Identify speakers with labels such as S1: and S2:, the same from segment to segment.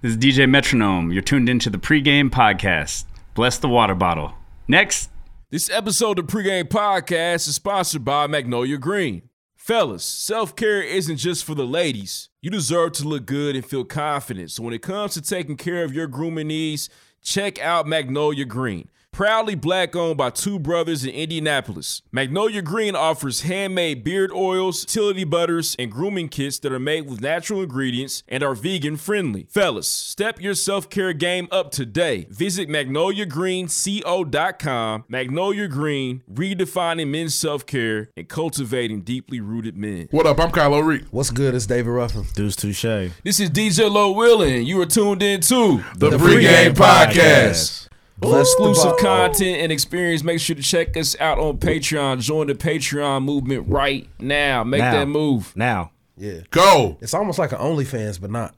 S1: This is DJ Metronome. You're tuned into the pregame podcast. Bless the water bottle. Next.
S2: This episode of Pregame Podcast is sponsored by Magnolia Green. Fellas, self care isn't just for the ladies. You deserve to look good and feel confident. So when it comes to taking care of your grooming needs, check out Magnolia Green. Proudly black owned by two brothers in Indianapolis, Magnolia Green offers handmade beard oils, utility butters, and grooming kits that are made with natural ingredients and are vegan friendly. Fellas, step your self care game up today. Visit magnoliagreenco.com. Magnolia Green, redefining men's self care and cultivating deeply rooted men.
S3: What up? I'm Kylo Reed.
S4: What's good? It's David Ruffin.
S5: Deuce Touche.
S2: This is DJ Low Willin. You are tuned in to
S3: The, pregame, podcast.
S4: Bless the
S2: exclusive
S4: bottle.
S2: content and experience. Make sure to check us out on Patreon. Join the Patreon movement right now. Make
S5: Now.
S2: that move.
S5: Now.
S4: Yeah.
S3: Go.
S4: It's almost like an OnlyFans, but not.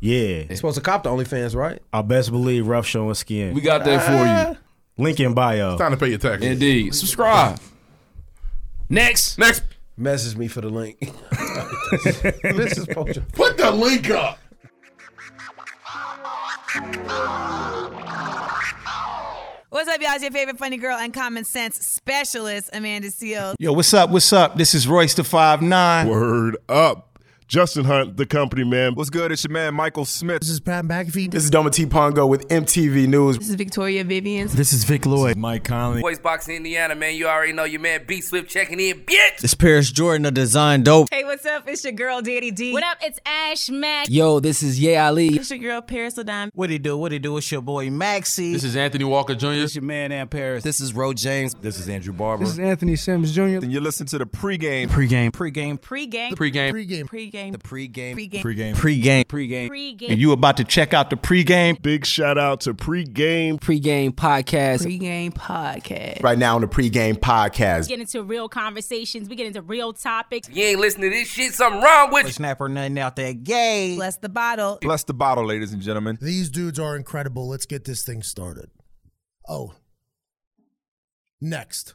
S5: Yeah.
S4: You're supposed to cop the OnlyFans, right?
S5: I best believe rough showing skin.
S2: We got that
S6: Ah.
S2: for
S5: Link in bio.
S3: Time to pay your taxes.
S2: you. Indeed. Subscribe. Next.
S3: Next,
S4: Message me for the link. this is Poacher.
S3: put the link up.
S7: What's up, y'all? It's your favorite funny girl and common sense specialist, Amanda Seals.
S6: Yo, what's up? What's up? This is Royce the Five Nine.
S8: Word up. Justin Hunt, the company man.
S9: What's good? It's your man Michael Smith.
S6: This is Pat McAfee.
S10: This is Doma T. Pongo with MTV News.
S7: This is Victoria Vivian.
S6: This is Vic Lloyd. Mike Conley.
S11: Voice Boxing Indiana, man. You already know your man B Swift checking in, bitch.
S10: This Paris Jordan of Design Dope.
S7: Hey, what's up? It's your girl, Daddy D.
S11: up? It's Ash Mack.
S10: Yo, this is Ye Ali.
S7: It's your girl, Paris Ladon.
S6: What it do? What it do? It's your boy Maxie. This
S2: is Anthony Walker Jr.
S6: your man Aunt Paris.
S10: This is Ro James.
S9: This is Andrew Barber.
S6: is Anthony Sims Jr.
S9: and you listen to the pregame.
S6: Pre-game. Pre-game.
S2: Pre-game.
S7: Pre-game. Pre-game. Pre-game.
S10: Pre-game.
S7: Pre-game.
S6: Pre-game.
S10: Pre-game.
S6: Pre-game.
S7: Pre-game.
S6: And you about to check out the pre-game.
S8: Big shout out to pregame.
S10: Pre-game podcast.
S7: Pre-game podcast.
S10: right now on the pre-game podcast.
S11: Get into real conversations. We get into real topics.
S9: You ain't listening to this shit. Something wrong with
S6: Snap or nothing out that gay.
S7: Bless the bottle.
S9: Bless the bottle, ladies and gentlemen.
S10: These dudes are incredible. Let's get this thing started. Oh. Next.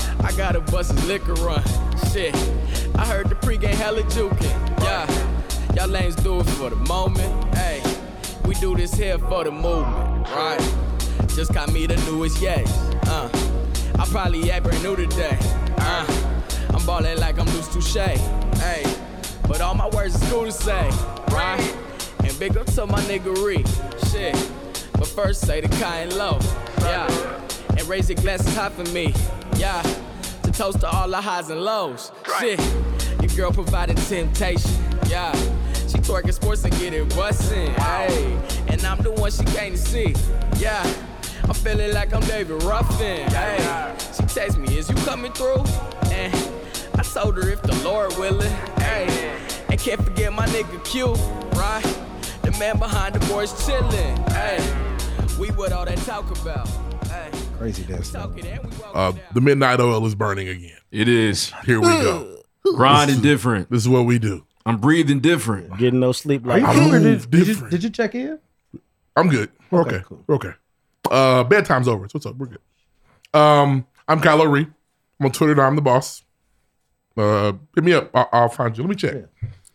S10: I got a bus's liquor run. Shit. I heard the pregame hella jukin'. Yeah. Y'all lanes do it for the moment. Hey, we do this here for the movement. Right. Just got me the newest yes. Uh, I probably act brand new today. Uh, I'm ballin' like I'm loose touche. Hey, but all my words is cool to say, right? And big up to my niggery, shit. But first say the kind low, yeah. And raise your glasses high for me, yeah. To toast to all the highs and lows, shit. Your girl providing temptation, yeah. She twerking sports and getting bustin', hey. And I'm the one she came to see, yeah. I'm feeling like I'm David Ruffin. Hey, she text me, is you coming through? And I told her if the Lord willing. Hey, and can't forget my nigga Q, right? The man behind the boys chillin'. Hey, we what all that talk about. Hey,
S4: Crazy dance.
S10: talking and we walking
S3: Uh,
S10: down.
S3: the midnight oil is burning again.
S2: It is.
S3: Here we go.
S2: Grinding different.
S3: This is what we do.
S2: I'm breathing different.
S5: Getting no sleep like
S3: I
S4: Did,
S3: move
S4: did you,
S3: different.
S4: did you check in?
S3: I'm good. We're okay. We're okay. Uh, bedtime's over. So what's up? We're good. Um, I'm Kylo Ree. I'm on Twitter. I'm the boss. Uh, hit me up. I'll, I'll find you. Let me check.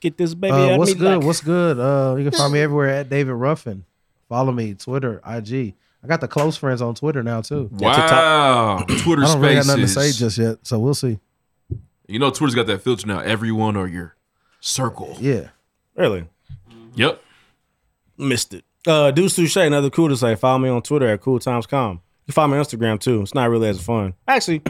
S5: get this baby
S6: Uh,
S5: at
S6: what's
S5: me
S6: good?
S5: like-
S6: What's good? Uh, you can find me everywhere at David Ruffin. Follow me, Twitter, IG. I got the close friends on Twitter now too.
S2: Wow. Twitter
S6: I don't really have
S2: Spaces.
S6: nothing to say just yet, so we'll see.
S2: you know, Twitter's got that filter now. Everyone or your circle.
S6: Yeah.
S5: Really?
S2: Yep.
S5: Missed it. Uh, Deuce Touche, another cool to say. Follow me on Twitter at cooltimescom. You can follow me on Instagram too. It's not really as fun. Actually,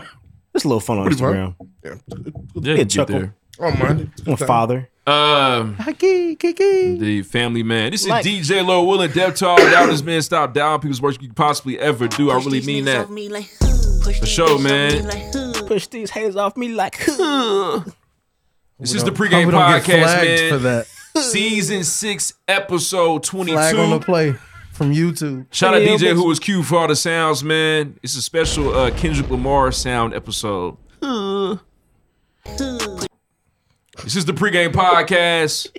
S5: it's a little fun on
S3: Pretty fun.
S5: Instagram.
S2: Yeah,
S5: Yeah,
S2: you get
S5: chuckle.
S2: there.
S3: Oh my.
S5: I'm a father.
S2: Um, the family man. This is DJ Low Will and Dev Talk. Without this man, stop down people's worst you could possibly ever do. I really mean that. For sure, man.
S5: Push these haters off me like
S2: This is the
S6: Hope
S2: pregame
S6: we don't get
S2: podcast,
S6: flagged
S2: man.
S6: for that.
S2: Season six, episode
S6: Flag on the
S2: twenty-two.
S6: play from YouTube.
S2: Shout out DJ who was cue for all the sounds, man. It's a special uh, Kendrick Lamar sound episode. This is the pregame podcast.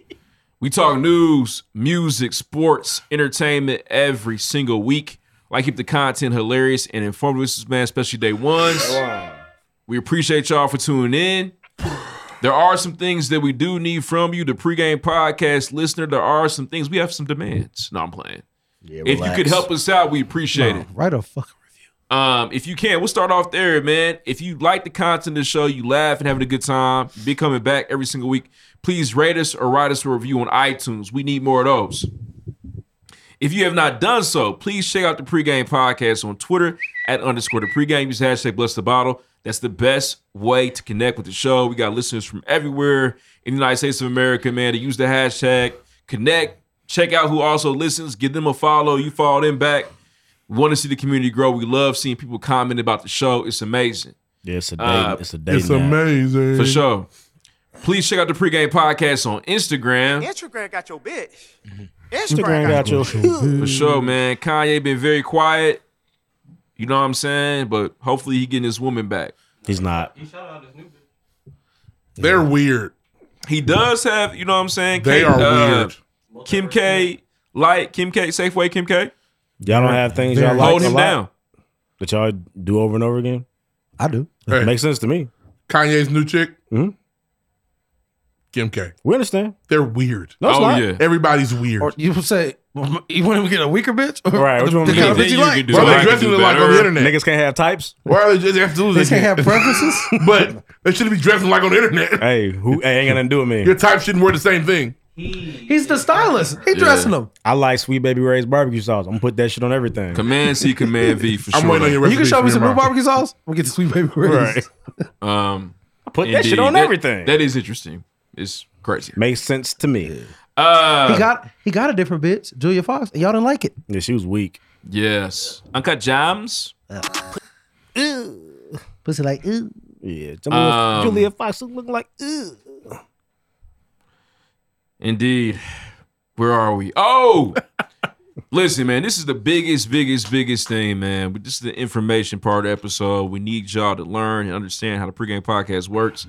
S2: We talk news, music, sports, entertainment every single week. I keep the content hilarious and informative. This is man, especially day ones. We appreciate y'all for tuning in. There are some things that we do need from you, the pregame podcast listener. There are some things we have some demands. No, I'm playing. if you
S6: relax.
S2: could help us out, we appreciate it.
S6: Right a fuck.
S2: Um, if you can, we'll start off there, man. If you like the content of the show, you laugh and having a good time, be coming back every single week, please rate us or write us a review on iTunes. We need more of those. If you have not done so, please check out the pregame podcast on Twitter at underscore the pregame. Use hashtag bless the bottle. That's the best way to connect with the show. We got listeners from everywhere in the United States of America, man. To use the hashtag connect. Check out who also listens. Give them a follow. You follow them back. We want to see the community grow. We love seeing people comment about the show. It's amazing.
S5: Yeah, it's a
S2: dating- it's a
S3: It's amazing.
S2: For sure. Please check out the pregame podcast on Instagram.
S12: Instagram got your bitch.
S5: Instagram got your
S2: For sure, man. Kanye been very quiet. You know what I'm saying? But hopefully he getting his woman back.
S5: He's not.
S3: They're weird.
S2: He does have, you know what I'm saying?
S3: They are
S4: uh,
S2: weird. Kim K, like Kim K, Safeway Kim K.
S5: Y'all don't have things y'all
S2: Hold
S5: like a
S2: him
S5: lot
S2: down.
S5: that y'all do over and over again.
S6: I do.
S3: Hey.
S5: Makes sense to me.
S3: Kanye's new chick,
S5: hmm
S3: Kim K.
S5: We understand.
S3: They're weird.
S5: No, it's Oh, not. yeah.
S3: Everybody's weird.
S6: Or you would say you want to get a weaker bitch?
S5: Right, which
S6: The-
S5: one
S6: the
S5: we
S6: kind of
S5: get?
S6: bitch you
S5: Then you
S6: like?
S5: could do
S3: Why
S5: it.
S3: they
S5: I could
S3: dressing
S5: do
S3: look like on the
S5: better.
S3: internet?
S5: Niggas can't have types.
S3: Why are they just absolutely
S6: They can't have preferences.
S3: but they shouldn't be dressing like on the internet.
S5: Hey, who hey, ain't got nothing to do with me?
S3: Your type shouldn't wear the same thing.
S6: He's the stylist. He dressing them.
S5: I like Sweet Baby Ray's barbecue sauce. I'm gonna put that shit on everything.
S2: Command C, Command V for sure.
S6: You can show me some new barbecue sauce. We'll get the sweet baby ribs.
S2: Um,
S5: Put that shit
S2: indeed.
S5: on everything.
S2: That is interesting. It's crazy.
S5: Makes sense to me.
S2: Uh,
S6: he got he got a different bitch, Julia Fox, and y'all didn't like it.
S5: Yeah, she was weak.
S2: Yes. Uncut Jams.
S6: Pussy like, ooh.
S5: Yeah.
S2: Um,
S5: Julia Fox looking like Ugh.
S2: Indeed. Where are we? Oh, listen, man. This is the biggest, biggest, biggest thing, man. But this is the information part of the episode. We need y'all to learn and understand how the pregame podcast works.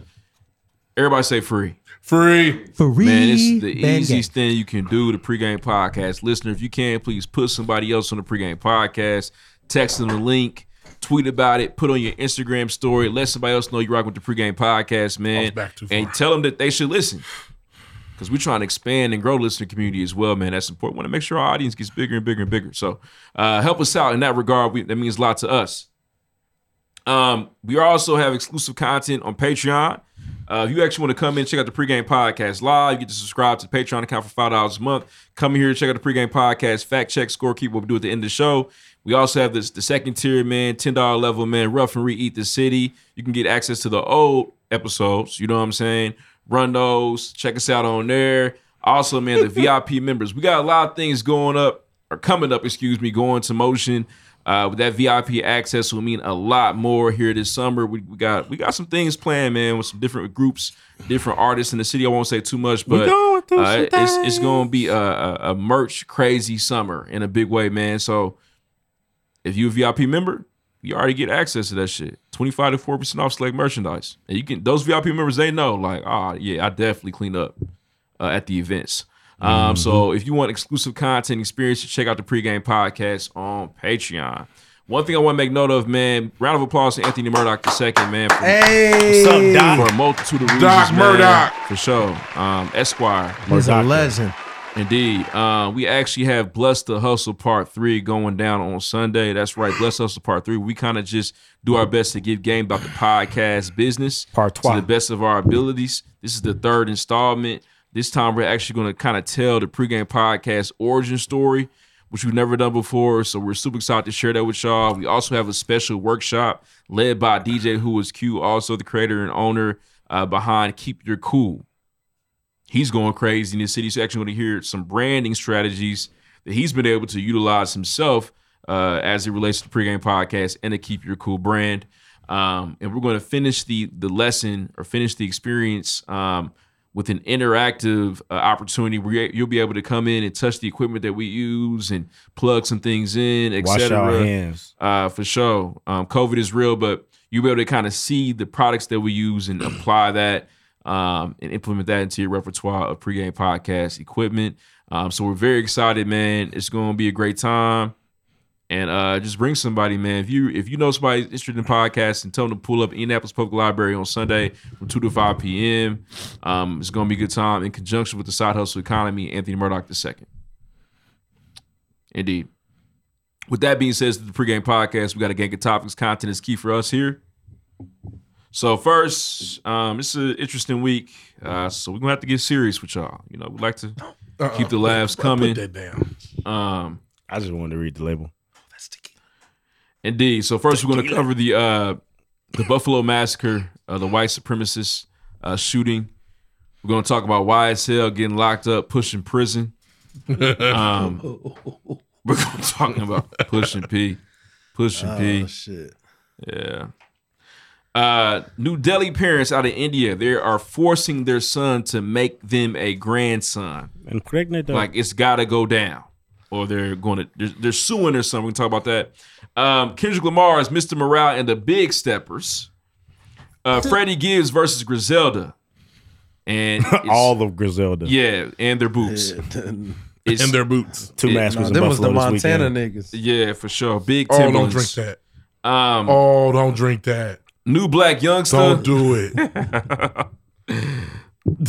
S2: Everybody say free.
S3: Free.
S6: Free.
S2: Man, this is the
S6: band
S2: easiest thing you can do. The pregame podcast listener, if you can, please put somebody else on the pregame podcast. Text them the link. Tweet about it. Put on your Instagram story. Let somebody else know you rock with the pregame podcast,
S3: I was
S2: man.
S3: back too
S2: And tell them that they should listen. Because we're trying to expand and grow listener community as well, man. That's important. want to make sure our audience gets bigger and bigger and bigger. So uh, help us out in that regard. We, that means a lot to us. Um, we also have exclusive content on Patreon. Uh, if you actually want to come in, check out the pregame podcast live. You get to subscribe to the Patreon account for five dollars a month. Come here, check out the pregame podcast, fact check, scorekeep. What we do at the end of the show. We also have this the second tier man, ten dollar level man, rough and re eat the city. You can get access to the old episodes. You know what I'm saying? Run those. Check us out on there. Also, man, the VIP members. We got a lot of things going up or coming up. Excuse me, going to motion. Uh, with that VIP access will mean a lot more here this summer. We, we got we got some things planned, man, with some different groups, different artists in the city. I won't say too much,
S5: We
S2: but
S5: going through
S2: uh,
S5: some
S2: it's it's gonna be a, a, a merch crazy summer in a big way, man. So if you a VIP member, you already get access to that shit. Twenty five to four percent off select merchandise, and you can those VIP members they know like, ah, yeah, I definitely clean up uh, at the events. Um,
S6: Mm-hmm.
S2: So if you want exclusive content experience, check out the pregame podcast on Patreon. One thing I want to make note of, man, round of applause to Anthony Murdoch II, man. For,
S6: Hey. What's up, Doc?
S2: For a multitude of reasons,
S6: Doc
S2: man,
S6: Murdoch.
S2: for sure. Um, Esquire,
S6: He's a legend.
S2: Indeed. Uh, we actually have Bless the Hustle Part 3 going down on Sunday. That's right, Bless the Hustle Part 3. We kind of just do our best to give game about the podcast business
S5: Part
S2: to the
S5: trois.
S2: best of our abilities. This is the third installment. This time we're actually going to kind of tell the pregame podcast origin story, which we've never done before. So we're super excited to share that with y'all. We also have a special workshop led by DJ Who Was Q, also the creator and owner uh, behind Keep Your Cool he's going crazy in the city. So actually, going to hear some branding strategies that he's been able to utilize himself uh, as it relates to the pregame podcast and to keep your cool brand. Um, and we're going to finish the the lesson or finish the experience um, with an interactive uh, opportunity where you- you'll be able to come in and touch the equipment that we use and plug some things in,
S5: Wash
S2: etc.
S5: y'all hands.
S2: Uh, for sure. Um, COVID is real, but you'll be able to kind of see the products that we use and apply that um, and implement that into your repertoire of pregame podcast equipment. Um, so we're very excited, man. It's going to be a great time and uh, just bring somebody, man. If you if you know somebody's interested in podcasts, and tell them to pull up Indianapolis Public Library on Sunday from two to five p.m. Um, it's gonna be a good time in conjunction with the Side Hustle Economy, Anthony Murdoch II. Indeed. With that being said, this is the pregame podcast. We got a gang of topics. Content is key for us here. So first, um, it's an interesting week. Uh, so we're gonna have to get serious with y'all. You know, we like to
S3: Uh-uh.
S2: keep the laughs
S3: Put- put
S2: coming.
S3: that down.
S2: Um,
S5: I just wanted to read the label.
S2: Indeed. So first, we're going to cover the uh, the Buffalo massacre, uh, the white supremacist uh, shooting. We're going to talk about YSL getting locked up, pushing prison. Um, we're going to talk about pushing P, pushing P.
S13: Oh, shit.
S2: Yeah. Uh, New Delhi parents out of India, they are forcing their son to make them a grandson.
S5: Impregnate them.
S2: Like it's got to go down, or they're going to they're, they're suing or something. We can talk about that. Um, Kendrick Lamar is Mr. Morale and the Big Steppers. Uh, Freddie Gibbs versus Griselda, and it's-
S5: All of Griselda.
S2: yeah, and their boots. It's-
S5: And their boots. Two massacres
S6: Nah, in them was the Buffalo this Montana weekend.
S2: niggas. Yeah, for sure. Big
S3: Oh, don't
S2: Timberlands.
S3: drink that.
S2: Um,
S3: oh, don't drink that.
S2: New black youngster.
S3: Don't do it.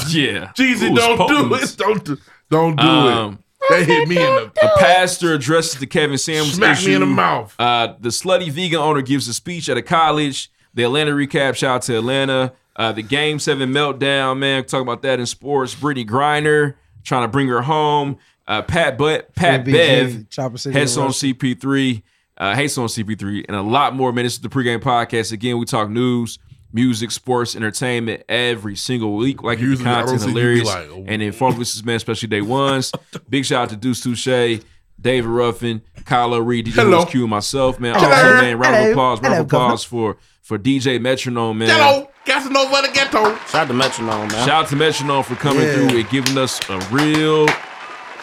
S2: yeah.
S3: Jeezy,
S2: Ooh, it's
S3: don't do
S2: potent.
S3: it. Don't do, don't do
S2: Um,
S3: it. That hit me in the
S2: A pastor addresses the Kevin Samuels
S3: Smack me
S2: issue.
S3: in the mouth.
S2: Uh, the slutty vegan owner gives a speech at a college. The Atlanta recap. Shout out to Atlanta. Uh, the Game Seven meltdown. Man, talk about that in sports. Brittany Griner trying to bring her home. Uh, Pat but Pat
S6: MVG,
S2: Bev
S6: Chopper City
S2: hates on
S6: University.
S2: CP3. Uh, hates on CP3 and a lot more. Man, this is the pregame podcast. Again, we talk news, music, sports, entertainment every single week. Like
S3: Usually, I don't
S2: content
S3: see you be
S2: hilarious
S3: like, oh,
S2: and informative. This is man, especially day ones. Big shout out to Deuce Touche, David Ruffin, Kylo Reed, DJ
S3: Hello.
S2: Hello. Q, and myself, man. Also,
S3: Hello.
S2: man, round of
S3: Hello.
S2: applause, round
S3: Hello,
S2: of applause for for DJ Metronome, man.
S3: Hello, Casanova the Ghetto.
S14: Shout out to Metronome, man.
S2: Shout out to Metronome for coming
S14: Yeah.
S2: through and giving us a real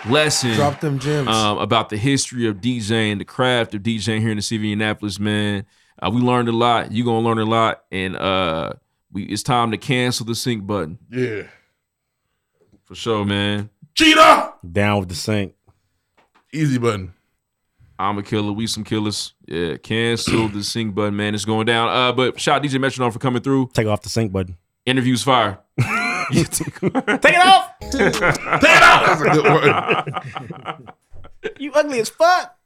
S2: lesson.
S6: Drop them gems.
S2: um, about the history of DJing, the craft of DJing here in the city of Indianapolis, man. Uh, we learned a lot. You're gonna learn a lot, and uh, we it's time to cancel the sync button
S3: Yeah.
S2: for sure, man.
S3: Cheetah.
S5: Down with the sink.
S3: Easy button.
S2: I'm a killer. We some killers. Yeah, cancel the sync button, man. It's going down. Uh, but shout out DJ Metronome for coming through.
S5: Take off the sync button.
S2: Interviews fire. Yeah, take,
S5: it off.
S2: Take it off.
S3: That's a good
S2: word.
S5: You ugly as fuck.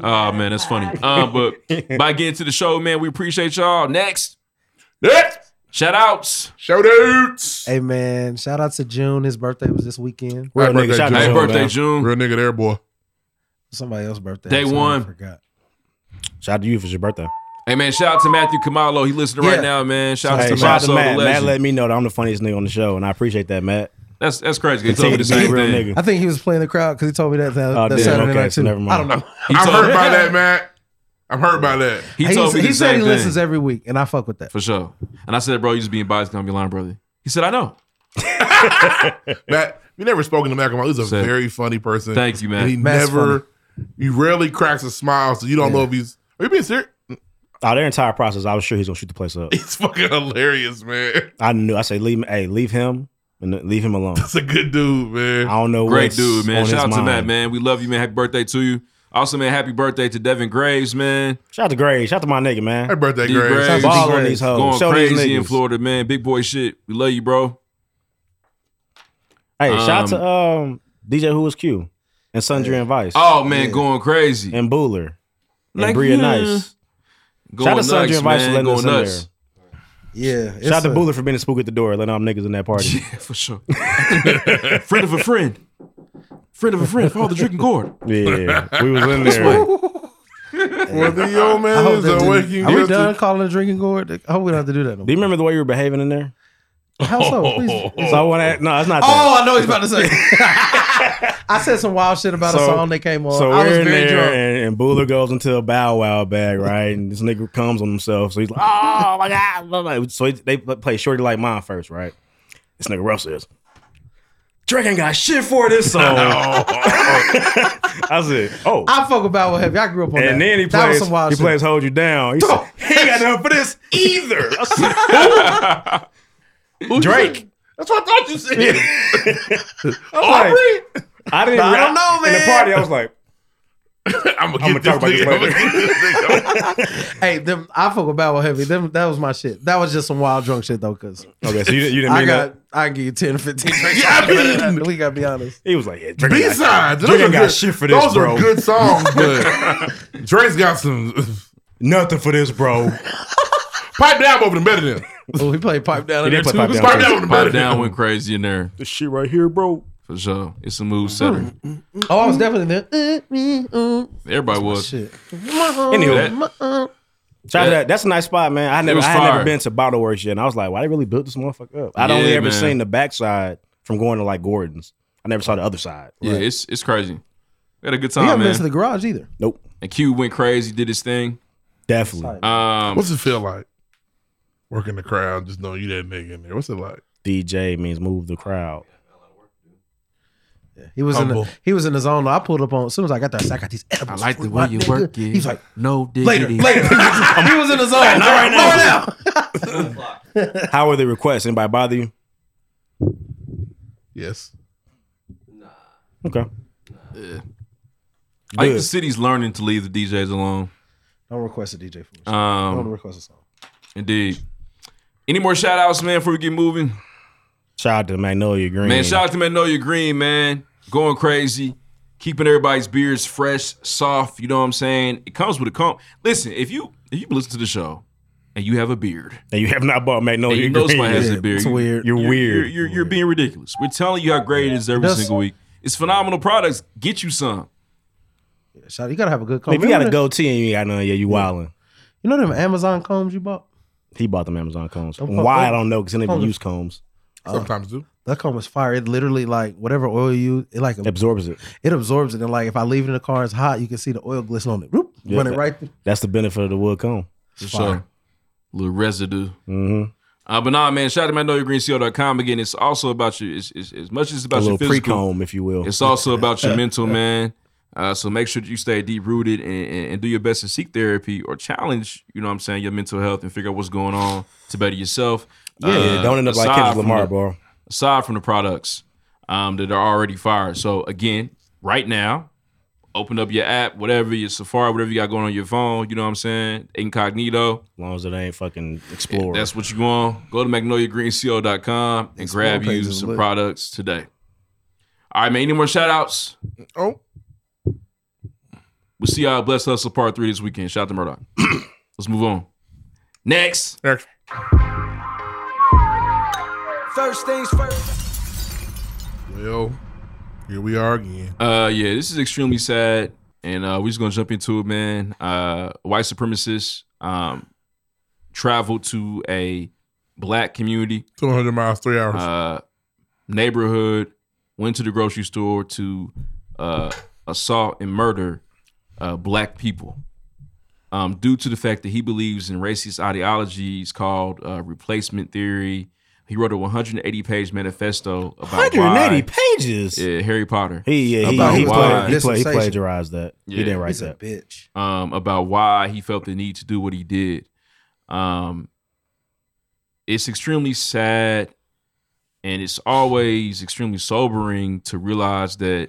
S2: Oh man, that's funny. Um, but by getting to the show, man, we appreciate y'all. Next,
S3: next,
S2: shout outs,
S3: shout outs.
S6: Hey man, shout out to June. His birthday was this weekend.
S3: Happy birthday, June.
S2: Happy birthday, June.
S3: Real nigga there, boy.
S6: Somebody else's birthday.
S2: Day
S6: Sorry, I
S2: one.
S6: forgot.
S5: Shout out to you for your birthday.
S2: Hey man, shout out to Matthew Kamalo. He listening right
S5: Yeah.
S2: now, man. Shout out
S5: Hey,
S2: to
S5: shout
S2: Matt.
S5: out to Matt. Matt let me know that I'm the funniest nigga on the show, and I appreciate that, Matt.
S2: That's that's crazy. He
S5: Continue
S2: told me the
S5: to be a
S2: same
S5: real
S2: thing.
S5: nigga.
S6: I think he was playing the crowd because he told me that that,
S5: Oh,
S6: that
S5: damn,
S6: Saturday
S5: okay,
S6: night
S5: so
S6: too.
S5: never mind.
S6: I don't know.
S3: I'm hurt by that, Matt. I'm hurt by that.
S2: He told me
S6: he
S2: the
S6: said
S2: same
S6: he
S2: thing.
S6: listens every week, and I fuck with that.
S2: For sure. And I said, bro, you just being biased on your line, brother. He said, I know.
S3: Matt, we never spoken to Matt Kamala. He's a
S2: Said-
S3: very funny person.
S2: Thank you, Matt.
S3: And he
S2: Matt's
S3: never, he rarely cracks a smile, so you don't know if he's. Are you being serious?
S5: Oh, their entire process, I was sure he's gonna shoot the place up.
S3: It's fucking hilarious, man.
S5: I knew. I say, leave, hey, leave him and th- leave him alone.
S3: That's a good dude, man.
S5: I don't know.
S2: Great
S5: what's
S2: dude, man.
S5: on his
S2: Shout out to
S5: mind.
S2: Matt, man. We love you, man. Happy birthday to you. Also, man, happy birthday to Devin Graves, man.
S5: Shout out to Gray. Shout out to my nigga, man.
S3: Happy birthday,
S2: D
S5: Graves. Ball on these hoes.
S2: Going
S5: Oh, Show these
S2: crazy in
S5: niggas.
S2: Florida, man. Big boy shit. We love you, bro.
S5: Hey, shout
S2: Um,
S5: out to um, DJ Who Was Q and Sundry and Vice.
S2: Oh man, going crazy.
S5: And Bueller. And
S2: Like,
S5: Bria
S2: yeah.
S5: Nice.
S2: Going
S5: shout out to Sundry
S2: nuts,
S5: and Vice for
S2: man.
S5: letting us
S2: Going
S5: in
S2: nuts.
S5: there.
S6: Yeah,
S5: Shout out
S6: it's
S5: to
S6: a-
S5: Bueller for being a spook at the door, letting all them niggas in that party.
S2: Yeah, for sure. friend of a friend. Friend of a friend. Follow the drinking gourd.
S5: Yeah, we was in
S2: This way.
S5: there.
S3: Well, the old
S6: I
S3: man
S6: hope
S3: is
S6: that
S3: a
S6: didn't-
S3: waking
S6: Are we
S3: guest.
S6: done calling a drinking gourd? I hope we don't have to do that. No
S5: Do you remember the way you were behaving in there?
S6: more. How so? Please.
S2: Oh.
S5: So I want to. No, it's not.
S6: Oh, I know what he's about to say. I said some wild shit about a
S5: So-
S6: song that came on.
S5: So we're
S6: I was
S5: in
S6: very
S5: there,
S6: drunk.
S5: and, and Bueller goes into a bow wow bag, right? And this nigga comes on himself, so he's like, "Oh my god!" blah, blah." So he, they play Shorty Like Mine first, right? This nigga Ruff says, Drake ain't got shit for this song. I said, oh.
S6: I fuck about with him. Y'all grew up on that.
S5: and then he
S6: That was
S5: plays,
S6: some wild
S5: he
S6: shit.
S5: plays Hold You Down. He said, he ain't got nothing for this either. I said, "Who?" Drake.
S3: That's what I thought you said.
S5: I'm like, I didn't.
S3: Nah, I
S5: re-
S3: don't know,
S5: In
S3: man.
S5: the party, I was like,
S3: I'm
S5: gonna talk about this later.
S6: Hey, them, I fuck about with heavy. Them, that was my shit. That was just some wild drunk shit though. Cause
S5: Okay, so you didn't- you didn't
S6: I
S5: mean
S6: got, I can give you ten, fifteen. we gotta be honest.
S5: He was like, yeah, Drake ain't
S3: B
S5: got-
S3: sides.
S5: Drake ain't got shit for this,
S3: Those
S5: bro.
S3: are good songs, but Drake's got some.
S5: Nothing for this, bro.
S3: Pipe down over the better than.
S6: Oh, we played pipe down.
S3: in there too. Pipe down, over the better
S2: Pipe
S3: than.
S2: down went crazy in there.
S5: This shit right here, bro.
S2: For sure. It's a mood setter.
S6: Oh, I was definitely there.
S2: Everybody was.
S5: Anyway. Shout out to
S2: Yeah.
S5: that. That's a nice spot, man. I never,
S2: was
S5: I had never
S2: fire.
S5: been to Bottle Works yet, and I was like, "Why they really built this motherfucker up?" I'd
S2: Yeah,
S5: only ever
S2: man.
S5: seen the backside from going to like Gordon's. I never saw the other side.
S2: Yeah, it's it's crazy. We had a good
S6: you
S2: time,
S6: haven't
S2: man.
S6: been to the garage either.
S5: Nope.
S2: and Q went crazy, did his thing.
S5: Definitely.
S2: Um,
S3: What's it feel like? Working the crowd, just knowing you that nigga in there. What's it like?
S5: DJ means move the crowd.
S6: He was in
S5: Humble.
S6: the, he was in the zone. I pulled up on as soon as I got there. I, said, I got these edibles.
S2: I like
S6: for
S2: the
S6: you,
S2: way
S6: my
S2: you
S6: nigga."
S2: work it.
S6: He's like,
S2: no
S6: later,
S2: diggity.
S6: later. he was in the zone.
S5: Not right now.
S6: Lower down.
S5: How were the requests? Anybody bother you?
S3: Yes.
S5: Okay.
S2: I think the
S5: Good.
S2: city's learning to leave the DJs alone.
S6: Don't request a DJ for me.
S2: Um,
S6: Don't request a song.
S2: Indeed. Any more shout outs, man, before we get moving?
S5: Shout out to Magnolia Green.
S2: Man, shout out to Magnolia Green, man. Going crazy. Keeping everybody's beards fresh, soft. You know what I'm saying? It comes with a comb. Listen, if you if you listen to the show and you have a beard,
S5: and you have not bought Magnolia
S2: and you know
S5: Green
S2: somebody has
S5: yet,
S2: a beard,
S5: it's
S2: you-
S5: Oh, weird.
S2: You're,
S5: You're weird.
S2: You're, you're, you're being ridiculous. We're telling you how great it is every
S6: That's-
S2: single week. It's phenomenal products. Get you some.
S6: Shout, you gotta have a good comb.
S5: if you got a
S6: Remember
S5: goatee and you ain't got none, yeah, you wildin'.
S6: that- You know them Amazon combs you bought?
S5: He bought them Amazon combs.
S6: Don't fuck
S5: Why I
S6: up.
S5: don't know because he didn't even
S6: Hold on.
S5: use combs.
S3: Sometimes do.
S6: That comb was fire. It literally like whatever oil you it like
S5: absorbs it.
S6: It absorbs it. And like if I leave it in the car, it's hot. You can see the oil glisten on it. Whoop,
S5: Yeah,
S6: run it
S5: that-
S6: right. Through.
S5: That's the benefit of the wood comb.
S2: For sure. Little residue.
S5: Mm-hmm.
S2: Uh, but nah, man, shout out to MagnoliaGreenCO.com. Again, it's also about you. It's, it's, as much as it's
S5: A
S2: about your
S5: little pre
S2: physical.
S5: comb, if you will.
S2: It's also about your mental, man. Uh, so make sure that you stay deep rooted and, and, and do your best to seek therapy or challenge, you know what I'm saying, your mental health and figure out what's going on to better yourself. Uh,
S5: Yeah, yeah, don't end up like
S2: aside
S5: Kendrick
S2: from
S5: Lamar,
S2: the-
S5: bro.
S2: Aside from the products um, that are already fired. So again, right now, open up your app, whatever, your Safari, whatever you got going on your phone, you know what I'm saying? Incognito.
S5: As long as it ain't fucking Explorer.
S2: That's what you want. Go to magnoliagreenco.com and
S5: Explore
S2: grab you
S5: page is
S2: some
S5: lit.
S2: products today. All right, man. Any more shout outs?
S3: Oh.
S2: We'll see y'all at Blessed Hustle Part 3 this weekend. Shout out to Murdoch. Let's move on. Next.
S3: Next.
S15: First things first.
S3: Well, here we are again.
S2: Uh yeah, this is extremely sad. And uh we're just gonna jump into it, man. Uh white supremacists um traveled to a black community.
S3: 200 miles, three hours.
S2: Uh neighborhood, went to the grocery store to uh assault and murder uh black people. um, due to the fact that he believes in racist ideologies called uh, replacement theory. He wrote a 180 page manifesto about
S5: 180
S2: why-
S5: pages?
S2: Yeah, Harry Potter.
S5: He yeah, he,
S2: About
S5: he,
S2: why-
S5: played, he, played, he plagiarized that. He
S2: Yeah.
S5: didn't write
S2: He's a
S5: that.
S6: bitch.
S2: um, about why he felt the need to do what he did. Um, it's extremely sad, and it's always extremely sobering to realize that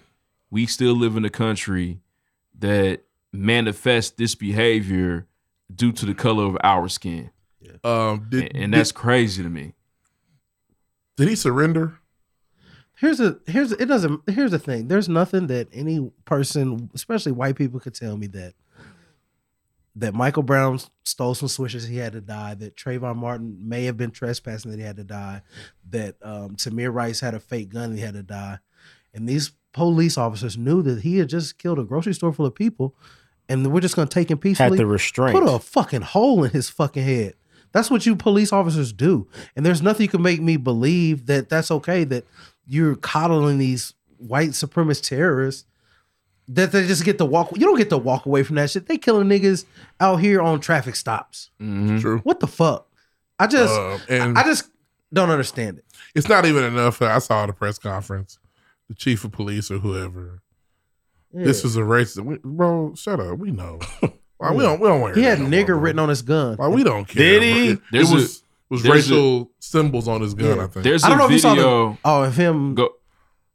S2: we still live in a country that manifests this behavior due to the color of our skin.
S3: Um, did-
S2: and, and that's
S3: did-
S2: crazy to me.
S3: Did he surrender?
S6: Here's a here's a, it doesn't here's the thing. There's nothing that any person, especially white people, could tell me that that Michael Brown stole some swishes he had to die, that Trayvon Martin may have been trespassing that he had to die, that um, Tamir Rice had a fake gun and he had to die. And these police officers knew that he had just killed a grocery store full of people and we're just gonna take him peacefully.
S5: the restraint.
S6: Put a fucking hole in his fucking head. That's what you police officers do. And there's nothing you can make me believe that that's okay that you're coddling these white supremacist terrorists that they just get to walk. You don't get to walk away from that shit. They killing niggas out here on traffic stops.
S2: True.
S6: What the fuck? I just,
S3: Um, and-
S6: I just, don't understand it.
S3: It's not even enough. that I saw the press conference, the chief of police or whoever. This
S6: Yeah.
S3: is a racist, we, bro. Shut up. We know. Why we don't. We don't wear.
S6: He had nigger written on his gun.
S3: Why we don't care? It,
S6: There's
S3: it was
S6: a-
S3: was
S6: there's
S3: racial symbols on his gun. I think.
S2: There's
S6: I don't
S2: a
S6: know if you saw the-
S2: video.
S6: Oh, of him.
S2: Go.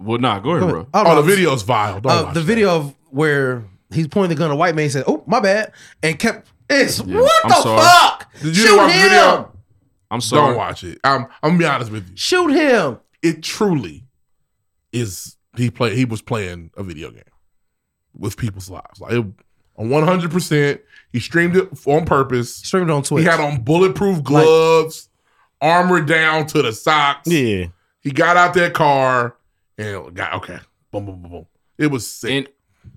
S2: Well, nah, go ahead, bro.
S6: Oh,
S3: Oh, the
S6: no,
S3: video's vile. Don't
S6: uh, the video of where he's pointing the gun at a white man and said, "Oh, my bad," and kept. It's what
S3: I'm
S6: the
S3: sorry.
S6: fuck?
S3: Did you
S6: Shoot
S3: watch the
S6: him!
S3: video?
S2: I'm sorry.
S3: Don't watch it. I'm. I'm gonna be honest with you.
S6: Shoot him.
S3: It truly is. He play. He was playing a video game with people's lives. Like it, on one hundred percent. He streamed it on purpose.
S6: Streamed it on Twitch.
S3: He had on bulletproof gloves, armor down to the socks.
S5: Yeah.
S3: He got out that car and got okay. Boom, boom, boom, boom. It was sick.
S2: In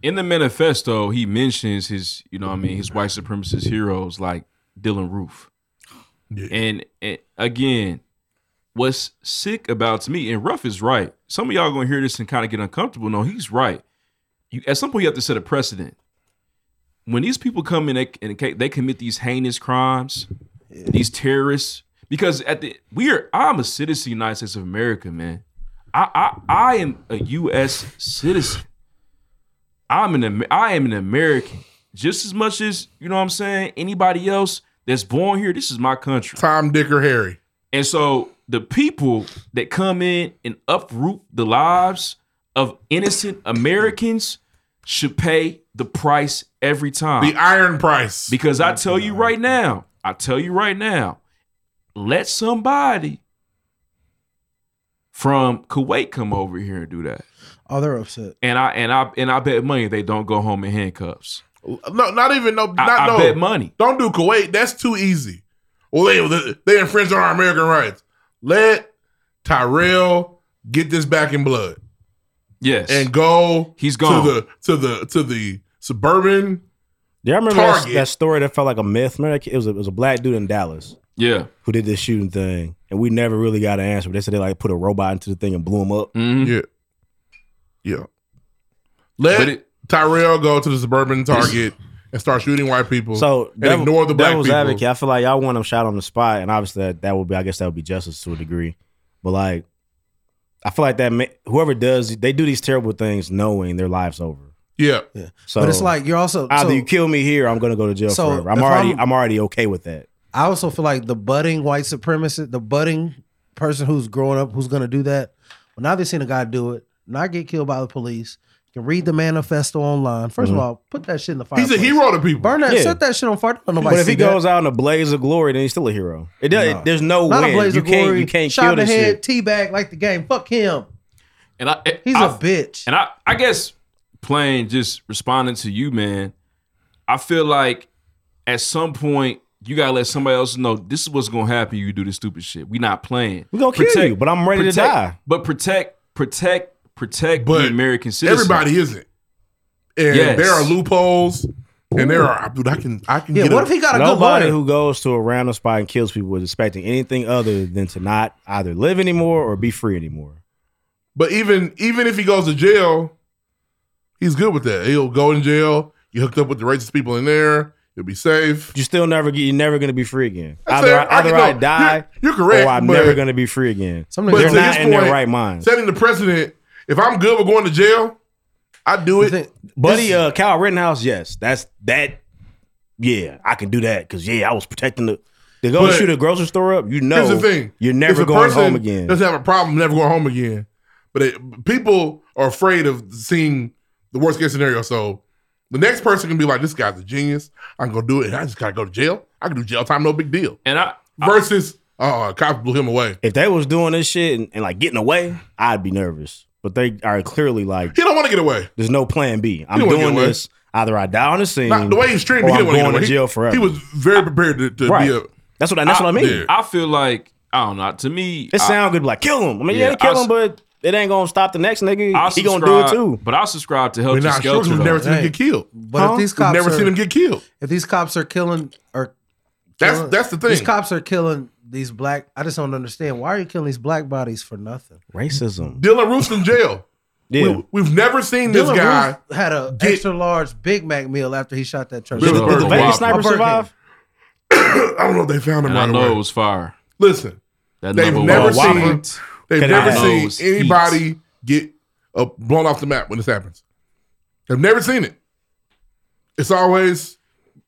S2: in the manifesto, he mentions his, you know, what I mean, his white supremacist heroes like Dylan Roof. And, and again, what's sick about to me, and Ruff is right. Some of y'all gonna hear this and kind of get uncomfortable. No, he's right. You at some point you have to set a precedent. When these people come in they- and they commit these heinous crimes, these terrorists, because at the we are I'm a citizen of the United States of America, man. I I, I am a U.S. citizen. I'm an Am- I am an American just as much as you know what I'm saying anybody else that's born here. This is my country.
S3: Tom, Dick, or Harry.
S2: And so the people that come in and uproot the lives of innocent Americans should pay the price every time.
S3: The iron price.
S2: Because I tell you right now, I tell you right now, let somebody from Kuwait come over here and do that.
S6: Oh, they're upset.
S2: And I and I and I bet money they don't go home in handcuffs.
S3: No, not even no. Not,
S2: I
S3: no.
S2: bet money.
S3: Don't do Kuwait. That's too easy. Well, they they infringe on our American rights. Let Tyrell get this back in blood.
S2: Yes,
S3: and go.
S2: He's
S5: gone.
S3: to the to the to the suburban.
S5: Yeah, I remember that,
S3: Target.
S5: that story that felt like a myth. Remember that kid- it was a, it was a black dude in Dallas.
S2: Yeah.
S5: who did this shooting thing, and we never really got an answer. But they said they like put a robot into the thing and blew him up.
S2: Mm-hmm.
S3: Yeah, yeah. Let
S5: But
S3: Tyrell go to the suburban Target and start shooting white people.
S5: So
S3: and ignore the black
S5: devil's
S3: people.
S5: advocate. I feel like y'all want him shot on the spot, and obviously that, that would be, I guess that would be justice to a degree. But like, I feel like that ma- whoever does, they do these terrible things knowing their lives over.
S3: Yeah,
S6: yeah.
S5: So
S6: but it's like you're also
S5: either
S6: so-
S5: you kill me here, or I'm gonna go to jail
S6: So,
S5: forever. I'm
S6: if
S5: already
S6: I'm-
S5: I'm, already okay with that.
S6: I also feel like the budding white supremacist, the budding person who's growing up, who's going to do that. Well, now they've seen a guy do it, not get killed by the police. You can read the manifesto online. 1st of
S5: Mhm.
S6: all, put that shit in the fire.
S3: He's a hero to people.
S6: Burn that,
S5: Yeah.
S6: set that shit on fire. Don't let nobody
S5: but if
S6: see
S5: he
S6: that.
S5: goes out in a blaze of glory, then he's still a hero. It does.
S6: Nah.
S5: It, there's no
S6: not
S5: win.
S6: a blaze
S5: you
S6: of
S5: can't
S6: glory.
S5: you can't
S6: shot
S5: kill
S6: in the
S5: this shit.
S6: head, teabag like the game. Fuck him.
S2: And I,
S6: He's
S2: a
S6: a bitch.
S2: And I, I guess playing just responding to you, man. I feel like at some point you gotta let somebody else know this is what's gonna happen. You do this stupid shit. We not playing.
S5: We gonna kill you, but I'm ready to
S2: protect-
S5: die.
S2: But protect, protect, protect
S3: But
S2: the American citizen.
S3: Everybody isn't. And
S2: Yes.
S3: there are loopholes. And there are dude, I can I can get
S5: Nobody who goes to a random spot and kills people is expecting anything other than to not either live anymore or be free anymore.
S3: But even even if he goes to jail, he's good with that. He'll go in jail. You hooked up with the racist people in there. You'll be safe.
S5: You still never get. You're never gonna be free again.
S3: That's
S5: either
S3: fair.
S5: I,
S3: I
S5: either
S3: can-
S5: I,
S3: no,
S5: die,
S3: you're- you're correct,
S5: or I'm
S3: but-
S5: never gonna be free again.
S6: Somebody-
S5: They're
S3: to
S5: not
S3: his
S5: in their
S3: point,
S5: right mind.
S3: Setting the precedent. If I'm good with going to jail, I do it.
S5: Buddy, uh, Kyle Rittenhouse, yes, that's that. Yeah, I can do that because yeah, I was protecting the. They go
S3: But-
S5: shoot a grocery store up. You know,
S3: Here's the thing:
S5: you're
S3: If
S5: never
S3: a
S5: going
S3: person
S5: home again.
S3: Doesn't have a problem never going home again, but it, people are afraid of seeing the worst case scenario. So the next person can be like, "This guy's a genius. I can go do it. and I just gotta go to jail. I can do jail time, no big deal."
S2: And I
S3: versus, oh, uh, cops blew him away.
S5: If they was doing this shit and, and like getting away, I'd be nervous. But they are clearly like
S3: he don't want to get away.
S5: There's no plan B. I'm
S3: don't wanna
S5: doing
S3: get away.
S5: this. Either I die on the scene.
S3: Not the way he streamed,
S5: or
S3: he
S5: I'm
S3: didn't want to get
S5: going
S3: away.
S5: to jail
S3: He-
S5: forever.
S3: He, was very prepared to, to
S5: Right.
S3: be a.
S5: That's what. That's what I mean.
S2: I feel like I don't know. To me,
S5: It
S2: I-
S5: sound good, like kill him. I mean, yeah,
S2: Yeah,
S5: kill
S2: I-
S5: him, but it ain't gonna stop the next nigga.
S2: I
S5: he gonna do it
S2: subscribe-
S5: too.
S2: But I subscribe to
S3: We're
S2: Helter
S3: not sure 'cause
S2: Skelter.
S3: we've
S2: though.
S3: never seen him get killed.
S6: But
S3: Huh?
S6: if these
S3: We've
S6: cops
S3: never
S6: are,
S3: seen him get killed,
S6: if these cops are killing or
S3: That's-
S6: killing-
S3: that's the thing.
S6: These cops are killing these black. I just don't understand. Why are you killing these black bodies for nothing?
S5: Racism.
S3: Dylan Roof's in jail.
S5: Yeah.
S3: We, have never seen this
S6: Dylan
S3: guy.
S6: Roof had a extra large Big Mac meal after he shot that church.
S3: Did the- did the Bilderberg Vegas Whopper. sniper
S6: A Burger King.
S3: I don't know if they found him
S2: And I
S3: right
S2: know
S3: away.
S2: it was fire.
S3: Listen,
S2: That
S3: they've
S2: number
S3: never
S2: one
S3: seen
S2: Whopper
S3: they've
S2: cannot
S3: never seen
S2: knows heat.
S3: anybody get uh, blown off the map when this happens. They've never seen it. It's always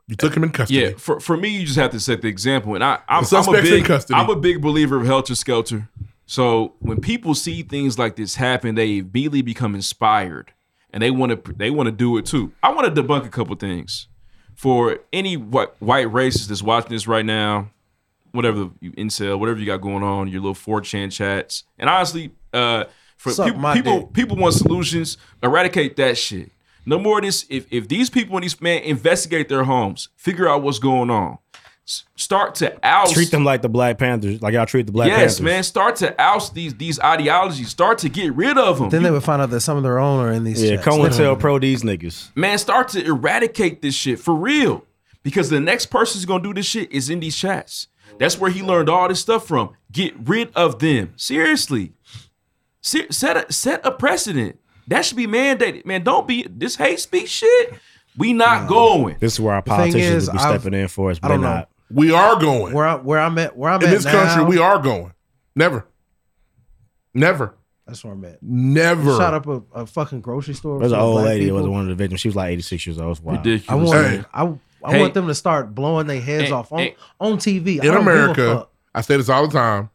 S3: you took him in custody.
S2: Yeah, for, for me, you just have to set the example, and I I'm,
S3: The
S2: I'm a
S3: suspect's in
S2: big
S3: custody.
S2: I'm a big believer of helter skelter. So when people see things like this happen, they immediately become inspired, and they want to they want to do it too. I want to debunk a couple things for any white white racist that's watching this right now, whatever the- you incel, whatever you got going on, your little 4chan chats, and honestly, uh, for
S6: Suck
S2: peop-
S6: my
S2: people
S6: dick.
S2: people want solutions. Eradicate that shit. No more of this. If if these people in these man investigate their homes, figure out what's going on. S- start to oust.
S5: Treat them like the Black Panthers, like y'all treat the Black
S2: yes,
S5: Panthers.
S2: man. Start to oust these these ideologies. Start to get rid of them.
S6: Then they would find out that some of their own are in these.
S5: Yeah,
S6: chats.
S5: COINTELPRO Pro these niggas.
S2: man, start to eradicate this shit for real. Because the next person's gonna do this shit is in these chats. That's where he learned all this stuff from. Get rid of them. Seriously. Se- set, a, set a precedent. That should be mandated. Man, don't be this hate speech shit. We not going.
S5: This is where our
S2: thing
S5: politicians
S2: is,
S5: would be
S2: I've-
S5: stepping in for us,
S2: I
S5: but they're
S2: don't know.
S5: not.
S3: We are going.
S6: Where I, where I'm at, where I'm
S3: in
S6: at
S3: this country,
S6: now-
S3: we are going. Never, never,
S6: That's where I'm at.
S3: never.
S6: Shot up a, a fucking grocery store.
S5: There's an
S6: full of
S5: old
S6: black
S5: lady that
S6: people.
S5: was one of the victims. She was like 86 years old. It was wild.
S6: I want, I, I
S5: Hey.
S6: want them to start blowing their heads
S5: Hey,
S6: off on,
S5: hey.
S6: on TV. I
S3: in
S6: don't give a
S3: America,
S6: fuck.
S3: I say this all the time: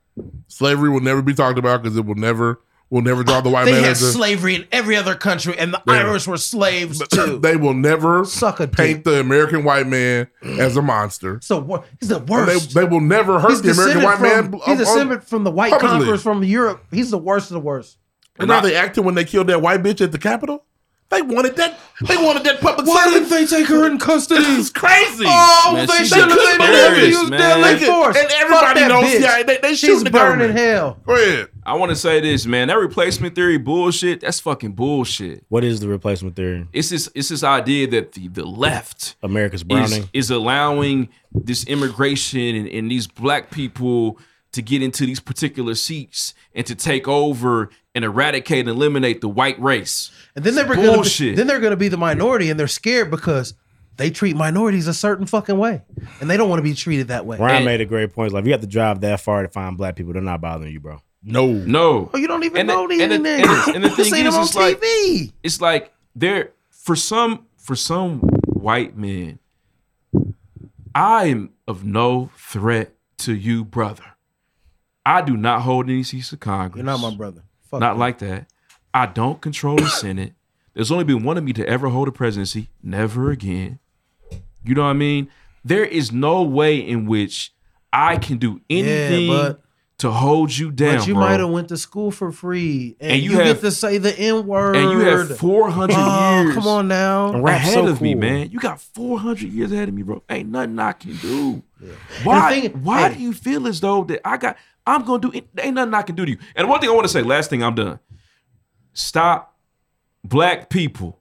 S3: slavery will never be talked about because it will never will never draw the white
S6: they
S3: man.
S6: had
S3: as a-
S6: slavery in every other country, and the
S3: Yeah.
S6: Irish were slaves too.
S3: they will never
S6: Suck a
S3: paint the American white man as a monster.
S6: So he's the
S3: And
S6: worst.
S3: They, they will never hurt
S6: he's
S3: the American
S6: descended
S3: white man.
S6: from,
S3: bl- uh,
S6: He's
S3: on-
S6: descended from the white
S3: publicly.
S6: conquerors from Europe. He's the worst of the worst.
S3: And now they acting when they killed that white bitch at the Capitol. They wanted that. They wanted that public.
S6: Why
S3: servant.
S6: didn't they take her in custody?
S3: It's crazy.
S6: Oh, Man, they she's should've- they couldn't embarrassed, believe it.
S3: used
S6: Used man.
S3: deadly
S6: deadly
S3: force.
S6: force.
S3: And
S6: Fuck
S3: everybody
S6: that
S3: knows.
S6: bitch.
S3: Yeah, they, they
S6: She's
S3: shooting the
S6: burning
S3: government.
S6: hell.
S3: Go ahead.
S2: I want to say this, man. That replacement theory bullshit. That's fucking bullshit.
S5: What is the replacement theory?
S2: It's this it's this idea that the, the left
S5: America's
S2: is,
S5: Browning.
S2: is allowing this immigration and, and these black people to get into these particular seats and to take over and eradicate and eliminate the white race.
S6: And then they're
S2: It's
S6: gonna be,
S2: bullshit.
S6: then they're going to be the minority, and they're scared because they treat minorities a certain fucking way, and they don't want to be treated that way.
S5: Ryan made a great point. Like, if you have to drive that far to find black people, they're not bothering you, bro.
S3: No.
S2: No.
S6: Oh, you don't even
S2: And the-
S6: know these
S2: and the-
S6: niggas.
S2: and the- and the
S6: You
S2: thing
S6: seen
S2: is,
S6: them on
S2: it's like-
S6: TV.
S2: It's like there for some for some white men, I am of no threat to you, brother. I do not hold any seats of Congress.
S6: You're not my brother. Fuck
S2: not
S6: you.
S2: like that. I don't control the Senate. There's only been one of me to ever hold a presidency. Never again. You know what I mean? There is no way in which I can do anything
S6: but-
S2: to hold you down.
S6: but you
S2: bro.
S6: might have went to school for free, and,
S2: And you
S6: you,
S2: have-
S6: get to say the n word,
S2: and you have 400 years
S6: Oh, Come on now,
S2: ahead of me, man. You got 400 years ahead of me, bro. Ain't nothing I can do.
S6: And
S2: Why?
S6: the thing-
S2: why
S6: hey.
S2: do you feel as though that I got? I'm gonna do. it. Ain't nothing I can do to you. And one thing I want to say, last thing I'm done. Stop, black people.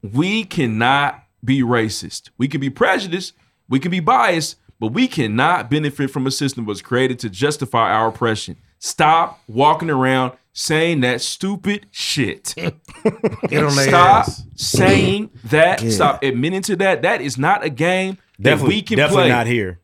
S2: We cannot be racist. We can be prejudiced. We can be biased, but we cannot benefit from a system that was created to justify our oppression. Stop walking around saying that stupid shit.
S6: Get on their
S2: Stop
S6: ass.
S2: saying that.
S6: Yeah.
S2: Stop admitting to that. That is not a game that
S5: Definitely,
S2: we can
S5: definitely
S2: play.
S5: not here.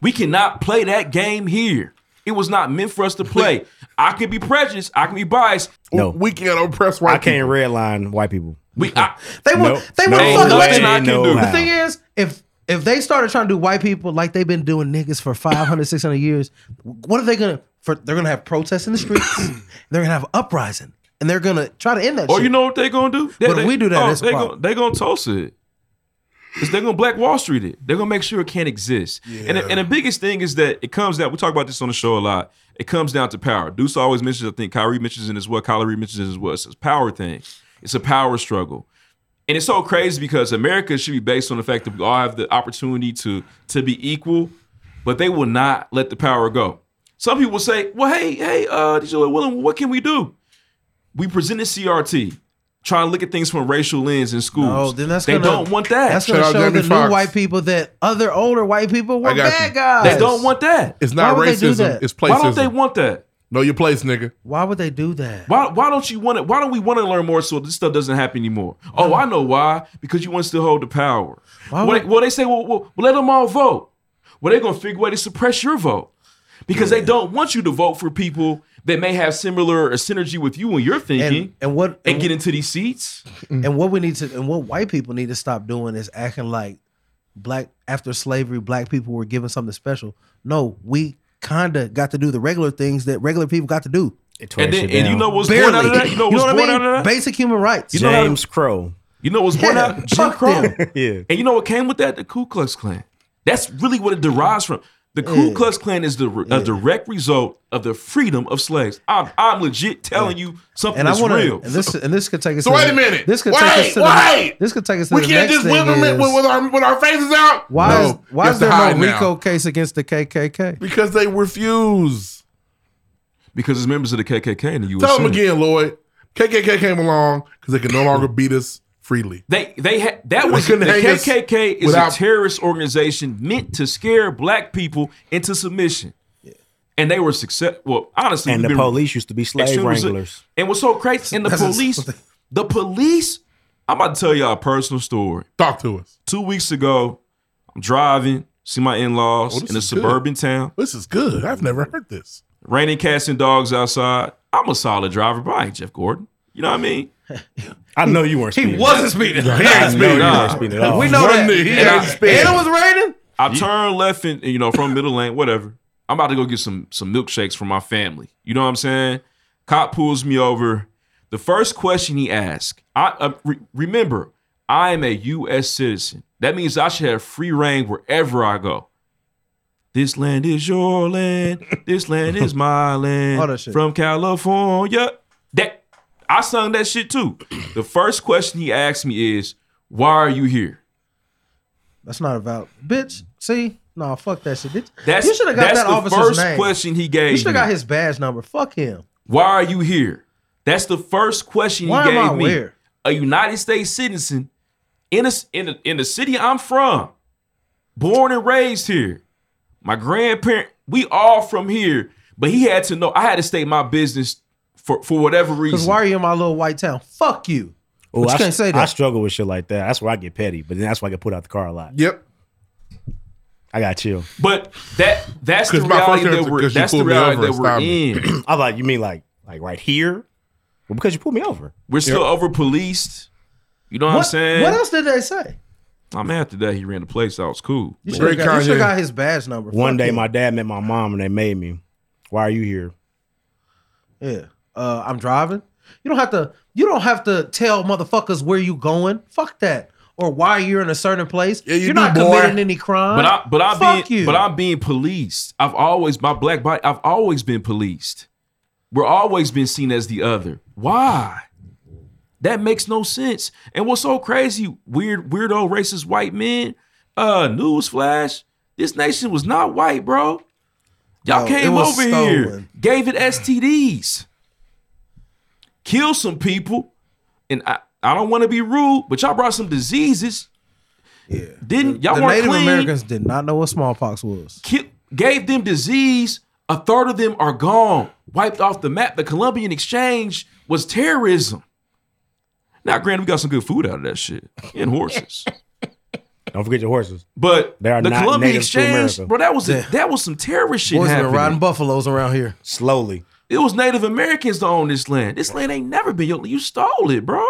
S2: We cannot play that game here. It was not meant for us to play. I could be prejudiced. I can be biased.
S5: No.
S3: We can't oppress white
S5: I can't redline white people.
S2: We, I,
S6: They want,
S5: Nope.
S6: they want
S5: No
S6: to fucking
S5: way,
S6: let you.
S5: I can no do.
S6: the
S5: how.
S6: thing is, if if they started trying to do white people like they've been doing niggas for 500, 600 years, what are they gonna? For they're gonna have protests in the streets. they're gonna have uprising, and they're gonna try to end that.
S2: or
S6: shit.
S2: Oh, you know what they're gonna do?
S6: But if we do that, that's a
S2: they're
S6: problem.
S2: gonna, they gonna Tulsa it. It's- They're gonna Black Wall Street it. They're gonna make sure it can't exist. And, the, and the biggest thing is that it comes down. We talk about this on the show a lot. It comes down to power. Deuce always mentions. I think Kyrie mentions it as well. Kyrie mentions it as well. It's a power thing. It's a power struggle. And it's so crazy because America should be based on the fact that we all have the opportunity to to be equal, but they will not let the power go. Some people will say, "Well, hey, hey, uh, DJ Willem, what can we do?" We presented CRT, trying to look at things from a racial lens in schools.
S6: No, then that's
S2: they
S6: gonna,
S2: don't want that.
S6: That's gonna show the new white people that other older white people were
S3: I got
S6: bad
S3: you.
S6: guys.
S2: They don't want that.
S3: It's not
S6: Why would they do
S3: racism.
S6: that?
S3: It's placism.
S2: Why don't they want that?
S3: Know your place, nigga.
S6: Why would they do that?
S2: Why, why don't you want it? Why don't we want to learn more so this stuff doesn't happen anymore? Oh, I know why. Because you want to still hold the power.
S6: Why
S2: Well, they, well, they say, well, well, well, let them all vote. Well, they're going to figure a way to suppress your vote. because they don't want you to vote for people that may have similar a synergy with you and your thinking and,
S6: what
S2: and get into these seats.
S6: And what we need to and what white people need to stop doing is acting like black after slavery, black people were given something special. No, we kinda got to do the regular things that regular people got to do.
S2: And, then, and you know what's born out of that? You know what's
S6: what I
S2: born
S6: mean?
S2: out of that?
S6: Basic human rights.
S2: You know how- James
S5: Crow.
S2: You know what's born
S6: Yeah,
S2: out? Jim Crow. yeah. And you know what came with that? The Ku Klux Klan. That's really what it derives from. The Ku Klux Klan is the a direct result of the freedom of slaves. I'm, I'm legit telling you something
S6: and I
S2: that's
S6: want to.
S2: real.
S6: And this and this could take us.
S2: So
S6: to
S2: wait
S6: the-
S2: a minute.
S6: This could take
S2: Wait,
S6: us to
S2: wait.
S6: The, this could take us to
S3: We
S6: the
S3: can't
S6: next
S3: just
S6: thing
S3: whip them
S6: is,
S3: with, with our with our faces out.
S6: Why
S3: No,
S6: is
S3: you
S6: why
S3: have
S6: is
S3: to
S6: there
S3: hide
S6: no
S3: now.
S6: RICO case against the KKK?
S3: Because they refuse.
S2: Because it's members of the KKK in the U.S.
S3: Tell them
S2: Senate.
S3: again, Lloyd. KKK came along because they could no longer beat us freely.
S2: They they had that
S3: They
S2: was the
S3: couldn't hang us
S2: KKK is
S3: without-
S2: a terrorist organization meant to scare black people into submission. And they were success. Well, honestly,
S5: And
S2: we've
S5: the
S2: been-
S5: police used to be slave
S2: extreme resi-
S5: wranglers.
S2: And what's so crazy? And the police, the police. I'm about to tell y'all a personal story.
S3: Talk to us.
S2: Two weeks ago, I'm driving, see my in-laws
S3: Oh, this
S2: in a
S3: is good.
S2: suburban town.
S3: This is good. I've never heard this.
S2: Raining cats and dogs outside. I'm a solid driver, but I ain't Jeff Gordon. You know what I mean?
S5: I know you weren't.
S2: He
S5: speeding.
S2: wasn't speeding. He ain't
S5: I know
S2: speeding.
S5: you
S2: Nah.
S5: weren't speeding at all.
S2: We know Run that. the- he And ain't I- speeding. and it was
S6: raining.
S2: I turn left and you know from middle lane, whatever. I'm about to go get some some milkshakes for my family. You know what I'm saying? Cop pulls me over. The first question he asks, I uh, re- remember, I am a U.S. citizen. That means I should have free reign wherever I go. This land is your land. This land is my land.
S6: All that shit.
S2: From California. That I sung that shit too. The first question he asked me is, "Why are you here?"
S6: That's not about bitch. See, no, fuck that shit. Bitch.
S2: That's-
S6: you should have got
S2: that's
S6: that
S2: the
S6: officer's
S2: first
S6: name.
S2: question he gave
S6: You should have got
S2: me.
S6: his badge number. Fuck him.
S2: Why are you here? That's the first question
S6: Why
S2: he
S6: am
S2: gave
S6: I
S2: me.
S6: aware?
S2: A United States citizen in a, in a, in the city I'm from, born and raised here. My grandparent, we all from here, but he had to know I had to state my business for for whatever
S6: Because
S2: reason.
S6: why are you in my little white town? Fuck you.
S5: Oh,
S6: But you
S5: I,
S6: can't say that.
S5: I struggle with shit like that. That's where I get petty, but then that's why I get put out the car a lot.
S3: Yep.
S5: I got chill.
S2: But that that's the
S5: 'Cause my first
S2: reality that
S5: answer-
S2: we're
S5: 'cause you
S2: that's the
S5: pulled me
S2: reality
S5: over
S2: that
S5: and
S2: we're
S5: stopped
S2: in.
S5: I like you mean like like right here? Well, because you pulled me over.
S2: We're still over policed. You know what, I'm saying?
S6: What else did they say?
S2: I'm after that. He ran the place out. It's cool.
S6: You should have got his badge number.
S5: One
S6: Fuck
S5: day,
S6: him.
S5: my dad met my mom, and they made me. Why are you here?
S6: Yeah. Uh, I'm driving. You don't have to you don't have to tell motherfuckers where you going. Fuck that. Or why you're in a certain place. Yeah, you are
S2: do,
S6: not
S2: boy.
S6: committing any crime.
S2: But I but I'm
S6: Fuck
S2: being
S6: you.
S2: but I'm being policed. I've always my black body. I've always been policed. We're always been seen as the other. Why? That makes no sense. And what's so crazy? Weird weirdo racist white men. Uh, newsflash: This nation was not white, bro. Y'all
S6: No, it
S2: came
S6: was
S2: over here,
S6: stolen.
S2: gave it STDs, killed some people, and I, I don't want to be rude, but y'all brought some diseases. Yeah. Didn't y'all
S6: the
S2: weren't
S6: Native
S2: clean?
S6: Americans did not know what smallpox was.
S2: ki- gave them disease. A third of them are gone, wiped off the map. The Colombian exchange was terrorism. Now, granted, we got some good food out of that shit and horses,
S5: Don't forget your horses.
S2: but
S5: They are
S2: the
S5: not
S2: Colombian
S5: natives to
S2: exchange,
S5: America.
S2: bro, that was a, that was some terrorist shit
S6: Boys have been
S2: happening.
S6: riding buffaloes around here.
S5: Slowly.
S2: It was Native Americans that owned this land. This land ain't never been your. You stole it, bro.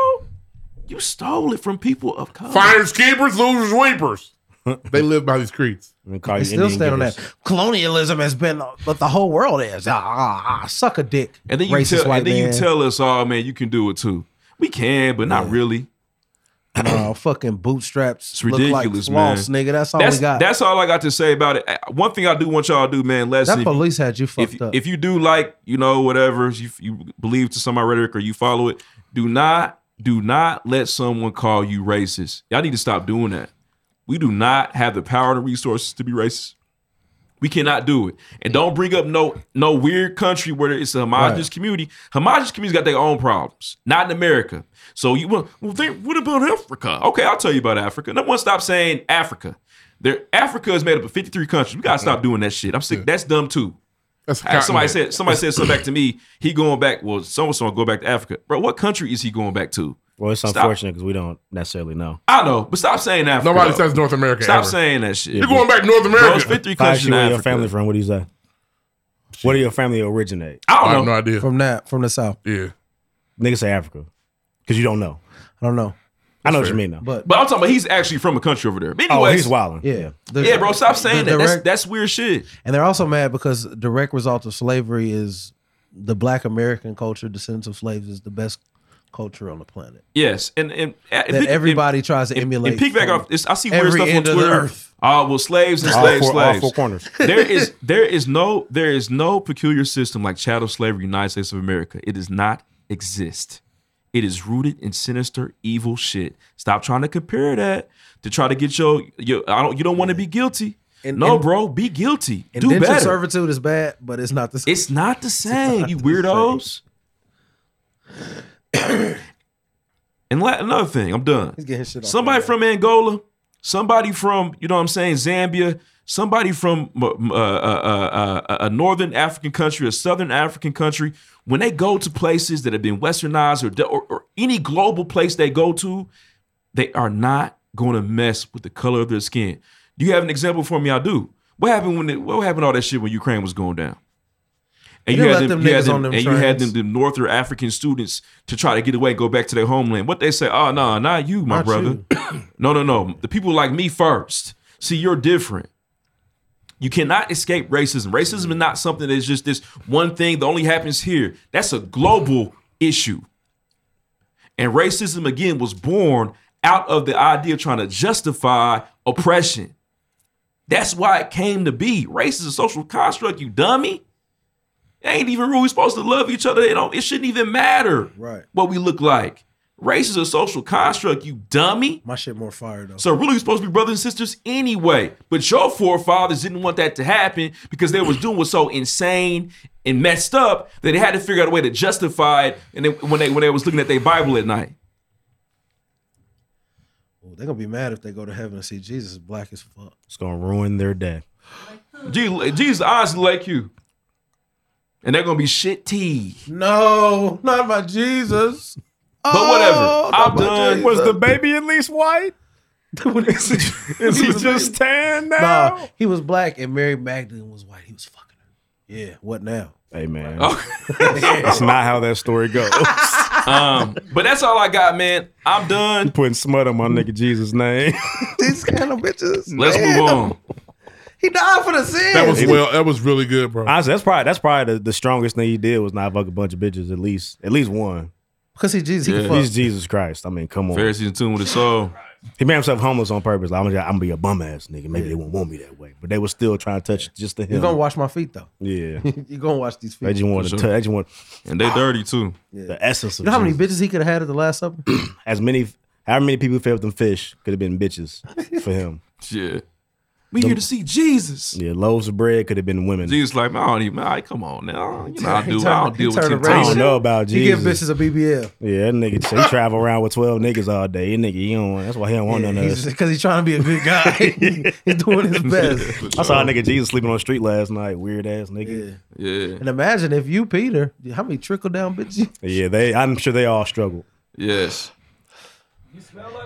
S2: You stole it from people of color.
S3: Finders keepers, losers weepers. they live by these creeds.
S6: They still stand on that. Colonialism has been what the whole world is. Ah, ah, ah, suck a dick.
S2: And then you
S6: racist
S2: tell,
S6: white
S2: and then
S6: man.
S2: you tell us, oh man, you can do it too. We can, but not really.
S6: no, fucking bootstraps.
S2: It's ridiculous,
S6: look like floss,
S2: man.
S6: nigga. That's all
S2: that's,
S6: we got.
S2: That's all I got to say about it. Uh, One thing I do want y'all to do, man. Lesson.
S6: that
S2: if you-
S6: police had you fucked
S2: if,
S6: up.
S2: if you do like, you know, whatever you you believe to some of my rhetoric or you follow it, do not do not let someone call you racist. Y'all need to stop doing that. We do not have the power and the resources to be racist. We cannot do it. And don't bring up no no weird country where it's a homogenous
S16: Right.
S2: community. Homogenous communities got their own problems, not in America. So you well, well they, what about Africa? Okay, I'll tell you about Africa. No one stop saying Africa. There, Africa is made up of 53 countries. We gotta stop doing that shit. I'm sick. That's dumb too.
S3: That's
S2: Uh, somebody
S3: continent.
S2: said somebody said something back to me. He going back. Well, so and so go back to Africa, bro. What country is he going back to?
S5: Well, it's
S2: Stop.
S5: unfortunate because we don't necessarily know.
S2: I know, but stop saying Africa.
S5: Nobody
S2: though.
S5: says North America
S2: Stop
S5: ever.
S2: saying that shit.
S5: You're going back to
S3: North
S2: Bro, it's
S3: America.
S2: 53
S5: If I
S2: countries
S5: asked you
S2: in
S5: where
S2: Africa.
S5: your family from, what do you say? Where do your family originate?
S6: I don't I have know.
S3: no idea.
S6: From that, from the south.
S3: Yeah.
S5: Niggas say Africa because you don't know.
S6: I don't know.
S5: I know what you mean though.
S6: But
S2: but I'm talking about he's actually from a country over there. But
S5: Oh,
S2: anyways,
S5: he's wildin'.
S6: Yeah.
S2: yeah, bro. Stop saying
S6: the
S2: that. That's,
S6: direct-
S2: that's weird shit.
S6: And they're also mad because direct result of slavery is the black American culture, descendants of slaves, is the best culture on the planet.
S2: Yes, and and
S6: That everybody tries to emulate.
S2: And peek back
S6: from
S2: off. It's, I see
S6: every
S2: weird stuff on
S6: end of the
S2: Twitter.
S6: earth.
S2: Oh well, slaves and
S5: All
S2: slaves,
S5: four- all
S2: slaves.
S5: four corners.
S2: there is there is no there is no peculiar system like chattel slavery, in the United States of America. It does not exist. It is rooted in sinister, evil shit. Stop trying to compare that to try to get your your. I don't. You don't want to be guilty. no,
S6: and-
S2: bro, be guilty. Do
S6: Indentured
S2: better.
S6: servitude is bad, but it's not the same.
S2: It's not the same, you weirdos. and la- another thing, I'm done.
S6: He's getting shit off.
S2: Somebody from Angola, somebody from you know what I'm saying Zambia, somebody from uh, uh, uh, uh, a northern African country, a southern African country. When they go to places that have been westernized or or, or any global place they go to, they are not going to mess with the color of their skin. Do you have an example for me? I do. What happened when it, what happened to all that shit when Ukraine was going down? And
S6: They
S2: you
S6: didn't
S2: had
S6: let
S2: them,
S6: them
S2: you had
S6: niggas
S2: them,
S6: on them
S2: and you had them,
S6: trains.
S2: them North or African students to try to get away and go back to their homeland. What they say? Oh no, not you, my
S6: Not
S2: brother. no, no, no. The people like me first. See, you're different. You cannot escape racism. Racism is not something that's just this one thing that only happens here. That's a global issue. And racism, again, was born out of the idea of trying to justify oppression. That's why it came to be. Race is a social construct, you dummy. It ain't even real. we supposed to love each other. It, don't, it shouldn't even matter
S6: Right.
S2: what we look like. Race is a social construct, you dummy.
S6: My shit more fire though.
S2: So really, we're supposed to be brothers and sisters anyway. But your forefathers didn't want that to happen because they was doing was so insane and messed up that they had to figure out a way to justify it. And then when they when they was looking at their Bible at night,
S6: Ooh, they're gonna be mad if they go to heaven and see Jesus is black as fuck.
S5: It's gonna ruin their day.
S2: Je- Jesus honestly like you, and they're gonna be shit tea.
S6: No, not my Jesus.
S2: But whatever, I'm done.
S6: Was the
S2: baby at least white?
S6: is
S2: he
S6: just
S8: tan
S6: now? Nah, he was black and Mary Magdalene was white. He was fucking her. Yeah, what now?
S5: Hey man,
S2: Oh.
S6: Oh.
S2: That's
S5: it's not how that story goes.
S2: um, but that's all I got, man. I'm done.
S5: putting smut on my nigga Jesus' name.
S6: These kind of bitches.
S2: Let's
S6: man.
S2: move on.
S6: He died for the sin.
S3: That was well. That was really good, bro.
S5: Honestly, that's probably that's probably the, the strongest thing he did was not fuck a bunch of bitches at least at least one.
S6: Cause he Jesus.
S2: Yeah.
S6: He can
S5: He's
S6: fuck.
S5: Jesus Christ. I mean, come on.
S2: Pharisees in tune with his soul.
S5: He made himself homeless on purpose. Like, I'm, gonna, I'm gonna be a bum ass nigga. Maybe they won't want me that way, but they were still trying to touch just the
S6: You're
S5: him.
S6: gonna wash my feet though.
S5: yeah,
S6: You're gonna wash these feet.
S5: they just want to
S2: sure.
S5: touch. They just want
S2: and they dirty too.
S5: the essence
S6: You
S5: of
S6: know how many
S5: Jesus.
S6: bitches he could have had at the Last Supper?
S5: as many how many people fed them fish could have been bitches for him.
S2: Yeah, we here to see Jesus.
S5: Yeah, loaves of bread could have been women.
S2: Jesus like, man, I don't even. Man, come on now, you know I
S6: He
S2: do.
S6: turned-
S2: I don't
S6: he
S2: deal with
S6: turned
S5: I
S2: temptation.
S5: don't know about
S6: He give
S5: Jesus.
S6: bitches a BBL.
S5: yeah, that nigga he travel around with twelve niggas all day. He nigga, he don't. Oh, That's why he don't want
S6: Yeah,
S5: none of
S6: he's
S5: us.
S6: because he's trying to be a good guy. He- he's doing his best.
S5: I saw a nigga Jesus sleeping on the street last night. Weird ass nigga.
S2: Yeah,
S6: And imagine if you Peter, how many trickle down bitches?
S5: Yeah. they. I'm sure they all struggle.
S2: yes.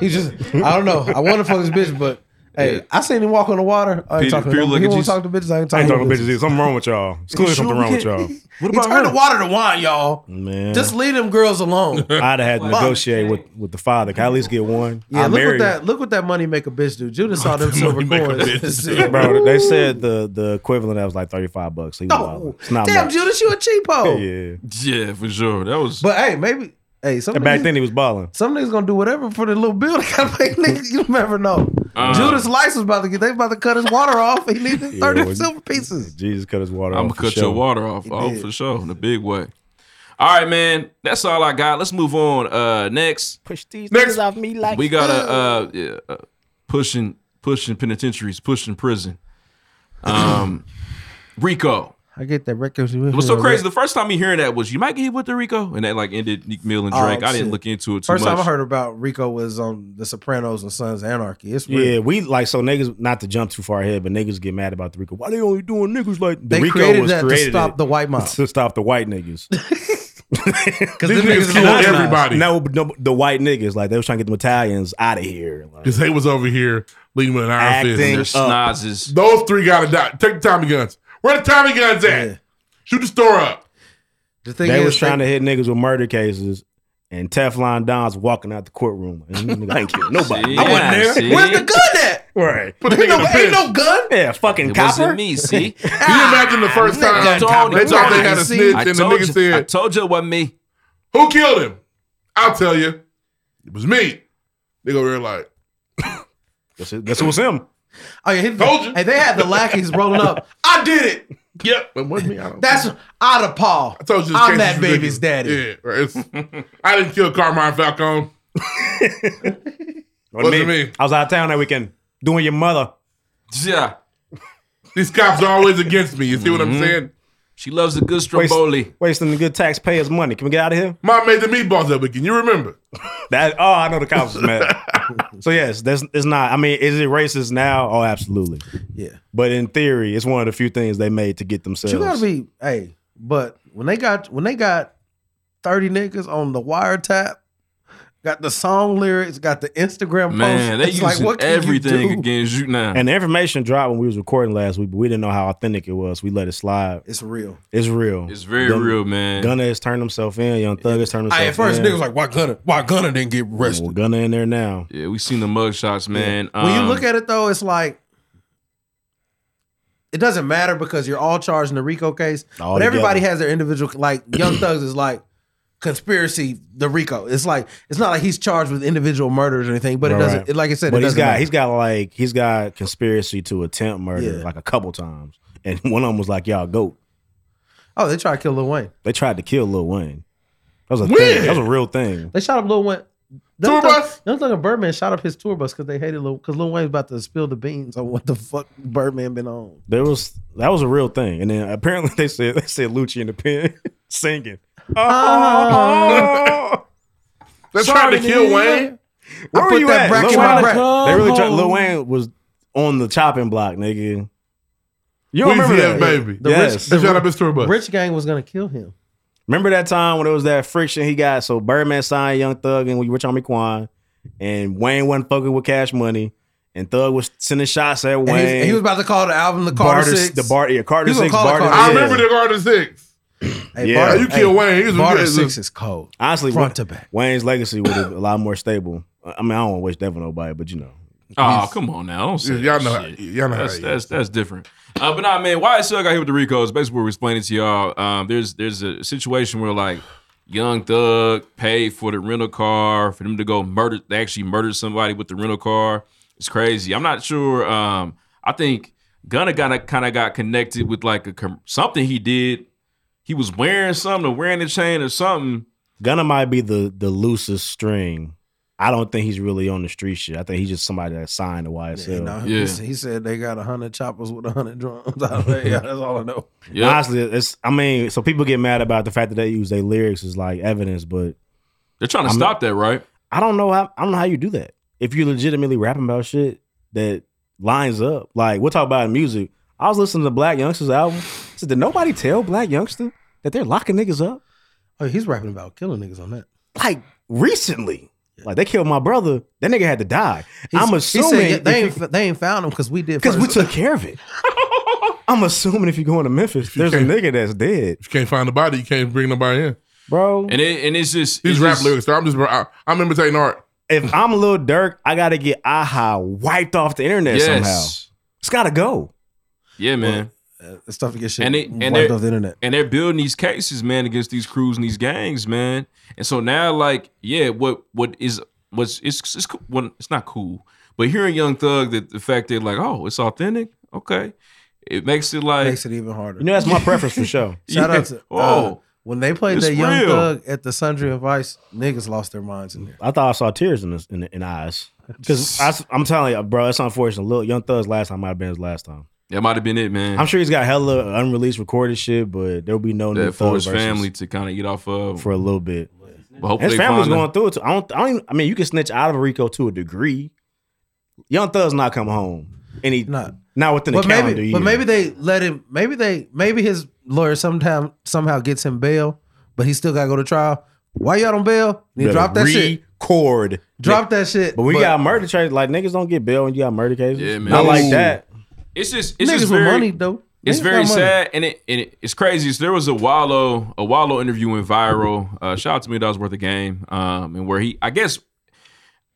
S6: He just I don't know. I want to fuck this bitch, but hey, I seen him walk on the water. I ain't
S5: Peter-
S6: talking.
S5: Peter
S6: to no-
S5: look
S6: he
S5: at
S6: won't
S5: you-
S6: talk to bitches. I ain't
S5: I ain't
S6: talking.
S5: talking
S6: to
S5: bitches. either. Something wrong with y'all. It's clearly
S6: You sure
S5: something
S6: we
S5: wrong with y'all. Mm.
S6: can't- he turned the water to wine, y'all.
S5: Man,
S6: Just leave them girls alone.
S5: I'd have had to
S6: Fuck.
S5: negotiate with with the father. Can I at least get one?
S6: Yeah,
S5: I
S6: look what
S5: married.
S6: that look what that money make a bitch do. Judas saw them silver coins.
S5: Bro, they said the the equivalent of was like thirty five bucks. He was wild. It's not
S6: Damn,
S5: much.
S6: Judas, you a cheapo.
S5: Yeah.
S2: Yeah, for sure. That was.
S6: But hey, maybe hey, some
S5: And back
S6: niggas-
S5: then he was balling.
S6: Some niggas gonna do whatever for the little bill. They gotta pay niggas. You never know.
S5: Uh.
S6: Judas Lice was about to get. They about to cut his water off. He needed
S5: Yeah,
S6: thirty
S5: well,
S6: silver pieces.
S5: Jesus cut his water
S2: I'm gonna
S5: off. for
S2: cut
S5: sure.
S2: your water off. oh, for sure, in a big way. All right, man. That's all I got. Let's move on. Uh, next,
S5: Push these
S2: Next.
S5: niggas off me like
S2: we got a uh, yeah, uh, pushing pushing penitentiaries, pushing prison. Um, Rico.
S6: I get that record.
S2: What's so crazy? The first time me hearing that was you might get hit with the Rico, and that like ended Meek Mill and
S6: Oh,
S2: Drake. I didn't
S6: shit.
S2: look into it too
S6: First
S2: much.
S6: time I heard about Rico was on The Sopranos and Sons of Anarchy. It's real.
S5: Yeah, we like so niggas not to jump too far ahead, but niggas get mad about the Rico. Why they only doing niggas like the
S6: They
S5: Rico
S6: created
S5: was
S6: that to
S5: created
S6: stop the white mob.
S5: to stop the white niggas.
S6: because
S3: These niggas killed everybody.
S5: No, but no, the white niggas like they was trying to get the Italians out of here. Like,
S3: Because they was over here leading with an iron
S5: Acting
S3: fist.
S5: They're
S2: up. snozzes.
S3: Those three gotta die. Take the Tommy guns. Where the Tommy guns at? Shoot the store up.
S6: The
S5: they was trying to hit niggas with murder cases, and Teflon Don's walking out the courtroom. And you nigga, I ain't killing nobody.
S6: I wasn't there. Where's the gun at?
S5: Right.
S6: Put the Ain't nigga in no- the ain't no pen. gun?
S5: Yeah, fucking
S6: It
S5: copper.
S6: wasn't
S2: me, see? Can
S3: you imagine the first time
S2: I told
S3: they
S2: you.
S3: thought they had a
S2: See?
S3: snitch
S2: I
S3: and the
S2: told
S3: nigga
S2: you.
S3: said,
S2: I told you it wasn't me.
S3: Who killed him? I'll tell you. It was me. They go there like,
S5: that's it. That's what's him.
S6: Oh yeah, he,
S3: told you.
S6: Hey, they had the lackeys rolling up. I did it.
S3: Yep, but wasn't me. I don't
S6: That's out of Paul. I
S3: told you this
S6: I'm
S3: case
S6: that
S3: is
S6: baby's daddy.
S3: Yeah, right. It's- I didn't kill Carmine Falcone.
S5: Wasn't
S3: Wasn't
S5: me.
S3: me.
S5: I was out of town that weekend doing your mother.
S2: Yeah.
S3: These cops are always against me. You see what I'm saying?
S2: She loves the good
S5: Waste, wasting the good taxpayers' money. Can we get out of here?
S3: Mom made the meatballs that weekend. You remember?
S5: That oh, I know the cops was mad. so yes, that's it's not. I mean, is it racist now? Oh, absolutely.
S6: Yeah.
S5: But in theory, it's one of the few things they made to get
S6: But
S5: themselves.
S6: you gotta be hey, but when they got when they got 30 niggas on the wiretap, got the song lyrics, got the Instagram
S2: Man, they
S6: post. Oh, It's like
S2: using
S6: what can
S2: everything
S6: you do?
S2: against you now.
S5: and the information dropped when we was recording last week, but we didn't know how authentic it was. We let it slide.
S6: It's real.
S5: It's real.
S2: It's very real, man.
S5: Gunna has turned himself in. Young Thug has turned himself
S6: Hey,
S5: in.
S6: at first niggas like, why Gunna? Why Gunna didn't get arrested?
S5: Well, Gunna in there now.
S2: Yeah, we seen the mugshots, man.
S6: When you
S2: Um,
S6: look at it though, it's like it doesn't matter because you're all charged in the RICO case.
S5: All
S6: but everybody
S5: together.
S6: has their individual. Like Young Thugs is like conspiracy, the RICO. It's like it's not like he's charged with individual murders or anything. But it
S5: Right,
S6: doesn't.
S5: right.
S6: It, like I said,
S5: but
S6: it
S5: he's
S6: doesn't
S5: got
S6: matter.
S5: he's got like he's got conspiracy to attempt murder
S6: Yeah.
S5: like a couple times, and one of them was like, "Y'all goat."
S6: oh, they tried to kill Lil Wayne.
S5: They tried to kill Lil Wayne. That was a
S6: When?
S5: thing. That was a real thing.
S6: They shot up Lil Wayne.
S3: Tour bus?
S6: Young Thug and Birdman shot up his tour bus because they hated Lil because Lil Wayne's about to spill the beans on what the fuck Birdman been on.
S5: There was that was a real thing, and then apparently they said they said Lucci in the pen singing.
S6: Oh,
S5: Oh,
S3: They tried to kill Wayne.
S5: Where
S3: I
S5: were
S3: put
S5: you
S3: that
S5: at?
S3: back
S5: Lil
S3: in my
S5: Wayne-
S3: bracket.
S5: They really tried. Lil Wayne was on the chopping block, nigga. You
S3: Weezy
S5: don't remember
S3: and
S5: that,
S3: Baby. The
S5: yes.
S3: rich- They shot up his tour bus.
S6: Rich Gang was gonna kill him.
S5: Remember that time when it was that friction he got? So Birdman signed Young Thug and Rich Homie Quan, and Wayne wasn't fucking with Cash Money, and Thug was sending shots at Wayne.
S6: And he's- he was about to call the album the Carter
S5: Barter-
S6: Six.
S5: The Bar, yeah, Carter
S6: He was
S5: Six.
S6: gonna call it
S5: Barter,
S6: Carter
S5: yeah.
S3: I remember the Garden Six.
S6: Hey,
S5: Yeah.
S6: Barter-
S5: You
S3: kill Wayne. He was-
S6: Barter
S3: he was-
S6: Six is cold.
S5: Honestly,
S6: Front
S5: Wa-
S6: to back.
S5: Wayne's legacy was a lot more stable. I mean, I don't want to wish death on nobody, but you know,
S2: Oh, come on now. Don't say
S3: Yeah, y'all
S2: that
S3: know how-
S2: shit.
S3: y'all know how
S2: that's,
S3: it
S2: that's, that's different. Uh, but nah, man, why I still got here with the Rico is basically what we're explaining to y'all. Um, there's there's a situation where like young thug paid for the rental car for them to go murder they actually murdered somebody with the rental car. It's crazy. I'm not sure. Um, I think Gunna got kind of got connected with like a com- something he did. He was wearing something, or wearing a chain or something.
S5: Gunna might be the the loosest string. I don't think he's really on the street shit. I think he's just somebody that signed to YSL.
S6: You know, he, s- he said they got hundred choppers with hundred drums. I was like, yeah, that's all I know.
S2: Yeah.
S5: Honestly, it's I mean, so people get mad about the fact that they use their lyrics as like evidence, but
S2: They're trying to
S5: I'm-
S2: stop that, right?
S5: I don't know how I don't know how you do that. If you're legitimately rapping about shit that lines up, like we'll talk about in music. I was listening to Black Youngster's album. I said, did nobody tell Black Youngster that they're locking niggas up?
S6: Oh, he's rapping about killing niggas on that.
S5: Like recently. Like they killed my brother. That nigga had to die. I'm
S6: He's- he said,
S5: assuming
S6: yeah,
S5: if
S6: they
S5: you-
S6: ain't, they ain't found him because we did
S5: Because we
S6: first.
S5: took care of it. I'm assuming if you're going to Memphis, there's a
S3: can't-
S5: nigga that's dead.
S3: If you can't find the body, you can't bring nobody in.
S5: Bro.
S2: And it, and it's just
S3: These
S2: it's
S3: rap
S2: just-
S3: lyrics. though, I'm just I, I'm imitating art.
S5: If I'm Lil Dirk, I gotta get Aha wiped off the internet
S2: Yes.
S5: somehow. It's gotta go.
S2: Yeah, man.
S6: Uh, it's tough to get shit
S2: and they and
S6: wiped
S2: they're,
S6: off the internet.
S2: and they're building these cases, man, against these crews and these gangs, man. And so now, like, yeah, what what is what's it's it's cool. Well, it's not cool, but hearing Young Thug, that the fact that like, oh, it's authentic, okay, it makes it like
S6: Makes it even harder.
S5: You know, that's my preference for sure.
S6: Shout
S2: Yeah.
S6: out to
S2: Oh,
S6: uh, when they played
S2: it's
S6: that Young
S2: real.
S6: Thug at the Sundry and Vice, niggas lost their minds in there.
S5: I thought I saw tears in this, in, in eyes. Because I'm telling you, bro, that's unfortunate. Lil Young Thug's last time might have been his last time.
S2: that might have been it, man.
S5: I'm sure he's got hella unreleased recorded shit, but there'll be no new
S2: that for
S5: Thug
S2: his
S5: verses
S2: family to kind of get off of.
S5: for a little bit.
S2: but hopefully,
S5: his
S2: they
S5: family's
S2: find
S5: going
S2: him.
S5: through it. Too. I don't. I don't. Even, I mean, you can snitch out of Rico to a degree. Young Thug's not coming home, and he
S6: Not.
S5: not within the
S6: But
S5: calendar
S6: maybe,
S5: year.
S6: but maybe they let him. Maybe they, maybe his lawyer sometime somehow gets him bail, but he still got to go to trial. Why you out on bail? Need to
S5: Better
S6: drop that shit.
S5: Record.
S6: Drop that shit.
S5: But we got murder charges. Like niggas don't get bail when you got murder cases.
S2: Yeah, man.
S5: Not like
S2: Ooh.
S5: that.
S2: It's just it's
S6: niggas
S2: just
S6: with
S2: very,
S6: money though.
S2: It's
S16: Niggas
S2: very
S16: got money.
S2: sad, and it and it, it's crazy. So there was a Wallow a Wallow interview in viral. Uh, shout out to me that was worth a game. Um, and where he, I guess,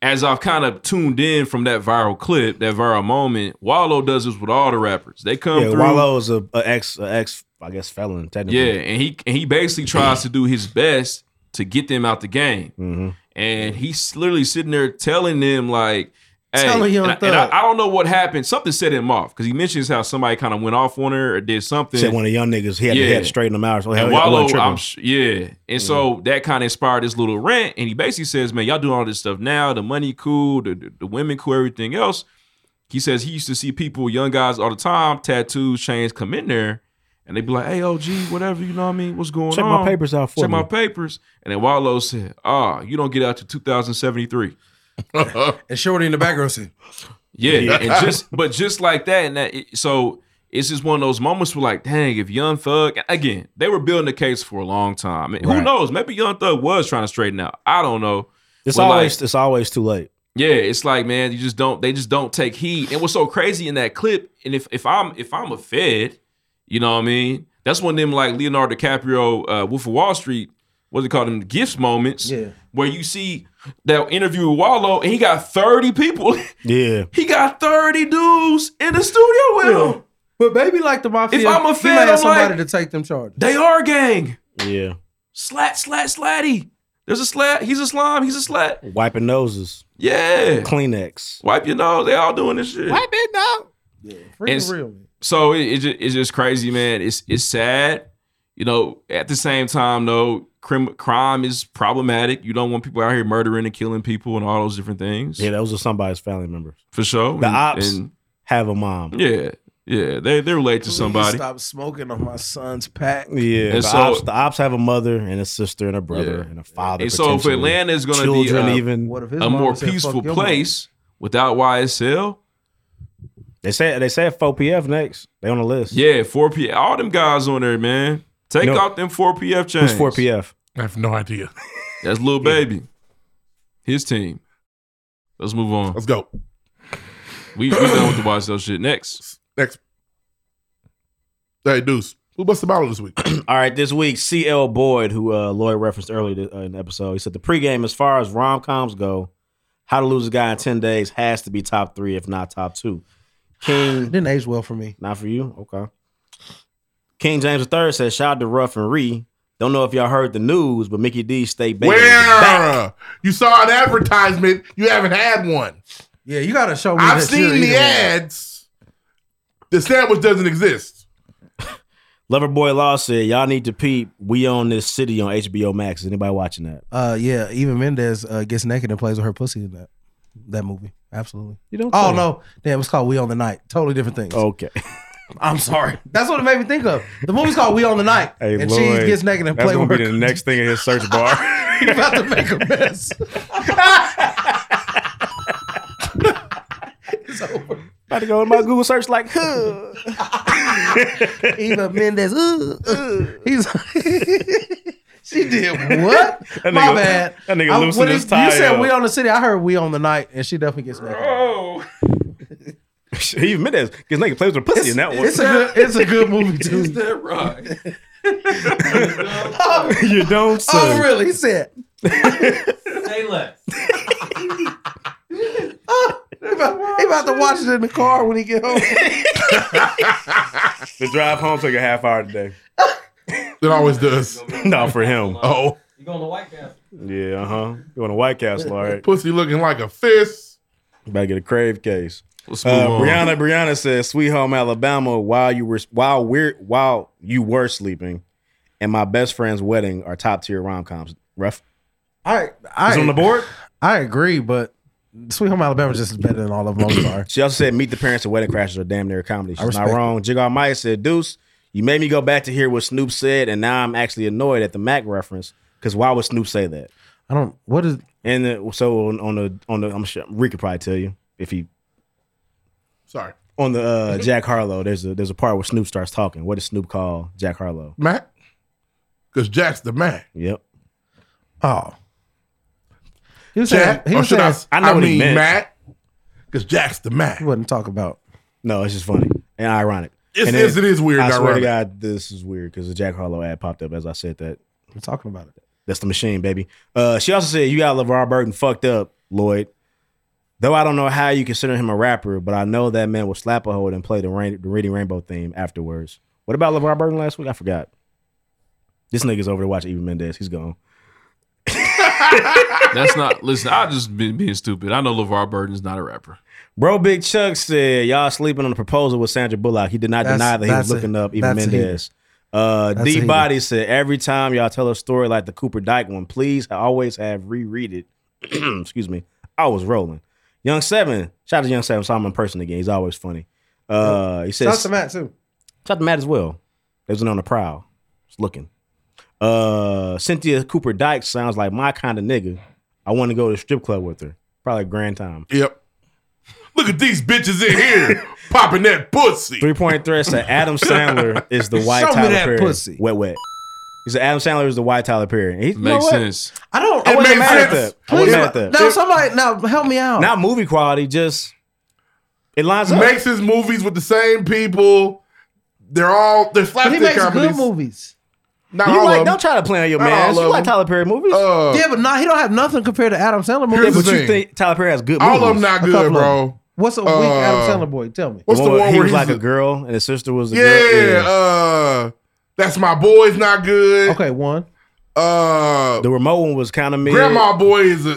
S2: as I've kind of tuned in from that viral clip, that viral moment, Wallow does this with all the rappers. They come
S5: yeah,
S2: through.
S5: Wallow is a, a ex, a ex, I guess, felon technically.
S2: Yeah, and he and he basically tries to do his best to get them out the game,
S5: Mm-hmm.
S2: and he's literally sitting there telling them like, "Hey,"
S6: Telling Young
S2: and, I, and I-
S6: Thug.
S2: I don't know what happened. Something set him off because he mentions how somebody kind of went off on her or did something.
S5: Said one of the young niggas, he had, he
S2: Yeah.
S5: had to straighten him out. So
S2: and
S5: he- he
S2: Wallow,
S5: wasn't tripping. Mm.
S2: I'm sh- yeah, and so that kind of inspired this little rant, and he basically says, "Man, y'all doing all this stuff now. The money cool, the, the, the women cool, everything else." He says he used to see people, young guys, all the time, tattoos, chains, come in there, and they'd be like, "Hey, OG, whatever, you know what I mean? What's going
S5: Check
S2: on?
S5: my papers out for
S2: Check my
S5: me."
S2: papers." And then Wallow said, "Ah, you don't get out to 2073."
S4: and Shorty in the background said,
S2: Yeah, and just but just like that, and that it- so it's just one of those moments where like, dang, if Young Thug again, they were building the case for a long time. And Who
S5: Right.
S2: knows? Maybe Young Thug was trying to straighten out. I don't know.
S5: It's
S2: But, like,
S5: always it's always too late.
S2: yeah, it's like man, you just don't. They just don't take heed. And what's so crazy in that clip? And if if I'm if I'm a Fed, you know what I mean? That's one of them like Leonardo DiCaprio, uh, Wolf of Wall Street. What's it called? Them gifts moments. Yeah. Where you see that interview with Wallow, and he got thirty people.
S5: Yeah.
S2: He got thirty dudes in the studio with him.
S6: But maybe like the mafia,
S2: If I'm a
S6: he might
S2: fan,
S6: have
S2: I'm
S6: somebody
S2: like,
S6: to take them charges.
S2: they are gang.
S5: Yeah.
S2: Slat, slat, slatty. There's a slat. He's a slime. He's a slat.
S5: Wiping noses.
S2: Yeah.
S5: Kleenex.
S2: Wipe your nose. They all doing this shit.
S5: it now.
S2: It's- So it, it ju- it's just crazy, man. It's it's sad. You know, at the same time, though, crim, crime is problematic. You don't want people out here murdering and killing people and all those different things.
S5: Yeah, those are somebody's family members.
S2: For sure.
S5: The
S2: And-
S5: ops
S2: and-
S5: have a mom.
S2: yeah, yeah. They they relate to
S4: Please
S2: somebody.
S4: stop smoking on my son's pack.
S5: Yeah, the,
S2: And so-
S5: ops, the ops have a mother and a sister and a brother
S2: Yeah.
S5: and a father.
S2: And so if
S5: potentially.
S2: Atlanta is going to be uh,
S5: children,
S2: a,
S5: even
S2: a more peaceful place without YSL,
S5: They said they said 4PF next. They on the list.
S2: yeah, 4 p. All them guys on there, man. Take
S5: No.
S2: out them 4 PF chains.
S5: Who's 4PF?
S3: I have no idea.
S2: That's Lil Baby. His team. Let's move on.
S3: Let's go.
S2: We we done with the YSL shit. Next.
S3: Next. Hey, Deuce. Who busted the bottle this week?
S5: All right, this week, C.L. Boyd, who uh, Lloyd referenced earlier th- uh, in the episode, he said the pregame, as far as rom coms go, how to lose a guy in 10 days has to be top three, if not top two. King.
S6: Didn't age well for me.
S5: Not for you? Okay. King James III says, shout out to Ruff and Ree. Don't know if y'all heard the news, but Mickey D stay banned.
S3: Where? You saw an advertisement. You haven't had one.
S6: Yeah, you gotta show me.
S3: I've
S6: that you're
S3: seen the
S6: eating that.
S3: ads. The sandwich doesn't exist.
S5: Loverboy Law said, y'all need to peep. We own this city on HBO Max. Is anybody watching that?
S6: Uh, yeah, even Mendez uh, gets naked and plays with her pussy in that that movie. Absolutely.
S5: You don't. Oh.
S6: Oh
S5: say.
S6: no, damn! It's called We on the Night. Totally different things.
S5: Okay.
S6: I'm sorry. That's what it made me think of. The movie's called We on the Night, and Cheese gets naked and play with her.
S17: the next thing in his search bar.
S6: He's about to make a mess.
S5: About to go in my Google search like, huh.
S6: Eva Mendez. ooh, ooh. He's. she did what?
S17: That
S6: My
S17: nigga-
S6: bad.
S17: that nigga
S6: I-
S17: loosened
S6: what
S17: his
S6: is-
S17: tie
S6: You said
S17: up.
S6: we on the city. I heard we on the night, and she definitely gets naked.
S2: Oh.
S5: he even meant that because nigga plays with pussy in that one.
S6: It's a good. It's a good movie too.
S2: Is that right?
S5: you don't say.
S6: Oh really? He said.
S2: Say less.
S6: He about, he about to watch it in the car when he get home.
S17: the drive home took a half hour today.
S3: It always does.
S17: no, for him.
S3: Oh.
S17: You going to White Castle? Yeah, uh
S5: uh-huh.
S17: huh. Going to White Castle, all right.
S3: Pussy looking like a fist.
S5: About to get a crave case.
S2: Let's
S3: move
S5: Uh,
S3: on.
S5: Brianna Brianna says, "Sweet Home Alabama." While you were while we're while you were sleeping, and my best friend's wedding are top tier rom coms. Rough.
S6: I, I
S5: Is it on the board?
S6: I agree, but Sweet Home Alabama just is better than all of them. I'm sorry.
S5: She also said, "Meet the parents of Wedding Crashers are damn near a comedy."
S6: I
S5: She's not
S6: respect
S5: wrong. Jigar Mike said, "Deuce, you made me go back to hear what Snoop said, and now I'm actually annoyed at the Mac reference because why would Snoop say that?"
S6: I don't. What is?
S5: And the, so on, on the on the I'm sure Rick could probably tell you if he
S3: Sorry.
S5: on the uh, Jack Harlow. There's a there's a part where Snoop starts talking. What does Snoop call Jack Harlow?
S3: Mac? Because Jack's the Mac.
S5: Yep.
S6: Oh. He was
S3: Jack?
S6: saying-
S5: Oh,
S6: he
S3: or
S6: was
S3: should
S6: saying-
S3: I,
S6: I
S3: I,
S6: know what he
S3: mean
S6: meant.
S3: Mac? Because Jack's the Mac.
S6: He wouldn't talk about.
S5: No, it's just funny and ironic.
S3: It's-
S5: And
S3: it's- it is weird
S5: I
S3: and
S5: swear to
S3: ironic.
S5: God, this is weird because the Jack Harlow ad popped up as I said that.
S6: We're talking about it.
S5: That's the machine, baby. Uh, she also said you got LeVar Burton fucked up, Lloyd. Though I don't know how you consider him a rapper, but I know that man will slap a hold and play the, rain, the Reading Rainbow theme afterwards. What about LeVar Burton last week? I forgot. This nigga's over to watch Eva Mendez. He's gone.
S2: That's not. Listen, I just been being stupid. I know LeVar Burton's not a rapper.
S5: Bro, Big Chuck said y'all sleeping on the proposal with Sandra Bullock. He did not
S2: That's-
S5: deny that he was
S2: that's a-
S5: looking up Eva
S2: that's a heater.
S5: Mendez. Uh,
S2: That's a
S5: D
S2: heater.
S5: Body said every time y'all tell a story like the Cooper Dyke one, please always have reread it. Excuse me, I was rolling. Young Seven, shout out to Young Seven. Saw him in person again. He's always funny. Uh, he says
S6: Shout out to Matt too.
S5: Shout out to Matt as well. They was on the prowl. Just looking. Uh Cynthia Cooper Dyke sounds like my kind of nigga. I want to go to a strip club with her. Probably grand time.
S3: Yep. Look at these bitches in here popping that pussy.
S5: Three point threat said Adam Sandler is the white
S3: Show me
S5: Tyler
S3: that
S5: Perry.
S3: pussy.
S5: Wet wet. He said Adam Sandler is the white Tyler Perry. And he, you know
S2: Makes
S5: what?
S2: sense.
S6: I don't.
S5: I
S6: I
S5: wasn't
S6: wasn't
S5: mad at that. I wasn't mad at that.
S6: No, somebody now help me out.
S5: Not movie quality, just it lines up.
S3: Makes his movies with the same people. They're all they're
S6: but he
S3: slapstick
S6: makes
S3: comedies.
S6: good movies.
S3: Not
S5: You
S3: all
S5: like-
S3: of them.
S5: don't try to play on your
S3: Not
S5: man.
S3: all
S5: You
S3: of
S5: like
S3: them.
S5: Tyler Perry movies?
S3: Uh,
S6: yeah, but nah, he don't have nothing compared to Adam Sandler movies.
S5: yeah, but you think Tyler Perry has good
S6: All
S5: movies?
S6: of them not
S5: A
S6: good,
S5: couple of
S6: bro.
S5: them.
S6: What's a weak
S3: Uh,
S6: Adam Sandler boy? Tell me.
S3: what's the
S5: one where
S3: one
S5: he
S3: where
S5: was
S3: he's
S5: like
S3: the-
S5: a girl and his sister was a girl?
S3: yeah, uh, that's my boy's not good. Okay,
S6: one.
S3: Uh,
S5: the remote one was kind of mid.
S3: Grandma boy is a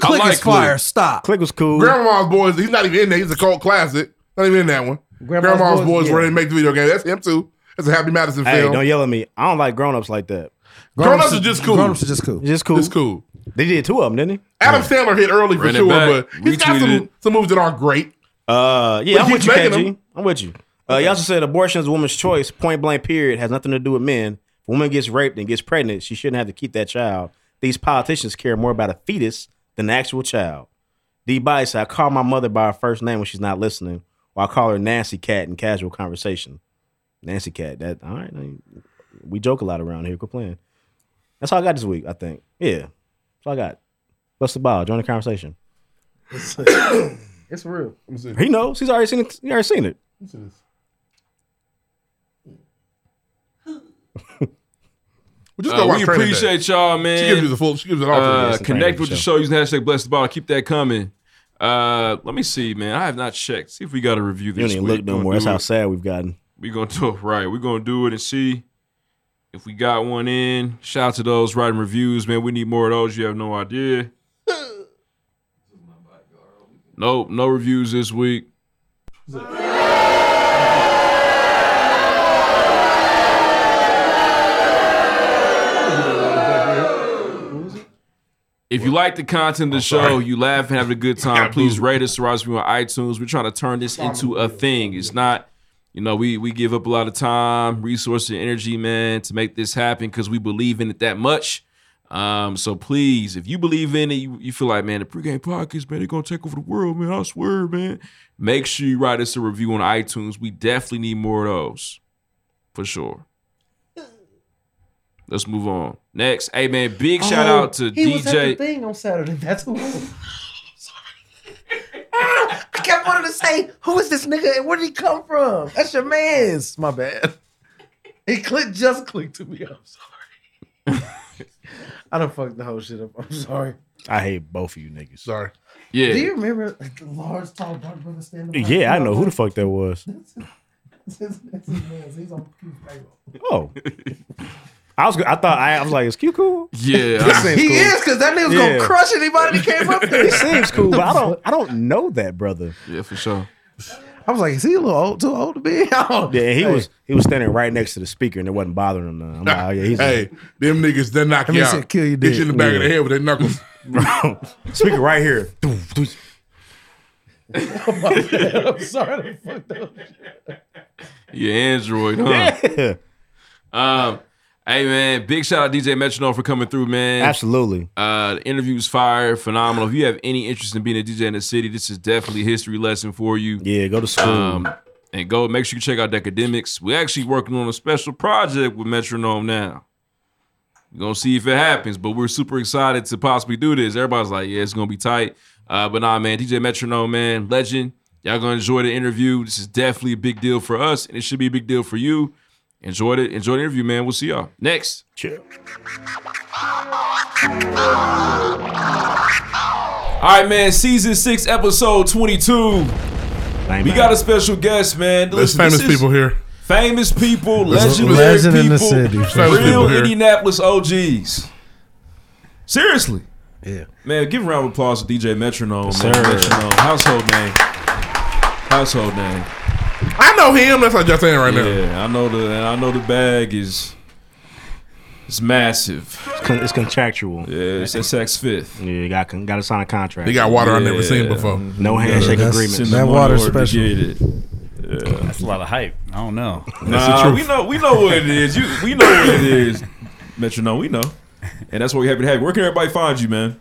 S6: Stop.
S5: Click was cool.
S3: Grandma's boys. He's not even in there. He's a cult classic. Not even in that one.
S5: Grandma's
S3: Grandma's,
S5: Boys,
S3: boys,
S5: yeah.
S3: where they make the video game. That's him too. That's a Happy Madison
S5: Hey,
S3: film.
S5: don't yell at me. I don't like grown ups like that.
S3: Grown Ups is just cool.
S6: Grown ups are just cool.
S5: Just cool.
S3: Just cool.
S5: They did two of them, didn't they?
S3: Adam Sandler hit early for
S5: Ran it
S3: sure,
S5: back,
S3: but he's got
S5: retweeted
S3: some,
S5: it.
S3: some moves that aren't great.
S5: Uh, yeah,
S3: But
S5: I'm
S3: he's
S5: with you,
S3: making
S5: KG.
S3: them.
S5: I'm with you. Uh, you also said abortion is a woman's choice, point blank, period, has nothing to do with men. If a woman gets raped and gets pregnant, she shouldn't have to keep that child. These politicians care more about a fetus than the actual child. D. Body said, I call my mother by her first name when she's not listening, or I call her Nancy Cat in casual conversation. Nancy Cat, that, all right. I mean, we joke a lot around here. Quit playing. That's all I got this week, I think. Yeah. That's all I got. What's the ball? Join the conversation.
S6: It's real.
S5: He knows. He's already seen it. He already seen it.
S3: We just
S2: Uh,
S3: go watch
S2: we
S3: Training Day.
S2: appreciate y'all, man.
S3: She gives you the full. She gives it all.
S2: Uh,
S3: to us.
S2: connect with the show using hashtag blessed ball. Keep that coming. Uh, let me see, man. I have not checked. See if we got a review
S5: You don't
S2: this
S5: even
S2: week.
S5: look no
S2: Gonna
S5: more.
S2: do
S5: That's how
S2: it.
S5: sad we've gotten.
S2: we gonna do it right. We're gonna do it and see if we got one in. Shout out to those writing reviews, man. We need more of those. You have no idea. Nope, no reviews this week. If you like the content of the show, you laugh and have a good time, please rate us, subscribe me on iTunes. We're trying to turn this into a thing. It's not, you know, we we give up a lot of time, resources, and energy, man, to make this happen because we believe in it that much. Um, so please, if you believe in it, you, you feel like, man, the pregame podcast, man, they're gonna take over the world, man. I swear, man. Make sure you write us a review on iTunes. We definitely need more of those. For sure. Let's move on. Next, hey man, big shout
S6: Oh,
S2: out to
S6: he
S2: DJ.
S6: was at the thing on Saturday. That's who. Sorry. Ah, I kept wanting to say, who is this nigga and where did he come from? That's your man's. My bad. He clicked, just clicked to me. I'm sorry. I done fucked the whole shit up. I'm sorry.
S5: I hate both of you niggas.
S3: Sorry.
S2: Yeah.
S6: Do you remember like, the large, tall, dark brother standing? behind
S5: Yeah, I
S6: you?
S5: know who the fuck that was.
S6: That's his that's his man's. He's on Q's payroll.
S5: Oh. I was. I thought. I, I was like, "Is Q cool?"
S2: Yeah,
S5: This seems
S6: he
S5: cool.
S6: is because that nigga's
S5: Yeah.
S6: gonna crush anybody that came up there.
S5: He seems cool, but I don't. I don't know that brother.
S2: Yeah, for sure.
S6: I was like, is he a little old, too old to be? out?
S5: Yeah, he was. He was standing right next to the speaker, and it wasn't bothering him. None. I'm like, oh, yeah, he's
S3: Hey, them niggas, they knock
S5: That
S3: you
S5: man
S3: out.
S5: said kill your
S3: Hit
S5: dick.
S3: you in the back of the
S5: Yeah.
S3: head with their knuckles.
S5: speaker right here.
S6: I'm sorry, I fucked up.
S2: Yeah, Android, huh?
S5: Yeah.
S2: Um, hey man, big shout out DJ Metronome for coming through, man.
S5: Absolutely.
S2: Uh, the interview's fire, phenomenal. If you have any interest in being a DJ in the city, this is definitely a history lesson for you.
S5: Yeah, go to school.
S2: Um, and go make sure you check out Decademics. We're actually working on a special project with Metronome now. We're gonna see if it happens, but we're super excited to possibly do this. Everybody's like, yeah, it's gonna be tight. Uh, but nah, man, DJ Metronome, man, legend. Y'all gonna enjoy the interview. This is definitely a big deal for us, and it should be a big deal for you. Enjoy the enjoy the interview, man. We'll see y'all next. Chill. All right, man. Season six, episode twenty-two. we got a special guest, man.
S3: There's
S2: Listen, this
S3: famous
S2: is-
S3: people here.
S2: Famous people,
S3: There's a
S2: legendary
S3: legend
S2: people,
S3: in the city. Famous people
S2: real
S3: here.
S2: Indianapolis OGs. Seriously.
S6: Yeah.
S2: Man, give a round of applause to DJ Metronome,
S3: Yes,
S2: man.
S3: sir.
S2: Metronome. Household name. Household name.
S3: I know him. That's what y'all saying right now.
S2: Yeah, I know the and I know the bag is it's massive.
S5: It's, con- it's contractual.
S2: Yeah, it's SX fifth.
S5: Yeah, you got got to sign a contract.
S3: They got water I never seen before.
S5: No handshake agreement.
S1: That's a lot of hype. I don't know.
S2: Nah, we know we know what it is. You we know what it is. Metronome, we know. And that's what we happy to have. Where can everybody find you, man?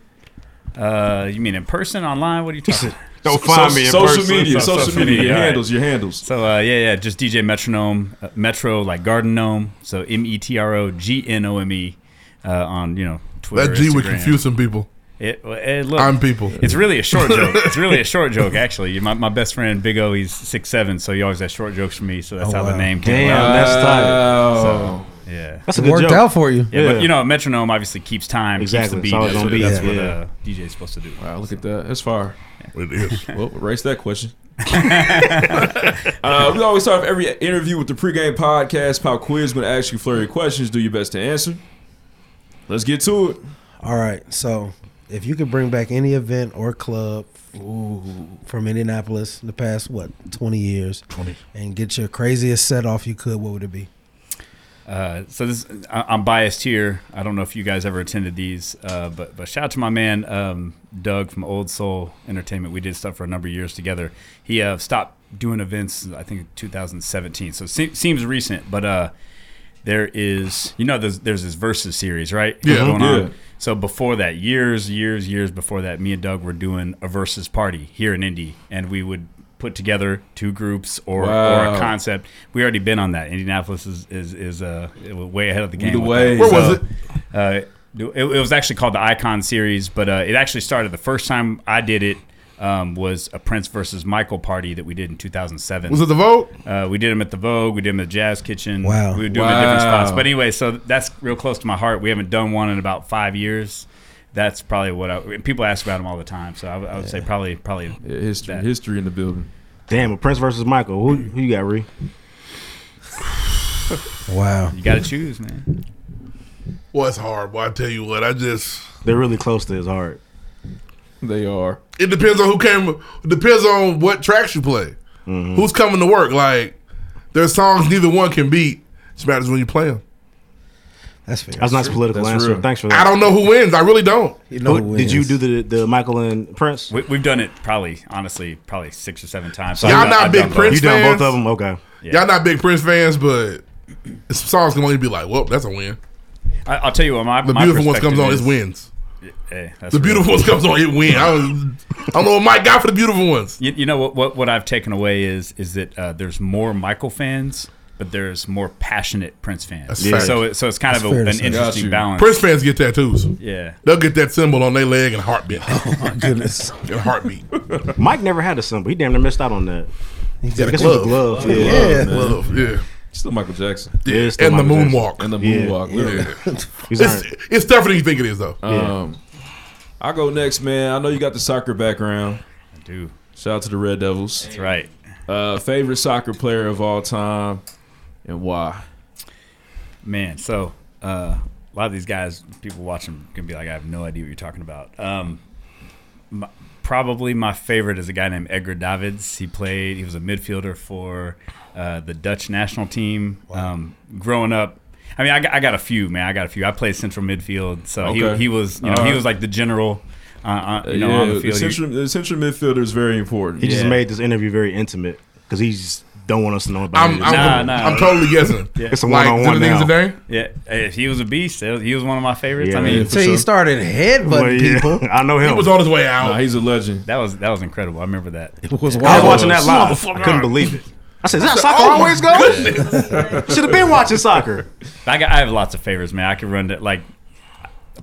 S1: Uh, you mean in person, online? What are you talking?
S2: Don't find me in Social person. media, social media, your handles, your handles.
S1: So uh, yeah, yeah, just DJ Metronome, uh, Metro like Garden Gnome. So M E T R O G N O M E uh, on you know Twitter.
S3: That G would
S1: Instagram.
S3: confuse some people.
S1: It, well, eh, look,
S3: I'm people.
S1: It's really a short joke. It's really a short joke, actually. My, my best friend Big O, he's six seven, so he always has short jokes for me. So that's
S6: Oh,
S1: how
S6: wow.
S1: the name came.
S6: Damn,
S1: about.
S6: that's
S2: Oh.
S6: tight.
S1: So, yeah,
S6: That's a It good worked joke. out for you.
S1: Yeah,
S6: Yeah.
S1: but you know, a metronome obviously keeps time,
S2: Exactly.
S1: keeps
S2: It's
S1: the
S2: always
S1: beat. That's,
S2: gonna
S1: what,
S2: be
S1: that's
S2: that.
S1: what
S2: Yeah.
S1: uh, DJ is supposed to do.
S2: Wow, look at that. That's fire.
S3: It is.
S2: Well, erase that question. uh, we always start off every interview with the pregame podcast pop quiz. Going to ask you a flurry of questions. Do your best to answer. Let's get to it.
S6: All right. So, if you could bring back any event or club from Indianapolis in the past what twenty years, twenty, and get your craziest set off you could, what would it be?
S1: Uh, so this, I, I'm biased here. I don't know if you guys ever attended these, uh, but but shout out to my man um, Doug from Old Soul Entertainment. We did stuff for a number of years together. He uh, stopped doing events, I think, in 2017. So it se- seems recent, but uh, there is, you know, there's, there's this versus series, right?
S3: Yeah.
S1: Going on.
S3: Yeah.
S1: So before that, years, years, years before that, me and Doug were doing a versus party here in Indy, and we would put together two groups or, or
S2: Wow.
S1: a concept. We already been on that. Indianapolis is is, is uh, way ahead of the
S2: We
S1: game.
S2: the
S1: with
S2: way.
S1: that.
S2: Where was
S1: Uh, do- it, it was actually called the Icon Series, but uh, it actually started the first time I did it. Um, was a Prince versus Michael party that we did in 2007.
S3: Was it the Vogue?
S1: Uh, we did them at the Vogue. We did them at Jazz Kitchen.
S6: Wow.
S1: We would do them at different
S2: Wow.
S1: spots. But anyway, so that's real close to my heart. We haven't done one in about five years. That's probably what I, people ask about them all the time. So I, would- I would say probably probably
S2: history,
S1: that.
S2: history in the building.
S5: Damn, but Prince versus Michael. Who who you got, Ree?
S6: wow.
S1: You got to choose, man.
S3: Well, it's hard, boy. I tell you what, I just
S5: They're really close to his heart.
S2: They are.
S3: it depends on who came. It depends on what tracks you play. Who's coming to work? Like there's songs neither one can beat. It matters when you play them.
S6: That's fair.
S5: That's a nice political
S1: That's
S5: answer.
S1: real.
S5: Thanks for
S3: I
S5: that.
S3: don't know who wins. I really don't.
S5: Who- did you do the the Michael and Prince?
S1: We, we've done it probably honestly probably six or seven times.
S3: Y'all
S1: I've done-
S3: not
S1: I've
S3: big
S1: done both.
S3: Prince
S5: You done
S3: fans?
S5: both of them? Okay.
S3: Y'all not big Prince fans, but some songs can only be like, "Well, that's a win."
S1: I, I'll tell you what my
S3: The
S1: my
S3: beautiful ones
S1: perspective
S3: comes on,
S1: is-
S3: it wins.
S1: Eh, that's
S3: the
S1: real.
S3: beautiful ones comes on, it wins. I don't, I don't know what Mike got for the beautiful ones.
S1: You, you know what, what? What I've taken away is is that uh, there's more Michael fans, but there's more passionate Prince fans.
S3: That's fair.
S1: So it- so it's kind
S3: That's
S1: of a,
S3: fair to
S1: an
S3: say.
S1: interesting balance.
S3: Prince fans get tattoos.
S1: Yeah.
S3: They'll get that symbol on their leg and heartbeat. Oh
S6: my goodness.
S3: In heartbeat.
S5: Mike never had a symbol. He damn near missed out on that.
S6: He
S5: I guess it was a glove. Yeah.
S3: Yeah. Glove, yeah.
S2: Still Michael Jackson.
S3: Yeah,
S5: it's
S3: and the
S5: Michael Jackson.
S3: moonwalk.
S2: And the moonwalk. literally.
S5: He's
S3: It's, it's tougher than you think it is, though.
S2: Um, I go next, man. I know you got the soccer background. I
S1: do.
S2: Shout out to the Red Devils. That's
S1: right.
S2: Uh, favorite soccer player of all time, and why?
S1: Man, so uh, a lot of these guys, people watching, can be like, I have no idea what you're talking about. Um, my, probably my favorite is a guy named Edgar Davids. He played. He was a midfielder for uh, the Dutch national team. Um, growing up, I mean, I got, I got a few, man. I got a few. I played central midfield, so
S2: Okay.
S1: he, he was, you know,
S2: All
S1: he
S2: right.
S1: was like the general, uh, uh, you know,
S2: yeah,
S1: on the field. He-
S2: central, the central midfielder is very important.
S5: He just made this interview very intimate because he just don't want us to know about
S1: I'm-
S5: it.
S1: I'm- Nah, nah. I'm totally guessing. Yeah.
S5: It's a
S1: Like,
S5: one on one
S1: do the things
S5: now.
S1: today? Yeah, eh, he was a beast. That was- He was one of my favorites.
S5: Yeah,
S1: I
S5: yeah,
S1: mean,
S5: for Till he sure. started headbutting Well, yeah. people. I know him. He was on his way out.
S16: Ah,
S2: Nah, he's a legend.
S1: That was that was incredible. I remember that. It
S5: was wild. I was watching that live. I couldn't believe it. I said, "Is that how soccer always goes?" Should have been watching soccer.
S1: I got, I have lots of favorites, man. I could run to like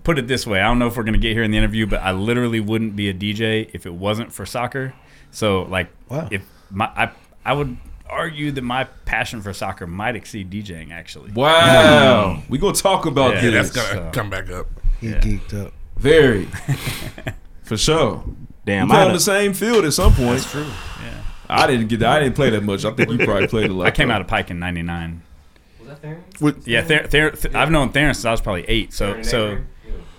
S1: put it this way. I don't know if we're gonna get here in the interview, but I literally wouldn't be a DJ if it wasn't for soccer. So like, if my I I would argue that my passion for soccer might exceed DJing actually.
S16: Wow. Hmm. We gonna talk about
S1: Yeah,
S16: this.
S1: that's gonna come back up. He Yeah.
S6: geeked up.
S16: Very. For sure.
S2: Damn,
S16: we
S2: I
S16: on
S2: done-
S16: the same field at some point.
S1: That's true. Yeah.
S16: I didn't get. I didn't play that much. I think you probably played uh, a lot.
S1: I came
S16: though.
S1: out of Pike in '99.
S18: Was that Theron?
S1: yeah, Ther- Ther- Th- I've known Theron since I was probably eight. So,
S18: Theron
S1: so
S18: Avery.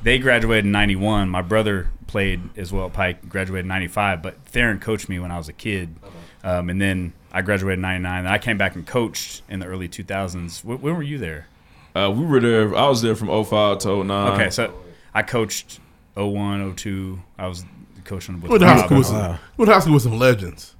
S1: they graduated in '91. My brother played as well at Pike, graduated in '95. But Theron coached me when I was a kid, um, and then I graduated in '99. And I came back and coached in the early 2000s. Wh- when were you there?
S16: Uh, we were there. I was there from 05 to
S3: Uh,
S16: 09.
S1: Okay, so I coached 01, 02. I was coaching with
S3: You went to high
S1: Rob.
S3: school with some, you went to high school with some legends.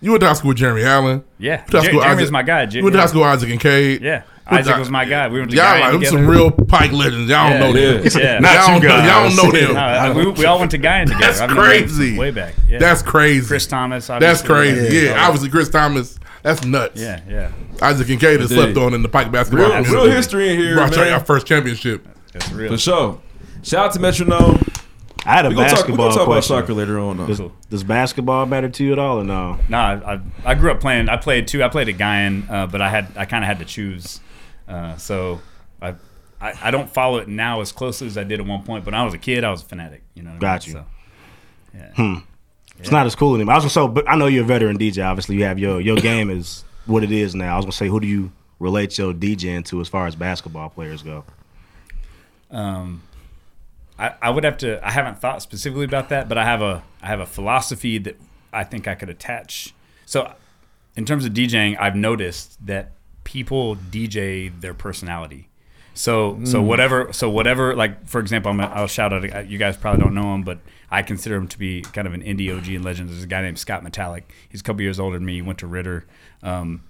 S3: You went to high school with Jeremy Allen.
S1: Yeah,
S3: You
S1: Jer-
S3: went to high school with
S1: Jeremy's
S3: Isaac-
S1: my guy. Jer-
S3: you went to
S1: yeah.
S3: high school with Isaac and Cade.
S1: Yeah.
S3: Went to
S1: Isaac
S3: high-
S1: was my guy. We went to
S3: y'all
S1: Guyana
S3: like them some
S1: together.
S3: real Pike legends. Y'all
S1: Yeah.
S3: don't know them.
S1: Yeah.
S3: y'all, don't know, y'all don't know them.
S1: No, I- we, we all went to Guyana together.
S3: That's
S1: I've known him
S3: crazy.
S1: Way back. Yeah.
S3: That's crazy.
S1: Chris Thomas.
S3: That's
S1: obviously.
S3: crazy. Yeah, obviously Chris Thomas. That's nuts.
S1: Yeah, yeah.
S3: Isaac Kincaid is
S1: Indeed.
S3: slept on in the Pike basketball.
S1: Real-
S3: community.
S1: real history in here,
S3: Brought y'all
S1: man.
S3: Our first championship.
S1: That's real.
S16: For sure. Shout out to Metronome.
S5: I had a
S16: We gonna talk- we
S5: basketball
S16: gonna talk about
S5: question.
S16: soccer later on, though.
S5: Does, does basketball matter to you at all or no?
S1: Nah, I, I, I grew up playing. I played too. I played at Guyan, uh, but I had I kind of had to choose. Uh, so I, I I don't follow it now as closely as I did at one point. But when I was a kid, I was a fanatic. You know. what I mean?
S5: Got you.
S1: So, yeah.
S5: Hmm. It's not as cool anymore. I was gonna say, but I know you're a veteran DJ. Obviously, you have your your game is what it is now. I was gonna say, who do you relate your DJing to as far as basketball players go?
S1: Um, I, I would have to. I haven't thought specifically about that, but I have a I have a philosophy that I think I could attach. So, in terms of DJing, I've noticed that people DJ their personality. So so
S2: Mm.
S1: whatever so whatever like for example I'm, I'll shout out a- you guys probably don't know him but I consider him to be kind of an indie OG and legend. There's a guy named Scott Metallic. He's a couple years older than me. He went to Ritter. Um,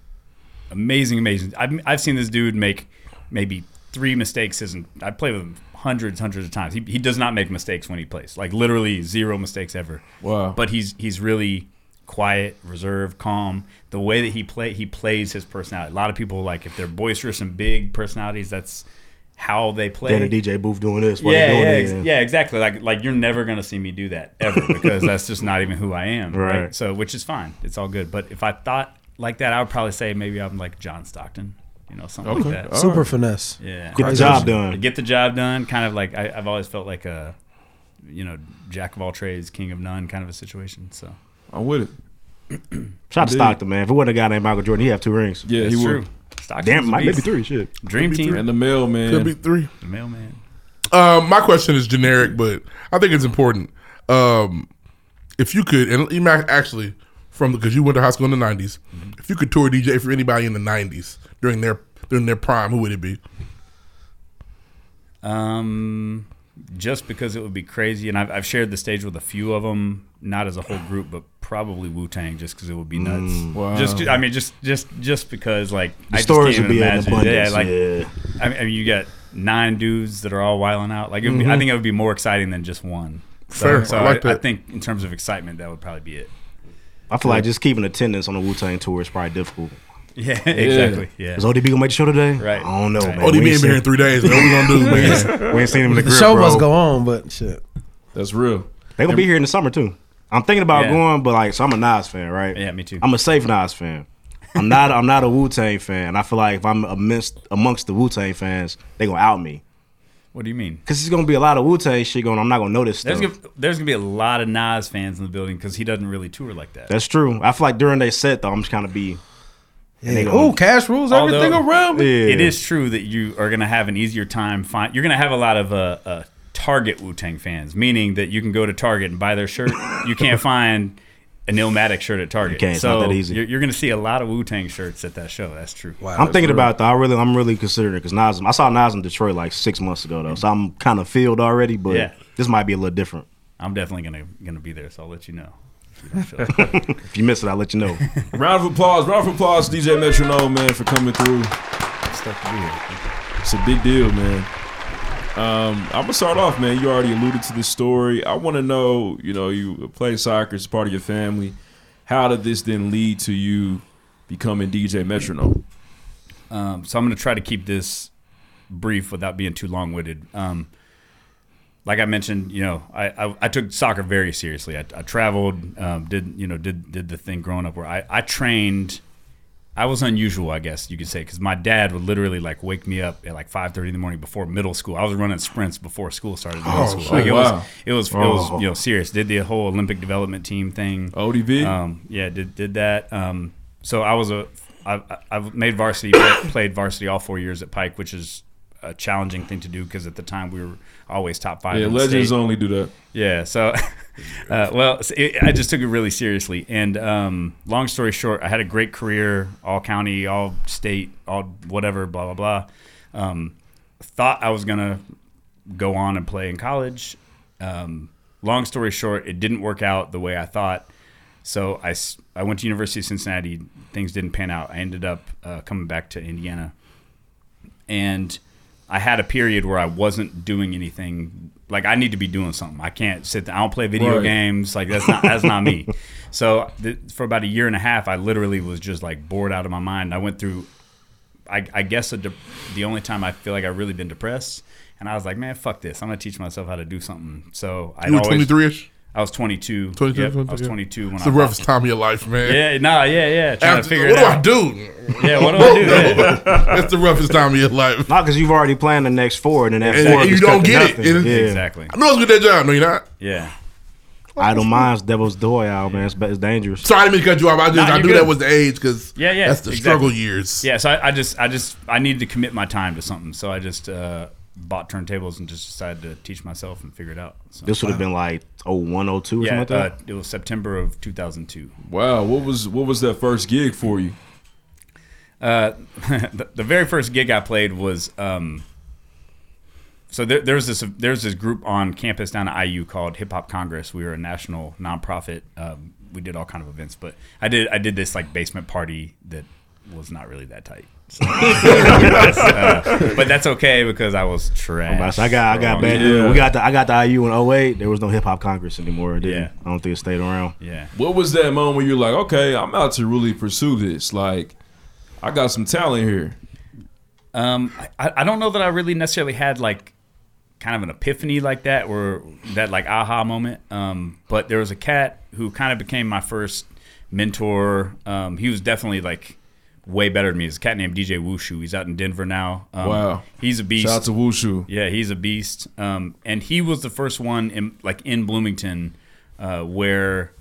S1: amazing, amazing. I've, I've seen this dude make maybe three mistakes. His, I play with him hundreds, hundreds of times. He, he does not make mistakes when he plays. Like literally zero mistakes ever.
S16: Wow.
S1: But he's he's really quiet, reserved, calm. The way that he play he plays his personality. A lot of people like if they're boisterous and big personalities, that's how they play.
S5: They're in the DJ booth doing this. while
S1: Yeah,
S5: they're doing
S1: yeah,
S5: that,
S1: ex-
S5: yeah.
S1: yeah, exactly. Like, like you're never gonna see me do that ever because that's just not even who I am, right.
S5: Right.
S1: So, which is fine. It's all good. But if I thought like that, I would probably say maybe I'm like John Stockton, you know, something
S6: Okay.
S1: like that.
S6: Super Alright. finesse.
S1: Yeah,
S6: Get the job done.
S1: Get the job done. Kind of like I, I've always felt like a, you know, jack of all trades, king of none kind of a situation. So
S16: I'm with it.
S5: Shout out to Stockton, man. If it wasn't a guy named Michael Jordan, he'd have two rings.
S16: Yeah,
S1: That's
S16: he
S1: true.
S16: would.
S1: Stockton's
S5: Damn,
S1: a
S5: might
S1: beast.
S5: maybe three. Shit.
S1: Dream
S3: Could be
S1: team
S3: three.
S16: And the mailman.
S3: Could be three.
S1: The mailman.
S3: Uh, my question is generic, but I think it's important. Um, if you could, and you might actually from because you went to high school in the '90s,
S1: Mm-hmm.
S3: if you could tour DJ for anybody in the '90s during their during their prime, who would it be?
S1: Um, just because it would be crazy, and I've, I've shared the stage with a few of them, not as a whole group, but probably Wu Tang, just because it would be nuts.
S5: Mm. Wow.
S1: Just, I mean, just, just, just because, like,
S5: The
S1: I just
S5: stories
S1: can't
S5: would
S1: even
S5: be in
S1: imagine.
S5: abundance,
S1: Yeah, like,
S5: yeah.
S1: I, mean, I mean, you got nine dudes that are all wiling out. Like, it would be, I
S5: Mhm.
S1: think it would be more exciting than just one. So,
S5: Fair.
S1: So
S5: I
S1: I,
S5: like
S1: I
S5: that.
S1: think in terms of excitement, that would probably be it.
S5: I feel like just keeping attendance on the Wu Tang tour is probably difficult.
S1: Yeah, exactly. Yeah.
S5: Is ODB gonna make the show today?
S1: Right.
S5: I don't know,
S1: Right.
S5: man.
S3: Oh,
S1: ODB ain't
S5: We ain't
S1: been
S5: seen-
S1: here in three days, man. What we gonna do, man?
S5: we ain't seen him in the
S6: The
S5: grip,
S6: show
S5: bro.
S6: must go on, but shit.
S16: That's real.
S5: They gonna be here in the summer too. I'm thinking about
S6: Yeah.
S5: going, but like, so I'm a Nas fan, right?
S1: Yeah, me too.
S5: I'm a safe Nas fan. I'm not. I'm not a Wu Tang fan. And I feel like if I'm amidst amongst the Wu Tang fans, they gonna out me
S1: What do you mean?
S5: because there's gonna be a lot of Wu Tang shit going. on. I'm not gonna notice
S1: There's
S5: stuff.
S1: gonna, there's gonna be a lot of Nas fans in the building because he doesn't really tour like that.
S5: That's true. I feel like during they set though, I'm just kind of be. and they
S1: Yeah.
S5: gonna-
S1: Ooh,
S6: Cash rules everything
S1: Although,
S6: around me.
S1: It is true that you are going to have an easier time. Find you're going to have a lot of uh, uh, Target Wu Tang fans, meaning that you can go to Target and buy their shirt. you can't find an Illmatic shirt at Target.
S5: can't. It's
S1: so
S5: not that easy.
S1: You're, you're going to see a lot of Wu Tang shirts at that show. That's true. Wow,
S5: I'm thinking about it though. I really, I'm really considering it because Nas. I saw Nas in Detroit like six months ago though, so I'm kind of filled already. But
S1: Yeah.
S5: this might be a little different.
S1: I'm definitely going to going to be there, so I'll let you know. if you don't show up.
S5: if you miss it, I'll let you know.
S16: Round of applause. Round of applause, to DJ Metronome, man, for coming through. It's a big deal, man. Um, I'm gonna start off, man. You already alluded to this story. I want to know, you know, you play soccer; it's part of your family. How did this then lead to you becoming DJ Metronome?
S1: Um, so I'm going to try to keep this brief without being too long winded. Um, like I mentioned, you know, I, I, I took soccer very seriously. I, I traveled, um, did you know, did did the thing growing up where I, I trained. I was unusual, I guess you could say, because my dad would literally like wake me up at like five thirty in the morning before middle school. I was running sprints before school started. in Middle
S16: Oh,
S1: school,
S16: shit.
S1: like it
S16: Wow.
S1: was it was it was
S16: Oh.
S1: you know serious. Did the whole Olympic development team thing.
S16: ODB.
S1: Um, yeah, did did that. Um, so I was a I I I've made varsity, play- played varsity all four years at Pike, which is a challenging thing to do because at the time we were always top five.
S2: Yeah,
S1: in the
S2: legends
S1: state.
S2: only do that.
S1: Yeah, so uh, well, s- it, I just took it really seriously. And um, long story short, I had a great career, all county, all state, all whatever, blah blah blah. Um, thought I was gonna go on and play in college. Um, long story short, it didn't work out the way I thought. So I, s- I went to University of Cincinnati. Things didn't pan out. I ended up uh, coming back to Indiana and I had a period where I wasn't doing anything. Like I need to be doing something. I can't sit. Down. I don't play video
S16: Right.
S1: games. Like that's not that's not me. So th- for about a year and a half, I literally was just like bored out of my mind. I went through, I, I guess a de- the only time I feel like I've really been depressed. And I was like, man, fuck this. I'm gonna teach myself how to do something. So I
S3: You were 23-ish?
S1: I was 22.
S3: 22,
S1: Yep, I was
S3: 22, yeah.
S1: 22 when
S3: It's
S1: I
S3: the roughest time of your life, man.
S1: Yeah, nah, yeah, yeah. Trying
S3: After-
S1: to figure
S3: what
S1: it
S3: do
S1: out.
S3: I do?
S1: Yeah, what do I do? Yeah.
S3: That's the roughest time of your life.
S5: Not because you've already planned the next four, and then that
S3: And
S5: four
S3: you
S5: is
S3: don't
S5: cut to
S3: get it.
S5: nothing.
S3: And-
S5: Yeah.
S1: Exactly.
S3: I knew I was good at that job. No, you're not.
S1: Yeah.
S5: Idle minds, devil's doyle, man. It's, it's dangerous.
S3: Sorry, I didn't mean to cut you off. I just
S5: Nah,
S3: I
S5: you're
S3: knew
S5: good.
S3: that was the age because
S1: Yeah, yeah.
S3: that's the
S1: exactly.
S3: struggle years.
S1: Yeah, so I, I just, I just, I needed to commit my time to something. So I just uh, bought turntables and just decided to teach myself and figure it out. So,
S5: This would have been like 01, 02 or
S1: yeah,
S5: something like
S1: uh, it was September of 2002.
S2: Wow, what was what was that first gig for you?
S1: Uh, the, the very first gig I played was um, so there, there's this there's this group on campus down at IU called Hip Hop Congress. We were a national nonprofit. Um, we did all kind of events, but I did I did this like basement party that was not really that tight. So, uh, but that's okay because I was
S5: that. I'm about
S1: trash.
S5: to say, I got, I got
S1: for a
S5: bad.
S1: long time.
S5: We got the, I got the IU in 08. There was no hip hop congress anymore. It didn't.
S2: Yeah.
S5: I don't think it stayed around.
S1: Yeah.
S2: What was that moment where you're like, okay, I'm out to really pursue this? Like, I got some talent here.
S1: Um, I, I don't know that I really necessarily had like kind of an epiphany like that or that like aha moment. Um, but there was a cat who kind of became my first mentor. Um, he was definitely like way better than me. It's a cat named DJ Wushu. He's out in Denver now. Um,
S2: Wow.
S1: He's a beast.
S2: Shout out to Wushu.
S1: Yeah, he's a beast. Um, and he was the first one in like in Bloomington uh, where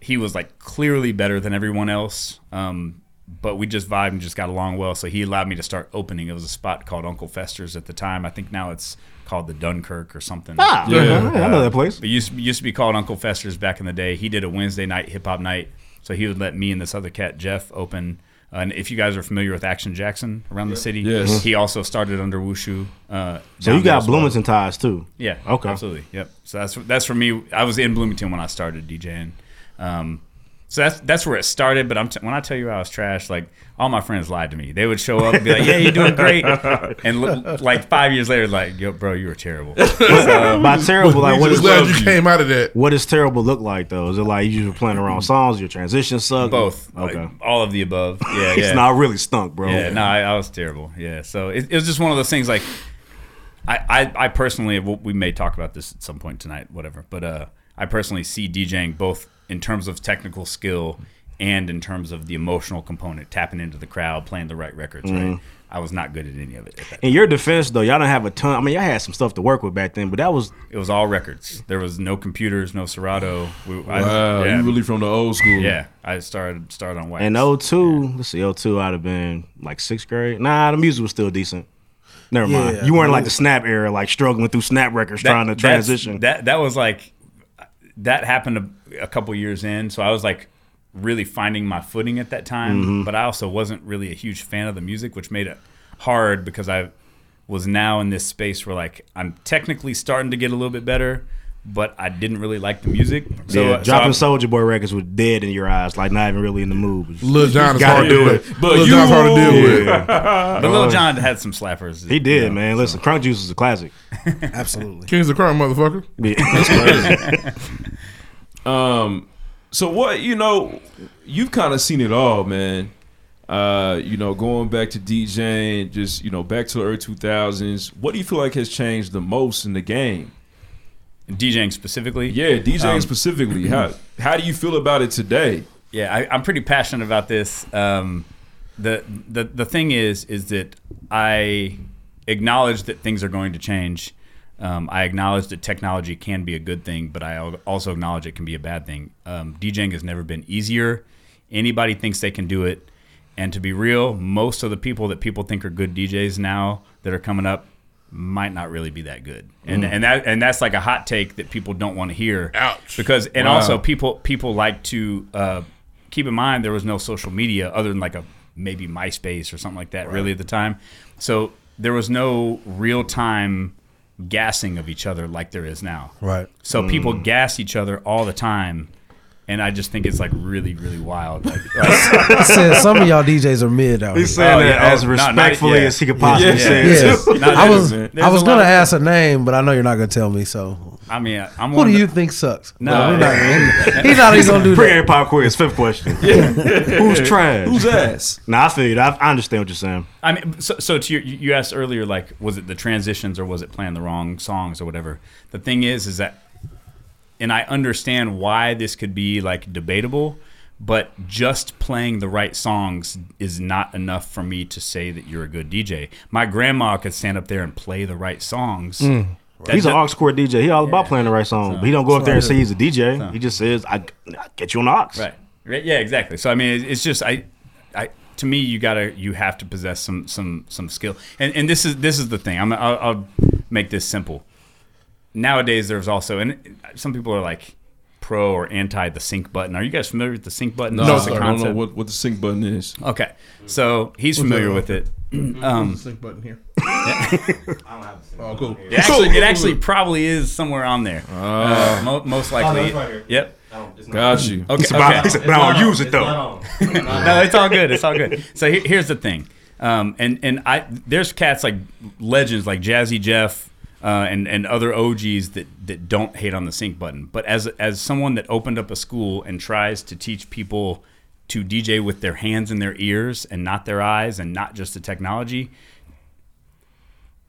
S1: he was like clearly better than everyone else. Um, but we just vibed and just got along well. So he allowed me to start opening. It was a spot called Uncle Fester's at the time. I think now it's called the Dunkirk or something.
S5: Ah, Yeah. yeah, I know that place.
S1: It used, used to be called Uncle Fester's back in the day. He did a Wednesday night hip hop night. So he would let me and this other cat, Jeff, open. And if you guys are familiar with Action Jackson around the city,
S5: Yes.
S1: he also started under Wushu. Uh,
S5: So
S1: down
S5: you
S1: there
S5: got
S1: as well.
S5: Bloomington ties too.
S1: Yeah.
S5: Okay.
S1: Absolutely. Yep. So that's that's for me. I was in Bloomington when I started DJing. Um, so that's that's where it started. But I'm t- when I tell you I was trash, like all my friends lied to me. They would show up and be like, "Yeah, you're doing great," and l- like five years later, like, "Yo, bro, you were terrible." So-
S5: By terrible, like what is
S3: came out of that?
S5: What does terrible look like though? Is it like you just playing around songs? Your transition sucked.
S1: Both.
S5: Okay.
S1: Like, all of the above. Yeah,
S5: It's
S1: yeah.
S5: not really stunk, bro.
S1: Yeah, no, I, I was terrible. Yeah, so it, it was just one of those things. Like, I, I, I personally, we we may talk about this at some point tonight, whatever. But uh, I personally see DJing both in terms of technical skill and in terms of the emotional component, tapping into the crowd, playing the right records. Right.
S5: Mhm.
S2: Mm-hmm.
S1: I was not good at any of it. at that
S5: In your defense, though, y'all don't have a ton. I mean, y'all had some stuff to work with back then, but that was
S1: it was all records. There was no computers, no Serato. We,
S2: Wow, Uh, you really from the old school.
S1: Yeah, I started started on wax.
S5: And 02, let's see, 02, I'd have been like sixth grade. Nah, the music was still decent. Never mind.
S1: Yeah,
S5: you weren't
S1: no.
S5: like the Snap era, like struggling through Snap records
S1: That-
S5: trying to
S1: that's-
S5: transition.
S1: That that was like that happened a, a couple years in, so I was like really finding my footing at that time.
S5: Mhm.
S1: But I also wasn't really a huge fan of the music, which made it hard because I was now in this space where like I'm technically starting to get a little bit better, but I didn't really like the music. So,
S5: yeah,
S1: so
S5: dropping
S1: I'm-
S5: Soldier Boy records was dead in your eyes, like not even really in the mood.
S1: Lil Jon is hard to deal with. But Lil Jon's hard to deal with. But Lil Jon had some slappers.
S5: Oh. He did,
S1: you know,
S5: man. Listen, Crunk Juice is a classic.
S6: Absolutely.
S3: Kings of crime, motherfucker.
S5: Yeah.
S2: Um, so what you know, you've kind of seen it all, man. Uh, you know, going back to DJing, just you know, back to the early two thousands. What do you feel like has changed the most in the game?
S1: DJing specifically.
S2: Yeah, DJing
S1: Um,
S2: specifically. How how do you feel about it today?
S1: Yeah, I, I'm pretty passionate about this. Um, the the the thing is, is that I acknowledge that things are going to change. Um, I acknowledge that technology can be a good thing, but I al- also acknowledge it can be a bad thing. Um, DJing has never been easier. Anybody thinks they can do it, and to be real, most of the people that people think are good DJs now that are coming up might not really be that good. And
S2: Mm.
S1: and that and that's like a hot take that people don't want to hear.
S3: Ouch.
S1: Because and
S2: Wow.
S1: also people people like to uh, keep in mind there was no social media other than like a maybe MySpace or something like that really at the time. So there was no real time gassing of each other like there is now.
S6: Right.
S1: So people
S6: Mm.
S1: gas each other all the time. And I just think it's like really, really wild. Like, like-
S6: Said some of y'all DJs are mid out.
S1: He's
S6: here.
S1: saying Oh, that yeah. as Oh, no, not- respectfully yeah. as he could possibly Yeah. say it,
S6: Yeah.
S1: too. Not
S6: I
S1: that,
S6: was
S1: man.
S6: I
S1: There's
S6: was
S1: a
S6: gonna
S1: lot of-
S6: ask a name, but I know you're not gonna tell me. So
S1: I mean, I'm
S6: who
S1: one
S6: do
S1: of
S6: you
S1: the-
S6: think sucks?
S1: No,
S6: Well, we're
S1: yeah.
S6: not- he's not even gonna do
S5: Pre
S6: that.
S5: game pop quiz. Fifth question. Who's trash?
S1: Who's ass?
S5: Nah, I feel you. I, I understand what you're saying.
S1: I mean, so, so to your, you asked earlier, like, was it the transitions or was it playing the wrong songs or whatever? The thing is, is that, and I understand why this could be like debatable, but just playing the right songs is not enough for me to say that you're a good DJ. My grandma could stand up there and play the right songs.
S5: Mm.
S1: That
S5: he's an
S1: do-
S5: aux court DJ. He all about playing the right song, but he don't go up there and say he's a DJ. He just says, "I, I get you on the aux."
S1: Right. Right. Yeah. Exactly. So I mean, it- it's just I, I to me, you gotta you have to possess some some some skill. And and this is this is the thing. I'm I'll, I'll make this simple. Nowadays, there's also and some people are like pro or anti the sync button. Are you guys familiar with the sync button?
S2: No,
S1: Just the
S2: I don't know
S1: concept?
S2: what, what the sync button is.
S1: Okay, so he's
S2: What's
S1: familiar
S2: that?
S1: with it.
S3: What's the sync button here? I don't have the sync Oh, cool.
S1: It actually, it actually probably is somewhere on there. Uh, mo- most
S2: Oh, no,
S1: likely.
S2: it's right here.
S1: Yep.
S2: I don't- it's not Got on. you.
S1: Okay.
S2: It's about-
S1: okay.
S2: he said, but I don't It's not use on. it, though. It's not on.
S1: no, it's all good. It's all good. So he- here's the thing, um, and and I there's cats like legends like Jazzy Jeff. Uh, and, and other OGs that, that don't hate on the sync button, but as as someone that opened up a school and tries to teach people to DJ with their hands in their ears and not their eyes and not just the technology,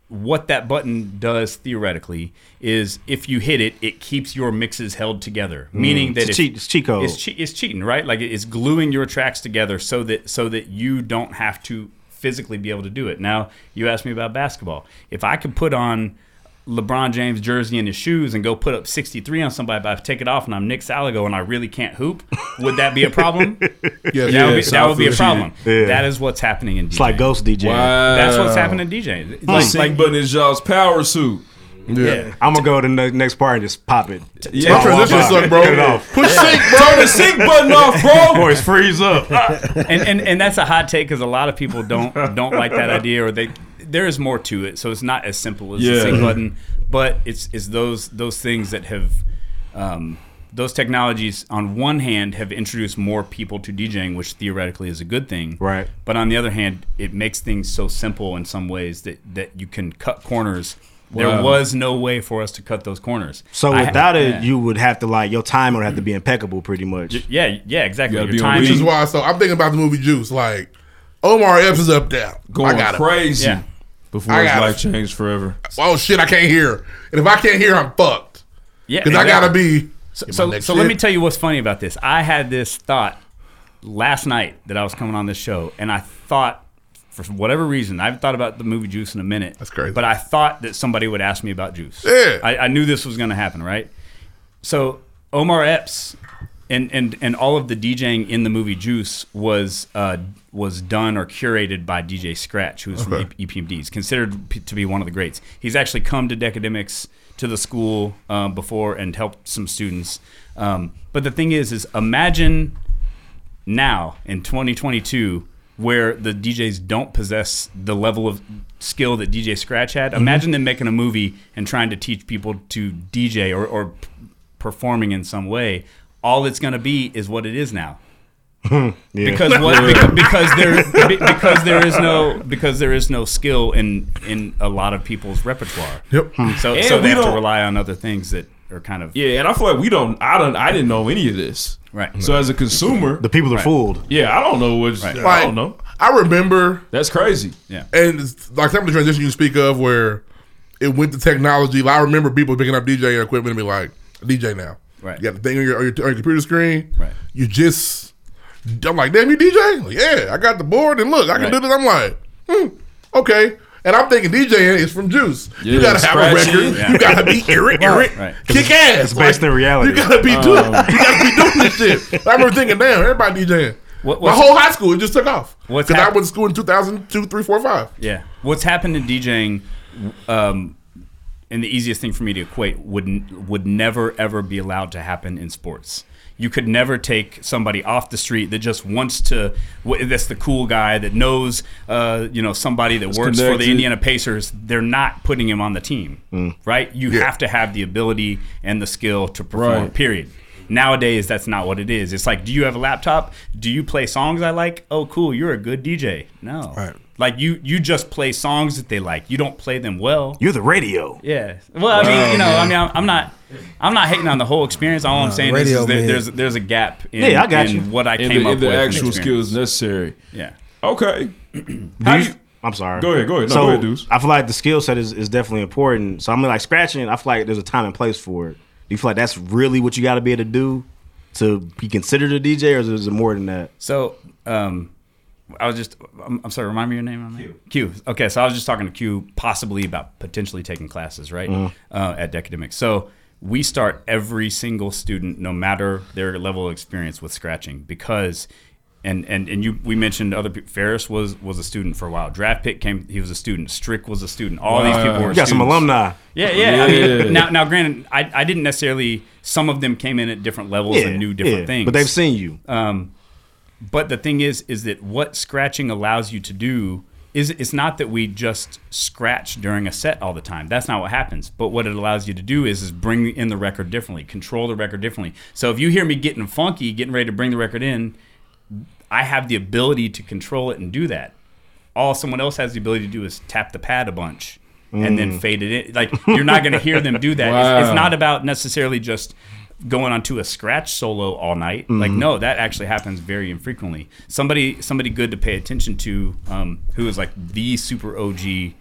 S1: what that button does theoretically is if you hit it, it keeps your mixes held together.
S5: Mm.
S1: Meaning that
S5: It's
S1: if-
S5: cheat- it's cheat code.
S1: It's, che- it's cheating, right? Like it's gluing your tracks together so that so that you don't have to physically be able to do it. Now you asked me about basketball. If I could put on LeBron James jersey and his shoes and go put up 63 on somebody, but I take it off and I'm Nick Saligo and I really can't hoop, would that be a problem?
S5: Yes.
S1: that would be,
S5: Yes,
S1: that would be a
S5: absolutely.
S1: problem.
S5: Yeah.
S1: That is what's happening in DJ.
S5: It's like Uh, ghost DJ.
S1: That's what's happening in DJ.
S2: The sync button is y'all's power suit.
S5: I'm gonna go to the next party and just pop it.
S2: Yeah.
S5: Pop it off.
S2: Transition suck,
S1: bro.
S5: Cut it off.
S1: Push sync, bro.
S2: Turn the sync button off, bro.
S5: Boys, freeze up.
S1: and, and and that's a hot take because a lot of people don't don't like that idea or they there is more to it so it's not as simple as the
S2: Yeah.
S1: sync button but it's it's those those things that have um, those technologies on one hand have introduced more people to DJing which theoretically is a good thing
S5: right
S1: but on the other hand it makes things so simple in some ways that that you can cut corners there
S5: Wow.
S1: was no way for us to cut those corners
S5: So
S1: I-
S5: without it,
S1: yeah.
S5: you would have to like your time would have to be impeccable, pretty much.
S1: yeah yeah exactly Your
S3: Which is
S1: timing-
S3: why, so I'm thinking about the movie Juice. Like, Omar Epps is up there.
S2: Going
S3: I got
S2: crazy.
S3: It.
S2: Before
S3: I
S2: his
S3: got
S2: life
S3: it.
S2: changed forever.
S3: Oh, shit, I can't hear. And if I can't hear, I'm fucked.
S1: Yeah,
S3: Because I got to be.
S1: So,
S3: Get my
S1: so,
S3: next
S1: so let
S3: shit.
S1: me tell you what's funny about this. I had this thought last night that I was coming on this show, and I thought, for whatever reason, I haven't thought about the movie Juice in a minute. That's crazy. But I thought that somebody would ask me about Juice. Yeah. I, I knew this was going to happen, right? So Omar Epps and, and, and all of the DJing in the movie Juice was uh, was done or curated by DJ Scratch, who's from
S2: Okay.
S1: E- EPMD. He's considered p- to be one of the greats. He's actually come to Decademics to the school um, before and helped some students. Um, but the thing is, is imagine now in 2022 where the DJs don't possess the level of skill that DJ Scratch had.
S2: Mhm.
S1: Imagine them making a movie and trying to teach people to DJ or, or p- performing in some way. All it's going to be is what it is now. Because what?
S2: Yeah.
S1: Because, because there be- because there is no because there is no skill in in a lot of people's repertoire.
S3: Yep.
S1: So
S2: And
S1: so
S2: we
S1: they have to
S2: don't-
S1: rely on other things that are kind of
S2: Yeah, and I feel like we don't. I don't. I didn't know any of this.
S1: Right.
S2: So as a consumer, the
S5: people
S3: are fooled.
S2: Yeah, I don't know what's. I
S3: Like,
S2: don't know.
S3: I remember.
S2: That's crazy.
S1: Yeah.
S3: And it's like some of the transition you speak of, where it went to technology. Like, I remember people picking up DJ equipment and be like, DJ now.
S1: Right.
S3: You got the thing on your, on your, on your computer screen.
S1: Right.
S3: You just, I'm like, damn, you DJ? Like, yeah, I got the board and look, I can
S1: Right.
S3: do this. I'm like, hmm, okay. And I'm thinking DJing is from Juice. you
S1: Yeah,
S3: gotta have a
S1: scratchy.
S3: record.
S1: Yeah.
S3: You gotta be Eric,
S1: Right,
S3: Eric,
S1: right.
S3: kick ass.
S1: It's based in reality. Um,
S3: You gotta be doing, you gotta be doing this shit. I remember thinking, damn, everybody DJing.
S1: What-
S3: My
S1: what's-
S3: whole high school it just took off
S1: What's
S3: because I
S1: hap-
S3: went to school in 2002, 3, 4, 5.
S1: Yeah. What's happened to DJing, um, and the easiest thing for me to equate would n- would never ever be allowed to happen in sports. You could never take somebody off the street that just wants to. wh- That's the cool guy that knows, uh, you know, somebody that
S2: That's
S1: works for
S2: connected.
S1: the Indiana Pacers. They're not putting him on the team,
S2: Mm.
S1: right? You
S2: Yeah.
S1: have to have the ability and the skill to perform.
S2: Right.
S1: Period. Nowadays, that's not what it is. It's like, do you have a laptop? Do you play songs I like? Oh, cool, you're a good DJ. No,
S6: Right.
S1: like you, you just play songs that they like. You don't play them well.
S5: You're the radio.
S1: Yeah. Well, I mean, you know, I mean, I'm, I'm not, I'm not hating on the whole experience. All I'm
S2: No,
S1: saying is, is
S2: radio
S1: that
S2: man.
S1: there's there's a gap in, in what I
S2: In
S1: came
S2: the,
S1: up
S2: in the
S1: with. and
S2: actual
S1: experience.
S2: skills necessary.
S1: Yeah.
S2: Okay.
S1: How
S5: Do
S1: do
S5: you-
S1: you-
S5: I'm sorry.
S2: Go ahead, go ahead. No,
S5: so
S2: go ahead, Deuce.
S5: I feel like the skill set is, is definitely important. So I'm like scratching it. I feel like there's a time and place for it. Do you feel like that's really what you got to be able to do to be considered a DJ, or is it more than that?
S1: So, um, I was just, I'm, I'm sorry, remind me your name on that? Q. Okay, so I was just talking to Q possibly about potentially taking classes, right?
S2: Mhm.
S5: Mm-hmm.
S1: Uh, at Decademic. So, we start every single student, no matter their level of experience, with scratching because. And, and, and you we mentioned other people. Ferris was was a student for a while. Draft pick came. He was a student. Strick was a student. All these
S5: Wow.
S1: people were
S5: You got some
S1: students.
S5: alumni.
S1: Yeah, yeah. I
S5: Yeah.
S1: mean, now now granted, I, I didn't necessarily. Some of them came in at different levels
S5: Yeah,
S1: and knew different
S5: yeah,
S1: things.
S5: but they've seen you.
S1: Um, but the thing is, is that what scratching allows you to do is it's not that we just scratch during a set all the time. That's not what happens. But what it allows you to do is is bring in the record differently, control the record differently. So if you hear me getting funky, getting ready to bring the record in, I have the ability to control it and do that. All someone else has the ability to do is tap the pad a bunch and then
S2: Mm.
S1: fade it in. Like you're not going to hear them do that. It's- It's,
S2: Wow.
S1: not about necessarily just going onto a scratch solo all night. Like
S2: Mhm.
S1: no, that actually happens very infrequently. Somebody somebody good to pay attention to um, who is like the super OG.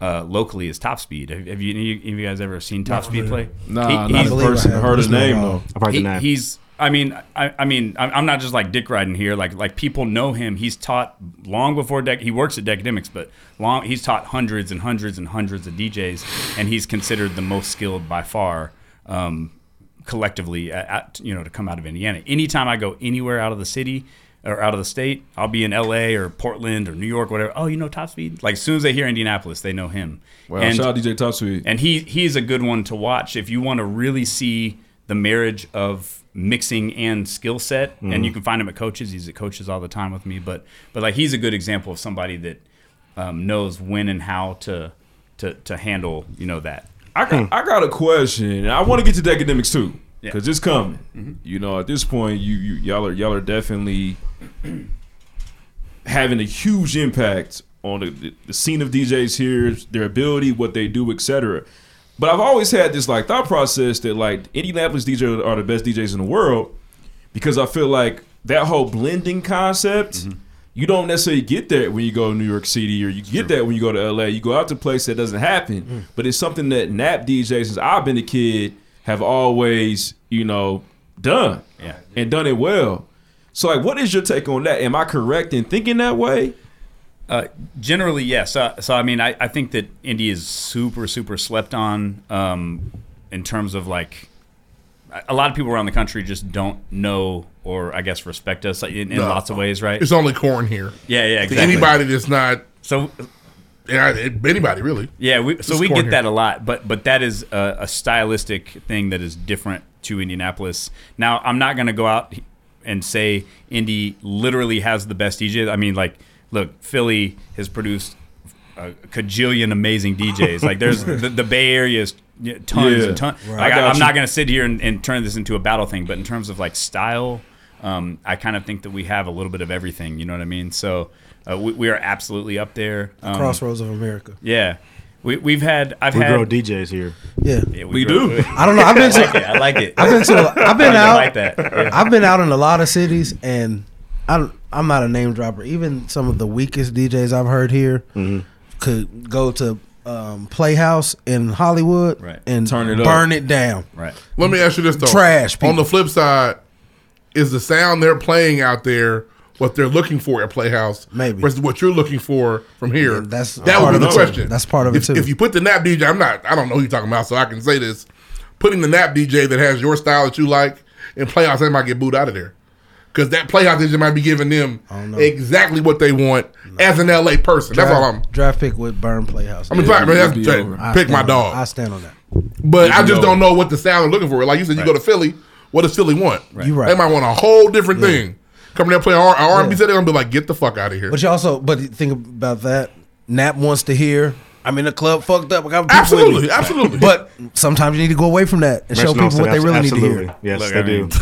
S1: Uh, locally is Top Speed. Have, have you any any of you guys ever seen Top
S2: Not
S1: Speed
S2: familiar.
S1: play?
S2: Nah, not in person. I heard his name,
S6: uh,
S2: though.
S5: I've heard the
S1: He-
S5: name.
S1: He's. I mean, I, I mean, I'm I'm not just like dick riding here. Like, like people know him. He's taught long before Dec. He works at Decademics, but long he's taught hundreds and hundreds and hundreds of DJs, and he's considered the most skilled by far, um, collectively. At, at, you know, to come out of Indiana. Anytime I go anywhere out of the city or out of the state, I'll be in L.A. or Portland or New York, whatever. Oh, you know Top Speed? Like, as soon as they hear Indianapolis, they know him.
S2: Wow, shout out DJ Top Speed.
S1: And he he's a good one to watch if you want to really see the marriage of mixing and skill set.
S2: Mhm.
S1: And you can find him at coaches. He's at coaches all the time with me. But but like he's a good example of somebody that um, knows when and how to to to handle you know that.
S2: I got, I got a question. and I want to get to the academics too,
S1: Yeah.
S2: because it's coming.
S1: Mhm.
S2: You know, at this point, you, you y'all are y'all are definitely having a huge impact on the, the scene of DJs here, their ability, what they do, etc. But I've always had this like thought process that like Indianapolis DJs are the best DJs in the world because I feel like that whole blending concept.
S1: Mm-hmm.
S2: You don't necessarily get that when you go to New York City, or you get that when you go to LA. You go out to a place that doesn't happen,
S1: Mm.
S2: but it's something that nap DJs since I've been a kid have always, you know, done,
S1: Yeah.
S2: and done it well. So, like, what is your take on that? Am I correct in thinking that way?
S1: Uh, generally, yes. Uh, so, I mean, I, I think that indie is super, super slept on um, in terms of like a- a lot of people around the country just don't know or I guess respect us like, in, in
S3: No.
S1: lots of ways, right?
S3: It's only corn here.
S1: Yeah, yeah,
S3: To
S1: exactly.
S3: anybody that's not
S1: so,
S3: yeah, it- anybody really.
S1: Yeah, we, so
S3: It's
S1: we
S3: corn
S1: get
S3: here.
S1: that a lot, but but that is a, a stylistic thing that is different to Indianapolis. Now, I'm not going to go out and say Indy literally has the best DJ. I mean, like, look, Philly has produced a cajillion amazing DJs. Like, there's the, the Bay Area is yeah, tons
S2: Yeah.
S1: and tons.
S2: Right.
S1: Like,
S2: I
S1: I
S2: got
S1: I'm
S2: you.
S1: not going to sit here and, and turn this into a battle thing, but in terms of like style. Um, I kind of think that we have a little bit of everything. You know what I mean? So uh, we, we are absolutely up there. Um,
S6: Crossroads of America.
S1: yeah, we we've had I've
S5: we
S1: had
S5: grow DJs here.
S6: Yeah,
S1: we, do.
S6: I don't know. I've
S1: I
S6: been to.
S1: like it. I like it.
S6: I've been to. I've been
S1: I
S6: out.
S1: like that. Yeah.
S6: I've been out in a lot of cities, and I'm I'm
S1: Mm-hmm.
S6: not a name dropper. Even some of the weakest DJs I've heard here could go to um, playhouse in Hollywood and
S3: Turn it up.
S6: burn it down.
S1: Right.
S3: Let me ask you this though.
S6: Trash people.
S3: On the flip side, is the sound they're playing out there what they're looking for at Playhouse? Maybe. Versus what you're looking for from here. that's that
S6: part
S3: would be
S6: of
S3: the
S6: it, too.
S3: question.
S6: That's part of it,
S3: if,
S6: too.
S3: If you put the nap DJ, I'm not I don't know who you're talking about, so I can say this. Putting the nap DJ that has your style that you like in Playhouse, they might get booed out of there. Because that Playhouse DJ might be giving them exactly what they want as an LA person. That's all I'm
S6: draft pick with burn playhouse.
S3: I mean, fact, man, that's-
S6: It'd be
S3: hey,
S6: over.
S3: pick
S6: I stand
S3: my
S6: on-
S3: dog.
S6: I stand on that.
S3: But I
S6: Even
S3: just
S6: though-
S3: don't know what the sound they're looking for. Like you said, you go to Philly. What does Philly want?
S6: You right.
S3: They might want a whole different thing. Coming there playing R and B, they're gonna be like, "Get the fuck out of here."
S6: But you also, but think about that. Nap wants to hear. I'm in the club, fucked up. I got people with
S3: Absolutely,
S6: me.
S3: absolutely.
S6: But sometimes you need to go away from that and show people what they really need to hear.
S17: Yes,
S1: Look,
S17: they
S1: I
S17: do.
S1: mean-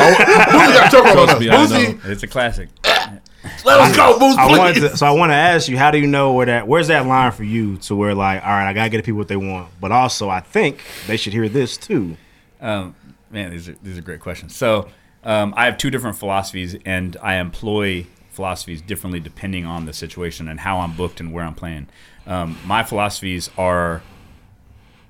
S3: got choke on
S17: Trust
S3: us.
S17: me, I
S3: Boosie.
S17: know.
S1: It's a classic.
S3: Let us go, Boots.
S17: I wanted
S3: please.
S17: to, so I want to ask you, how do you know where that? Where's that line for you to where like, all right, I gotta get the people what they want, but also I think they should hear this too.
S1: Um, man, these are these are great questions. So um, I have two different philosophies, and I employ philosophies differently depending on the situation and how I'm booked and where I'm playing. Um, my philosophies are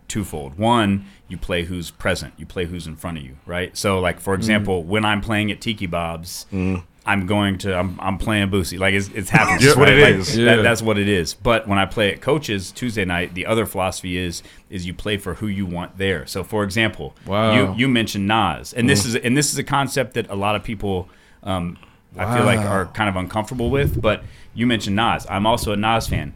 S1: twofold. One, you play who's present, you play who's in front of you, right? So, like
S17: Mm.
S1: for example, when I'm playing at Tiki Bob's, I'm going to I'm, I'm playing Boosie. Like it's it's happening.
S17: That's what
S1: right?
S17: it
S1: Like,
S17: is.
S1: that-
S17: Yeah.
S1: that's what it is. But when I play at coaches Tuesday night, the other philosophy is is you play for who you want there. So for example,
S2: Wow.
S1: you you mentioned Nas, and this
S2: Mhm.
S1: is and this is a concept that a lot of people. Um, I feel like
S2: Wow.
S1: are kind of uncomfortable with, but you mentioned Nas. I'm also a Nas fan.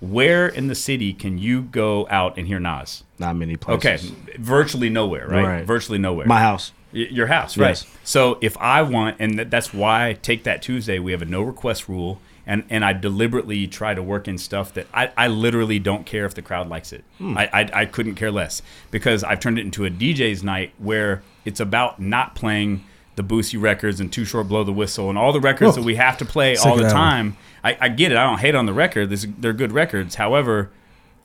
S1: Where in the city can you go out and hear Nas?
S17: Not many places.
S1: Okay, virtually nowhere, right?
S17: Right.
S1: Virtually nowhere.
S17: My house.
S1: Y- your house, right?
S17: Yes.
S1: So if I want, and th- that's why Take That Tuesday, we have a no request rule, and, and I deliberately try to work in stuff that I, I literally don't care if the crowd likes it.
S2: Hmm.
S1: I, I, I couldn't care less because I've turned it into a DJ's night where it's about not playing the Boosie records and Too Short Blow the Whistle and all the records
S2: Whoa.
S1: that we have to play
S2: Sick
S1: all
S2: of
S1: the
S2: that one.
S1: time. I, I get it. I don't hate on the record. This, they're good records. However,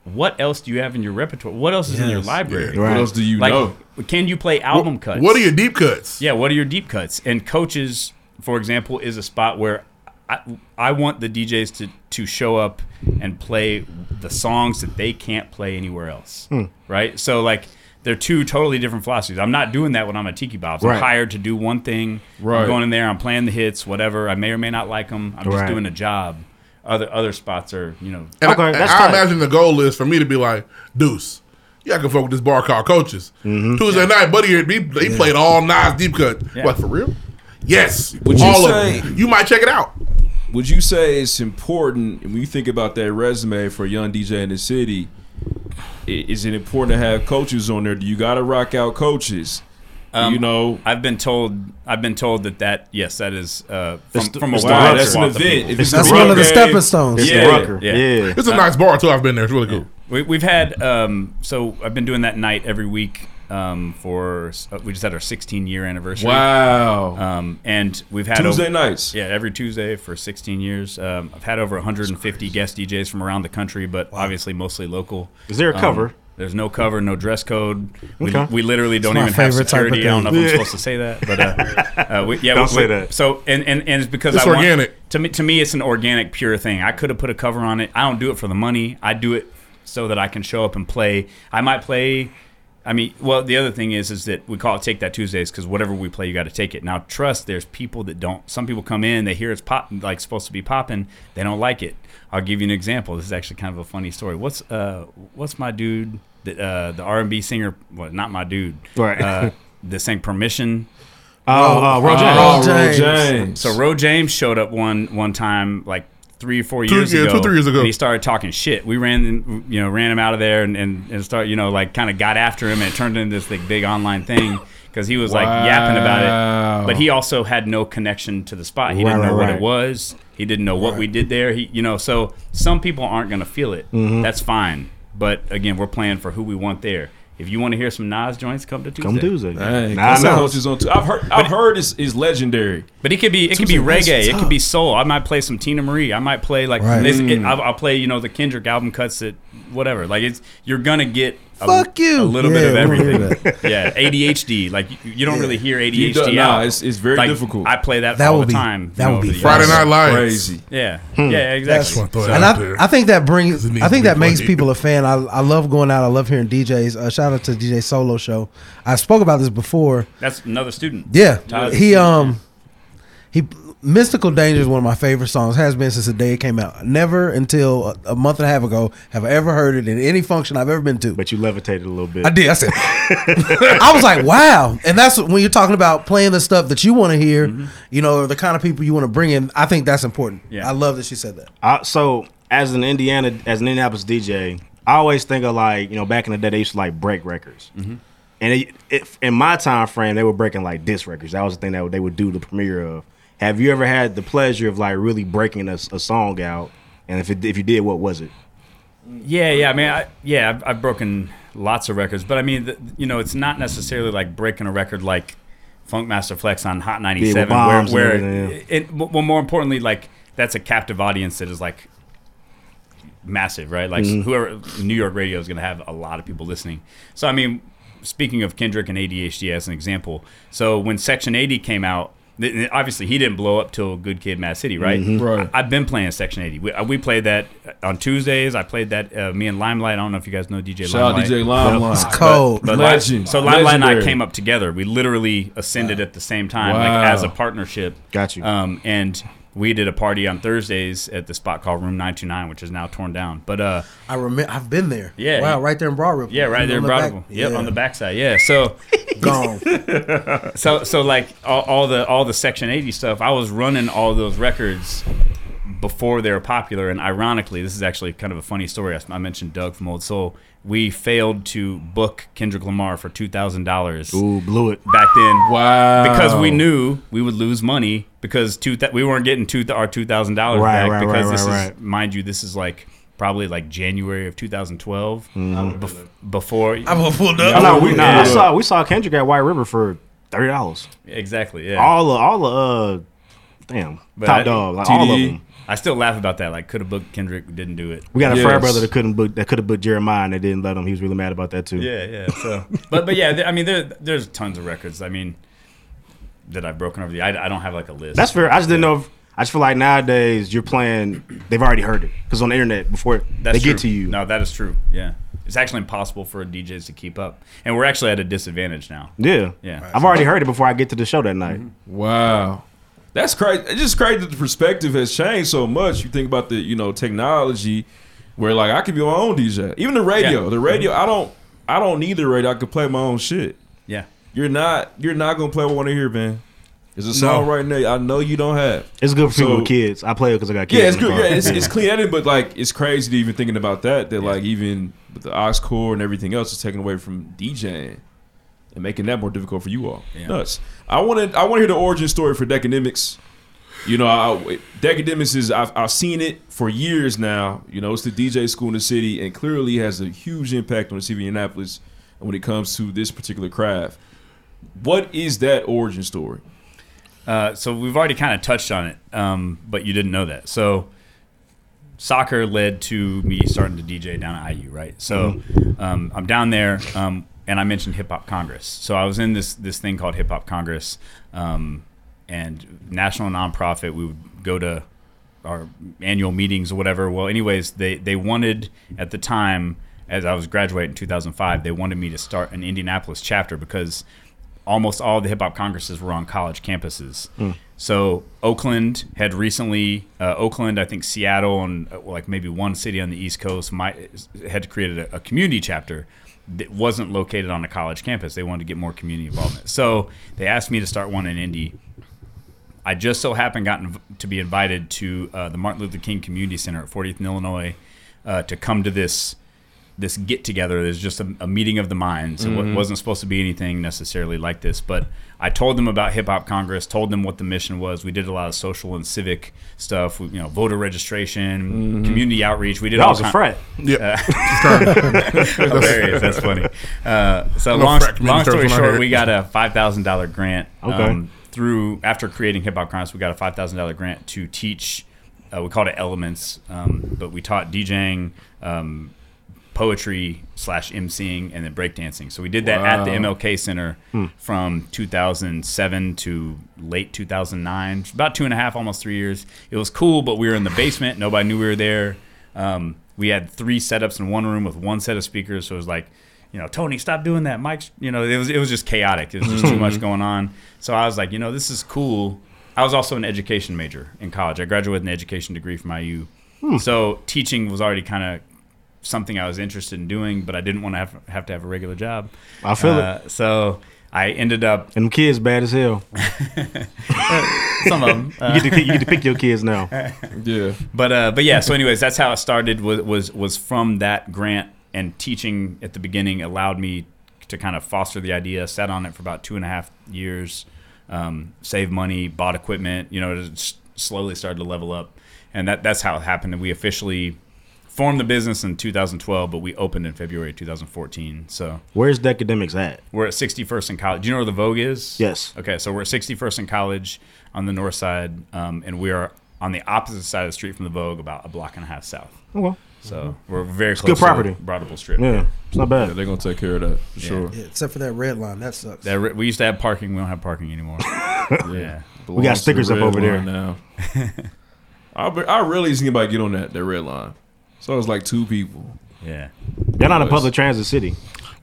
S1: what else do you have in your repertoire? What else is in your
S2: Yes.
S1: library?
S2: Yeah. What Right. else do you
S1: Like,
S2: know?
S1: Can you play album cuts?
S3: what are your deep cuts?
S1: Yeah, what are your deep cuts? And coaches, for example, is a spot where I, I want the DJs to, to show up and play the songs that they can't play anywhere else.
S2: Hmm.
S1: Right? So, like, they're two totally different philosophies. I'm not doing that when I'm at Tiki Bob's.
S2: Right.
S1: I'm hired to do one thing.
S2: Right.
S1: I'm going in there, I'm playing the hits, whatever. I may or may not like them. I'm just
S3: Right.
S1: doing a job. Other other spots are, you know.
S3: And I, and I imagine the goal is for me to be like Deuce. Yeah, I can fuck with this bar called Coaches.
S6: Mm-hmm.
S3: Tuesday night, buddy, here, he, he
S1: Yeah.
S3: played all Nas deep cut.
S1: Yeah.
S3: Like for real? Yes,
S16: Would you
S3: all
S16: say-
S3: of them. You might check it out.
S16: Would you say it's important when you think about that resume for a young DJ in the city? i- Is it important to have coaches on there? Do you got to rock out coaches?
S1: Um,
S16: you know,
S1: I've been told. I've been told that that yes, that is uh, from,
S16: It's the-
S1: from a
S16: it's the
S1: wide
S16: rucker.
S1: swath
S16: That's an
S1: of
S16: event.
S1: people.
S16: If it's That's the one of the rucker, stepping stones. it's the
S1: Yeah,
S16: rucker.
S1: yeah.
S16: Yeah.
S3: It's a
S1: Uh,
S3: nice bar too. I've been there. It's really cool.
S1: We, we've had um, so I've been doing that night every week um, for uh, we just had our 16 year anniversary.
S16: Wow.
S1: Um, and we've had
S16: Tuesday nights.
S1: Yeah, every Tuesday for 16 years. Um, I've had over 150 guest DJs from around the country, but obviously mostly local.
S17: Is there a
S1: Um,
S17: cover?
S1: there's no cover, no dress code. We,
S17: Okay.
S1: we literally
S17: It's
S1: don't
S17: my
S1: even have
S17: favorite type of
S1: security. I don't know if
S17: thing.
S1: I'm
S17: Yeah.
S1: supposed to say that, but uh, uh, we, yeah,
S17: Don't
S1: we-
S17: say
S1: we-
S17: that.
S1: So and, and, and it's because
S3: It's
S1: I want-
S3: organic.
S1: to me, to me, it's an organic, pure thing. I could have put a cover on it. I don't do it for the money. I do it so that I can show up and play. I might play. I mean, well, the other thing is, is that we call it Take That Tuesdays because whatever we play, you got to take it. Now, trust, there's people that don't. Some people come in, they hear it's pop, like supposed to be popping, they don't like it. I'll give you an example. This is actually kind of a funny story. What's uh, what's my dude that uh, the R and B singer? Well, not my dude.
S17: Right.
S1: Uh, that sang Permission.
S17: Oh, uh, Ro James. Oh, Ro James.
S1: So Ro James showed up one one time, like three or four
S3: Two-
S1: years
S3: yeah,
S1: ago.
S3: two, three years ago.
S1: and he started talking shit. We ran, you know, ran him out of there and and, and start, you know, like kind of got after him, and it turned into this like big online thing because he was like yapping about
S2: Wow.
S1: it. But he also had no connection to the spot. He
S2: Right,
S1: didn't know
S2: right,
S1: what
S2: right.
S1: it was. He didn't know what we did there. He, you know, so some people aren't gonna feel it.
S2: Mhm.
S1: That's fine. But again, we're playing for who we want there. If you want to hear some Nas joints, come to Tuesday.
S17: Come Tuesday.
S16: Dang,
S17: Nah, I
S16: some
S17: know.
S16: coaches on. T- I've heard. I've heard is is legendary.
S1: But it could be it could be
S16: Tuesday nights,
S1: reggae,
S16: what's
S1: it could be soul. I might play some Tina Marie. I might play like
S16: Right.
S1: this. It,
S16: Mm.
S1: I'll, I'll play you know the Kendrick album cuts that whatever. Like it's you're gonna get a,
S6: Fuck you.
S1: a little
S6: Yeah,
S1: bit of
S6: we don't hear
S1: everything. yeah, ADHD. Like you, you don't really hear
S2: You
S1: ADHD.
S2: don't- nah,
S1: out.
S2: it's- it's very
S1: Like,
S2: difficult.
S1: I play that,
S6: That
S1: all
S6: would
S1: the
S6: be-
S1: time.
S6: that
S1: you
S6: would
S1: know,
S6: be
S1: over the
S6: Friday
S1: years.
S6: Night Lights.
S2: Crazy.
S1: Yeah,
S6: Hmm.
S1: yeah, exactly. So-
S6: and I, I think that brings
S1: It needs
S6: I
S1: to
S6: think
S1: be
S6: that makes
S1: plugged in.
S6: people a fan. I, I love going out. I love hearing DJs. Uh, shout out to DJ Solo Show. I spoke about this before.
S1: That's another student.
S6: Yeah,
S1: Tyler's a
S6: he
S1: student.
S6: um he Mystical Danger is one of my favorite songs. Has been since the day it came out. Never until a, a month and a half ago have I ever heard it in any function I've ever been to. But
S17: you levitated a little bit.
S6: I did. I said, I was like, wow. And that's when you're talking about playing the stuff that you want to hear.
S1: Mm-hmm.
S6: You know, or the kind of people you want to bring in. I think that's important.
S17: Yeah.
S6: I love that she said that.
S17: I, so as an Indiana, as an Indianapolis DJ, I always think of like you know back in the day they used to like break records, and it, it, in my time frame they were breaking like disc records. That was the thing that they would do the premiere of. Have you ever had the pleasure of like really breaking a, a song out? And if it, if you did, what was it?
S1: Yeah, yeah. I mean, I, yeah, I've, I've broken lots of records, but I mean, the, you know, it's not necessarily like breaking a record like Funkmaster Flex on Hot
S17: Yeah, with
S1: 97, where,
S17: bombs and
S1: where
S17: everything,
S1: it, well, more importantly, like that's a captive audience that is like massive, right? Like
S17: Mhm.
S1: whoever New York radio is going to have a lot of people listening. So I mean, speaking of Kendrick and ADHD as an example, so when Section 80 came out, th- th- obviously he didn't blow up till Good Kid, Mad City, right?
S17: Mm-hmm.
S2: Mhm. Right.
S1: I, have been playing Section 80. We, uh, we played that on Tuesdays. I played that uh, me and Limelight. I don't know if you guys know DJ
S2: Shout out
S1: Limelight.
S2: DJ Limelight. It's
S1: But-
S2: cold.
S1: But,
S2: Legend.
S1: So Limelight and I
S2: Legendary.
S1: came up together. We literally ascended at the same time,
S2: Wow.
S1: like as a partnership.
S17: Got you.
S1: Um, and we did a party on Thursdays at the spot called Room 929, which is now torn down. But uh,
S6: I remember I've been there.
S1: Yeah.
S6: Wow, right there in Broad Ripple.
S1: yeah, right there in
S6: On the
S1: Broadville.
S6: back-
S1: Yep,
S6: yeah.
S1: on the backside. Yeah, so
S6: Gone.
S1: so so like all, all the all the Section 80 stuff. I was running all those records before they were popular, and ironically, this is actually kind of a funny story. I, I mentioned Doug from Old Soul. We failed to book Kendrick Lamar for two thousand dollars.
S17: Ooh, blew it
S1: back then.
S2: Wow,
S1: because we knew we would lose money because two th- we weren't getting two th- our two thousand dollars
S17: Right,
S1: back
S17: right,
S1: because
S17: right,
S1: this
S17: right,
S1: is
S17: right.
S1: mind you this is like probably like January of 2012
S17: Mhm.
S1: bef- before I'm
S6: gonna pull
S17: No, we, nah, I saw we saw Kendrick at White River for thirty dollars.
S1: exactly yeah
S17: All the all the uh, damn
S1: But
S17: top
S1: I- E?
S17: dog like all of them.
S1: I still laugh about that like could have booked Kendrick didn't do it
S17: We got a frat brother that couldn't book that could have booked Jeremiah and they didn't let him. He was really mad about that too.
S1: Yeah, yeah. So, but but yeah, there, I mean, there there's tons of records. I mean, that I've broken over the. I, I don't have like a list.
S17: That's fair. I just didn't know. If, I just feel like nowadays you're playing. They've already heard it because on the internet before
S1: That's
S17: they
S1: true.
S17: get to you.
S1: No, that is true. Yeah, it's actually impossible for DJs to keep up, and we're actually at a disadvantage now.
S17: Yeah,
S1: Yeah.
S17: I've already heard it before I get to the show that night.
S2: Mm-hmm. Wow. That's crazy. It's just crazy that the perspective has changed so much. You think about the, you know, technology where like I could be my own DJ. Even the radio.
S1: Yeah.
S2: The radio, I don't I don't need the radio. I could play my own shit.
S1: Yeah.
S2: You're not you're not gonna play what I want to hear, man. It's a song
S17: No.
S2: right now. I know you don't have.
S17: It's good for people
S2: So-
S17: with kids. I play it because I got kids.
S2: Yeah, it's
S17: in the
S2: good.
S17: car.
S2: Yeah, it's, it's clean editing, but like it's crazy to even thinking about that. That like even with the aux core and everything else is taken away from DJing and making that more difficult for you all. Nuts. I want to. I want to hear the origin story for Decademics. You know, I, Decademics is I've, I've seen it for years now. You know, it's the DJ school in the city, and clearly has a huge impact on the city of Indianapolis when it comes to this particular craft. What is that origin story?
S1: Uh, so we've already kind of touched on it, um, but you didn't know that. So soccer led to me starting to DJ down at IU, right? So um, I'm down there, um, and I mentioned Hip Hop Congress. So I was in this this thing called Hip Hop Congress, um, and national nonprofit. We would go to our annual meetings or whatever. Well, anyways, they they wanted at the time. As I was graduating in 2005, they wanted me to start an Indianapolis chapter because almost all the hip hop congresses were on college campuses.
S17: Mm.
S1: So Oakland had recently, uh, Oakland, I think Seattle, and uh, like maybe one city on the East Coast might had created a, a community chapter that wasn't located on a college campus. They wanted to get more community involvement, so they asked me to start one in Indy. I just so happened gotten to be invited to uh, the Martin Luther King Community Center at 40th and Illinois uh, to come to this this get together. There's just a, a meeting of the minds. It
S17: Mm-hmm.
S1: wa-
S2: Mhm.
S1: wasn't supposed to be anything necessarily like this, but I told them about Hip Hop Congress, told them what the mission was. We did a lot of social and civic stuff. We, you know, voter registration,
S17: Mhm.
S1: community outreach. We did
S17: That
S1: all
S17: was a
S1: kin-
S17: frat.
S1: Yeah, hilarious. That's funny. Uh, so
S17: I love
S1: long,
S17: frat
S1: long story
S17: community terms when I hear
S1: short,
S17: it.
S1: we got a five thousand dollar grant. um,
S17: Okay.
S1: through after creating Hip Hop Congress, we got a five thousand dollar grant to teach. Uh, we called it Elements, um, but we taught DJing, um, poetry slash emceeing and then breakdancing. So we did that at the
S2: Wow.
S1: MLK Center
S2: Hmm.
S1: from 2007 to late 2009, about two and a half, almost three years. It was cool, but we were in the basement. Nobody knew we were there. Um, we had three setups in one room with one set of speakers. So it was like, you know, Tony, stop doing that. Mike's, you know, it was it was just chaotic. It was just too
S2: Mhm.
S1: much going on. So I was like, you know, this is cool. I was also an education major in college. I graduated with an education degree from IU.
S2: Hmm.
S1: So teaching was already kind of something I was interested in doing, but I didn't want to have, have to have a regular job.
S17: I feel it.
S1: it. So I ended up.
S17: And them kids bad as hell.
S1: Some of
S2: Uh.
S1: 'em. uh,
S17: you, get to, pick- you get to pick your kids now.
S2: Yeah.
S1: But uh, but yeah. So anyways, that's how it started. Was was was from that grant and teaching at the beginning allowed me to kind of foster the idea. Sat on it for about two and a half years. Um, saved money, bought equipment. You know, it just slowly started to level up, and that that's how it happened. And we officially formed the business in 2012, but we opened in February 2014. So
S17: Where's the academics at?
S1: we're at 61st and College. Do you know where the Vogue is?
S17: Yes.
S1: Okay, so we're at 61st and College on the north side, um, and we are on the opposite side of the street from the Vogue, about a block and a half south.
S17: Oh, well.
S1: So we're very
S17: It's
S1: close.
S17: good property.
S1: To Broadable Strip.
S17: Yeah, it's not bad.
S2: Yeah, they're gonna take care of that for
S1: Yeah.
S2: sure.
S6: Yeah, except for that red line. That sucks.
S1: That re- we used to have parking. We don't have parking anymore. yeah.
S17: We got stickers up
S2: Belongs to
S17: over
S2: the
S17: there.
S2: red line now. I, be- I rarely see anybody get on that that red line. So it was like two people.
S1: Yeah,
S17: They're not a public transit city.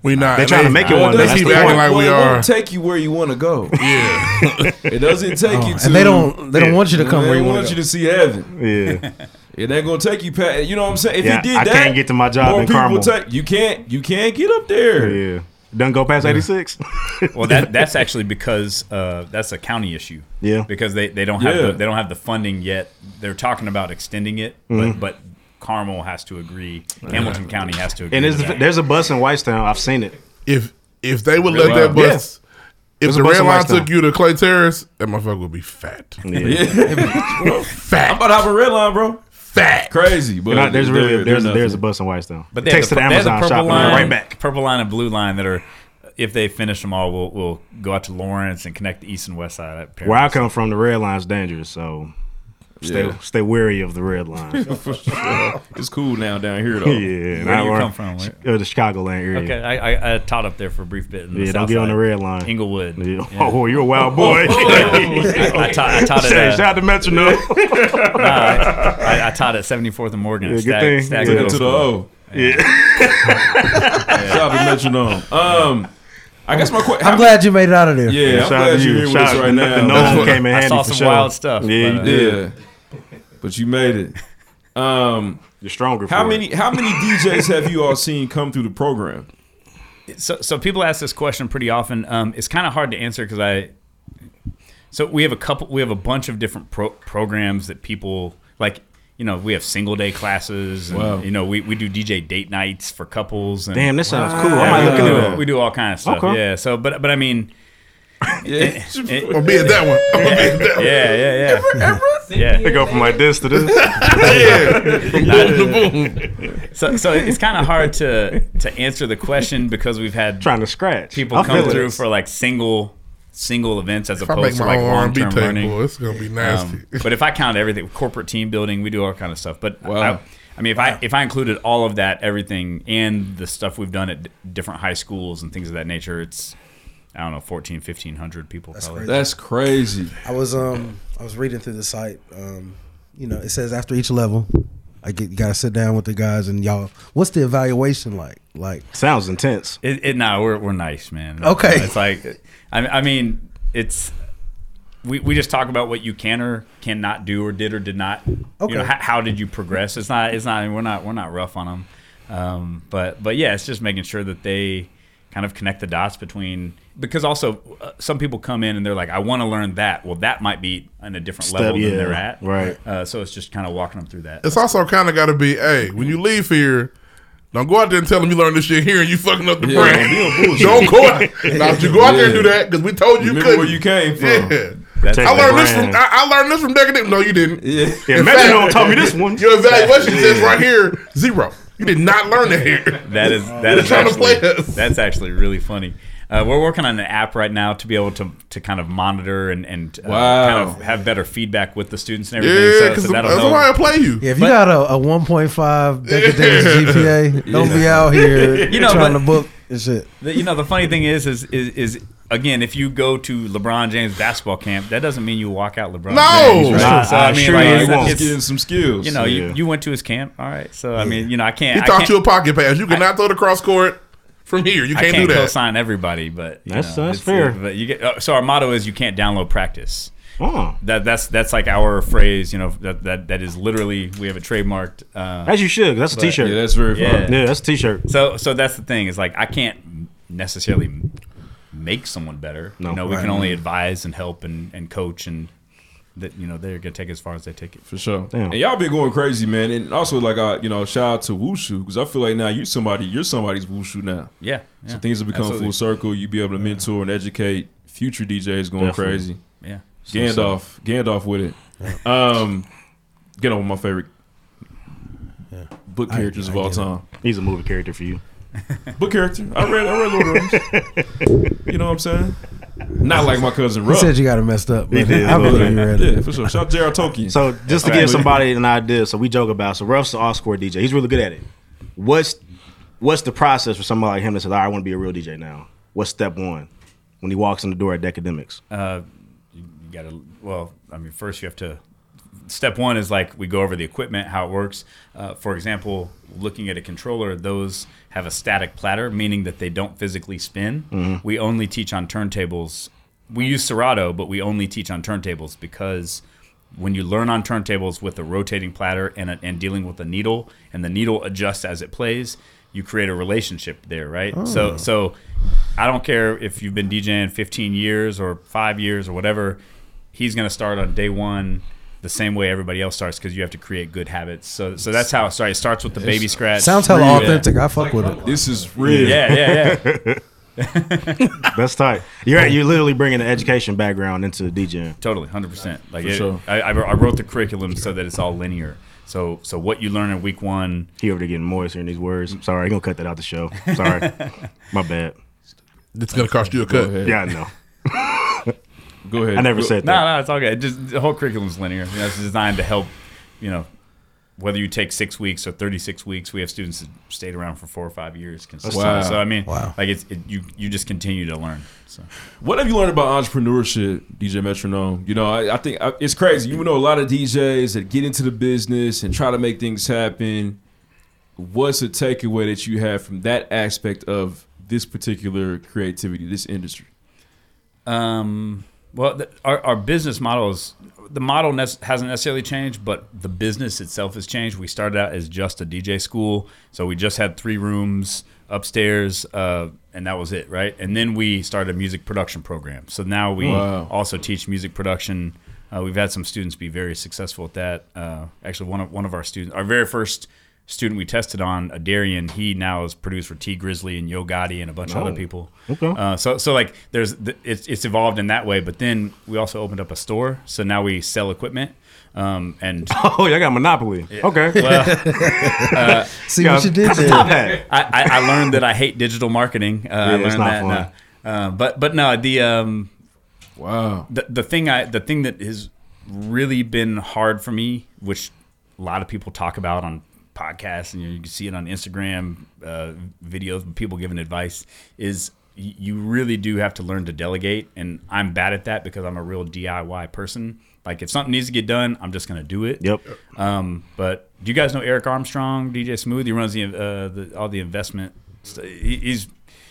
S3: We not.
S17: They're trying to make it one.
S3: They
S17: That's
S3: keep
S17: the
S3: acting
S17: point.
S3: like we
S2: Well, it
S3: are.
S2: won't take you where you want to go. Yeah, it doesn't take
S17: Oh,
S2: you.
S6: and
S2: To,
S6: they don't- they don't want you to come
S2: They
S6: where you wanna
S2: want you
S6: go.
S2: to see heaven.
S17: Yeah.
S2: it ain't gonna take you past. You know what I'm saying? If
S17: Yeah,
S2: it did
S17: I
S2: that,
S17: can't get to my job
S2: more
S17: in
S2: people
S17: Carmel.
S2: take- you can't. You can't get up there.
S17: Yeah. Done go past 86?
S1: Well, that that's actually because uh, that's a county issue.
S17: Yeah.
S1: Because they, they don't have
S17: Yeah.
S1: the, they don't have the funding yet. They're talking about extending it,
S17: Mhm.
S1: but, but Carmel has to agree. Hamilton County has to agree.
S17: And there's,
S1: with that.
S17: there's a bus in Whitestown. I've seen it.
S3: If if they would let that bus, if
S17: There's a
S3: the
S17: bus
S3: red
S17: in
S3: line
S17: Whitestown.
S3: took you to Clay Terrace, that motherfucker would be fat.
S2: Yeah.
S3: fat.
S2: I'm about to hop a red line, bro.
S3: Fat.
S2: Crazy, but
S17: You're not- there's really-
S2: they're-
S17: there's-
S2: they're
S17: there's a
S2: nothing.
S17: bus in Whitestown.
S1: But
S17: It
S1: they
S17: takes
S1: takes
S17: to
S1: the,
S17: the
S1: they have the
S17: Amazon
S1: purple
S17: shop and
S1: line,
S17: they're right back.
S1: Purple line and blue line that are, if they finish them all, we'll, we'll go out to Lawrence and connect the east and west side. apparently.
S17: Where I come from, the red line's dangerous, so stay
S1: Yeah.
S17: stay wary of the red line.
S2: For sure. It's cool now down here though.
S17: yeah, and
S1: Where
S17: I
S1: do you
S17: run-
S1: come from? Where-
S17: Uh, the Chicagoland area.
S1: Okay, I, I, I taught up there for a brief bit. In the
S17: Yeah, don't
S1: south
S17: get on the
S1: side.
S17: red line.
S1: Inglewood.
S17: Yeah. Oh, you're a wild boy.
S1: I, I taught, I taught it.
S17: Shout-
S1: uh,
S17: shout out to Metronome.
S1: Nah, I, I, I taught at 74th and Morgan.
S2: Yeah,
S1: at
S2: good thing.
S1: Stack
S2: Took it
S1: Middle
S2: to the
S1: School.
S2: O. Shout out to Metronome. Um, I guess my question.
S6: I'm glad you made it out of there.
S2: Yeah, I'm glad you're here with us right now. That's what-
S17: Yeah, you did.
S2: Yeah. but you made it. Um,
S17: you're stronger.
S2: How
S1: for it.
S2: many? How many DJs have you all seen come through the program?
S1: so so people ask this question pretty often. Um, it's kind of hard to answer because I. So we have a couple. We have a bunch of different pro- programs that people like. You know, we have single day classes. And,
S17: Wow.
S1: You know, we, we do DJ date nights for couples. And,
S17: Damn, that sounds cool. I might
S1: we
S17: look into
S1: do-
S17: that.
S1: We do all kind of stuff.
S17: Okay.
S1: Yeah. So, but but I mean.
S2: Yeah.
S1: I'm
S3: gonna be at that one. I'm gonna be at that one.
S1: Yeah, yeah, yeah. Yeah.
S17: They go from like this to this.
S1: So, so it's kind of hard to to answer the question because we've had
S17: trying to scratch
S1: people
S17: I
S1: come
S17: feel
S1: through
S17: it.
S1: for like single single events as
S3: If I make
S1: opposed to
S3: my
S1: like
S3: own
S1: long
S3: R&B
S1: term
S3: table,
S1: learning.
S3: it's gonna be
S17: Um,
S3: nasty.
S1: Um, but if I count everything, corporate team building, we do all kind of stuff. But I, I mean, if I if I included all of that, everything, and the stuff we've done at d- different high schools and things of that nature, it's I don't know, 14, 1500 people.
S6: That's
S1: probably.
S6: crazy.
S2: That's crazy.
S6: I was um I was reading through the site. Um, you know, it says after each level, I get you gotta sit down with the guys and y'all. What's the evaluation like? Like
S17: sounds intense.
S1: It, it nah, we're we're nice, man.
S6: Okay.
S1: it's like, I, I mean, it's we, we just talk about what you can or cannot do, or did or did not.
S2: Okay.
S1: You know, how, how did you progress? It's not it's not we're not we're not rough on them, um, but but yeah, it's just making sure that they kind of connect the dots between because also uh, some people come in and they're like, I want to learn that. Well, that might be on a different
S17: Step,
S1: level
S17: yeah.
S1: than they're at,
S17: Right.
S1: Uh, so it's just kind of walking them through that.
S3: It's also kind of got to be, hey, when you leave here, don't go out there and tell them you learned this shit here and you fucking up the
S2: Yeah,
S3: brand.
S2: don't be a
S3: don't go out.
S2: bullshit.
S3: Now, if you go out there and do
S2: Yeah.
S3: that because we told you you
S2: Remember
S3: couldn't.
S2: where you came from.
S3: Yeah.
S2: Protect
S3: I
S2: the
S3: learned this
S2: brand.
S3: from I, I learned this from Deck and Dick. No, you didn't.
S2: Yeah,
S3: In
S17: Imagine
S3: fact,
S17: no one taught me this one.
S3: Your evaluation says right here zero. You did not learn that here.
S1: That is
S3: You're
S1: that is
S3: trying to
S1: actually,
S3: play us.
S1: that's actually really funny. Uh, we're working on an app right now to be able to to kind of monitor and and uh,
S2: Wow.
S1: kind of have better feedback with the students and everything.
S3: Yeah,
S1: so,
S3: because
S1: so that'll
S3: that's
S1: help.
S3: why I play you.
S6: Yeah, if you got a, a 1.5 Decadence GPA, don't be out here
S1: You know,
S6: trying
S1: but-
S6: to book and shit.
S1: The- you know the funny thing is is, is is again if you go to LeBron James basketball camp that doesn't mean you walk out LeBron
S2: No!
S1: James right?
S2: Nah, Uh, I assure you
S1: it's-
S2: you won't.
S1: it's-
S2: Getting some skills.
S1: you know
S2: Yeah.
S1: you, you went to his camp all right so I mean you know I can't
S3: He
S1: I
S3: taught
S1: can't,
S3: you a pocket pass. You cannot throw the cross court from here. You
S1: I
S3: can't,
S1: can't
S3: do that.
S1: co-sign everybody but you
S3: That's-
S1: know, it's-
S3: that's fair.
S1: but you get uh, so our motto is you can't download practice
S5: Uh-uh.
S1: that that's that's like our phrase you know that that, that is literally we have it trademarked uh,
S5: As you should, 'cause that's a
S1: but-
S5: t-shirt. Yeah, that's very fun. Yeah, that's a t-shirt.
S1: so so that's the thing is like I can't necessarily make someone better.
S5: No.
S1: you know, we
S5: Right.
S1: can only advise and help and, and coach and that you know they're gonna take it as far as they take it
S2: for sure. And y'all been going crazy, man. And also, like, I, you know, shout out to Wushu because I feel like now you somebody, you're somebody's Wushu now.
S1: Yeah,
S2: So
S1: yeah.
S2: things have become
S1: Absolutely.
S2: full circle. You be able to mentor and educate future DJs going
S1: Definitely.
S2: crazy.
S1: Yeah.
S2: Gandalf, Gandalf with it. Um, get on with my favorite book
S5: I-
S2: characters of
S5: I
S2: all
S5: get it.
S2: time.
S5: He's a movie character for you.
S2: Book character. I read. I read Lord of the Rings. You know what I'm saying? Not like my cousin.
S6: He
S2: Ruff.
S6: said you got it messed up. But I
S2: Yeah,
S6: believe you read it.
S2: Yeah, for sure. Shout out Jared Tolkien.
S5: So just to
S2: Okay.
S5: give somebody an idea, so we joke about. So Ruff's an all-score DJ. He's really good at it. What's what's the process for somebody like him that says, "All right, "I want to be a real DJ now"? What's step one when he walks in the door at Decademics?
S1: Uh, you you gotta well, I mean, first you have to. Step one is like we go over the equipment, how it works. Uh, for example, looking at a controller, those have a static platter, meaning that they don't physically spin.
S5: Mhm.
S1: We only teach on turntables. We use Serato, but we only teach on turntables because when you learn on turntables with a rotating platter and, a, and dealing with a needle, and the needle adjusts as it plays, you create a relationship there, right? So,
S5: Oh.
S1: so I don't care if you've been DJing 15 years or five years or whatever. He's going to start on day one the same way everybody else starts because you have to create good habits. So, so that's how it starts. It starts with the baby scratch.
S6: Sounds hella authentic. I fuck with it.
S2: This is real.
S1: Yeah, yeah, yeah.
S5: That's tight. You're you're literally bringing the education background into DJing.
S1: Totally, hundred percent. Like
S5: For
S1: it,
S5: sure.
S1: I, I I wrote the curriculum so that it's all linear. So, so what you learn in week one.
S5: He already getting moist hearing these words. I'm sorry, I'm gonna cut that out the show. Sorry, my bad.
S3: It's gonna cost you a cut.
S5: Yeah, I know.
S2: Go ahead.
S5: I never said that.
S1: No, no, it's all good. Just the whole curriculum's linear. You know, it's designed to help. You know, whether you take six weeks or thirty-six weeks, we have students that stayed around for four or five years. Consistently.
S2: Wow.
S1: So I mean, like it's it, you you just continue to learn. So
S2: What have you learned about entrepreneurship, DJ Metronome? You know, I, I think I, it's crazy. You know, a lot of DJs that get into the business and try to make things happen. What's a takeaway that you have from that aspect of this particular creativity, this industry?
S1: Um, well, the, our, our business model is the model nes- hasn't necessarily changed, but the business itself has changed. We started out as just a DJ school, so we just had three rooms upstairs, uh, and that was it, right? And then we started a music production program. So now we
S2: Wow.
S1: also teach music production. Uh, we've had some students be very successful at that. Uh, actually, one of one of our students, our very first student we tested on, Adarian, he now is produced for T Grizzly and Yo Gotti and a bunch of
S5: Oh.
S1: other people.
S5: Okay.
S1: Uh, so, so like there's the, it's it's evolved in that way, but then we also opened up a store, so now we sell equipment. Um, and
S5: oh, y'all got monopoly. Okay. See what you did there. Stop that.
S1: I, I, I learned that I hate digital marketing. Uh, I
S5: Yeah,
S1: learned
S5: it's not
S1: that.
S5: fun.
S1: uh, uh, but but no, the um,
S2: wow,
S1: the, the thing I the thing that has really been hard for me, which a lot of people talk about on podcasts and you, you can see it on Instagram uh, videos, people giving advice is y- you really do have to learn to delegate and i'm bad at that because i'm a real diy person like if something needs to get done i'm just gonna do it
S5: Yep.
S1: um, but do you guys know Eric Armstrong, DJ Smooth? He runs the, uh, the all the investment. St- he, he's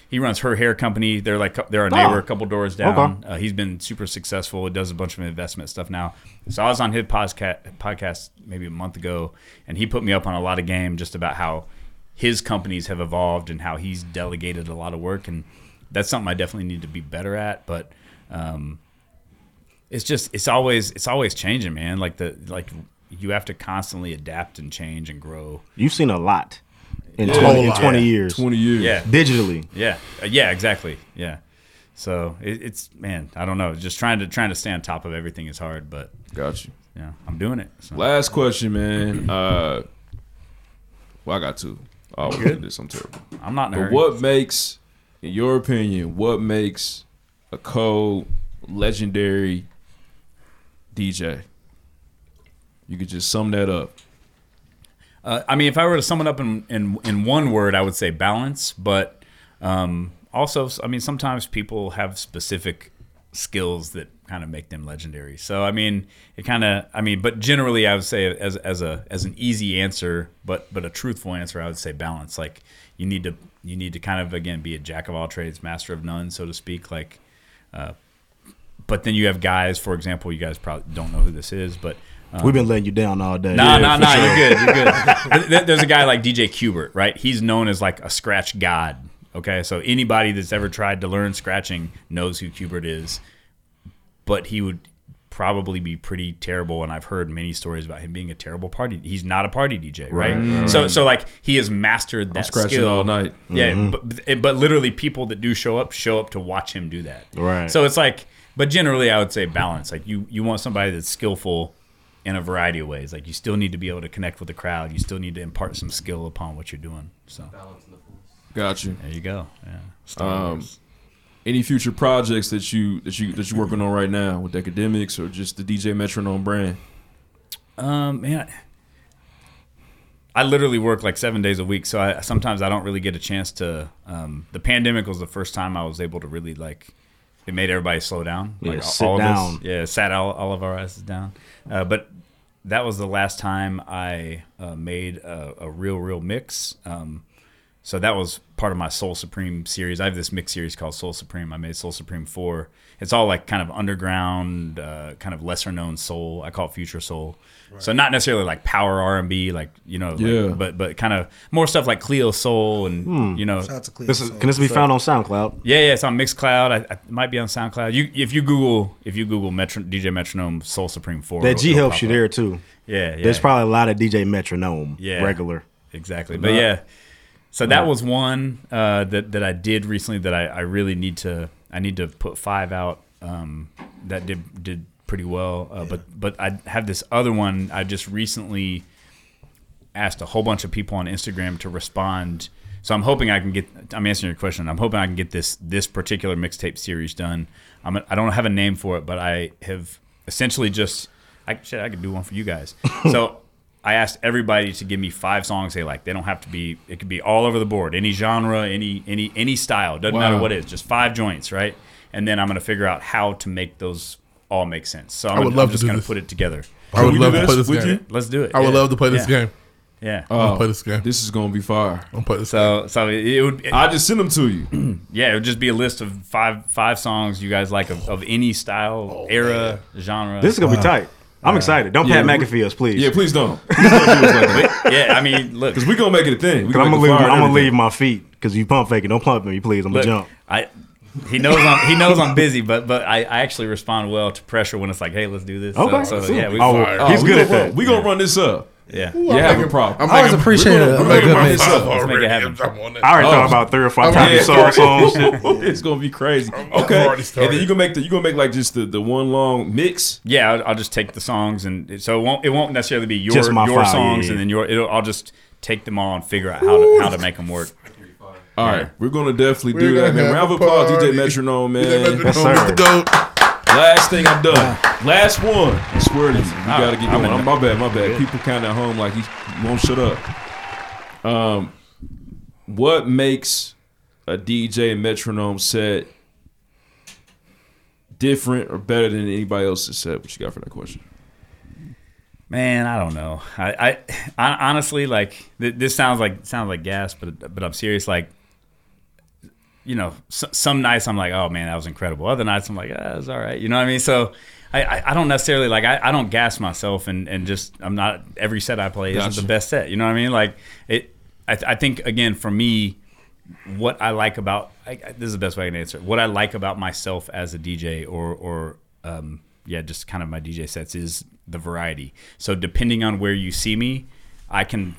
S1: he runs her hair company. They're like co- they're a
S5: Oh.
S1: neighbor, a couple doors down.
S5: Okay.
S1: Uh, he's been super successful. Does a bunch of investment stuff now. So I was on his podcast podcast maybe a month ago, and he put me up on a lot of game just about how his companies have evolved and how he's delegated a lot of work, and that's something I definitely need to be better at. But um, it's just it's always it's always changing, man. Like the like you have to constantly adapt and change and grow.
S5: You've seen a lot in
S1: Yeah.
S5: 20, in
S1: Yeah.
S5: 20 years.
S1: Yeah.
S5: Digitally.
S1: Yeah. Uh, yeah. Exactly. Yeah. So it, it's man, I don't know. Just trying to trying to stay on top of everything is hard, but
S2: got you.
S1: Yeah, I'm doing it. So.
S2: Last question, man. Uh, well, I got two. I always do this. Oh, I'm terrible.
S1: I'm not in a
S2: But
S1: hurry.
S2: what makes
S16: in your opinion, what makes a cold legendary DJ? You could just sum that up.
S1: Uh, I mean, if I were to sum it up in, in, in one word, I would say balance. But um, also, I mean, sometimes people have specific skills that kind of make them legendary. So, I mean, it kind of, I mean, but generally, I would say as, as a as an easy answer, but but a truthful answer, I would say balance. Like you need to you need to kind of again be a jack of all trades, master of none, so to speak. Like uh, but then you have guys, for example, you guys probably don't know who this is, but um,
S5: We've been letting you down all day.
S1: No, no,
S5: Yeah,
S1: no,
S5: for
S1: you're
S5: sure.
S1: good. You're good. There- There's a guy like DJ Kubert, right? He's known as like a scratch god. Okay, so anybody that's ever tried to learn scratching knows who Kubert is, but he would probably be pretty terrible. And I've heard many stories about him being a terrible party. He's not a party DJ,
S16: Right,
S1: right?
S16: right,
S1: So,
S16: right.
S1: so like he has mastered that
S16: scratching
S1: skill
S16: all night.
S1: Yeah,
S16: Mhm.
S1: but, eh, but literally, people that do show up show up to watch him do that.
S16: Right.
S1: So it's like, but generally, I would say balance. Like you, you want somebody that's skillful in a variety of ways. Like you still need to be able to connect with the crowd. You still need to impart some skill upon what you're doing. So
S16: Got you.
S1: There you go. Yeah. Star
S16: Um, any future projects that you that you that you're working on right now with academics or just the DJ Metronome brand?
S1: Um, man, I literally work like seven days a week, so I sometimes I don't really get a chance to. Um, the pandemic was the first time I was able to really like. It made everybody slow down.
S5: Yeah,
S1: Like
S5: sit
S1: of us-
S5: down.
S1: yeah, sat all, all of our asses down. Uh, but that was the last time I uh, made a, a real, real mix. Um, so that was part of my Soul Supreme series. I have this mix series called Soul Supreme. I made Soul Supreme 4. It's all like kind of underground, uh, kind of lesser known soul. I call it future soul. So not necessarily like power R&B, like, you know, like-
S5: Yeah.
S1: but but kind of more stuff like Cleo Soul and,
S5: Hmm.
S1: you know.
S5: Shout out to Cleo This is- Soul. can this be found on SoundCloud?
S1: Yeah, yeah, it's on Mixcloud. I, I it might be on SoundCloud. You if you Google if you Google Metro, DJ Metronome Soul Supreme 4.
S5: That
S1: it'll-
S5: G
S1: it'll
S5: helps
S1: pop
S5: you
S1: up.
S5: there too.
S1: Yeah, yeah.
S5: There's probably a lot of DJ metronome.
S1: Yeah.
S5: regular.
S1: Exactly. But yeah, so that
S5: Nah.
S1: was one uh, that that I did recently that I, I really need to I need to put five out. Um, that did did pretty well. Uh, But but I have this other one I just recently asked a whole bunch of people on Instagram to respond. So I'm hoping I can get. I'm answering your question. I'm hoping I can get this this particular mixtape series done. I'm I don't have a name for it, but I have essentially just. I shit. I could do one for you guys. so I asked everybody to give me five songs they like. They don't have to be. It could be all over the board, any genre, any any any style. Doesn't matter
S16: Wow.
S1: what it is. Just five joints, right? And then I'm gonna figure out how to make those all make sense. So I'm,
S3: I would
S1: gonna-
S3: love
S1: I'm just
S3: to do
S1: gonna
S3: this.
S1: put it together.
S3: I would love to play this game.
S1: Let's do it.
S3: I would
S1: Yeah.
S3: love to play this
S1: Yeah.
S3: game.
S1: Yeah.
S3: I'm gonna play this game.
S16: Oh, This is gonna be fire.
S3: I'm putting this.
S1: So so it, it would.
S16: I just send them to you.
S1: yeah, it would just be a list of five five songs you guys like of, of any style, era, genre.
S5: This is gonna be tight. I'm excited. Don't
S1: Uh-huh. Yeah,
S5: Pat
S1: we-
S5: McAfee us, please.
S1: yeah,
S16: please don't.
S1: yeah, I mean, look,
S16: because we're gonna make it a thing.
S5: I'm gonna leave. I'm gonna leave my feet because you pump faking. Don't pump me, please. I'm gonna
S1: Look,
S5: jump.
S1: I he knows I'm he knows I'm busy, but but I, I actually respond well to pressure when it's like, hey, let's do this. So-
S16: Okay.
S1: So, yeah, we
S16: Oh,
S1: fired.
S16: he's good at that. We gonna run this up.
S1: Yeah.
S16: Ooh, I'm Yeah, I have a making- problem. I'm
S6: I always appreciate a, a good mix.
S1: Let's make it happen.
S5: I
S1: Oh.
S5: already thought about three or five times
S16: yeah.
S5: song songs.
S16: it's gonna be crazy. Okay, and then you gonna make the you gonna make like just the, the one long mix.
S1: Yeah, I'll, I'll just take the songs and it- so it won't it won't necessarily be your
S5: Just my
S1: your
S5: five,
S1: songs
S5: yeah,
S1: and
S5: yeah.
S1: then your it'll, I'll just take them all and figure out how to how to make them work.
S16: All right, we're gonna definitely
S1: We're
S16: do
S1: gonna
S16: that, man.
S1: have
S16: Round of
S1: a
S16: applause,
S1: party.
S16: DJ Metronome, man.
S1: Metronome Yes, sir. is the goat.
S16: Last thing I'm done.
S19: Ah.
S16: Last one. I swear to you, you
S1: All
S16: gotta
S1: right,
S16: get
S1: Ah, I'm
S16: going.
S1: in.
S16: I'm- My bad, my bad.
S1: Good.
S16: People kind of at home like he he won't shut up. Um, what makes a DJ Metronome set different or better than anybody else's set? What you got for that question?
S1: Man, I don't know. I, I, I honestly like th- this sounds like sounds like gas, but but I'm serious. Like, you know, s- some nights I'm like, oh man, that was incredible. Other nights I'm like, ah, it's all right. You know what I mean? So I, I, I don't necessarily like I, I don't gas myself and and just I'm not every set I play isn't
S16: Gotcha.
S1: the best set. You know what I mean? Like it. I, th- I think again for me, what I like about I, I- this is the best way I can answer it. What I like about myself as a DJ or or um, yeah, just kind of my DJ sets is the variety. So depending on where you see me, I can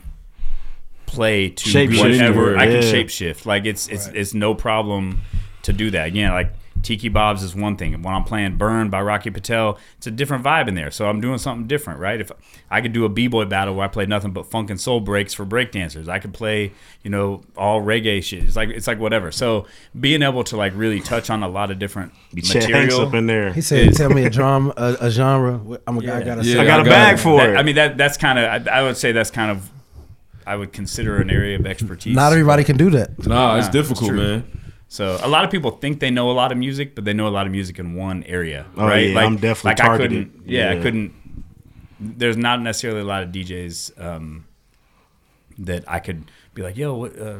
S1: play to
S5: Shape shift.
S1: whatever. I can
S5: Yeah.
S1: shape shift. Like it's it's it's no problem to do that. Again, like Tiki Bob's is one thing. And when I'm playing Burn by Rocky Patel, it's a different vibe in there. So I'm doing something different, right? If I could do a B-boy battle where I play nothing but funk and soul breaks for breakdancers. I could play, you know, all reggae shit. It's like it's like whatever. So being able to like really touch on a lot of different material
S6: He said,
S1: is-
S6: "Tell me a drama, a, a genre. I'm a, I gotta,
S1: yeah,
S6: I
S1: it. That- I mean, that that's kind of. I, I would say that's kind of. I would consider an area of expertise.
S6: Not everybody can do that.
S2: Nah, it's difficult,
S1: true.
S2: man.
S1: So a lot of people think they know a lot of music, but they know a lot of music in one area,
S19: Oh,
S1: right?
S19: yeah, I'm definitely
S1: like I
S19: targeted.
S1: couldn't. Yeah, I
S19: Yeah.
S1: couldn't. There's not necessarily a lot of DJs um, that I could be like, yo, what, uh,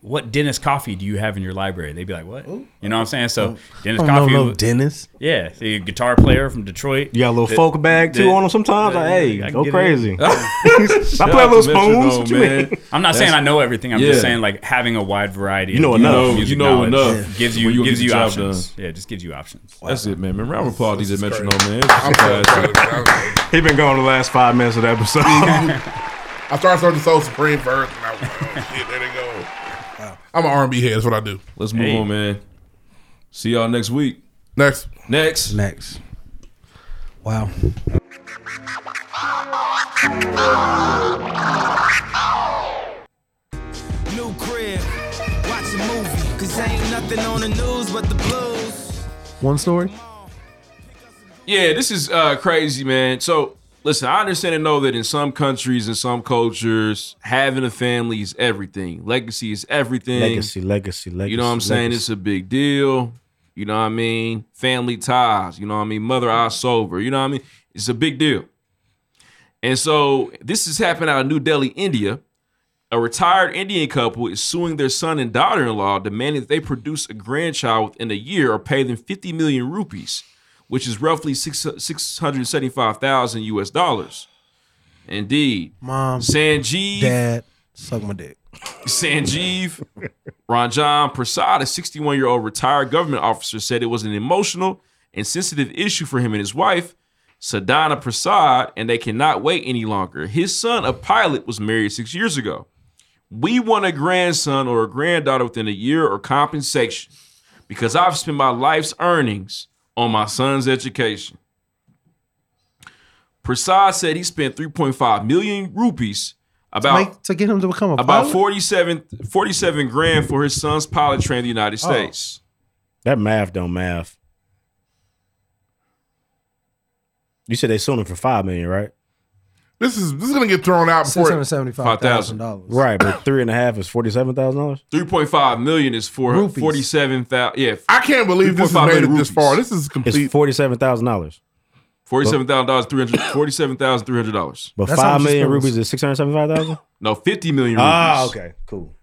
S1: what Dennis Coffee do you have in your library? They'd be like, what? You know what I'm saying?
S19: Oh.
S1: So Dennis
S6: I don't
S1: Coffee,
S6: know no Dennis.
S1: yeah, so you're a guitar player from Detroit.
S19: You got a little
S1: That-
S19: folk bag too
S1: that-
S19: on them sometimes. Like,
S1: that-
S19: hey,
S1: I
S19: go
S1: get it.
S19: crazy. I
S1: Shout
S19: play a
S1: out
S19: little
S1: to Metro
S19: spoons.
S1: Dome,
S19: What you
S1: man.
S19: mean?
S1: I'm not saying I know everything. I'm
S19: Yeah.
S1: just saying like having a wide variety.
S19: You know
S1: of
S19: enough.
S1: knowledge,
S19: You
S1: music
S19: know
S1: knowledge
S19: enough
S1: Gives
S19: when
S1: you
S19: you
S1: gives
S19: get
S1: you
S19: the job
S1: options. Yeah, just gives you options.
S2: That's it, man. Man, round of applause, DJ Metronome,
S3: I'm so
S2: man.
S19: He been going the last five minutes of the episode.
S3: I started searching Soul Supreme first, and I was like, oh, shit, there they go. I'm an R&B head. That's what I do.
S2: Let's move
S3: Hey.
S2: on, man. See y'all next week.
S3: Next.
S2: Next.
S6: Next. Wow.
S20: New crib, watch a movie. Cause ain't nothing on the news but the blues.
S6: One story.
S2: Yeah, this is uh, crazy, man. So, listen, I understand and know that in some countries and some cultures, having a family is everything. Legacy is everything.
S5: Legacy, legacy, legacy.
S2: you know what I'm saying?
S5: legacy.
S2: It's a big deal. You know what I mean? Family ties. You know what I mean? Mother I sober. You know what I mean? It's a big deal. And so this has happened out of New Delhi, India. A retired Indian couple is suing their son and daughter-in-law, demanding that they produce a grandchild within a year or pay them 50 million rupees, which is roughly six six hundred seventy-five thousand US dollars. Indeed,
S6: Mom,
S2: Sanjeev,
S6: Dad, suck my dick.
S2: Sanjeev Ranjan Prasad, a 61 year old retired government officer, said it was an emotional and sensitive issue for him and his wife, Sadhana Prasad, and they cannot wait any longer. His son, a pilot, was married six years ago. We want a grandson or a granddaughter within a year or compensation because I've spent my life's earnings on my son's education. Prasad said he spent 3.5 million rupees about
S6: Make- to get him to become a
S2: about
S6: pilot?
S2: 47, 47 grand for his son's pilot train in the United
S6: Oh.
S2: States.
S5: That math don't math. You said they sued him for five million, right?
S3: This is this is gonna get thrown out
S6: before- $675,000.
S5: Right, but three and a half is forty seven thousand dollars.
S2: 3.5 million is for
S5: Rupees.
S2: 47,000. Yeah.
S3: I can't believe this is
S2: 3.5
S3: made
S2: million
S3: it this far. This is complete.
S5: It's forty seven thousand dollars.
S2: $47,300. $47,300.
S5: But five million rupees is six hundred seventy five thousand.
S2: No, 50 million rupees.
S5: Ah, okay, cool.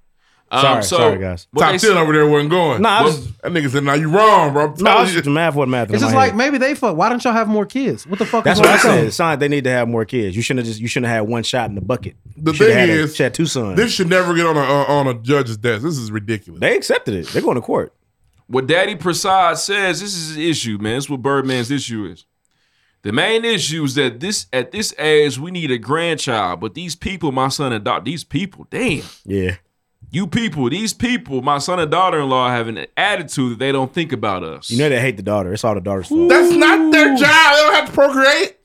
S2: Um,
S5: Sorry,
S2: so-
S5: sorry, guys.
S2: what
S3: Top
S2: they
S3: ten
S2: said-
S3: over there wasn't going.
S5: Nah, I
S3: Well,
S5: just-
S3: that nigga said, "Nah, you wrong, bro." I'm
S5: No,
S3: telling
S5: it's
S3: you.
S5: just math. What math? in
S6: It's
S5: my
S6: just
S5: head.
S6: like maybe they fuck. Why don't y'all have more kids? What the fuck?
S5: That's
S6: is
S5: what I
S6: going on?
S5: said. It sounds like they need to have more kids. You shouldn't have just. You shouldn't have had one shot in the bucket.
S3: The
S5: You should've
S3: thing
S5: had a-
S3: is,
S5: she had two sons.
S3: This should never get on a uh, on a judge's desk. This is ridiculous.
S5: They accepted it. They're going to court.
S2: What Daddy Prasad says, this is his issue, man. This is what Birdman's issue is. The main issue is that this at this age we need a grandchild, but these people, my son and daughter, these people, damn,
S5: yeah,
S2: you people, these people, my son and daughter-in-law have an attitude that they don't think about us.
S5: You know they hate the daughter. It's all the daughter's fault.
S3: That's not their job. They don't have to procreate.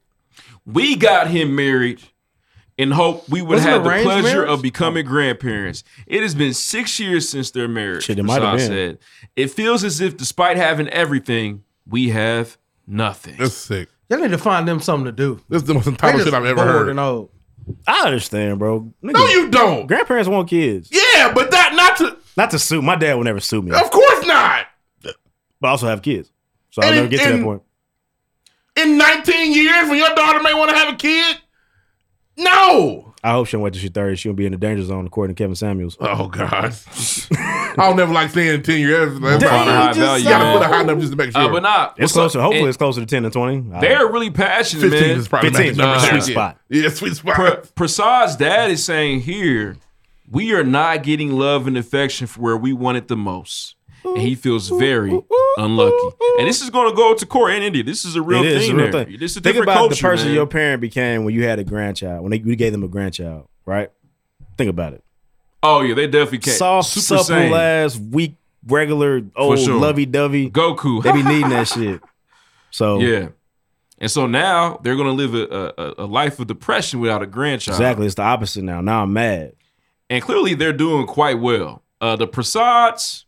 S2: We got him married in hope we would
S3: Wasn't
S2: have
S3: it
S2: the
S3: arranged
S2: pleasure
S3: marriage?
S2: of becoming grandparents. It has been six years since their marriage.
S5: Shit, it might have
S2: Prasad
S5: been.
S2: said. It feels as if despite having everything, we have nothing.
S3: That's sick.
S6: Y'all need to find them something to do.
S3: This is the most
S6: entitled
S3: shit I've ever heard.
S5: I understand, bro.
S3: No, you don't.
S5: Grandparents want kids.
S3: Yeah, but that not to.
S5: Not to sue. My dad will never sue me.
S3: Of course not.
S5: But I also have kids, so I'll
S3: And-
S5: never get to that
S3: and-
S5: point.
S3: In 19 years, when your daughter may want to have a kid, no.
S5: I hope she don't wait till she's thirty. She won't be in the danger zone according to Kevin Samuels.
S2: Uh,
S3: Oh God, I'll never like saying 10 years. That's
S5: Dang,
S3: fine.
S5: you just
S3: You gotta
S5: said-
S3: put a high number just to make sure.
S2: Uh, but not.
S5: It's closer. Hopefully, it's closer to ten than twenty. I-
S2: They're really passionate,
S5: 15
S2: man.
S5: is probably 15 is magic number, sweet spot.
S3: Yeah, sweet spot.
S2: Prasad's dad is saying here, we are not getting love and affection for where we want it the most. And he feels very unlucky. And this is going to go to court in India. This is a real
S5: It
S2: thing.
S5: is a real
S2: there.
S5: thing.
S2: This is a
S5: Think
S2: different
S5: about
S2: culture,
S5: the person
S2: man.
S5: your parent became when you had a grandchild. When they, you gave them a grandchild, right? Think about it.
S2: oh yeah, they definitely can't.
S5: Soft, supple
S2: Saiyan.
S5: ass, weak regular old
S2: sure.
S5: lovey dovey
S2: Goku.
S5: They be needing that shit. So
S2: Yeah. And so now they're gonna live a, a, a life of depression without a grandchild.
S5: exactly, it's the opposite now. Now I'm mad.
S2: And clearly they're doing quite well. Uh, the Prasads,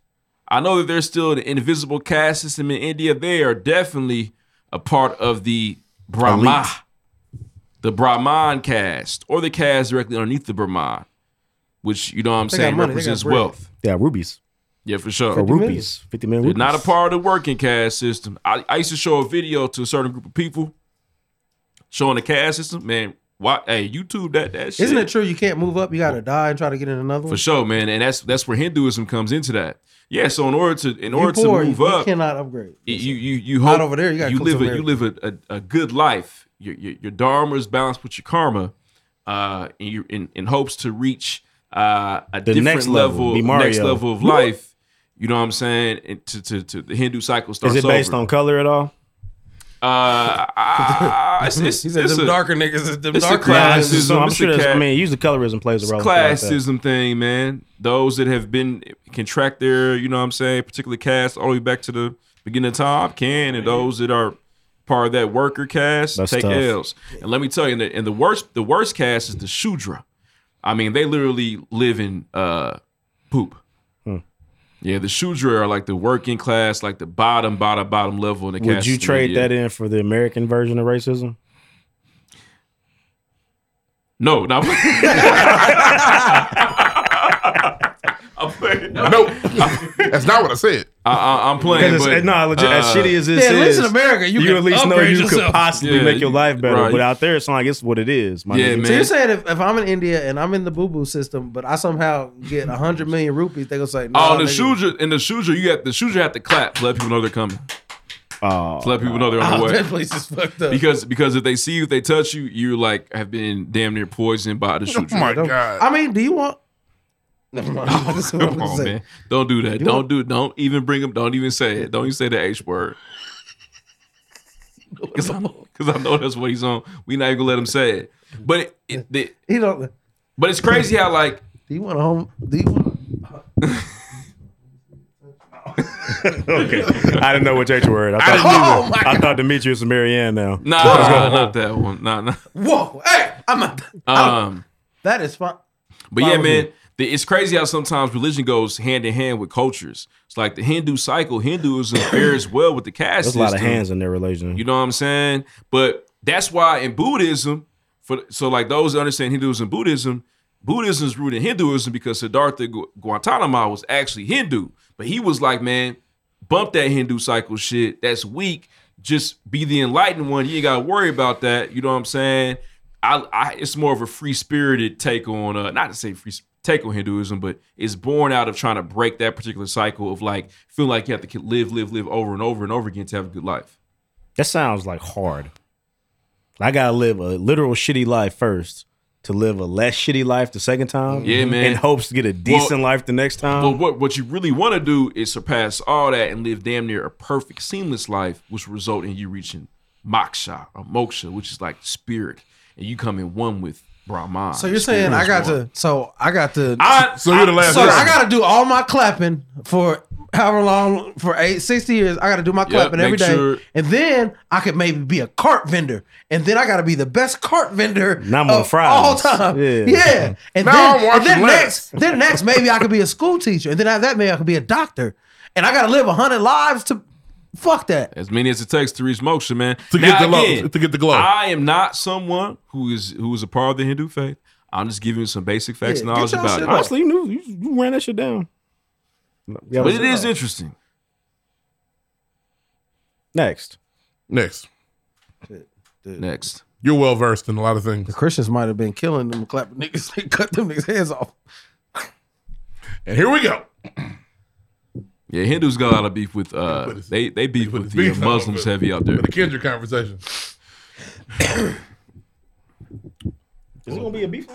S2: I know that they're still the invisible caste system in India. They are definitely a part of the Brahma, the Brahman caste, or the caste directly underneath the Brahman, which you know what I'm
S5: They got
S2: saying
S5: money, they got
S2: represents
S5: bread.
S2: wealth.
S5: Yeah, rubies.
S2: Yeah, for sure.
S5: For rupees, fifty million
S2: They're
S5: rupees.
S2: not a part of the working caste system. I, I used to show a video to a certain group of people showing the caste system. Man, why? Hey, YouTube that that shit.
S6: Isn't it true you can't move up? You got to die and try to get in another one.
S2: For sure, man. And that's that's where Hinduism comes into that. Yeah. So in order to in
S6: You
S2: order
S6: poor,
S2: to move
S6: you,
S2: up,
S6: you cannot upgrade.
S2: you you you
S6: Not
S2: hope
S6: over there, you gotta come
S2: live a,
S6: somewhere.
S2: you live a, a, a good life. Your, your your dharma is balanced with your karma, uh, and you in in hopes to reach uh a
S5: The
S2: different
S5: next level,
S2: level,
S5: be
S2: next
S5: Mario.
S2: level of life. You know what I'm saying? And to, to, to the Hindu cycle
S5: Is
S2: starts.
S5: it based
S2: over.
S5: on color at all?
S2: Uh, ah, it's, it's,
S5: He said
S2: it's
S5: them
S2: a-
S5: darker
S4: niggas is them
S2: it's a
S4: darker
S5: niggas.
S2: classism.
S5: So I'm
S2: it's
S5: sure
S2: a
S5: that's- I
S2: ca-
S5: mean, usually colorism plays a
S2: it's
S5: role in stuff like
S2: Classism thing, man. Those that have been can track their, you know, what I'm saying, particular cast all the way back to the beginning of time can, and those that are part of that worker cast
S5: That's
S2: take
S5: tough.
S2: L's. And let me tell you, and the, and the worst, the worst cast is the Shudra. I mean, they literally live in uh, poop.
S5: Hmm.
S2: Yeah, the Shudra are like the working class, like the bottom, bottom, bottom level in the
S5: Would
S2: caste
S5: you
S2: system
S5: trade
S2: India.
S5: that in for the American version of racism?
S2: No, no.
S3: Nope. That's not what I said.
S2: I, I, I'm playing.
S5: Because it's-
S2: but,
S5: no, legit, as
S2: uh,
S5: shitty as this is, at least know you could possibly
S2: Yeah,
S5: make your life better.
S2: right.
S5: But out there, it's not like it's what it is. My nigga.
S6: so you're saying if, if I'm in India and I'm in the boo boo system, but I somehow get hundred million rupees, they gonna say, no,
S2: Oh, the
S6: nigga."
S2: Shudra in the Shudra, you got the Shudra have to clap to let people know they're coming.
S5: Oh,
S2: to let people know they're on the
S6: Oh,
S2: way.
S6: that place is fucked up.
S2: Because because if they see you, if they touch you, you like have been damn near poisoned by the
S5: Oh
S2: Shudra.
S6: I mean, do you want? Never mind. That's what I'm
S2: Come
S6: gonna
S2: on,
S6: say.
S2: man. Don't do that.
S6: You
S2: don't
S6: want-
S2: do. Don't even bring them. Don't even say it. Don't even say the H word. Because I, know- 'cause I know that's what he's on. We not even gonna let him say it. But it, it, the-
S6: He don't.
S2: But it's crazy how like
S6: Do you want a home? Do you want?
S5: okay. I didn't know which H word. I
S6: I
S5: thought,
S6: didn't either. Oh, my
S5: I thought Demetrius and Marianne now.
S2: nah, nah, not that one. Nah, nah.
S6: Whoa! Hey, I'm not.
S5: Uh,
S2: Um,
S6: That is fine.
S2: But
S6: Follow
S2: yeah, man,
S6: me.
S2: the, it's crazy how sometimes religion goes hand in hand with cultures. It's like the Hindu cycle. Hinduism fares well with the caste
S5: There's a lot of
S2: system.
S5: hands in their relation.
S2: You know what I'm saying? But that's why in Buddhism, for so like those that understand Hinduism, and Buddhism, Buddhism is rooted in Hinduism because Siddhartha Gu- Gautama was actually Hindu, but he was like, man, bump that Hindu cycle shit. That's weak. Just be the enlightened one. You ain't got to worry about that. You know what I'm saying? I, I it's more of a free spirited take on uh not to say free sp- take on Hinduism, but it's born out of trying to break that particular cycle of like feeling like you have to ki- live, live, live over and over and over again to have a good life.
S5: That sounds like hard. I gotta live a literal shitty life first to live a less shitty life the second time.
S2: Yeah, man.
S5: In hopes to get a decent
S2: Well-
S5: life the next time.
S2: But what what you really want to do is surpass all that and live damn near a perfect, seamless life, which will result in you reaching moksha or moksha, which is like spirit, and you come in one with Brahman.
S6: So you're saying I got to? So I got to.
S2: I- So you're the last
S6: So
S2: person.
S6: I got to do all my clapping for however long for eight, 60 years. I got to do my
S2: Yep,
S6: clapping every
S2: make
S6: day,
S2: sure-
S6: and then I could maybe be a cart vendor, and then I got to be the best cart vendor
S5: Now I'm on
S6: of
S5: fries.
S6: all time.
S5: Yeah.
S6: Yeah, and
S5: Now I'm
S6: then,
S5: watching
S6: and then
S5: less.
S6: next, then next maybe I could be a school teacher, and then after that maybe I could be a doctor, and I got to live hundred lives to fuck that.
S2: As many as it takes to reach moksha, man.
S6: To get the glow-
S3: to get the glow.
S2: I am not someone who is who is a part of the Hindu faith. I'm just giving you some basic facts and knowledge about it.
S5: Honestly, you knew you, you ran that shit down. Yeah,
S2: but
S5: what's
S2: it
S5: up?
S2: is interesting.
S5: Next.
S3: Next.
S2: Next.
S3: You're well versed in a lot of things. The
S6: Christians might have been killing them clapping niggas. They cut them niggas heads off.
S3: And here we go.
S2: Yeah, Hindus got a lot of beef with uh they they beef with the uh,
S3: beef on
S2: Muslims
S3: with-
S2: heavy out there.
S3: With the Kendrick conversation.
S5: Is it gonna be a beef?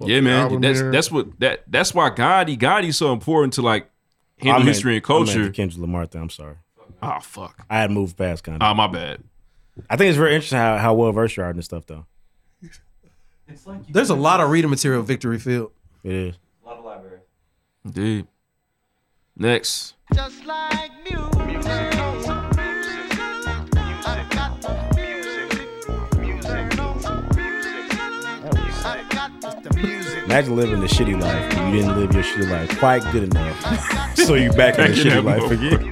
S2: Yeah, man.
S5: album
S2: That's
S5: here.
S2: that's what that that's why Gandhi Gandhi's so important to like Hindu
S5: I meant-
S2: history and
S5: I meant
S2: culture.
S5: the Kendrick Lamar thing. I'm sorry.
S2: Oh fuck.
S5: I had moved past kind of.
S2: Oh my bad.
S5: I think it's very interesting how, how well versed you are in this stuff though.
S6: There's a lot of reading material, Victory Field.
S5: It is.
S2: Indeed. Next.
S18: Just like music. Music. I got the music. I got the music.
S5: Imagine living the shitty life and you didn't live your shitty life quite good enough. so you back in the shitty life again.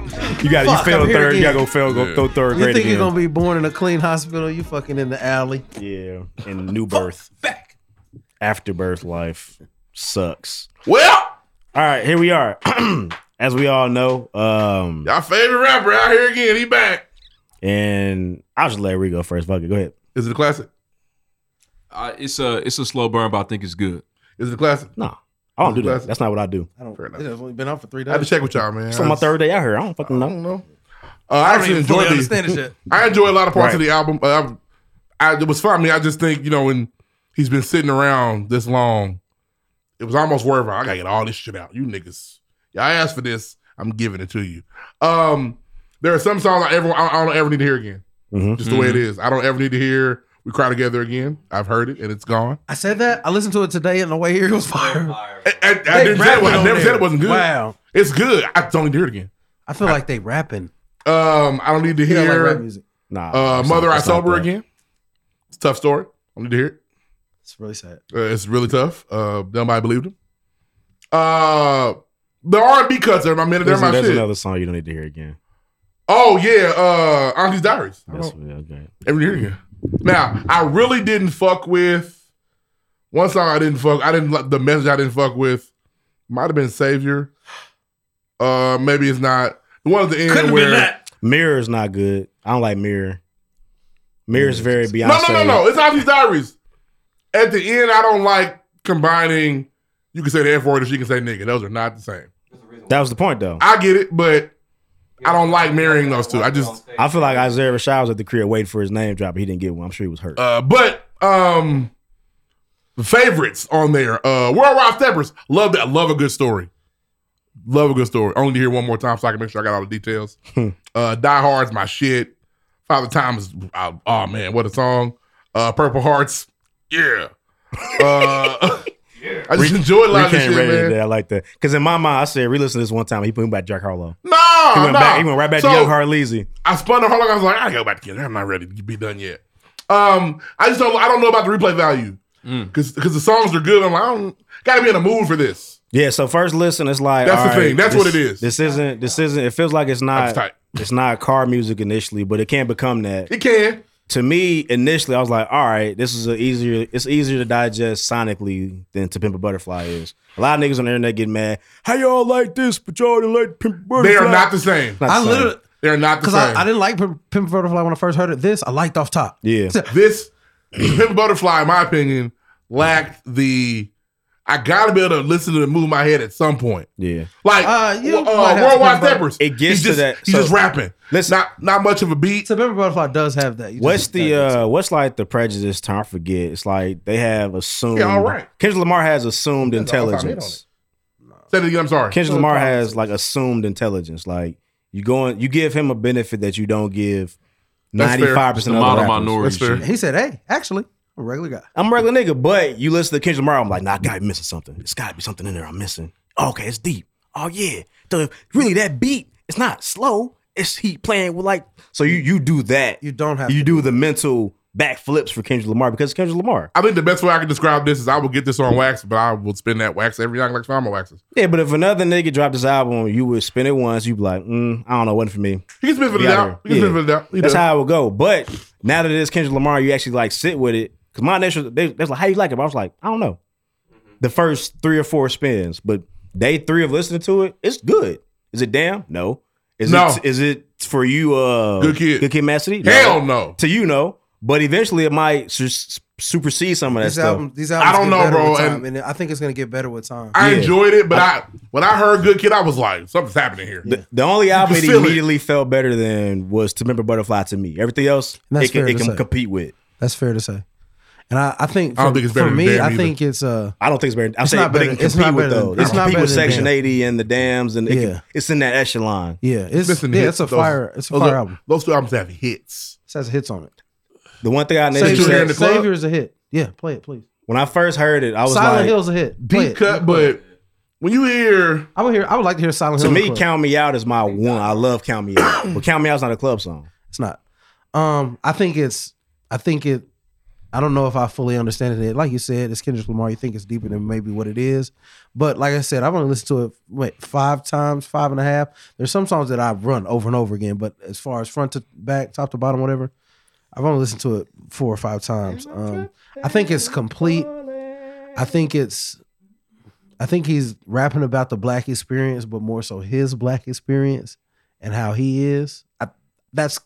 S5: You got
S6: Fuck,
S5: you fail
S6: I'm here
S5: third, you
S6: again.
S5: gotta go fail, go, go third
S6: You
S5: grade
S6: think
S5: again.
S6: you're gonna be born in a clean hospital? You fucking in the alley.
S5: Yeah, in new birth. Afterbirth life sucks.
S3: Well,
S5: all right, here we are. As we all know, um,
S3: Our favorite rapper out here again. He back.
S5: and I'll just let Rigo first. Fuck it, go ahead.
S3: Is it a classic?
S2: Uh, it's a it's a slow burn, but I think it's good.
S3: Is it a classic?
S5: No, I don't do that. That's not what I do.
S6: I don't. It has only been out for three days.
S3: Oh, I had to check with y'all, man.
S5: It's on my third day out here. I don't fucking know.
S3: Uh, I,
S6: I don't
S3: actually
S6: even
S3: enjoyed
S6: fully
S3: the,
S6: understand this shit.
S3: I enjoy a lot of parts of
S6: Right.
S3: the album. Uh, I, I, it was fun. I mean, I just think you know when he's been sitting around this long, it was almost worth. it. I gotta get all this shit out. You niggas, y'all asked for this. I'm giving it to you. Um, there are some songs I ever I, I don't ever need to hear again. Just the way it
S6: Mhm.
S3: is. I don't ever need to hear "We Cry Together" again. I've heard it and it's gone.
S6: I said that. I listened to it today, and the way here it was fire.
S3: I, I, didn't say it, was- I never said it wasn't good.
S6: Wow.
S3: it's good. I don't need to hear it again.
S6: I feel like they rapping.
S3: Um, I don't need to
S6: You don't like
S3: hear
S6: rap music? Nah,
S3: Uh,
S6: it's
S3: Mother
S6: not-
S3: I
S6: it's not
S3: sober
S6: that.
S3: again. It's a tough story. I don't need to hear it.
S6: It's really sad.
S3: Uh, it's really tough. Uh, nobody believed him. Uh, the R and B cuts are my minute. They're
S5: There's,
S3: my
S5: there's
S3: shit.
S5: another song you don't need to hear again.
S3: Oh yeah, uh, Auntie's Diaries. I
S5: That's
S3: don't-
S5: okay.
S3: Every year again. Now I really didn't fuck with one song. I didn't fuck. I didn't like the message. I didn't fuck with. Might have been Savior. Uh, maybe it's not the one at the end where.
S5: Mirror is not good. I don't like Mirror. Mirror is very Beyonce.
S3: No, no, no, no. It's Auntie's Diaries. At the end, I don't like combining. You can say the F word, or she can say nigga. Those are not the same.
S5: That was the point though.
S3: I get it, but I don't like marrying those two. I just,
S5: I feel like Isaiah Rashad was at the crib waiting for his name drop, but he didn't get one. I'm sure he was hurt.
S3: uh, but um, favorites on there. Uh, Worldwide Steppers. Love that. Love a good story. Love a good story. Only to hear one more time so I can make sure I got all the details.
S5: Hmm.
S3: uh, Die Hard's my shit. Father Time is, I- oh man, what a song. Uh, Purple Hearts. Yeah. Uh, I just enjoy a lot of this shit, man.
S5: I like that because in my mind, I said re-listen to this one time. He put him back to Jack Harlow.
S3: No,
S5: he went
S3: no.
S5: back. He went right back
S3: So,
S5: to Young Harleazy.
S3: I spun the whole. I was like, I gotta go back together. I'm not ready to be done yet. Um, I just don't. I don't know about the replay value
S5: Mm.
S3: because the songs are good. I'm like, I don't, gotta be in a mood for this.
S5: Yeah. So first listen, it's like
S3: That's the
S5: all right,
S3: thing. That's
S5: this-
S3: what it is.
S5: This isn't. This isn't. It feels like it's
S3: That's tight.
S5: not. It's not car music initially, but it can become that.
S3: It can.
S5: To me, initially, I was like, all right, this is a easier. It's easier to digest sonically than to Pimp a Butterfly is. A lot of niggas on the internet get mad. How y'all like this, but y'all didn't like Pimp a
S3: They
S5: Butterfly?
S3: are not the same.
S5: Not the
S6: I
S5: same.
S6: literally
S3: they are not the
S6: because
S3: same.
S6: I, I didn't like Pimp, Pimp a Butterfly when I first heard it. This I liked off top.
S5: Yeah.
S3: This Pimp a Butterfly, in my opinion, lacked the. I gotta be able to listen to the move in my head at some point.
S5: Yeah.
S3: Like
S6: Uh,
S3: uh,
S6: you might have
S3: worldwide
S6: to Pimp a Butter-
S3: steppers.
S5: It gets
S3: he's
S5: to
S3: just,
S5: that-
S3: He's
S5: so-
S3: just rapping. not not much of a beat.
S6: So Pimp a Butterfly does have that. You just-
S5: What's the uh what's like the prejudice term? I forget. It's like they have assumed
S6: Yeah, all right.
S5: Kendrick Lamar has assumed
S3: That's all time hit on
S5: intelligence.
S3: Say that again, I'm sorry.
S5: Kendrick Lamar has like assumed intelligence. Like you going you give him a benefit that you don't give
S6: That's fair.
S5: ninety five percent of
S2: The
S5: other
S2: model
S5: rappers.
S2: minority That's fair.
S6: He said, "Hey, actually, I'm a regular guy."
S5: I'm a regular nigga, but you listen to Kendrick Lamar, I'm like, nah, I gotta be missing something. It's gotta be something in there I'm missing. okay, it's deep. Oh yeah. The, really that beat, it's not slow. It's he playing with like so you you do that. You
S6: don't have
S5: you do the mental backflips for Kendrick Lamar because it's Kendrick Lamar.
S3: I think the best way I can describe this is I will get this on wax, but I will spin that wax every night like I'm a waxes.
S5: Yeah, but if another nigga dropped his album, you would spin it once. You'd be like, mm, I don't know, wasn't for me.
S3: He can spin for the
S5: Be out
S3: doubt. He can
S5: there.
S3: spin for the doubt. He
S5: That's
S3: does.
S5: how it would go. But now that it is Kendrick Lamar, you actually like sit with it. Cause my initial, they, they was like, how you like it? But I was like, I don't know. The first three or four spins, but day three of listening to it, it's good. Is it damn? No. Is
S3: No.
S5: it is it for you? Uh,
S3: Good kid.
S5: Good kid, Mad City.
S3: Hell no.
S5: To you, no. But eventually, it might su- supersede some of that
S6: These
S5: stuff.
S6: albums, these albums. get better with time, and I think it's gonna get better with time.
S3: I enjoyed it, but I when I heard Good Kid, I was like, something's happening here.
S5: The, the only album
S3: can
S5: it
S3: feel it.
S5: immediately felt better than was "To Remember Butterfly" to me. Everything else,
S6: And that's
S5: it can,
S6: fair
S5: it
S6: to
S5: can
S6: say.
S5: compete with.
S6: That's fair to say. And I, I think for,
S5: I don't think it's better
S6: for
S5: than
S6: me,
S5: Damn
S6: I
S5: either.
S6: think it's uh
S5: I don't think it's better. I'm
S6: It's
S5: saying,
S6: not
S5: but it
S6: better-
S5: can
S6: it's
S5: compete
S6: not
S5: with
S6: better than-
S5: those. It
S6: it's
S5: can
S6: not
S5: compete with
S6: better than
S5: Section
S6: Damn.
S5: Eighty and the Dams, and it can-
S6: Yeah.
S5: it's in that echelon.
S6: Yeah, it's- Missing yeah, hits. it's a Those- fire- it's a those fire are- album.
S3: Those two albums have hits.
S6: It has hits on it.
S5: The one thing I
S6: Savior,
S5: noticed said-
S6: Savior is a hit. Yeah, play it, please.
S5: when I first heard it, I was
S6: Silent
S5: like,
S6: Hill's a hit. Play
S5: Deep
S6: it.
S5: cut, but
S3: When you hear,
S6: I would hear. I would like to hear Silent
S5: To
S6: Hill.
S5: me,
S6: Club.
S5: Count Me Out is my one. I love Count Me Out. but Count Me Out's not a club song.
S6: It's not. Um, I think it's. I think it. I don't know if I fully understand it. Like you said, it's Kendrick Lamar. You think it's deeper than maybe what it is, but like I said, I've only listened to it wait five times, five and a half. There's some songs that I've run over and over again, but as far as front to back, top to bottom, whatever, I've only listened to it four or five times. Um, I think it's complete. I think it's I think he's rapping about the black experience, but more so his black experience and how he is. I, that's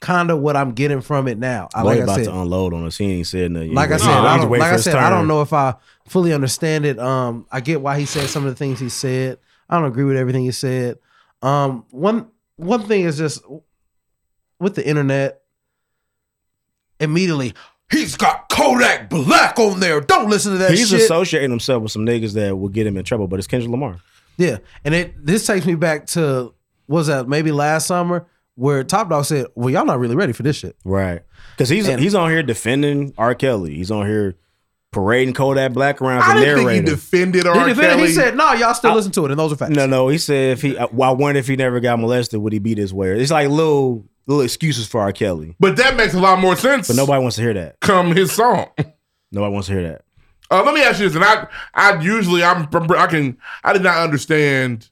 S6: kind of what I'm getting from it now. I,
S5: Lloyd
S6: like I
S5: about
S6: said,
S5: to unload on us. He ain't said nothing.
S6: like I
S5: He's
S6: said, I
S5: waiting
S6: don't,
S5: for
S6: like I
S5: his
S6: said, I
S5: turn.
S6: don't know if I fully understand it. Um, I get why he said some of the things he said. I don't agree with everything he said. Um, one one thing is just with the internet. Immediately, he's got Kodak Black on there. Don't listen to that.
S5: He's
S6: shit.
S5: associating himself with some niggas that will get him in trouble, but it's Kendrick Lamar.
S6: Yeah, and it this takes me back to what was that maybe last summer where Top Dog said, "Well, y'all not really ready for this shit."
S5: Right. Because he's
S6: And-
S5: he's on here defending R. Kelly. He's on here parading Kodak Black around as a
S3: I didn't
S5: narrator.
S3: think you defended
S6: He
S3: R.
S6: defended-
S3: Kelly.
S6: He said, "No, y'all still listen to it, and those are facts."
S5: No, no. He said if he, uh, well, I wonder if he never got molested, would he be this way? It's like little little excuses for R. Kelly,
S3: but that makes a lot more sense.
S5: but nobody wants to hear that.
S3: Come his song.
S5: Nobody wants to hear that.
S3: Uh, let me ask you this, and I, I usually, I'm, I can, I did not understand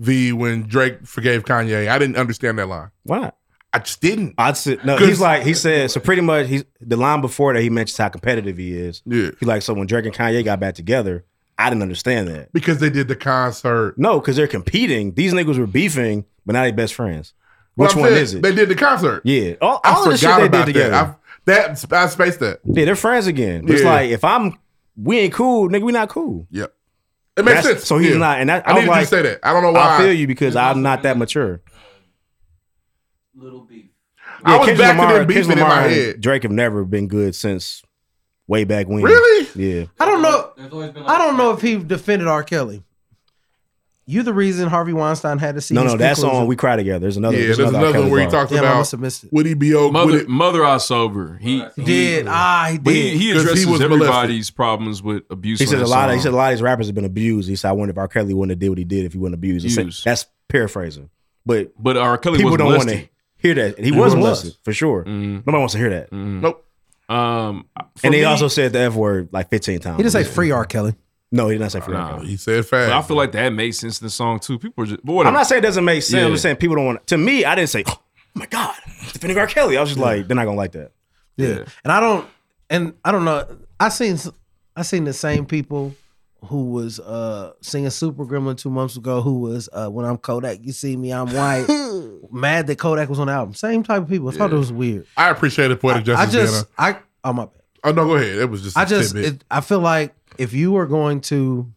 S3: the when Drake forgave Kanye. I didn't understand that line.
S5: Why not?
S3: I just didn't.
S5: I said no. He's like he said. So pretty much, he's the line before that. He mentions how competitive he is.
S3: Yeah.
S5: He like so when Drake and Kanye got back together, I didn't understand that
S3: because they did the concert.
S5: No, because they're competing. These niggas were beefing, but now they best friends.
S3: Well,
S5: Which
S3: I'm
S5: one
S3: saying
S5: is it?
S3: They did the concert.
S5: yeah, all,
S3: I
S5: all of the shit
S3: forgot
S5: they did
S3: about that. I-
S5: together.
S3: that I spaced that.
S5: yeah, they're friends again. But It's
S3: Yeah.
S5: like if I'm, we ain't cool, nigga. We not cool.
S3: Yep. It makes
S5: That's-
S3: sense.
S5: So he's
S3: Yeah.
S5: not, and that,
S3: I,
S5: was
S3: needed you
S5: like,
S3: to say that. I don't know why.
S5: I feel you because I'm not that mature.
S3: I was
S5: Kendrick
S3: back to them
S5: Kendrick
S3: beefing in my
S5: and
S3: head.
S5: Drake have never been good since way back when.
S3: Really?
S5: Yeah.
S6: I don't know. I don't know if he defended R. Kelly. You the reason Harvey Weinstein had to see.
S5: no,
S6: his
S5: no, that's
S6: conclusion.
S5: on We Cry Together. There's another.
S3: Yeah,
S5: there's
S3: there's
S5: another,
S3: another one where he talks
S6: Damn, I
S3: about
S6: must have missed it.
S3: would he be okay?
S2: Mother, mother eye sober. He, he
S6: did. Ah, he
S2: But he,
S6: did.
S2: he
S6: 'Cause he
S2: addresses
S6: was molested.
S2: everybody's problems with abuse.
S5: He said
S2: on
S5: a
S2: that
S5: lot. Of,
S2: song.
S5: he said a lot of these rappers have been abused. He said, "I wonder if R. Kelly wouldn't have did what he did if he wouldn't abuse." He said-
S2: Abused.
S5: that's paraphrasing, but
S2: But uh, R. Kelly
S5: people
S2: was
S5: don't want
S2: molested.
S5: to hear that. And he,
S2: He
S5: was
S2: was
S5: molested
S2: molested.
S5: for sure.
S3: Mm-hmm.
S5: Nobody wants to hear that.
S6: Mm.
S3: Nope.
S2: Um, for
S5: And he
S2: me-
S5: also said the F word like 15 times.
S6: He didn't say free R. Kelly.
S5: No, he did not say free.
S2: Nah.
S3: He said
S2: But I
S3: fast.
S2: feel like that made sense in the song too. People are just. But whatever.
S5: I'm not saying it doesn't make sense. I'm
S2: Oh. Yeah.
S5: just saying people don't want. To me, I didn't say. Oh my God, defending R. Kelly. I was just like, they're not gonna like that.
S6: Yeah. and I don't, and I don't know. I seen, s- I seen the same people who was uh singing Super Gremlin two months ago. Who was uh when I'm Kodak, you see me, I'm white. mad that Kodak was on the album. Same type of people. I thought it was weird.
S3: I appreciated poetic
S6: I
S3: justice.
S6: just,
S3: Dana.
S6: I, oh my, bad.
S3: oh no, go ahead. It was just.
S6: I
S3: I
S6: just, it, I feel like if you are going to,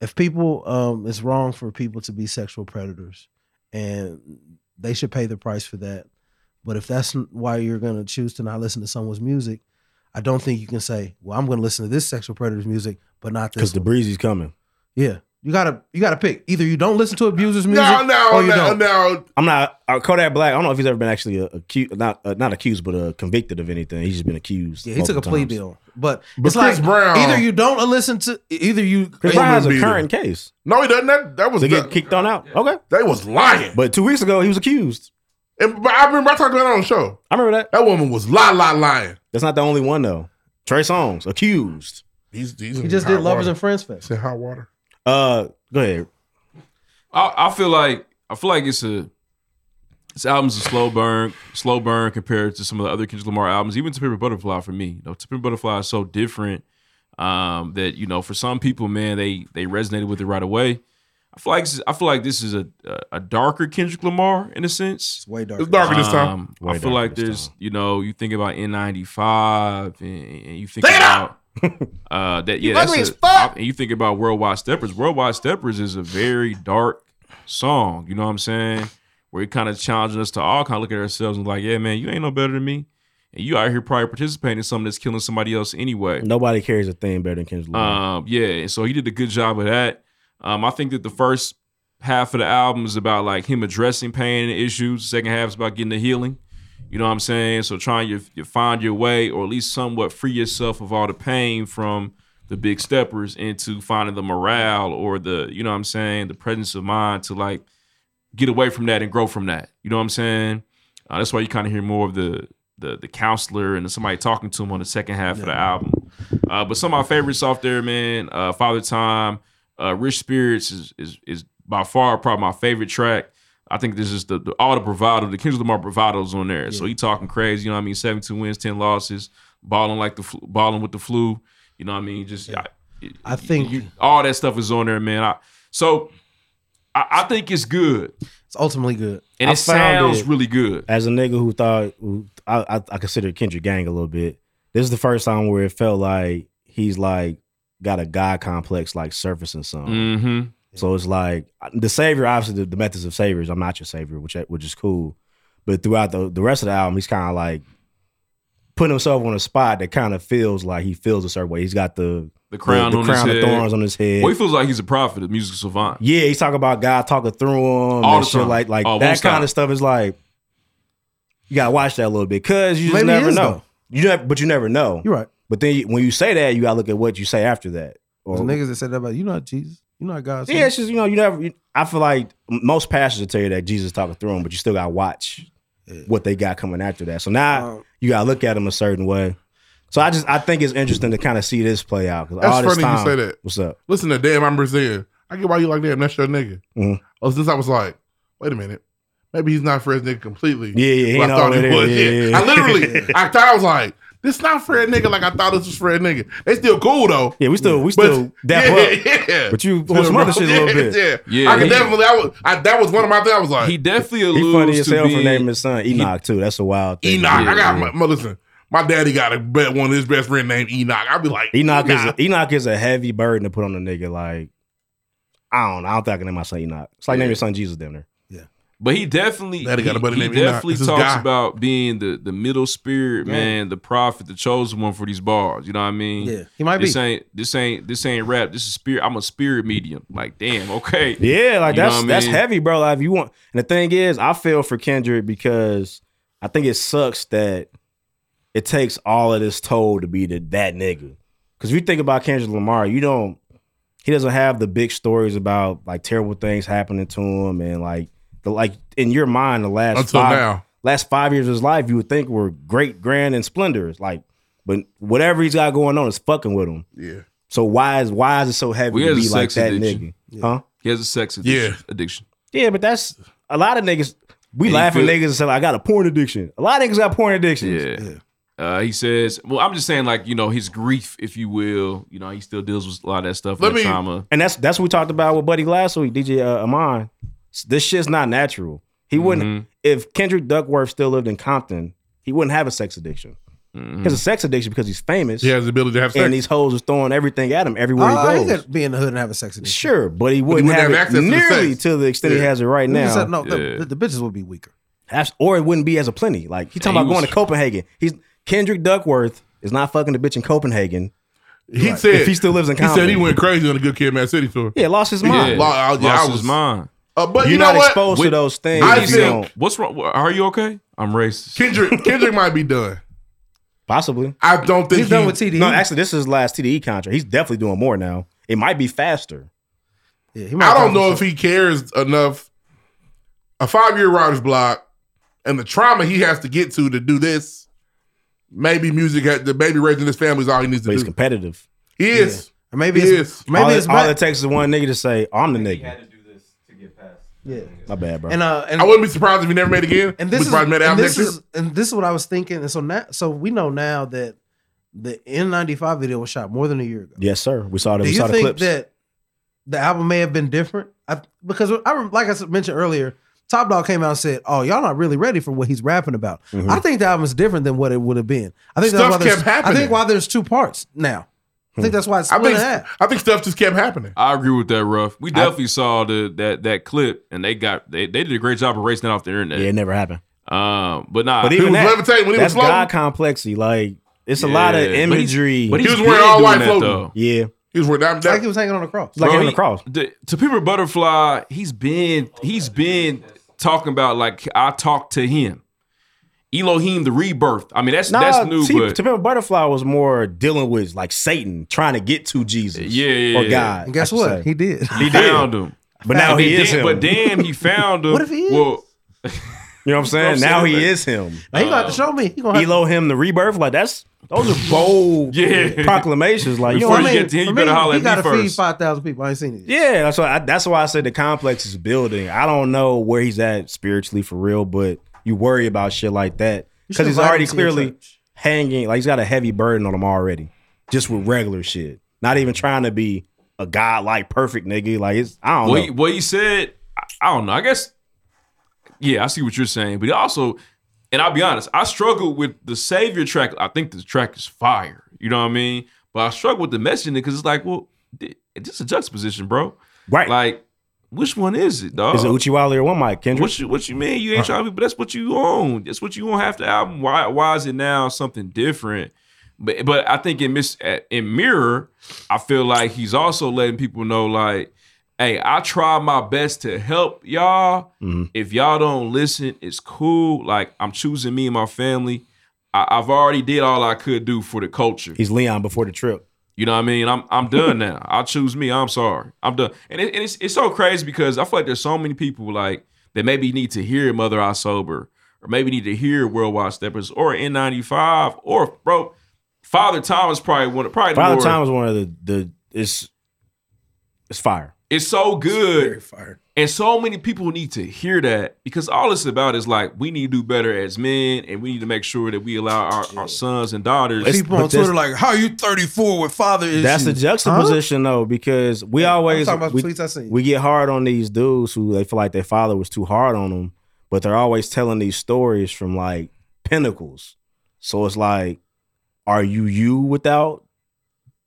S6: if people, um, it's wrong for people to be sexual predators, and they should pay the price for that. But if that's n- why you're going to choose to not listen to someone's music, I don't think you can say, "Well, I'm going to listen to this sexual predator's music, but not this."
S5: Because the breezy's coming.
S6: Yeah, you gotta, you gotta pick. Either you don't listen to abusers' music,
S3: no, no,
S5: Oh,
S6: or you
S3: no,
S6: don't.
S3: no.
S5: I'm not uh, Kodak Black. I don't know if he's ever been actually uh, accused, not uh, not accused, but uh, convicted of anything. He's just been accused.
S6: Yeah, he took a
S5: multiple
S6: plea
S5: times.
S6: deal, but,
S3: But
S6: it's
S3: Chris
S6: like
S3: Brown-
S6: either you don't listen to, either you.
S5: Chris Brown has a
S3: Beater.
S5: current case.
S3: No, he doesn't. That, that was
S5: They get
S3: that-
S5: kicked on out. Okay,
S3: They was lying.
S5: but two weeks ago he was accused.
S3: And, but I remember I talked about it on the show.
S5: I remember that.
S3: That woman was la la lying.
S5: That's not the only one though. Trey Songz accused.
S3: He's, he's
S6: He just did Lovers and Friends Fest.
S3: Said hot water.
S5: Uh, go ahead.
S2: I, I feel like I feel like it's a this album's a slow burn, slow burn compared to some of the other Kendrick Lamar albums, even To Pimp a Butterfly for me. You know, To Pimp a Butterfly is so different um, that you know for some people, man, they they resonated with it right away. I feel like this is, I feel like this is a a- a darker Kendrick Lamar in a sense. It's
S6: way
S3: It's darker this time.
S2: Um,
S5: Way
S2: I feel
S5: darker
S2: like
S5: this
S2: there's you know you think about N95 and, and you think about uh, that yeah
S5: ugly
S2: that's
S5: as
S2: a, I- and you think about Worldwide Steppers. Worldwide Steppers is a very dark song. You know what I'm saying? Where it kind of challenging us to all kind of look at ourselves and like, yeah, man, you ain't no better than me, and you out here probably participating in something that's killing somebody else anyway.
S5: Nobody carries a thing better than Kendrick Lamar.
S2: Um, yeah, and so he did a good job of that. Um, I think that the first half of the album is about like him addressing pain and issues. The second half is about getting the healing. You know what I'm saying? So trying to you find your way, or at least somewhat free yourself of all the pain from the big steppers into finding the morale or the, you know what I'm saying, the presence of mind to like get away from that and grow from that. You know what I'm saying? Uh, that's why you kind of hear more of the the the counselor and somebody talking to him on the second half of the album. Uh, but some of my favorites off there, man, uh, Father Time, uh, Rich Spirits is, is is by far probably my favorite track. I think this is the, the all the bravado, the Kendrick Lamar bravado's on there. So he talking crazy, you know what I mean? Seventy two wins, ten losses, balling like the flu, balling with the flu. You know what I mean? Just I,
S6: I think-
S2: you, all that stuff is on there, man. I, so I, I think it's good.
S6: It's ultimately good.
S2: And
S5: I
S2: it
S5: found
S2: sounds really good.
S5: As a nigga who thought who, I, I, I consider Kendrick Gang a little bit. This is the first time where it felt like he's like got a god complex like surfacing some.
S2: Mhm.
S5: So it's like the savior, obviously the, the methods of saviors. I'm not your savior, which which is cool. But throughout the, the rest of the album, he's kind of like putting himself on a spot that kind of feels like he feels a certain way. He's got the
S2: The crown
S5: the,
S2: on
S5: crown
S2: his
S5: of
S2: head.
S5: thorns on his head.
S2: Well, he feels like he's a prophet, a musical savant.
S5: Yeah, he's talking about God talking through him
S2: All
S5: and
S2: the
S5: shit
S2: time.
S5: like like
S2: Oh, won't
S5: that
S2: stop.
S5: kind of stuff is like you gotta watch that a little bit because you just
S6: Maybe
S5: never
S6: it is,
S5: know.
S6: though.
S5: You never, but you never know.
S6: You're right.
S5: But then you, when you say that, you gotta look at what you say after that. Or,
S6: There's niggas that said that about you know not Jesus, you know not God.
S5: yeah, it's just you know you never. you- I feel like most pastors will tell you that Jesus talking through them, but you still gotta watch what they got coming after that. So now you gotta look at them a certain way. So I just I think it's interesting to kind of see this play out. 'cause
S3: That's
S5: all this
S3: funny you
S5: time-
S3: say that.
S5: What's up?
S3: Listen to damn, I'm Brazilian. I get why you like damn. That's your nigga.
S5: Mhm.
S3: Oh, since I was like, wait a minute, maybe he's not Fred's nigga completely.
S5: Yeah, yeah, he
S3: But
S5: ain't
S3: I thought
S5: all the
S3: he
S5: way
S3: was.
S5: there.
S3: Yeah.
S5: Yeah, yeah,
S3: I
S5: yeah.
S3: literally, I thought I was like, this not Fred nigga. Like I thought this was Fred nigga. They still cool though.
S5: Yeah, we still we
S3: But-
S5: still dap
S3: yeah,
S5: up.
S3: yeah.
S5: But you on some other shit a little bit.
S3: Yeah,
S5: Yeah,
S3: I could
S5: he-
S3: definitely. I was. I, that was one of my things. I was like,
S2: He definitely
S5: He funny
S2: alludes
S5: as
S2: to
S5: hell for
S2: being
S5: naming his son Enoch too. That's a wild thing.
S3: Enoch. I got my, my listen. My daddy got a bet one of his best friend named Enoch. I'd be like,
S5: Enoch is a, Enoch is a heavy burden to put on a nigga. Like I don't know. I don't think I can name my son Enoch. It's like naming your son Jesus down there.
S2: But he definitely
S5: Daddy got a
S2: he-
S5: buddy
S2: he
S5: named Enoch.
S2: definitely
S5: This is
S2: talks
S5: God.
S2: about being the the middle spirit,
S6: Yeah.
S2: man, the prophet, the chosen one for these bars. You know what I mean?
S6: Yeah, he might
S2: this
S6: be.
S2: Ain't, this ain't this ain't rap. This is spirit. I'm a spirit medium. Like, damn, okay.
S5: Yeah, like
S2: You know
S5: that's
S2: what I
S5: that's
S2: mean?
S5: heavy, bro. Like if you want, and the thing is, I feel for Kendrick because I think it sucks that it takes all of this toll to be the, that nigga. Because if you think about Kendrick Lamar, you don't. He doesn't have the big stories about like terrible things happening to him and like the like in your mind the last
S3: Until
S5: five,
S3: now.
S5: last five years of his life you would think were great, grand, and splendors. Like, but whatever he's got going on is fucking with him.
S3: Yeah.
S5: So why is why is it so heavy
S2: Well, he
S5: to
S2: has
S5: be
S2: a
S5: like
S2: sex
S5: that
S2: addiction.
S5: nigga? Huh?
S2: He has a sex addiction. addiction.
S5: Yeah, but that's a lot of niggas. We
S2: And you
S5: laugh at
S2: feel-
S5: niggas and say, "I got a porn addiction." A lot of niggas got porn addictions.
S2: Yeah. Uh, he says, "Well, I'm just saying, like you know, his grief, if you will, you know, he still deals with a lot of that stuff, that trauma.
S5: And that's that's what we talked about with Buddy last week, DJ uh, Amon. This shit's not natural. He
S2: Mm-hmm.
S5: wouldn't if Kendrick Duckworth still lived in Compton. He wouldn't have a sex addiction.
S2: Mm-hmm.
S5: He has a sex addiction because he's famous. He
S3: has the ability to have
S5: And
S3: sex.
S5: these hoes are throwing everything at him everywhere
S6: Oh,
S5: he
S6: he
S5: goes.
S6: could be in the hood and have a sex addiction.
S5: Sure, but he wouldn't, have, it nearly to the extent he has it right now.
S6: no, the, the bitches would be weaker.
S5: Abs- or it wouldn't be as a plenty. Like he talking
S6: And
S5: about
S6: he
S5: going
S6: was-
S5: to Copenhagen. He's Kendrick Duckworth is not fucking the bitch in Copenhagen.
S3: He said
S5: if he still lives in
S3: He
S5: Compton.
S3: said he went crazy on the Good Kid, Mad City tour.
S5: Yeah, lost his mind.
S3: Lo- I- yeah, I was- Uh, but you
S5: You're
S3: know
S5: not
S3: what?
S5: exposed to those things.
S3: I
S5: if you
S3: think
S5: don't-
S2: What's wrong? Are you okay? I'm racist.
S3: Kendrick Kendrick might be done.
S5: Possibly.
S3: I don't think He's done he- with TDE.
S5: No, actually, this is his last TDE contract. He's definitely doing more now. It might be faster.
S6: Yeah,
S3: I don't know if he cares enough. A five year writer's block and the trauma he has to get to to do this. Maybe music, had- the baby raising his family is all he needs to
S2: Mm-hmm.
S3: do. He's
S5: competitive.
S3: He is.
S6: Or maybe
S3: he
S6: it's-
S3: is.
S6: maybe
S5: all,
S6: it's
S5: all
S6: back-
S5: it takes is one nigga to say, "I'm the nigga."
S6: Yeah.
S5: My bad, bro.
S6: And uh, and
S3: I wouldn't be surprised if he never made it again.
S6: And this,
S3: Be
S6: is,
S3: surprised if he made it
S6: and
S3: out
S6: this
S3: next
S6: is and this is what I was thinking. And so now, so we know now that the N95 video was shot more than a year ago.
S5: yes, sir. We saw the,
S6: Do
S5: we
S6: you
S5: saw the
S6: think
S5: clips.
S6: that the album may have been different? I, because I rem- like I s- mentioned earlier, Top Dog came out and said, "Oh, y'all not really ready for what he's rapping about."
S5: Mhm.
S6: I think the album's different than what it would have been. I think
S3: Stuff
S6: that's why there's-
S3: kept
S6: I
S3: happening.
S6: think why there's two parts now. I
S5: Hmm.
S6: think that's why it's
S3: I
S6: split
S3: think,
S6: in half.
S3: I think stuff just kept happening.
S2: I agree with that, Ruff. We definitely saw the that that clip, and they got they, they did a great job of erasing that off the internet. Yeah,
S5: it never happened.
S2: Um, but nah,
S5: But even that, that's God complexity. Like it's a lot of
S2: Yeah, but he's-
S5: imagery.
S2: but He he's was wearing been all doing white that, clothing. though.
S5: Yeah,
S3: he was wearing that.
S6: Like he was hanging on a cross.
S5: Like
S2: Bro,
S5: having a
S2: he-
S5: cross.
S2: The, to Pimper Butterfly, he's been he's been talking about like I talked to him, Elohim the Rebirth. I mean, that's
S5: Nah,
S2: that's new,
S5: T-
S2: but
S5: To Pimp a Butterfly was more dealing with like Satan trying to get to Jesus,
S2: Yeah, yeah,
S5: or
S2: yeah.
S5: God.
S2: And guess
S5: I should
S2: what?
S5: say.
S2: He did. He
S5: did.
S2: found him.
S5: but now
S2: And
S5: he
S2: then-
S5: is him.
S2: But damn, he found him.
S5: What if he is?
S2: Well,
S5: You know what I'm saying?
S2: You know what I'm
S5: now
S2: saying?
S5: he is him.
S2: Now he gonna have to
S6: show me. He
S2: gonna have to-
S5: Elohim the rebirth. Like that's those are bold
S2: Yeah.
S5: proclamations. Like
S2: Before
S5: you know what
S2: you
S5: I mean?
S2: get to him, you
S6: For
S2: better holler
S6: he
S2: at me
S6: gotta feed
S2: first.
S6: five thousand people. I ain't seen it.
S5: Yeah, that's why. I, that's why I said the complex is building. I don't know where he's at spiritually for real, but you worry about shit like that
S6: You
S5: because
S6: should
S5: he's
S6: invite
S5: already
S6: him to your
S5: clearly hanging. Like he's got a heavy burden on him already, just with regular shit. Not even trying to be a godlike perfect nigga. Like it's I don't
S2: what
S5: know.
S2: He, what he said, I, I don't know. I guess, yeah, I see what you're saying, but he also, and I'll be honest, I struggled with the Savior track. I think the track is fire. You know what I mean? But I struggle with the messaging because it's like, well, th- this is a juxtaposition, bro.
S5: Right.
S2: Like, uh, which one is it, dog?
S5: Is it Uchiwali or one Mike Kendrick?
S2: What you what you mean? You ain't trying to be, but that's what you own. That's what you own half the album. Why why is it now something different? But but I think in Miss uh, in Mirror, I feel like he's also letting people know like, hey, I try my best to help y'all. If y'all don't listen, it's cool. Like I'm choosing me and my family. I, I've already did all I could do for the culture.
S5: He's Leon before the trip.
S2: You know what I mean? I'm I'm done now. I choose me. I'm sorry. I'm done. And, it, and it's it's so crazy because I feel like there's so many people like that maybe need to hear Mother Eye Sober or maybe need to hear Worldwide Steppers or N95 or bro, Father Time is probably one of probably the
S5: Father
S2: more-
S5: Time was one of the the it's it's fire.
S2: It's so good. And so many people need to hear that because all it's about is like we need to do better as men and we need to make sure that we allow our, our sons and daughters.
S4: People on Twitter like, "How you 34 with father issues?"
S5: That's the juxtaposition though, because we always
S4: talking about the
S5: we,
S4: tweets I seen.
S5: we get hard on these dudes who they feel like their father was too hard on them, but they're always telling these stories from like pinnacles. So it's like, are you you without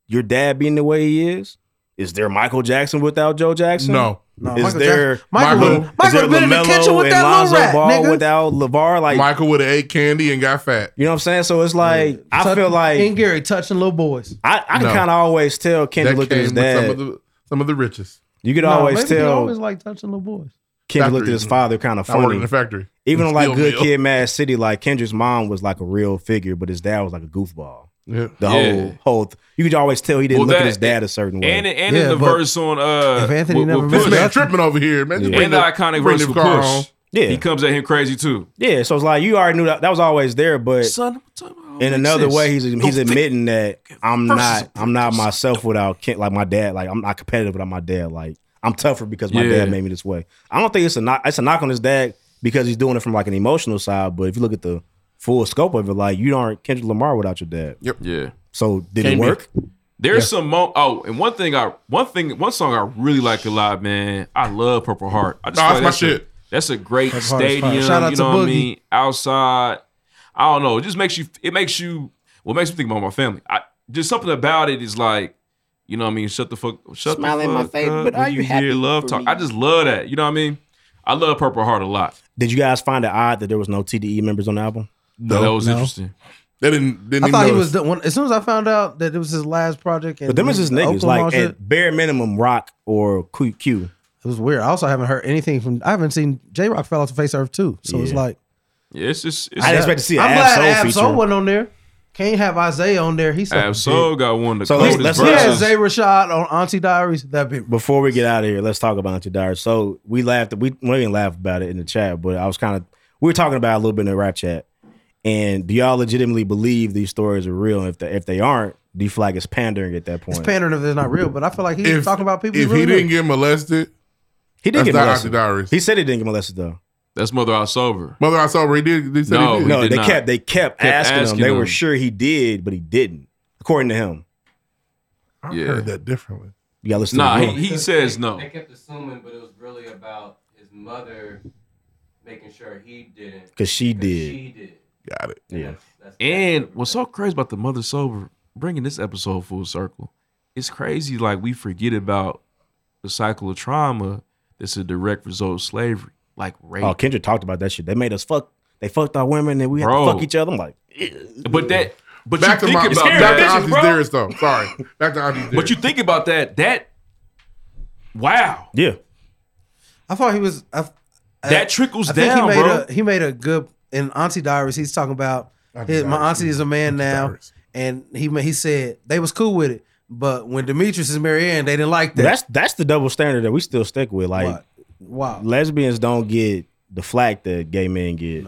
S5: your dad being the way he is? Is there Michael Jackson without Joe Jackson?
S3: No.
S5: is
S3: Michael
S5: there
S3: Jackson- Michael would've- Michael
S5: is there
S3: would've been in the
S5: LaMelo
S3: kitchen with
S5: and
S3: that little
S5: Lonzo
S3: rat,
S5: Ball
S3: nigga.
S5: without LeVar? Like
S3: Michael would have ate candy and got fat.
S5: You know what I'm saying? So it's like I
S6: Touch-
S5: feel like
S6: and Gary touching little boys.
S5: I, I can
S3: No.
S5: kind of always tell Kendrick
S3: That
S5: looked at his
S3: came with
S5: dad.
S3: Some of the, some of the richest.
S5: you could
S6: No,
S5: always
S6: maybe he
S5: tell
S6: always like touching little boys.
S5: Kendrick looked at
S3: Factory.
S5: his father kind of
S3: I worked
S5: funny.
S3: in the factory.
S5: Even on like
S3: Steel
S5: Good
S3: mill.
S5: Kid, Mad City, like Kendrick's mom was like a real figure, but his dad was like a goofball.
S3: Yeah.
S2: Yeah.
S5: The whole whole th- you could always tell he didn't
S2: Well,
S5: look
S2: that-
S5: at his dad a certain way.
S2: And and in the verse on uh
S5: if Anthony
S2: with-
S5: never
S2: with
S5: met
S2: Push,
S5: This man
S3: tripping over here, man.
S5: Just
S2: And
S5: bring
S2: the
S5: the-
S2: iconic
S5: bring
S2: verse
S5: the
S2: with
S5: car
S2: Push.
S5: home. Yeah.
S2: He comes at him crazy too.
S5: Yeah, so it's like you already knew that that was always there, but
S2: Son,
S5: in another
S2: sense.
S5: way, he's he's admitting that I'm
S2: Versus
S5: not I'm not myself without Kent, like my dad. Like I'm not competitive without my dad. Like I'm tougher because my
S2: Yeah.
S5: dad made me this way. I don't think it's a knock. It's a knock on his dad because he's doing it from like an emotional side. But if you look at the full scope of it, like you aren't Kendrick Lamar without your dad.
S3: Yep.
S2: Yeah.
S5: So did
S2: Can't
S5: it
S2: be.
S5: work?
S2: There's some mo- oh, and one thing I one thing one song I really like a lot, man. I love Purple Heart. I
S3: Nah,
S2: feel
S3: that's
S2: like
S3: my
S2: a-
S3: shit.
S2: that's a great
S3: Purple Heart is fire.
S2: stadium.
S3: Shout out
S2: you
S3: to
S2: know what I
S3: Boogie.
S2: mean? Outside, I don't know. It just makes you. It makes you. What makes me think about my family? I just something about it is like, you know what I mean. Shut the fuck. Shut
S21: Smile
S2: the
S21: in
S2: fuck
S21: my face,
S2: up
S21: but
S2: when
S21: are you
S2: hear
S21: happy
S2: Love
S21: for
S2: talk.
S21: me?
S2: I just love that. You know what I mean? I love Purple Heart a lot.
S5: Did you guys find it odd that there was no TDE members on the album?
S2: No, that was interesting.
S3: They didn't.
S6: I thought he was the one. As soon as I found out that it was his last project, and
S5: But them is just niggas.
S6: Oklahoma
S5: Like
S6: shit,
S5: at bare minimum, rock or Q. Q.
S6: it was weird. I also haven't heard anything from. I haven't seen J Rock fell off the face of earth too. So it's
S2: Yeah.
S6: like
S2: Yeah, it's just. It's
S5: I didn't expect to see an
S6: I'm
S5: Ab
S6: glad
S5: Soul
S6: Ab
S5: feature.
S6: Soul wasn't on there. Can't have Isaiah on there. He's
S2: Ab Soul got one of the
S5: So let's-
S2: coldest
S5: let's-
S6: Yeah,
S2: verses.
S6: Zay Rashad on Auntie Diaries. That big.
S5: Before we get out of here, let's talk about your diary. So we laughed. We we didn't laugh about it in the chat, but I was kind of we were talking about it a little bit in the rap chat. And do y'all legitimately believe these stories are real? If they, if they aren't, do you feel like it's pandering at that point?
S6: It's pandering if it's not real, but I feel like he's
S5: If-
S6: talking about people.
S5: if
S3: He
S6: really knew.
S3: didn't get molested.
S5: He did
S3: That's
S5: get
S3: not
S5: molested.
S3: Auntie Diaries.
S5: He said he didn't get molested though.
S2: That's Mother Out Sober.
S3: Mother, I saw. He did. They said
S2: No,
S3: Oh, he did.
S5: no, they kept they kept,
S2: Kept
S5: asking,
S2: asking
S5: him. They
S2: him.
S5: were sure he did, but he didn't, according to him.
S3: I
S2: Yeah.
S3: heard that differently.
S5: You gotta listen.
S2: Nah,
S5: to
S2: he,
S5: the room.
S2: he says no.
S9: They kept assuming, but it was really about his mother making sure he didn't.
S5: 'Cause she did.
S9: She did.
S3: Got it.
S5: Yeah.
S2: And what's so crazy about the mother sober bringing this episode full circle? It's crazy like we forget about the cycle of trauma that's a direct result of slavery, like rape.
S5: Oh, Kendrick talked about that shit. They made us fuck. They fucked our women, and we had
S2: Bro.
S5: to fuck each other. I'm like,
S2: But that, but
S3: back
S2: you
S3: to
S2: think
S3: my
S2: about that,
S3: back to Auntie's Dearest though. Sorry, back to Auntie's Dearest.
S2: but you think about that. That, wow,
S5: yeah.
S6: I thought he was. I,
S2: that trickles
S6: I think
S2: down,
S6: he made
S2: bro.
S6: A, he made a good in Auntie Diaries, he's talking about
S3: Auntie
S6: his- my
S3: Diaries,
S6: auntie is a man now, and he ma- he said they was cool with it, but when Demetrius is Marianne, they didn't like that.
S5: That's that's the double standard that we still stick with. Like
S6: Right. wow.
S5: lesbians don't get the flack that gay men get.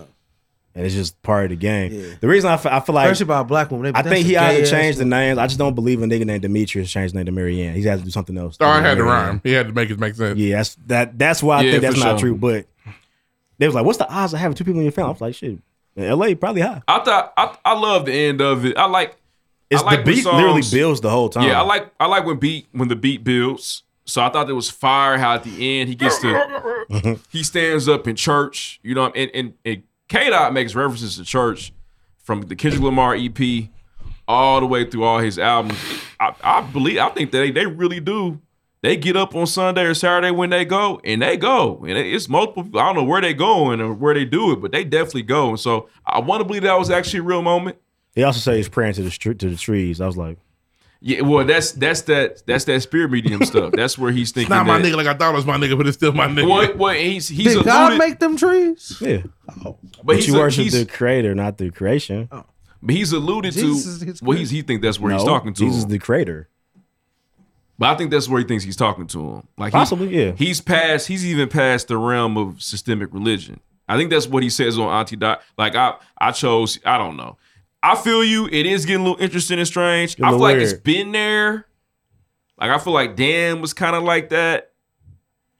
S5: And it's just part of the game. The reason I fe- I feel like
S6: Especially by a black woman. They-
S5: I
S6: that's
S5: think he
S6: a
S5: either
S6: gay-ass
S5: changed the
S6: woman.
S5: names. I just don't believe a nigga named Demetrius changed the name to Marianne. He has to do something else.
S3: Oh, I had to
S5: Marianne.
S3: rhyme. He had to make it make sense.
S5: Yeah, that's that. That's why I
S3: Yeah,
S5: think that's
S3: for
S5: not
S3: sure.
S5: true. But they was like, "What's the odds of having two people in your family?" I was like, "Shit, in L.A. probably high."
S2: I thought I, I love the end of it. I like
S5: It's
S2: I like
S5: the
S2: when
S5: beat literally
S2: songs-
S5: builds the whole time.
S2: Yeah, I like I like when beat when the beat builds. So I thought it was fire how at the end he gets to he stands up in church, you know, and and, and K Dot makes references to church from the Kendrick Lamar EP all the way through all his albums. I, I believe I think they they really do. They get up on Sunday or Saturday when they go, and they go, and it- it's multiple. people. I don't know where they going or where they do it, but they definitely go. And so I want to believe that was actually a real moment.
S5: They also say he's praying to the str- to the trees. I was like,
S2: Yeah, well, that's that's that that's that spirit medium stuff. That's where he's
S3: It's
S2: thinking.
S3: not my
S2: that-
S3: nigga like I thought it was my nigga, but it's still my nigga.
S2: Well, well, he's he's
S6: Did
S2: alluded,
S6: God make them trees?
S5: Yeah.
S2: but,
S5: "But
S2: he's,
S5: you
S2: a-
S5: worship
S2: he's-
S5: the Creator, not the creation."
S2: but he's alluded
S5: Jesus
S2: to.
S5: is
S2: Well, he's he think that's where he's
S5: No,
S2: talking to
S5: Jesus
S2: him.
S5: the Creator.
S2: But I think that's where he thinks he's talking to him. Like he-
S5: Possibly, yeah.
S2: He's past. He's even past the realm of systemic religion. I think that's what he says on Auntie Dot. Like I, I chose. I don't know. I feel you. It is getting a little interesting and strange.
S5: Getting
S2: I
S5: a
S2: feel
S5: little
S2: like it's
S5: weird.
S2: been there. Like I feel like Dan was kind of like that.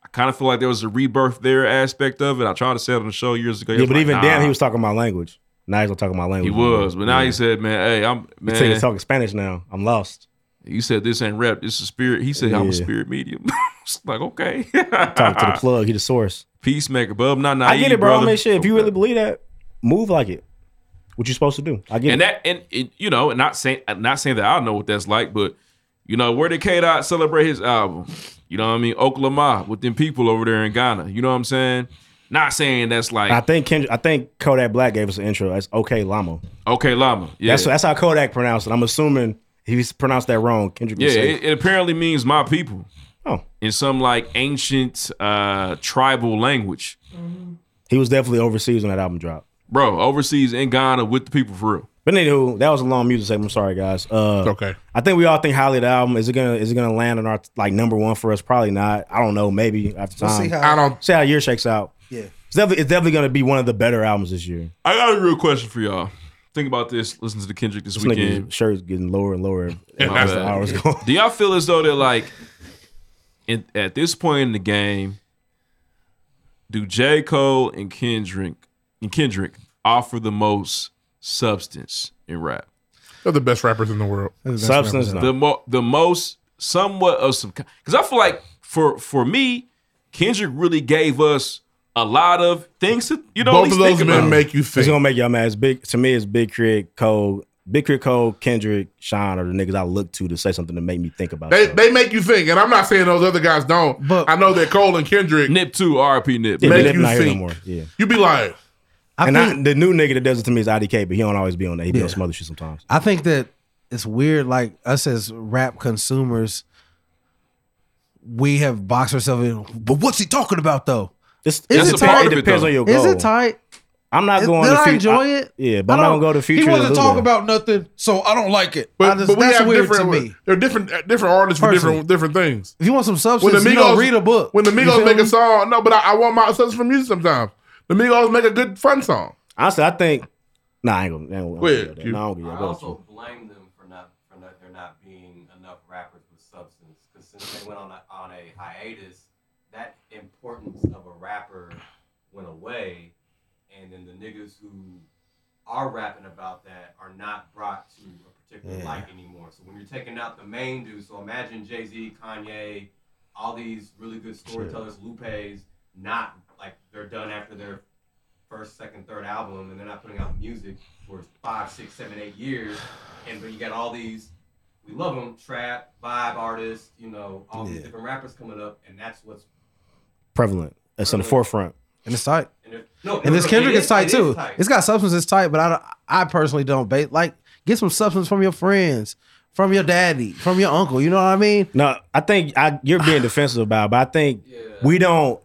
S2: I kind of feel like there was a rebirth there aspect of it. I tried to say it on the show years ago.
S5: Yeah, but
S2: Like,
S5: even
S2: nah.
S5: Dan, he was talking my language. Now he's not talking my
S2: He
S5: language.
S2: was, but now
S5: Yeah.
S2: he said, "Man, hey, I'm
S5: He said
S2: man."
S5: he's talking Spanish now. I'm lost.
S2: He said, "This ain't rap. This is spirit." He said, "I'm
S5: Yeah.
S2: a spirit medium." It's like okay, Ah,
S5: Talk to the plug. He the source.
S2: peacemaker, bub. Not naive,
S5: I get it, bro. I
S2: brother.
S5: mean, shit. If you really believe that, move like it. What you supposed to do? I get
S2: and
S5: it.
S2: that, and it, you know, and not saying, not saying that I know what that's like, but you know, where did K Dot celebrate his album? You know what I mean? Oklahoma with them people over there in Ghana. You know what I'm saying? Not saying that's like
S5: I think Kendrick, I think Kodak Black gave us an intro. That's okay, Lamo.
S2: okay, Llama. Yeah,
S5: That's that's how Kodak pronounced it. I'm assuming he's pronounced that wrong. Kendrick.
S2: yeah.
S5: was safe.
S2: It, it apparently means my people.
S5: Oh.
S2: in some like ancient uh tribal language,
S5: he was definitely overseas when that album dropped.
S2: bro. Overseas in Ghana with the people for real.
S5: But anywho, that was a long music segment. I'm sorry, guys. Uh,
S2: It's okay.
S5: I think we all think highly of the album. Is it gonna is it gonna land on our like number one for us? Probably not. I don't know. Maybe after
S6: We'll
S5: time.
S6: see how- I
S5: Um, don't see how the year shakes out.
S6: Yeah.
S5: It's definitely, it's definitely gonna be one of the better albums this year.
S2: I got a real question for y'all. Think about this. Listen to the Kendrick this,
S5: This
S2: weekend.
S5: nigga's shirt's getting lower and lower as
S2: My
S5: the
S2: bad.
S5: hours go.
S2: Do y'all feel as though they're like, in, at this point in the game, do J. Cole and Kendrick and Kendrick offer the most substance in rap?
S3: They're the best rappers in the world.
S2: The mo- the most somewhat of some because I feel like for for me, Kendrick really gave us a lot of things to you know. at least think about.
S5: It's gonna make y'all mad. It's big to me. It's Big Crit, Cole, Big Crit, Cole, Kendrick, Sean, are the niggas I look to to say something to make me think about.
S3: They
S5: stuff.
S3: they make you think, and I'm not saying those other guys don't. But I know that Cole and Kendrick
S2: Nip two RP Nip.
S5: Yeah,
S3: make
S5: Nip
S3: you
S5: not here no
S3: think.
S5: more. Yeah.
S3: You be like,
S5: and I, the new nigga that does it to me is IDK, but he don't always be on that. He be on some other shit sometimes.
S6: I think that it's weird, like us as rap consumers, we have boxed ourselves in. But what's he talking about though?
S5: It's,
S6: is it
S5: it's a part
S6: tight?
S5: of it, Depends though. on your
S6: Is
S5: goal.
S6: it tight?
S5: I'm not
S6: It-
S5: going
S6: Did
S5: to
S6: I
S5: fut-
S6: enjoy
S5: I-
S6: it?
S5: yeah, but
S6: I
S5: I'm not
S6: don't-
S5: gonna go to
S6: He
S5: Future
S6: wasn't
S5: and Lil
S6: talking
S5: Wayne.
S6: about nothing, so I don't like it. I
S3: but,
S6: just-
S3: but we
S6: that's
S3: have
S6: weird
S3: different.
S6: to me.
S3: They're different. Different artists for
S6: Personally.
S3: different different things.
S6: If you want some
S3: When
S6: substance,
S3: the
S6: you don't
S3: Migos
S6: read a book.
S3: When the
S6: You
S3: Migos
S6: feel
S3: make
S6: me?
S3: a song, no, but I, I want my substance from music sometimes. The Migos make a good fun song.
S5: Honestly, I think. Nah, I ain't gonna. I ain't gonna
S3: Quit,
S5: give y'all that.
S3: you-
S5: Nah, I don't give y'all
S9: I
S5: that.
S9: also blame them for not for not, there not being enough rappers with substance because since they went on a, on a hiatus, that importance of a rapper went away, and then the niggas who are rapping about that are not brought to a particular
S6: Yeah.
S9: light anymore. So when you're taking out the main dudes, so imagine Jay Z, Kanye, all these really good storytellers, Lupe's, not like they're done after their first, second, third album, and they're not putting out music for five, six, seven, eight years. And but you got all these, we love them, trap, vibe artists, you know, all these different rappers coming up, and that's what's
S5: Prevalent. That's in the forefront.
S6: And it's tight.
S9: And, no,
S6: and this
S9: no,
S6: Kendrick
S9: it
S6: is,
S9: is-
S6: tight
S9: it
S6: too.
S9: is tight.
S6: It's got substance. It's tight, but I don't, I personally don't bait. Like get some substance from your friends, from your daddy, from your uncle. You know what I mean?
S5: No, I think I, you're being defensive about, it, but I think we don't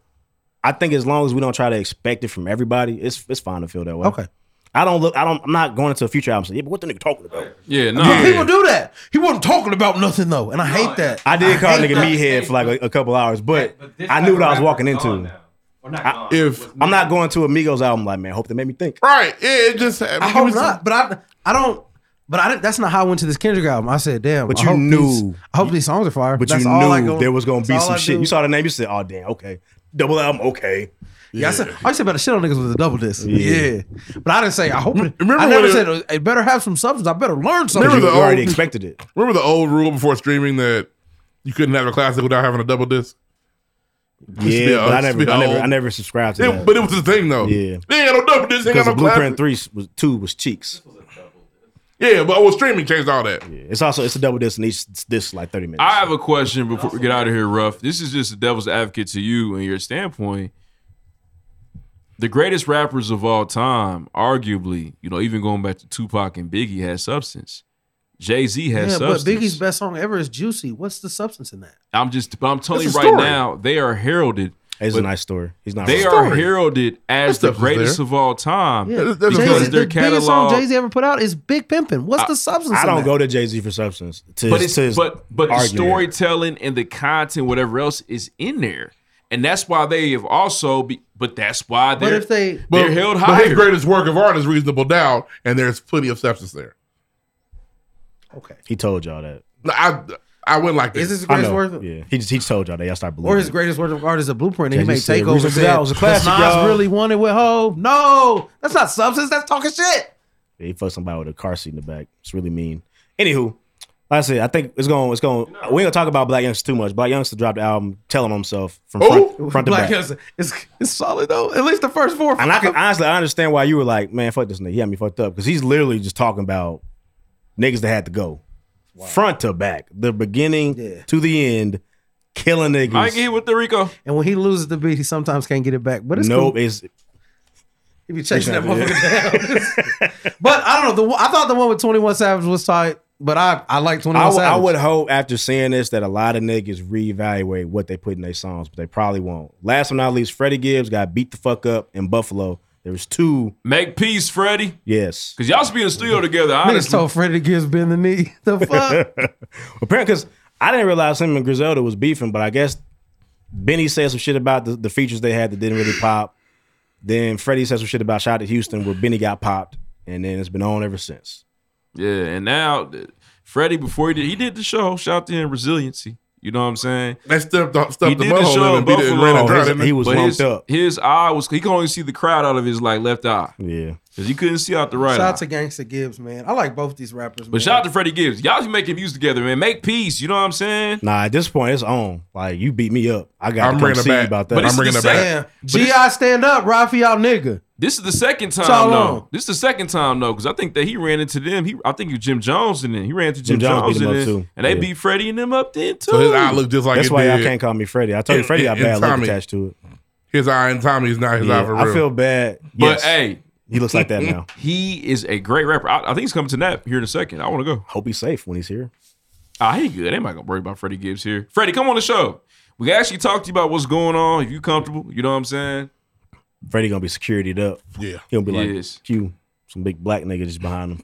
S5: I think as long as we don't try to expect it from everybody, it's it's fine to feel that way. Okay. I don't look. I don't. I'm not going into a future album. saying, Yeah, but what the nigga talking about?
S2: Yeah,
S5: no.
S6: But people do that. He wasn't talking about nothing though, and I hate that.
S5: I did call a
S6: hate
S5: nigga
S6: that.
S5: meathead for like a, a couple hours, but,
S6: this
S5: I
S6: type of
S5: knew what I was
S6: rapper's
S5: walking
S6: gone
S5: into. I-
S6: gone.
S5: if I'm not going to Amigos album, like man, hope they made me think.
S3: Right? Yeah, it just.
S6: I hope not. But I, I don't. But I didn't, that's not how I went to this Kendrick album. I said, "Damn."
S5: But
S6: I
S5: you
S6: hope these-
S5: knew.
S6: I hope these songs are fire.
S5: But
S6: That's
S5: you
S6: all I
S5: knew
S6: go-
S5: there was gonna be
S6: that's all
S5: some
S6: I
S5: shit.
S6: do.
S5: You saw the name, you said, "Oh damn, okay, double album, okay."
S6: Yeah, I said I used to better shit on niggas with a double disc. Yeah. But I didn't say I hope it.
S3: Remember
S6: I never
S3: when it-
S6: said it, better have some substance. I better learn something.
S3: Remember the old,
S5: it.
S3: Remember the old rule before streaming that you couldn't have a classic without having a double disc. Used to be
S5: Yeah,
S3: a-
S5: but
S3: used
S5: I
S3: to
S5: never,
S3: be
S5: I
S3: an
S5: never,
S3: old-
S5: I never subscribed to
S3: It-
S5: that.
S3: but it was the thing though.
S5: Yeah,
S3: They ain't got no double disc. They ain't
S5: because
S3: got no
S5: Blueprint
S3: classic.
S5: Three was two was cheeks.
S3: Yeah, but well, streaming changed all that.
S5: It's also it's a double disc and each disc is like thirty minutes.
S2: I have a question before we get out of here, Ruff. This is just the devil's advocate to you and your standpoint. The greatest rappers of all time, arguably, you know, even going back to Tupac and Biggie, had substance. Jay Z
S6: Yeah,
S2: has
S6: but
S2: substance.
S6: Biggie's best song ever is "Juicy." What's the substance in that?
S2: I'm just, but I'm telling you
S6: It's a
S2: right
S6: story.
S2: now, they are heralded.
S5: It's a
S2: but
S5: nice story. He's not.
S2: They
S5: wrong.
S2: are heralded as
S5: That
S2: the
S5: stuff was
S2: greatest
S5: there.
S2: of all time
S6: Yeah,
S2: because
S6: Jay-Z-
S2: their
S6: the biggest song Jay
S2: catalog.
S6: Z ever put out is "Big Pimpin'." What's
S2: I-
S6: the substance?
S5: I
S6: in
S5: don't
S6: that?
S5: go to Jay Z for substance. To
S2: but
S5: his-
S2: it's
S5: to his
S2: but but the
S5: argument.
S2: storytelling and the content, whatever else, is in there, and that's why they have also. Be, but that's why they're
S6: if they-
S2: they're
S3: But,
S2: held
S3: but
S2: higher.
S3: his greatest work of art is Reasonable Doubt, and there's plenty of substance there.
S5: He told y'all that.
S3: No, I I wouldn't like this.
S6: Is this the greatest
S5: I know.
S6: work-
S5: Yeah, he just, he told y'all that. Y'all start believing.
S6: Or his greatest work of art is a blueprint, and he
S5: Jay-Z
S6: made
S5: said,
S6: takeover.
S5: "Reasonable
S6: Said,
S5: Doubt was a classic,
S6: Nas
S5: y'all."
S6: really wanted with Ho. No, that's not substance. That's talking shit.
S5: it. he fucked somebody with a car seat in the back. It's really mean. Anywho, like I said, I think it's going. to It's going. to We ain't gonna talk about Black Youngster too much. Black Youngster dropped the album, telling himself
S2: Oh,
S5: from front, front to
S6: Black
S5: back.
S6: Youngster. It's, it's solid though. At least the first four.
S5: And I can honestly, I understand why you were like, man, fuck this nigga. He had me fucked up because he's literally just talking about niggas that had to go, front to back, the beginning to the end, killing niggas.
S2: I ain't get hit with the Rico.
S6: And when he loses the beat, he sometimes can't get it back. But it's
S5: nope,
S6: cool.
S5: it's
S6: He be chasing that
S5: Yeah.
S6: motherfucker down. but I don't know. The one, I thought the one with Twenty One Savage was tight, but I I like Twenty
S5: I,
S6: One
S5: w-
S6: Savage.
S5: I would hope after seeing this that a lot of niggas reevaluate what they put in their songs, but they probably won't. Last but not least, Freddie Gibbs got beat the fuck up in Buffalo. There was two.
S2: Make peace, Freddie.
S5: Yes.
S2: Because y'all should be in the studio together,
S6: Niggas
S2: honestly.
S6: told Freddie Gibbs bend the knee. The fuck?
S5: Apparently, because I didn't realize him and Griselda was beefing, but I guess Benny said some shit about the, the features they had that didn't really pop. Then Freddie said some shit about Shot at Houston where Benny got popped, and then it's been on ever since.
S2: Yeah, and now uh, Freddie, before he did, he did the show. Shout out to him, resiliency. You know what I'm saying?
S3: That stuffed up, stuffed
S2: he
S3: the
S2: did
S3: mud
S2: the
S3: hole in
S2: show
S3: and
S2: in
S3: beat it and ran
S2: Buffalo.
S3: and dried it.
S5: He was
S2: But
S5: lumped
S2: his,
S5: up.
S2: His eye was. He could only see the crowd out of his like left eye.
S5: Yeah,
S2: because he couldn't see out the right
S6: Shout
S2: eye.
S6: out to Gangsta Gibbs, man. I like both these rappers.
S2: but shout out to Freddie Gibbs. Y'all should make music together, man. Make peace. You know what I'm saying?
S5: Nah, at this point, it's on. Like you beat me up. I got.
S2: I'm
S5: to come
S2: bringing it
S5: see you
S2: back.
S5: about that.
S2: But it's I'm bringing the it back. same-
S6: Damn.
S2: But
S6: Gi stand up, Raphael nigga.
S2: This is the second time
S6: all
S2: though.
S6: on.
S2: This is the second time though, because I think that he ran into them. He, I think it was Jim Jones and then he ran into Jim,
S5: Jim
S2: Jones,
S5: Jones beat him
S2: and
S5: up,
S2: then,
S5: too.
S2: and they
S5: Yeah.
S2: beat Freddie and them up then too.
S3: So his eye looked just like
S5: That's
S3: it
S5: why
S3: did.
S5: y'all can't call me Freddie. I told you
S3: And-
S5: Freddie got
S3: and
S5: bad luck
S3: Tommy.
S5: attached to it.
S3: His eye and Tommy's not his eye
S5: Yeah,
S3: for real.
S5: I feel bad.
S2: But
S5: Yes.
S2: hey,
S5: he looks like that now.
S2: He is a great rapper. I, I think he's coming to nap here in a second. I want to go.
S5: Hope he's safe when he's here.
S2: Ah, he good. Ain't gonna worry about Freddie Gibbs here. Freddie, come on the show. We can actually talk to you about what's going on. If you comfortable, you know what I'm saying.
S5: Freddie gonna be securityed up.
S3: Yeah,
S5: he'll be like
S2: Yes.
S5: Q, some big black nigga just behind him.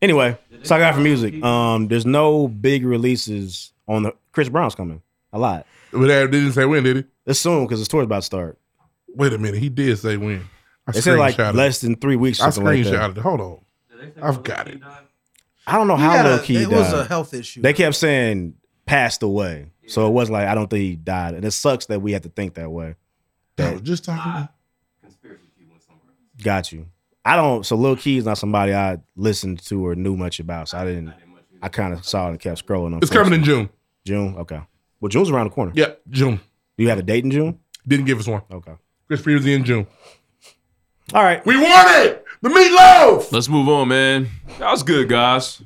S5: Anyway, that's all I got for music. Um, there's no big releases on the Chris Brown's coming a lot.
S3: But that didn't say when, did he?
S5: It's soon because his tour's about to start.
S3: Wait a minute, he did say when. I
S5: They said like
S3: screenshotted it.
S5: less than three weeks.
S3: I
S5: something like that.
S3: screenshotted it. Hold on. I've got it.
S5: I don't know
S3: You
S5: how
S3: gotta-
S5: low key
S3: it
S5: died.
S3: was a health issue.
S5: They kept saying passed away, so it wasn't like I don't think he died, and it sucks that we have to think that way.
S3: I was just talking about
S5: Got you. I don't. So Lil Key is not somebody I listened to or knew much about. So I didn't. I kind of saw it and kept scrolling.
S3: It's coming in June.
S5: June. Okay. Well, June's around the corner.
S3: Yep. June.
S5: You have a date in June?
S3: Didn't give us one.
S5: Okay.
S3: Chris Pierce in June.
S5: All right.
S3: We want it. The meatloaf.
S2: Let's move on, man. That was good, guys.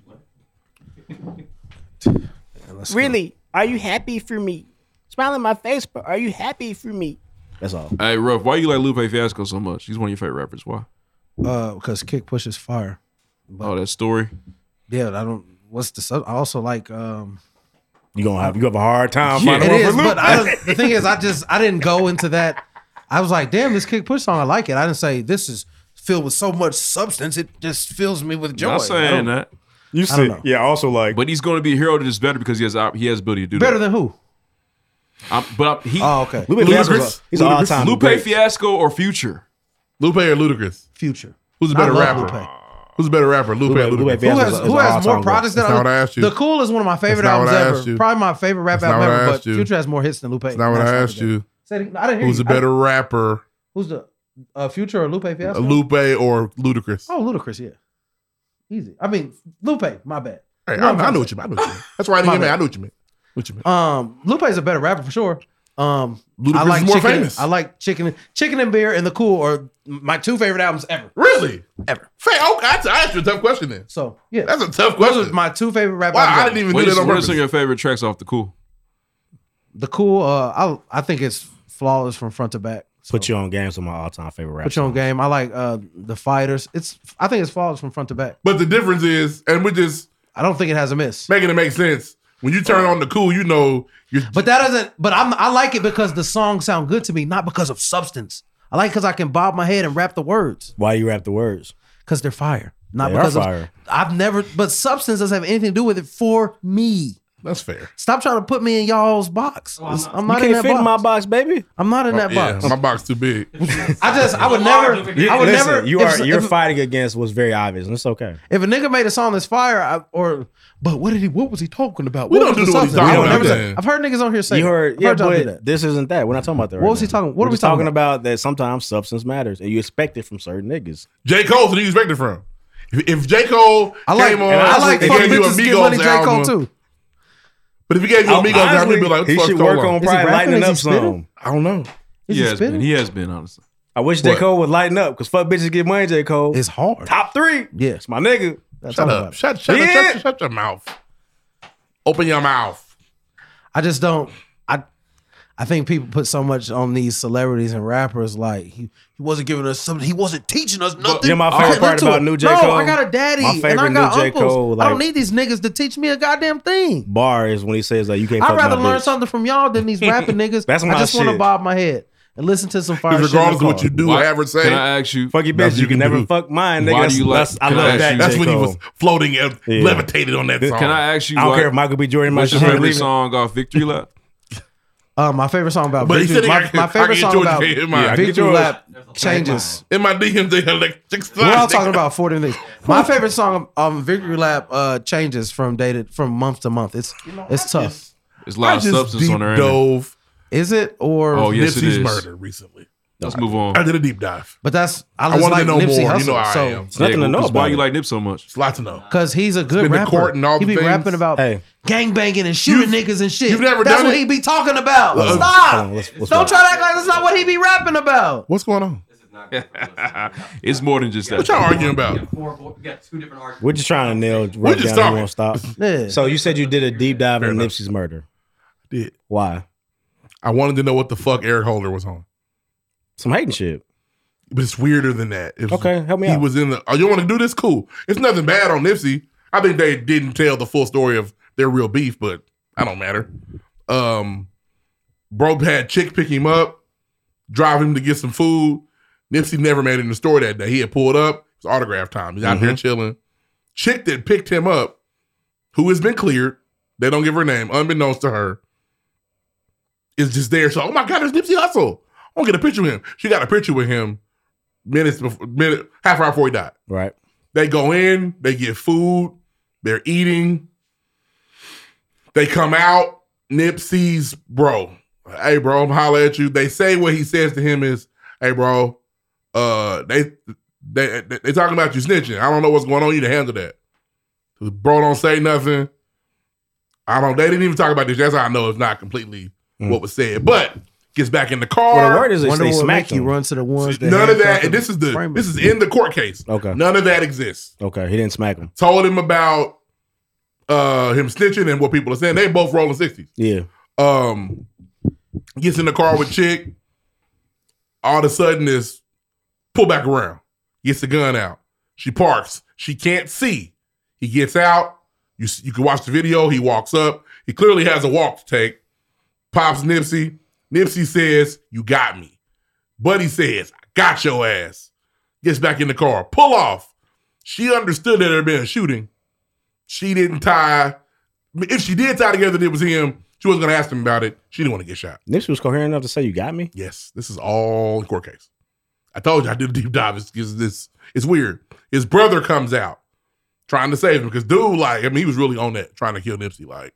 S21: Really? Are you happy for me? Smile in my face, but are you happy for me?
S5: That's all.
S2: Hey, Ruff, why you like Lupe Fiasco so much? He's one of your favorite rappers. Why?
S6: Uh, because Kick pushes fire.
S2: oh, that story.
S6: Yeah, I don't. What's the sub? I also like. um
S5: You gonna have you have a hard time
S6: It
S5: finding one
S6: is,
S5: for Luke.
S6: but I, don't- the thing is, I just I didn't go into that. I was like, damn, this kick push song, I like it. I didn't say this is filled with so much substance, it just fills me with joy.
S2: Not
S6: I don't-
S2: saying that.
S6: You I don't said- know.
S2: yeah. Also, like, but he's going to be a hero to this better because he has op- he has ability to do
S6: Better
S2: that.
S6: than who?
S2: I'm, but I'm, he,
S6: Oh, okay.
S2: Lupe,
S6: Lupe Fiasco's a- he's an all-time
S2: Lupe
S6: great.
S2: Fiasco or Future?
S3: Lupe or Ludacris?
S6: Future.
S3: Who's a
S6: I
S3: better
S6: love
S3: rapper?
S6: Lupe.
S3: Who's a better rapper? Lupe, or
S6: Who
S3: Ludacris.
S6: has, who has more products than
S3: That's not what I
S6: other-
S3: asked you.
S6: The Cool is one of my favorite
S3: That's not what
S6: albums
S3: I
S6: ever.
S3: asked you.
S6: Probably my favorite rap
S3: That's not
S6: album
S3: what I
S6: ever, but
S3: asked you.
S6: Future has more hits than Lupe.
S3: That's not what I asked you.
S6: Say it- I didn't hear
S3: Who's
S6: you.
S3: a better
S6: I-
S3: rapper?
S6: Who's the uh, Future or Lupe Fiasco?
S3: A Lupe or Ludacris?
S6: Oh, Ludacris, yeah. Easy. I mean, Lupe, my bad.
S3: Hey,
S6: You know
S3: I,
S6: I'm
S3: I
S6: trying
S3: know
S6: to
S3: what you mean.
S6: say.
S3: I know what you mean. That's why I didn't
S6: My
S3: get mad.
S6: bad.
S3: I know what you mean. What you mean?
S6: Um, Lupe's a better rapper for sure. Um,
S3: Ludacris
S6: I like
S3: is more
S6: chicken,
S3: famous.
S6: I like chicken, chicken and beer and the cool are my two favorite albums ever.
S3: Really?
S6: Ever.
S3: Faye, okay, I I asked you a tough question then.
S6: So yeah,
S3: that's a tough
S6: Those
S3: question.
S6: are my two favorite rap
S3: Wow,
S6: albums.
S3: I
S6: ever.
S3: didn't even
S2: What
S3: do
S2: is,
S3: that on
S2: what are some
S3: purpose.
S2: of your favorite tracks off the cool?
S6: The cool, uh, I I think it's flawless from front to back.
S5: Put you on games with my all time favorite rapper.
S6: Put you on game. I like uh the fighters. It's I think it's flawless from front to back.
S3: But the difference is, and we just
S6: I don't think it has a miss.
S3: Making it make sense. When you turn on the cool, you know you're
S6: But that doesn't. But I'm I like it because the songs sound good to me, not because of substance. I like because I can bob my head and rap the words.
S5: Why you rap the words?
S6: Because they're fire. Not
S5: They are
S6: because of
S5: fire.
S6: I've never. But substance doesn't have anything to do with it for me.
S3: That's fair.
S6: Stop trying to put me in y'all's
S5: Oh,
S6: box. I'm not, in that box.
S5: box, baby.
S6: I'm not in that
S3: Oh, yeah,
S6: box.
S3: my box too big.
S6: I just I would never. I would
S5: Listen,
S6: never.
S5: You
S6: if-
S5: are you're
S6: if-
S5: fighting against what's very obvious, and it's okay.
S6: If a nigga made a song that's fire, I, or but what did he? What was he talking about?
S5: We
S6: What
S5: don't
S6: was
S5: do
S6: the
S5: what he's
S6: substance?
S5: talking
S6: I would
S5: about
S6: never
S5: then.
S6: say- I've heard niggas on here say.
S5: you
S6: that.
S5: heard,
S6: I've
S5: yeah,
S6: y'all do
S5: but
S6: that.
S5: this isn't that. We're not talking about that.
S6: What
S5: right
S6: was he
S5: now.
S6: talking- what
S5: We're
S6: are we
S5: just
S6: talking
S5: talking about? That sometimes substance matters, and you expect it from certain niggas.
S3: J. Cole, who do you expect it from? If, if J. Cole
S5: I like-
S3: came on,
S5: and I like
S3: and
S5: fuck
S3: gave you
S5: bitches, give money,
S3: Amigos
S5: J. Cole,
S3: album,
S5: too.
S3: But if he gave you
S5: Oh,
S3: Amigos album,
S5: honestly,
S3: he'd be like, what
S5: he
S3: the fuck
S5: should
S3: Cole
S5: work on Is he probably rapping? lightening Is he up spitting? some.
S3: I don't know.
S2: he has been. He has been honestly.
S5: I wish J
S2: What?
S5: Cole would lighten up because fuck bitches get money. J Cole,
S6: it's hard.
S5: Top three.
S6: Yeah,
S5: it's my nigga.
S3: Shut up. Shut, shut,
S5: Yeah.
S3: shut, shut, shut your mouth. Open your mouth.
S6: I just don't. I I think people put so much on these celebrities and rappers. Like he, he wasn't giving us something. He wasn't teaching us nothing.
S5: you know my favorite
S6: Listen
S5: part
S6: to
S5: about
S6: it.
S5: New J.
S6: No,
S5: Cole?
S6: I got a daddy.
S5: My
S6: and I
S5: favorite
S6: got
S5: New J.
S6: uncles.
S5: Cole,
S6: I
S5: like-
S6: don't need these niggas to teach me a goddamn thing.
S5: Bar is when he says like you can't.
S6: I'd
S5: fuck my
S6: rather learn
S5: bitch.
S6: something from y'all than these rapping niggas.
S5: That's
S6: I
S5: my
S6: just want to
S5: shit.
S6: bob my head and listen to some fire. shit in the
S3: Regardless of what
S6: car.
S3: you do,
S2: Why-
S3: ever say.
S2: Can I ask you?
S5: Fuck your bitch. You can never fuck mine, nigga.
S2: Why
S5: That's,
S2: do you like-
S5: that's- I
S2: can I
S5: love
S2: ask
S5: that.
S2: you-
S3: That's
S5: J.
S3: when he
S5: Cole.
S3: was floating, uh,
S5: Yeah.
S3: levitated on that song.
S2: Can I ask you?
S5: I don't
S2: what-
S5: care if Michael B. Jordan might
S2: What's your
S5: shit,
S2: favorite
S5: leave it.
S2: song off Victory Lap?
S6: Uh, my favorite song about
S3: But he said he
S6: victory, my,
S3: got-
S6: my
S3: I
S6: favorite
S3: get
S6: song
S3: yours,
S6: about
S3: hit mine. Get
S6: victory
S3: yours.
S6: lap changes.
S3: In my DMs, they electric
S6: We're all talking about forty minutes. My favorite song um victory lap uh changes from dated from month to month. It's it's tough.
S2: There's a lot of substance on there. ain't there?
S3: dove.
S6: Is it or
S2: Oh, yes, it
S6: Nipsey's
S2: is.
S6: murder?
S3: recently.
S2: Let's move on.
S3: I did a deep dive.
S6: But that's I,
S3: I
S6: just
S3: wanted
S6: like
S3: to know
S6: Nipsey
S3: more. You
S6: Hustle,
S3: know how I
S6: so
S3: am.
S2: Yeah, because Why you like Nip so much?
S3: It's a lot to know.
S6: Cause he's a good
S3: been to
S6: rapper.
S3: court and all
S6: he
S3: the
S6: be
S3: things.
S6: rapping about
S5: Hey.
S6: gang banging and shooting niggas and shit.
S3: you've never
S6: That's
S3: done
S6: what
S3: it?
S6: he be talking about.
S3: Hold on,
S6: Stop.
S5: Uh, hold on, let's- let's
S6: Don't
S5: watch.
S6: try to act like that's not what he be rapping about.
S3: What's going on?
S2: it's more than just that.
S3: What y'all arguing about?
S5: We're just trying to nail. We're
S3: just talking.
S5: just down won't stop.
S6: Yeah.
S5: So you said you did a deep dive on Nipsey's murder.
S3: Did.
S5: Why?
S3: I wanted to know what the fuck Eric Holder was on.
S5: Some hating shit.
S3: But it's weirder than that. It was-
S5: Okay, help me
S3: he
S5: out.
S3: was in the. Oh, you want to do this? Cool. It's nothing bad on Nipsey. I think they didn't tell the full story of their real beef, but I don't matter. Um, bro had chick pick him up, drive him to get some food. Nipsey never made it in the store that day. He had pulled up. It's autograph time. He's out there chilling. Chick that picked him up, who has been cleared. They don't give her name, unbeknownst to her. Is just there. So, oh my God, there's Nipsey Hussle. I want to get a picture with him. She got a picture with him minutes before minute half hour before he died.
S5: Right.
S3: They go in, they get food, they're eating, they come out, Nipsey's bro. Hey bro, I'm holler at you. They say what he says to him is, hey bro, uh they they they, they talking about you snitching. I don't know what's going on, you to handle that. The Bro don't say nothing. I don't they didn't even talk about this. That's how I know it's not completely what was said. But gets back in the car.
S6: Mm. Well, the word is
S5: Wonder
S6: they
S5: what
S6: smack
S5: make
S6: you
S5: them.
S6: run to the ones. That
S3: None of
S6: handcuff
S3: that.
S6: and
S3: And this is the
S6: frame
S3: this is
S6: him.
S3: in the court case.
S5: Okay.
S3: None of that exists.
S5: Okay. He didn't smack him.
S3: Told him about uh him snitching and what people are saying. They both rolling sixties.
S5: Yeah.
S3: Um gets in the car with chick. All of a sudden is pull back around. Gets the gun out. She parks. She can't see. He gets out. You s- you can watch the video. He walks up. He clearly has a walk to take. Pops Nipsey. Nipsey says, "You got me." Buddy says, I got your ass. Gets back in the car, pull off. She understood that there had been a shooting. She didn't tie. If she did tie together, that it was him. She wasn't going to ask him about it. She didn't want to get shot.
S5: Nipsey was coherent enough to say, "You got me."
S3: Yes, this is all court case. I told you I did a deep dive. It's, it's this. It's weird. His brother comes out trying to save him because dude, like, I mean, he was really on that trying to kill Nipsey. Like,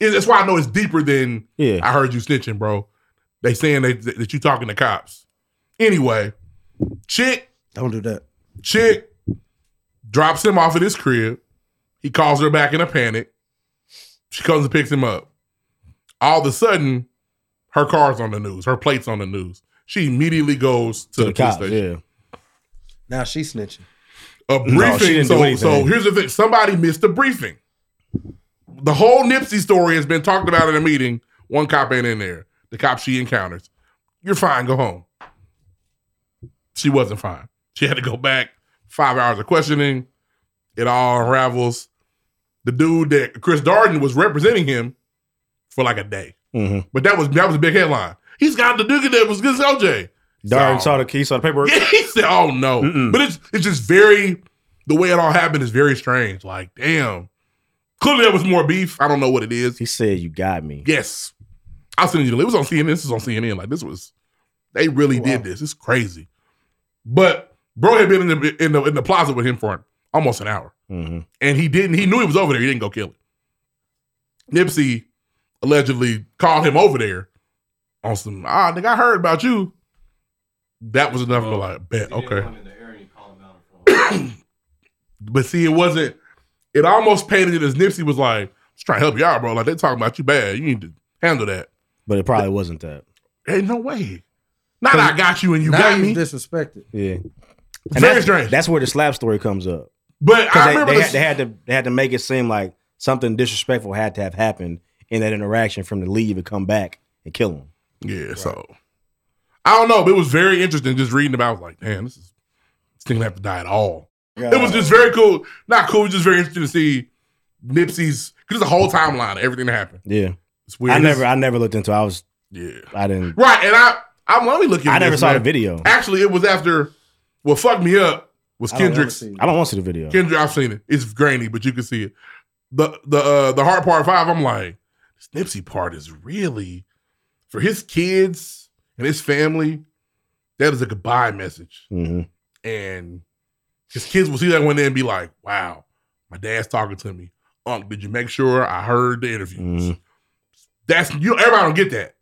S3: it- that's why I know it's deeper than
S5: yeah.
S3: I heard you snitching, bro. They saying that that you talking to cops. Anyway, chick,
S6: don't do that.
S3: Chick drops him off at his crib. He calls her back in a panic. She comes and picks him up. All of a sudden, her car's on the news. Her plate's on the news. She immediately goes to, the, police
S6: cops,
S3: station.
S6: Now she's snitching.
S3: A briefing.
S6: No, she didn't do
S3: so,
S6: anything.
S3: so here's the thing: somebody missed a briefing. The whole Nipsey story has been talked about in a meeting. One cop ain't in there. The cop she encounters, you're fine. Go home. She wasn't fine. She had to go back. Five hours of questioning. It all unravels. The dude that Chris Darden was representing him for like a day,
S5: Mm-hmm.
S3: but that was that was a big headline. He's got the dude that was good as LJ.
S5: Darn, saw the key, saw the paperwork.
S3: Yeah, he said, "Oh no!" But it's it's just very the way it all happened is very strange. Like, damn, clearly there was more beef. I don't know what it is.
S5: He said, "You got me."
S3: Yes, I'll send you. the link. It was on CNN. This is on CNN. Like, this was they really did this. It's crazy. But bro had been in the in the, in the plaza with him for almost an hour,
S5: Mhm.
S3: and he didn't. He knew he was over there. He didn't go kill him. Nipsey allegedly called him over there on some. Ah, nigga, I heard about you. That was enough. to like, bet okay. But see, it wasn't. It almost painted it as Nipsey was like, "Just trying to help you out, bro. Like they talking about you bad. You need to handle that."
S5: But it probably wasn't that.
S3: Ain't no way. Not I got you and you got me.
S6: Disrespected.
S5: Yeah.
S3: Very
S5: that's,
S3: strange.
S5: That's where the slap story comes up.
S3: But I
S5: 'Cause they,
S3: remember
S5: they,
S3: the-
S5: had, they had to they had to make it seem like something disrespectful had to have happened in that interaction from the leave and come back and kill him.
S3: Yeah. So I don't know, but it was very interesting just reading about. I was like, damn, this is this thing have to die at all. It was just very cool. Not cool. It was just very interesting to see Nipsey's because it's a whole timeline of everything that happened.
S5: Yeah.
S3: It's weird.
S5: I never
S3: It's-
S5: I never looked into. it. I was.
S3: Yeah.
S5: I didn't.
S3: Right, and I I'm let me look at
S5: I
S3: this,
S5: never saw
S3: man.
S5: the video.
S3: Actually, it was after what fucked me up was
S5: I don't wanna
S3: Kendrick's.
S5: see it. I don't want to see the video.
S3: Kendrick, I've seen it. It's grainy, but you can see it. The the uh, the hard part five. I'm like, this Nipsey part is really for his kids and his family. That is a goodbye message,
S5: Mhm.
S3: and his kids will see that one day and be like, "Wow, my dad's talking to me." Unc, did you make sure I heard the interviews?
S5: Mm-hmm.
S3: That's you. Everybody don't get that.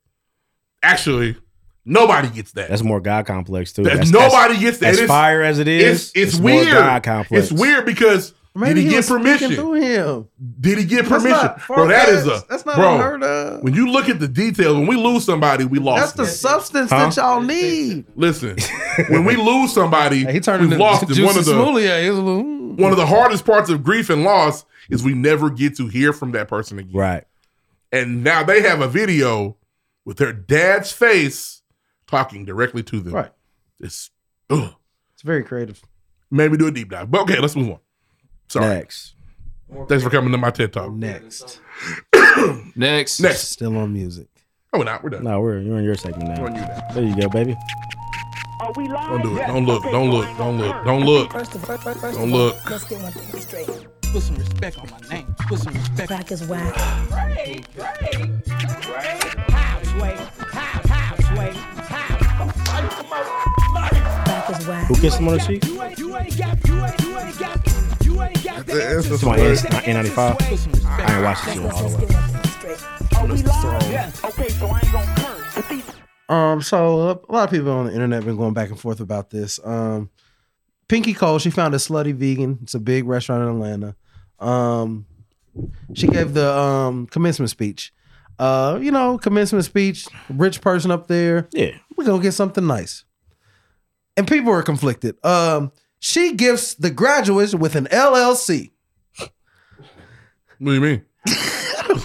S3: Actually, nobody gets that.
S5: That's more God complex too.
S3: That
S5: That's,
S3: nobody
S5: that's-
S3: gets that.
S5: As
S3: It's-
S5: fire as it is,
S3: it's- it's
S5: more
S3: weird.
S5: God complex.
S3: It's weird because
S6: Maybe
S3: did he,
S6: he
S3: get
S6: was speaking
S3: permission?
S6: through him.
S3: Did he get
S6: That's
S3: permission?
S6: not
S3: bro, that is a
S6: far-fetched. That's not
S3: bro,
S6: unheard of.
S3: When you look at the details, when we lose somebody, we
S6: That's
S3: lost.
S6: the
S3: them.
S6: substance
S3: Huh?
S6: that y'all need.
S3: Listen, when we lose somebody, he turned we've
S6: into
S3: lost them.
S6: Juicy
S3: One of the
S6: Smollett. He was a little- hmm.
S3: one of the hardest parts of grief and loss is we never get to hear from that person again.
S5: Right.
S3: And now they have a video with their dad's face talking directly to them.
S6: Right.
S3: It's ugh.
S6: It's very creative.
S3: Made me do a deep dive. But okay, let's move on. Sorry.
S5: Next.
S3: Thanks for coming to my TED Talk.
S6: Next.
S2: Next.
S3: Next.
S6: Still on music.
S3: Oh, we're not. We're done.
S5: No, we're you're in your segment now.
S3: We're on you now.
S5: There you go, baby.
S3: Don't do it. Don't look. Don't look. Don't look. Don't look.
S22: First of, first, first
S3: Don't
S22: of all,
S3: look.
S22: Let's get one thing straight. Put some respect on my name. Put some respect. Crack is whack. Crack is whack.
S5: Who kissed him on the cheek? It's my N95. I ain't watched this shit all the way.
S6: Um, so a lot of people on the internet been going back and forth about this. Um, Pinky Cole, she found a slutty vegan. It's a big restaurant in Atlanta. Um, she gave the um commencement speech. Uh, you know, commencement speech, rich person up there.
S5: Yeah.
S6: We're gonna get something nice. And people are conflicted. Um, she gifts the graduates with an LLC.
S3: What do you mean?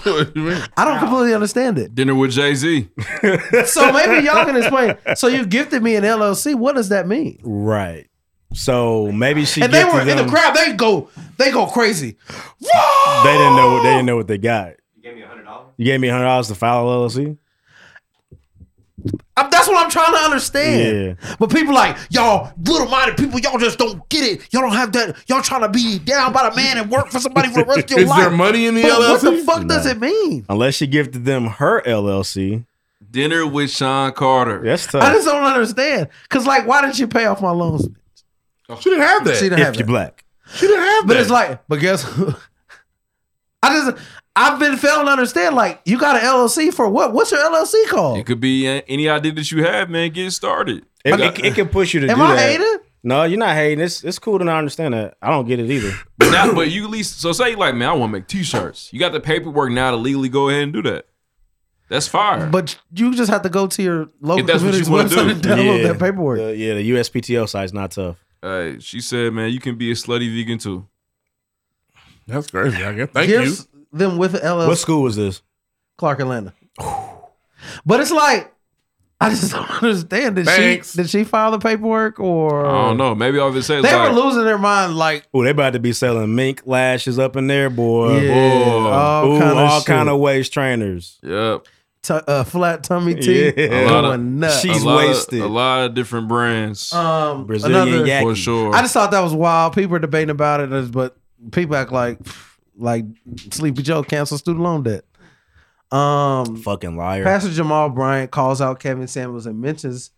S3: what do you mean?
S6: I don't completely understand it.
S2: Dinner with Jay Z.
S6: So maybe y'all can explain. So you gifted me an LLC. What does that mean?
S5: Right. So maybe she
S6: and they
S5: gifted
S6: were in the
S5: them-
S6: crowd. They go, they go crazy.
S5: They didn't know. They didn't know what they got.
S9: You gave me a hundred dollars.
S5: You gave me hundred dollars to file a LLC.
S6: I'm, that's what I'm trying to understand. But people like y'all, little minded people, y'all just don't get it. Y'all don't have that. Y'all trying to be down by the man and work for somebody for the rest of your
S5: Is
S6: life.
S5: there money in the
S6: But What the
S5: LLC?
S6: fuck does
S5: No.
S6: it mean?
S5: Unless she gifted them her LLC.
S2: Dinner with Sean Carter.
S5: That's tough.
S6: I just don't understand. Cause like, why didn't you pay off my loans?
S3: She didn't have that.
S6: She didn't
S5: if
S6: have
S5: you're
S6: that.
S5: black.
S3: She didn't have
S6: But
S3: that.
S6: it's like, but guess who? I just, I've been failing to understand. Like, you got an LLC for what? What's your LLC called?
S2: It could be uh, any idea that you have, man. Get it started.
S5: It, it, it can push you to
S6: Am
S5: do
S6: I
S5: that.
S6: hating?
S5: No, you're not hating. It's it's cool to not understand that. I don't get it either.
S2: But now, but you at least so say like, man, I want to make T-shirts. You got the paperwork now to legally go ahead and do that. That's fire.
S6: But you just have to go to your local
S2: If that's what you
S6: community's
S2: wanna
S6: website
S2: do.
S6: and download
S2: Yeah.
S6: that paperwork.
S5: The- yeah, the USPTO side's not tough.
S2: Hey, Uh, she said, man, you can be a slutty vegan too.
S3: That's crazy. I guess.
S6: Gifts Them with the LLC.
S5: What school was this?
S6: Clark Atlanta. but it's like, I just don't understand. Did
S2: Thanks.
S6: she did she file the paperwork or
S2: I don't know. Maybe all it says
S6: They
S2: like,
S6: were losing their mind. Like,
S5: Oh, they about to be selling mink lashes up in there, boy.
S6: Yeah,
S5: Boy.
S6: all
S5: Ooh,
S6: kinda
S5: all
S6: shit.
S5: kind of waist trainers.
S2: Yep.
S6: t- uh, flat tummy tea.
S5: Yeah.
S2: a lot of,
S6: Going nuts.
S2: a lot of- a lot of different brands.
S6: Um, another-
S2: for sure.
S6: I just thought that was wild. People are debating about it, but people act like like Sleepy Joe canceled student loan debt. Um,
S5: fucking liar.
S6: Pastor Jamal Bryant calls out Kevin Samuels and mentions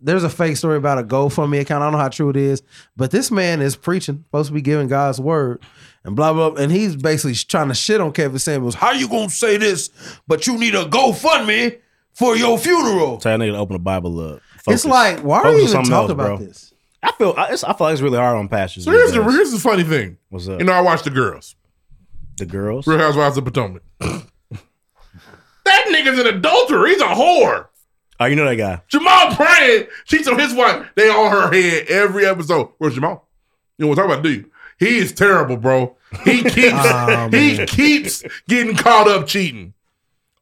S6: there's a fake story about a GoFundMe account. I don't know how true it is, but this man is preaching, supposed to be giving God's word, and blah blah. blah. And he's basically trying to shit on Kevin Samuels. How you gonna say this? But you need a GoFundMe for your funeral.
S5: Tell that nigga to open the Bible up.
S6: It's like, why are
S5: Focus
S6: you
S5: on
S6: even
S5: something
S6: talking about
S5: bro.
S6: this?
S5: I feel I, it's, I feel like it's really hard on pastors.
S3: So here's the,
S5: because-
S3: here's the funny thing.
S5: What's up?
S3: You know, I watch the girls.
S5: The girls?
S3: Real Housewives of Potomac. that nigga's an adulterer. He's a whore.
S5: Oh, you know that guy.
S3: Jamal Bryant, she told his wife, they on her head every episode. Where's Jamal? You know what I'm talking about, do you? He is terrible, bro. He keeps
S5: Ah,
S3: he keeps getting caught up cheating.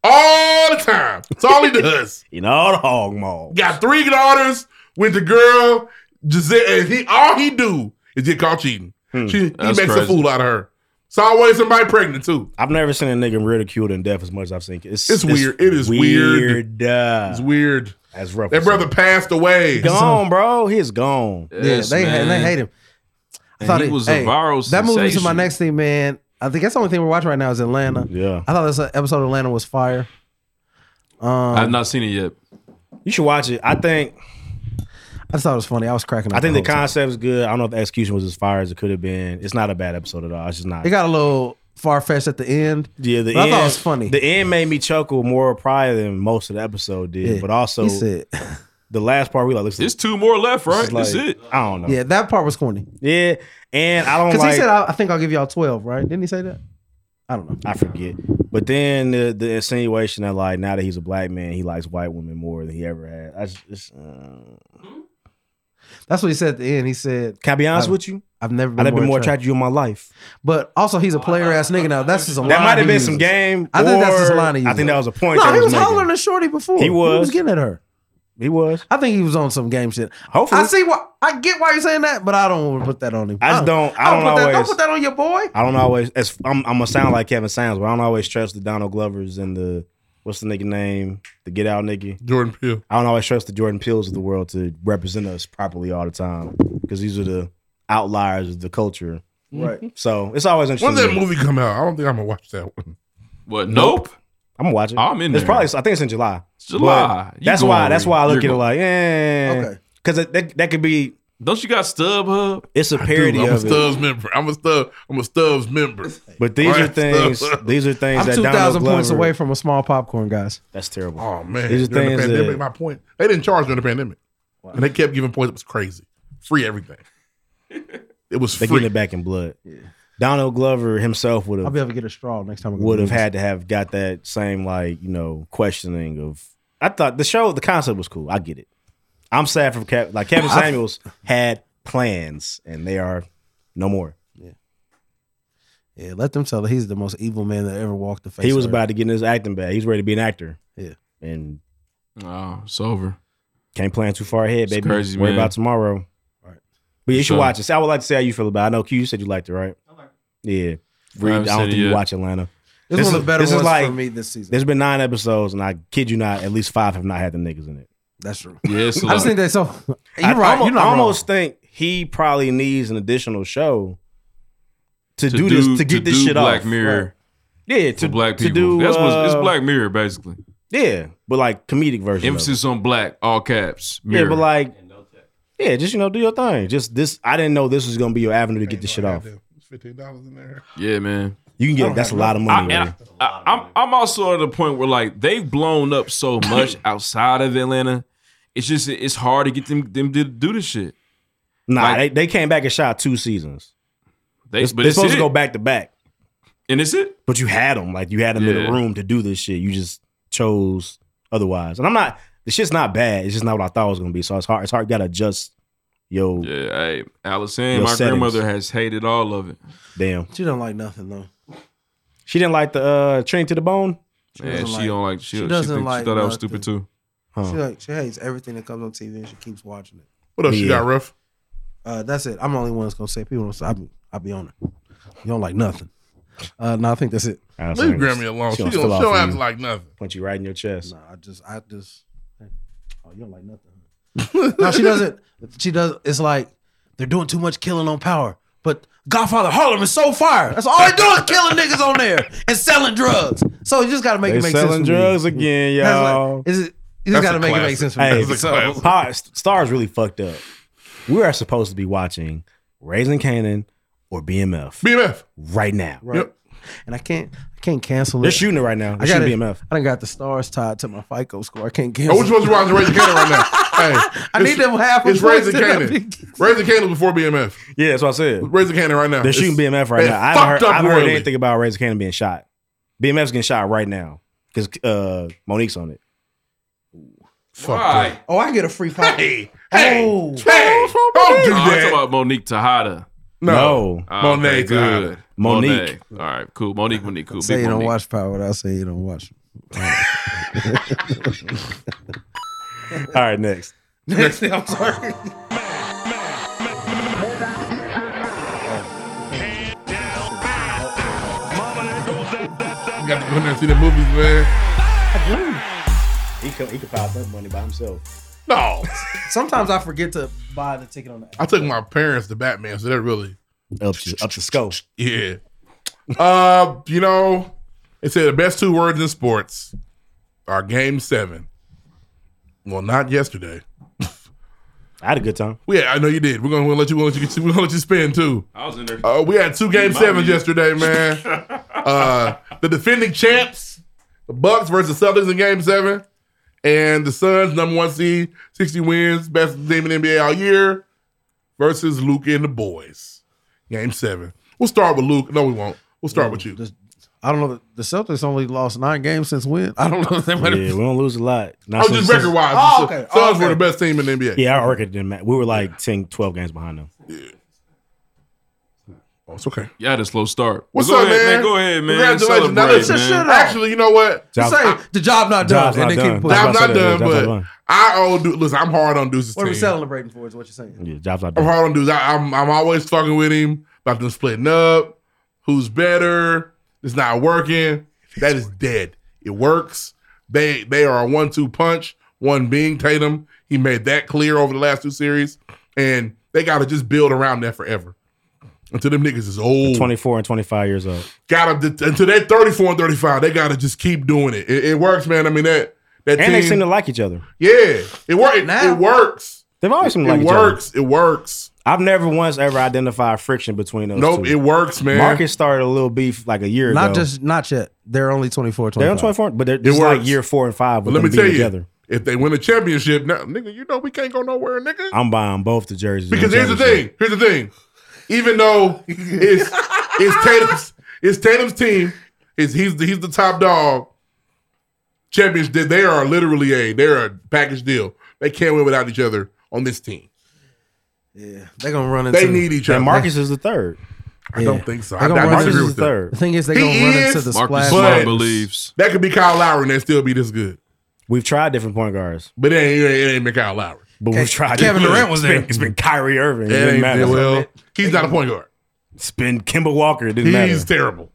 S3: All the time. That's all he does.
S5: You know all the hog mall.
S3: Got three daughters with the girl, Giselle, and he all he do is get caught cheating. She, he
S5: Hmm, That's
S3: makes
S5: crazy.
S3: a fool out of her. It's always somebody pregnant too.
S5: I've never seen a nigga ridiculed in death as much as I've seen. It's,
S3: It's weird. It is weird.
S5: uh,
S3: It's weird.
S5: That's rough.
S3: That
S5: as
S3: brother
S5: hell.
S3: passed away.
S5: Gone, bro. He is gone.
S6: yeah, they ha- they hate him. I thought it- hey, That movie to my next thing, man. I think that's the only thing we're watching right now is Atlanta.
S5: Yeah,
S6: I thought this uh, episode of Atlanta was fire. Um,
S2: I've not seen it yet.
S5: You should watch it. I think
S6: I just thought it was funny. I was cracking. Up
S5: I think the
S6: whole time.
S5: concept is good. I don't know if the execution was as fire as it could have been. It's not a bad episode at all. It's just not.
S6: it got a little far fetched at the end.
S5: yeah, the
S6: but I
S5: end
S6: thought it was funny.
S5: The end made me chuckle more prior than most of the episode did.
S6: Yeah,
S5: But also,
S6: he said-
S5: the last part we like. There's
S2: two more left, right?
S5: Like,
S2: That's it.
S5: I don't know.
S6: Yeah, that part was corny.
S5: Yeah, and I don't
S6: Because
S5: like.
S6: he said, I, "I think I'll give y'all 12, right? Didn't he say that? I don't know.
S5: I forget. But then the, the insinuation that like now that he's a black man, he likes white women more than he ever had. I just, it's, uh,
S6: That's what he said at the end. He said,
S5: "Can I be honest
S6: I've-
S5: with you?
S6: I've never been
S5: I'd have
S6: more
S5: been more attracted
S6: attracted
S5: to you in my life."
S6: But also, he's a player ass nigga now. That's just a
S5: that
S6: line
S5: might have
S6: he
S5: been some
S6: uses.
S5: game.
S6: I think that's just a
S5: or
S6: line. He
S5: I think that was a point.
S6: No,
S5: that
S6: he was
S5: making.
S6: hollering at Shorty before.
S5: He
S6: He
S5: was.
S6: was getting at her.
S5: He was.
S6: I think he was on some game shit.
S5: Hopefully.
S6: I see what I get why you're saying that, but I don't want to put that on him.
S5: I just don't- I don't
S6: put That, don't
S5: always-
S6: put that on your boy.
S5: I don't always. As I'm, I'm gonna sound like Kevin Sands, but I don't always trust the Donald Glovers and the what's the nigga name, the Get Out nigga,
S3: Jordan Peele.
S5: I don't always trust the Jordan Peels of the world to represent us properly all the time because these are the outliers of the culture.
S3: Right.
S5: So it's always interesting.
S3: When did that
S5: to me.
S3: movie come out? I don't think I'm gonna watch that one.
S2: What?
S5: Nope. I'm gonna watch it.
S2: Oh, I'm in
S5: It's
S2: there.
S5: probably. I think it's in July.
S2: July.
S5: But
S2: You
S5: That's
S2: going
S5: why. That's why I
S2: with-
S5: look at
S2: you're
S5: it like, eh.
S2: Okay.
S5: Because that that could be.
S2: Don't you got StubHub?
S5: It's a parody
S3: I'm a
S5: of it.
S3: Stubbs member. I'm a Stubbs. I'm a Stubbs member.
S5: But these
S3: All
S5: are
S3: right,
S5: things.
S3: Stubbs.
S5: These are things
S6: I'm
S5: that
S6: two thousand
S5: Donald Glover.
S6: points away from a small popcorn, guys.
S5: That's terrible.
S3: Oh man,
S5: These are
S3: during the
S5: things
S3: pandemic,
S5: that-
S3: my point. They didn't charge during the pandemic, and they kept giving points. It was crazy. Free everything. It was
S5: They're
S3: free.
S5: getting it back in blood. Donald Glover himself would
S6: I'll be
S5: have
S6: able to get a straw next time. I go to
S5: would have
S6: the movies.
S5: had to have got that same like you know questioning of. I thought the show the concept was cool. I get it. I'm sad for Kev, like Kevin
S6: I-
S5: Samuels had plans and they are no more.
S6: Yeah, let them tell it. He's the most evil man that ever walked the face.
S5: he was
S6: of
S5: about to get in his acting bag. He was ready to be an actor.
S6: Yeah.
S5: And
S2: oh, it's over.
S5: Can't plan too far ahead,
S2: It's
S5: baby.
S2: crazy,
S5: Worry
S2: man.
S5: about tomorrow. Right. But you
S2: For
S5: should
S2: sure.
S5: watch it. So I would like to see how you feel about. it. I know Q. You said you liked it, right? Yeah. Read, I,
S2: haven't seen
S5: don't
S2: it
S5: think you
S2: yet.
S5: watch Atlanta.
S6: This is one of the better ones for me this season.
S5: There's been nine episodes, and I kid you not, at least five have not had the niggas in it.
S6: That's true.
S2: Yes,
S6: I just think that so. You're
S5: I
S6: right.
S5: almo-
S6: you're not wrong.
S5: almost think he probably needs an additional show to,
S2: To
S5: do,
S2: do-
S5: this to get
S2: to
S5: this
S2: do
S5: shit
S2: Black
S5: off.
S2: Mirror
S5: Right. Yeah,
S2: for
S5: to
S2: black
S5: to
S2: people.
S5: do
S2: That's what it's
S5: uh,
S2: Black Mirror basically.
S5: Yeah, but like comedic version. of
S2: Emphasis on black, all caps.
S5: it. Yeah,
S2: Mirror.
S5: but like yeah, just you know, do your thing. Just this, I didn't know this was gonna be your avenue to get this shit off.
S3: Fifteen dollars in there.
S2: Yeah, man.
S5: You can get that's a lot of money.
S2: I,
S5: man.
S2: and I, am I'm also at a point where like they've blown up so much outside of Atlanta. It's just it's hard to get them them to do this shit.
S5: Nah,
S2: Like-
S5: they, they came back and shot two seasons.
S2: They,
S5: They,
S2: but
S5: are
S2: it's
S5: supposed
S2: it.
S5: to go back to back,
S2: and it's it.
S5: but you had them like you had them in
S2: Yeah.
S5: a room to do this shit. You just chose otherwise, and I'm not. The shit's not bad. It's just not what I thought it was gonna be. So it's hard. It's hard. You gotta adjust. Yo,
S2: Yeah, hey, Allison,
S5: Your
S2: my
S5: settings.
S2: grandmother has hated all of it.
S5: damn.
S6: She don't like nothing though.
S5: She didn't like the uh Trinity to the bone.
S2: She Yeah, doesn't she like- don't like- she- she
S6: doesn't
S2: think- she
S6: like
S2: thought I was
S6: nothing.
S2: stupid, too.
S5: Huh.
S6: She like she hates everything that comes on TV and she keeps watching it.
S3: What else you got, Ruff?
S6: Uh, that's it. I'm the only one that's gonna say people don't. I'll be, I'll be on it. You don't like nothing. Uh, no, I think that's it.
S3: Leave Grammy alone. She don't show
S5: off
S3: out like nothing.
S5: Punch you right in your chest.
S6: Nah, I just, I just. Oh, you don't like nothing. no, she doesn't. She does. It's like they're doing too much killing on power. But Godfather Harlem is so fire. That's all they do is killing niggas on there and selling drugs. So you just gotta make
S5: They
S6: it make
S5: selling
S6: sense. for me.
S5: drugs again,
S6: That's like-
S5: y'all.
S6: is it? You just gotta make it make sense. For
S5: Hey,
S6: me. So-
S5: Power- stars really fucked up. We are supposed to be watching Raising Canaan or BMF.
S3: BMF
S5: right now.
S6: Right.
S3: Oh,
S6: And I can't I can't cancel it.
S5: They're shooting it right now.
S6: I
S5: They're
S6: got
S5: shooting
S6: it.
S5: BMF.
S6: I done got the stars tied to my FICO score. I
S3: Oh,
S6: can't cancel.
S3: which one's you watching Raising Canaan right now? Hey,
S6: I need them half
S3: It's
S6: a point
S3: Raising
S6: to that
S3: Canaan. Raising Canaan before BMF.
S5: Yeah, that's what I said.
S3: Raising Canaan right now.
S5: They're shooting
S3: It's-
S5: BMF right
S3: they
S5: now. I haven't heard,
S3: fucked up
S5: I haven't heard
S3: royally.
S5: anything about Raising Canaan being shot. BMF's getting shot right now because uh, Monique's on it.
S2: Why?
S6: Oh, I get a free pop. Hey, oh,
S3: hey, don't do
S2: Oh, I'm talking
S3: that.
S2: about Monique Tejada.
S5: No.
S2: Oh, okay,
S3: Monet Tejada.
S2: good.
S5: Monique.
S2: All right, cool. Monique, Monique, cool.
S6: say
S2: Big
S6: you don't
S2: Monique.
S6: watch Power. but I say you don't watch.
S5: All right, next.
S6: Next, I'm sorry.
S3: You got to go in there and see the movies, man.
S5: He could, he could pop that money by himself.
S3: No.
S6: Sometimes I forget to buy the ticket on the.
S3: I took my parents to Batman, so they're really
S5: Up to, up to scope.
S3: yeah. Uh, you know, it said the best two words in sports are game seven. Well, not yesterday.
S5: I had a good time.
S3: Yeah, I know you did. We're gonna let you. We're gonna let you. We're gonna let you spin too.
S2: I was in there.
S3: Uh, we had two game
S2: My
S3: sevens
S2: weed.
S3: yesterday, man. uh, the defending champs, the Bucks versus Celtics in game seven, and the Suns, number one seed, sixty wins, best team in the NBA all year, versus Luke and the boys. Game seven. We'll start with Luke. No, we won't. We'll start with you.
S6: I don't know. The Celtics only lost nine games since when? I don't know. If they might
S5: Yeah, we don't lose a lot.
S3: I
S5: Not
S3: was
S5: since-
S3: Oh, just record wise.
S6: Oh, okay.
S3: Suns
S6: Oh, okay.
S3: were the best team in the NBA.
S5: Yeah, our record didn't matter. We were like 10, 12 games behind them.
S3: Oh, it's okay.
S2: Yeah, I had a slow start.
S3: What's
S2: Go
S3: up,
S2: ahead,
S3: man?
S2: Go ahead, man.
S3: Congratulations. Now,
S2: Celebrate,
S3: listen,
S2: man.
S3: actually, you know what?
S5: Job-
S6: say the job not done,
S5: Job's
S6: and
S5: not
S6: they
S5: done.
S6: keep pushing.
S5: That's
S3: I'm
S5: what
S3: not
S5: I said,
S3: done,
S5: yeah, job's not
S3: but
S5: done.
S3: I owe du- listen, I'm hard on Deuce's
S6: What are we
S3: team.
S6: celebrating for? Is what you're saying?
S5: Yeah, job's not
S3: I'm
S5: done.
S3: hard on dudes. I, I'm I'm always fucking with him about them splitting up. Who's better? It's not working. That is dead. It works. They they are a one-two punch. One being Tatum. He made that clear over the last two series, and they got to just build around that forever until them niggas is old.
S5: 24 and 25 years old.
S3: Got to until they're 34 and 35. They got to just keep doing it. it. It works, man. I mean that that
S5: And they
S3: team-
S5: seem to like each other.
S3: yeah, it works. It,
S6: Now?
S3: it works.
S5: They've always seemed to
S3: It
S5: like each other.
S3: works. It works.
S5: I've never once ever identified friction between those
S3: Nope,
S5: two.
S3: it works, man.
S5: Marcus started a little beef like a year
S6: Not
S5: ago.
S6: just not yet. They're only 24, 25.
S5: they're on 24, but they're this is like
S3: works.
S5: year four and five
S3: But let
S5: with
S3: me
S5: them
S3: tell
S5: being
S3: you,
S5: together.
S3: if they win a championship, now, nigga, you know we can't go nowhere, nigga.
S5: I'm buying both the jerseys.
S3: Because here's the thing. Here's the thing. Even though it's it's Tatum's it's Tatum's team, is he's the, he's the top dog. Champions, they- they are literally a they're a package deal. They can't win without each other on this team.
S6: Yeah, they're gonna run into.
S3: They need each other.
S5: And Marcus is the third.
S3: I don't think so.
S6: They
S3: I,
S6: gonna
S3: I
S6: run
S3: disagree
S6: into-
S3: with that.
S5: Third.
S6: The thing is, they're
S3: He
S6: gonna run into
S3: is-
S6: the
S2: Marcus
S6: splash.
S2: Smart
S3: But-
S2: believes.
S3: That could be Kyle Lowry and they still be this good.
S5: We've tried different point guards,
S3: But it ain't it ain't been Kyle Lowry.
S5: but we've tried.
S6: Kevin
S5: different-
S6: Durant was there.
S5: It's been, it's been Kyrie Irving. It,
S3: It
S5: didn't
S3: ain't
S5: matter.
S3: been well. He's not a point guard.
S5: It's been Kimba Walker. It didn't
S3: He's
S5: matter.
S3: terrible.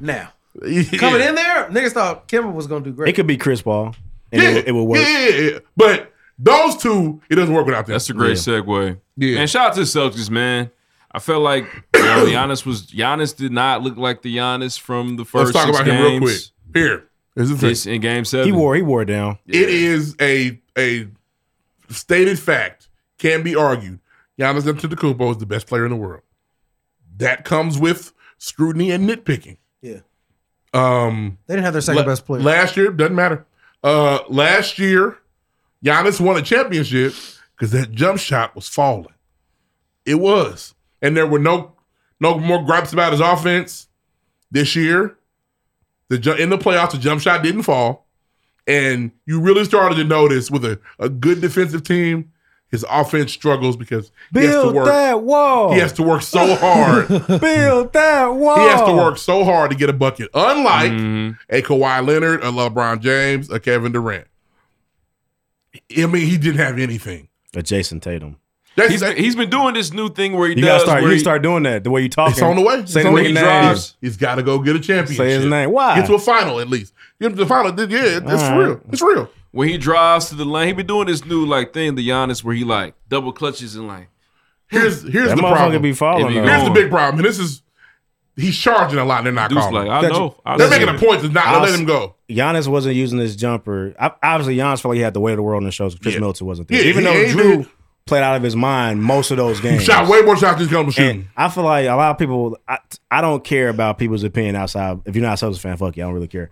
S6: Now
S3: Yeah.
S6: coming in there, niggas thought Kevin was gonna do great.
S5: It could be Chris Paul. And
S3: yeah,
S5: it, it will work.
S3: Yeah, yeah, yeah. But those two, it doesn't work without them.
S16: That's a great segue. Yeah. And shout out to the Celtics, man. I felt like you know, Giannis was Giannis did not look like the Giannis from the
S3: Let's
S16: first.
S3: talk
S16: six
S3: about him real quick.
S16: games.
S3: Here. Here's the thing.
S16: This in game seven.
S5: He wore he wore it down.
S3: It is a a stated fact, can be argued. Giannis Antetokounmpo is the best player in the world. That comes with scrutiny and nitpicking.
S6: Yeah.
S3: Um,
S6: They didn't have their second best player.
S3: last year. Doesn't matter. Uh, last year, Giannis won a championship because that jump shot was falling. It was, and there were no no more gripes about his offense this year. The ju- in the playoffs, the jump shot didn't fall, and you really started to notice with a, a good defensive team, his offense struggles because he has to
S5: Build
S3: work.
S5: that wall.
S3: He has to work so hard.
S5: Build that wall.
S3: He has to work so hard to get a bucket. Unlike a Kawhi Leonard, a LeBron James, a Kevin Durant. I mean, he didn't have anything.
S5: A Jason Tatum.
S16: he's, he's been doing this new thing where he
S5: You gotta
S16: does.
S5: start. You
S16: where he,
S5: start doing that the way you talk.
S3: It's on the way. It's
S5: Say the
S3: on the way.
S5: nigga name.
S3: Drives. He's got to go get a championship.
S5: Say his name. Why?
S3: Get to a final at least. Get him to the final. Then, Yeah, it's
S16: All
S3: real.
S16: right.
S3: It's real.
S16: when he drives to the lane, he been doing this new like thing, the Giannis, where he like double clutches and like.
S3: Here's here's
S16: That
S3: the
S16: motherfucker
S3: problem.
S16: be following If he us.
S3: Here's the
S5: Oh.
S16: going.
S3: big problem, and this is he's charging a lot. and They're not
S16: Dude's
S3: calling.
S16: like, I
S3: That's-
S16: know. I
S3: They're
S16: know.
S3: making a point to not let
S5: I'll-
S3: him go.
S5: Giannis wasn't using his jumper. I, obviously, Giannis felt like he had the weight of the world in the shows. Chris Middleton wasn't there.
S3: Yeah,
S5: Even
S3: he-
S5: though
S3: he
S5: Drew played out of his mind most of those games.
S3: Shot way more shots than he's gonna shoot.
S5: And I feel like a lot of people. I, I don't care about people's opinion outside. If you're not a Celtics fan, fuck you. I don't really care.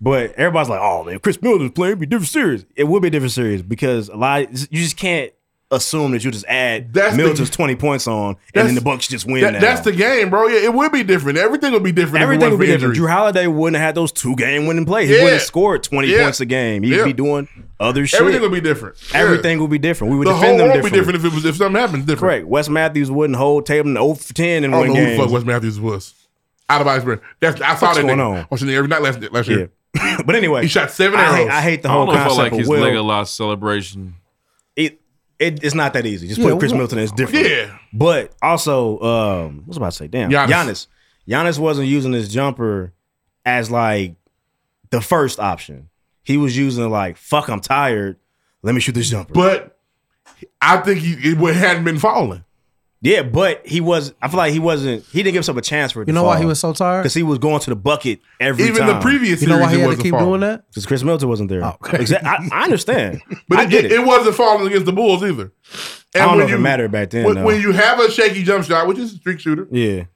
S5: but everybody's like, "Oh man, Chris Middleton's playing it'd be a different series." It would be a different series because a lot you just can't assume that you just add
S3: That's the-
S5: Middleton's twenty points on and then the Bucks just win.
S3: That-
S5: now.
S3: that's the game, bro. Yeah, it would be different. Everything would be different.
S5: Everything would be different.
S3: injuries.
S5: Drew Holiday wouldn't have had those two game winning plays. He
S3: Yeah.
S5: wouldn't have scored 20
S3: Yeah.
S5: points a game. He'd
S3: Yeah.
S5: be doing other shit.
S3: Everything would be different. Yeah.
S5: Everything would be different. We would
S3: The
S5: defend
S3: whole
S5: them
S3: world would be
S5: differently.
S3: different if it was if something happens different.
S5: Correct. Wes Matthews wouldn't hold Tatum to 0 for 10 and
S3: I
S5: win
S3: don't know who the fuck
S5: games.
S3: Wes Matthews was. Out of my experience. That's I saw
S5: What's
S3: that Oh,
S5: going
S3: nigga.
S5: on?
S3: Watching it every night last last year.
S5: but anyway,
S3: he shot seven
S5: I
S3: arrows.
S5: hate- I hate the
S16: I
S5: whole
S16: don't know if I
S5: concept
S16: like
S5: of
S16: his
S5: Will.
S16: Legolas celebration.
S5: It, it it's not that easy. Just
S16: Yeah,
S5: put Chris
S16: wha-
S5: Middleton as different.
S16: Yeah.
S5: But also, um, what was I about to say? Damn,
S16: Giannis.
S5: Giannis. Giannis. wasn't using his jumper as like the first option. He was using like, fuck, I'm tired. Let me shoot this jumper.
S3: But I think he it would- hadn't been falling.
S5: Yeah, but he was. I feel like he wasn't. He didn't give himself a chance for it.
S6: You know why he was so tired?
S5: Because he was going to the bucket every
S6: Even
S5: time.
S6: the previous You know why series, he it had to wasn't keep falling. doing that?
S5: Because Chris Middleton wasn't there. Exactly. I, I understand.
S3: But
S5: I
S3: it,
S5: get it.
S3: it wasn't falling against the Bulls either.
S5: I don't
S3: when
S5: know if it mattered back then,
S3: When,
S5: though.
S3: when you have a shaky jump shot, which is a streak shooter,
S5: yeah.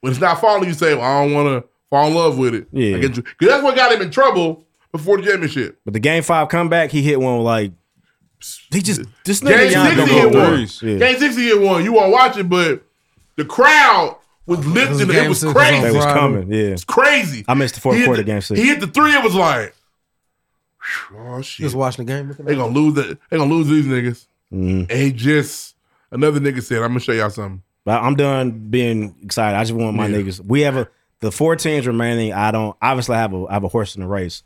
S3: when it's not falling, you say, well, I don't want to fall in love with it.
S5: Yeah.
S3: Because that's what got him in trouble before the championship.
S5: But the game five comeback, he hit one with, like he just this
S3: Game
S5: nigga
S3: 60
S5: Giannis don't
S3: hit
S5: go
S3: one.
S5: threes. Yeah.
S3: Game 60 hit one. You all watching, but the crowd was lifting. It was crazy.
S5: That was coming. Yeah, it's
S3: crazy.
S5: I missed the
S3: He
S5: fourth
S3: hit
S5: quarter
S3: the-
S5: game six.
S3: He hit the three. It was like, whew, oh shit.
S6: Just watching the game.
S3: They gonna lose. The, they gonna lose these niggas.
S5: Mm-hmm.
S3: And he just another nigga said, "I'm gonna show y'all something."
S5: But I'm done being excited. I just want my
S3: Yeah.
S5: niggas. We have a the four teams remaining. I don't obviously I have a I have a horse in the race,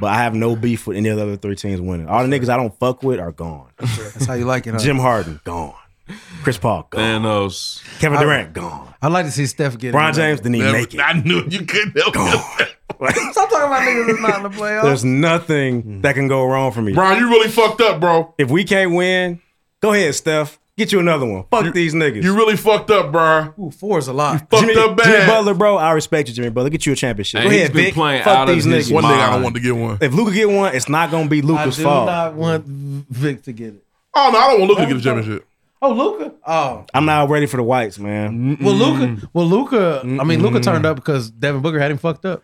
S5: but I have no beef with any of the other three teams winning. All the niggas I don't fuck with are gone.
S6: That's how you like it. Huh?
S5: Jim Harden gone. Chris Paul gone.
S16: Thanos.
S5: Kevin
S6: I-
S5: Durant gone.
S6: I'd like to see Steph get.
S5: Bron James didn't even make it.
S3: I knew you couldn't help
S6: Stop talking about niggas that's not in the playoffs.
S5: There's nothing that can go wrong for me.
S3: Bron, you really fucked up, bro.
S5: If we can't win, go ahead, Steph. Get you another one. Fuck these niggas.
S3: You really fucked up, bro.
S6: Ooh, four is a lot.
S3: fucked
S5: Jimmy,
S3: up
S5: Jimmy
S3: bad.
S5: Butler, bro. I respect you, Jimmy Butler. Get you a championship.
S3: And
S5: Go
S3: he's
S5: ahead,
S3: been
S5: Vic.
S3: playing
S5: Fuck
S3: out of
S5: these
S3: his
S5: niggas.
S3: One nigga I don't mind. want to get one.
S5: If Luca get one, it's not gonna be
S6: I
S5: Luca's
S6: do
S5: fault.
S6: not want Vic to get it.
S3: Oh no, I don't want Luca to get a championship.
S6: Oh, Luca. Oh,
S5: I'm not ready for the whites, man.
S6: well, Luca. Well, Luca. I mean, Luca turned up because Devin Booker had him fucked up.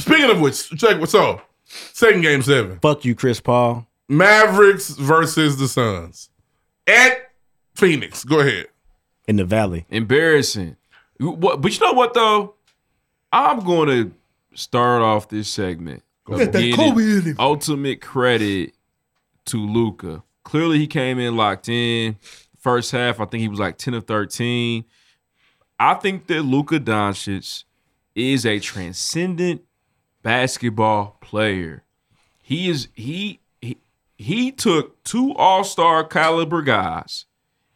S3: Speaking of which, check what's up. Second game seven.
S5: Fuck you, Chris Paul.
S3: Mavericks versus the Suns at Phoenix. Go ahead.
S5: in the valley.
S16: Embarrassing. You- what- But you know what though? I'm going to start off this segment.
S6: Go
S16: of
S6: Get that
S16: giving
S6: Kobe in him.
S16: Ultimate credit to Luca. Clearly, he came in locked in. First half, I think he was like 10 of 13. I think that Luka Doncic is a transcendent basketball player. He is he he, he took two All Star caliber guys,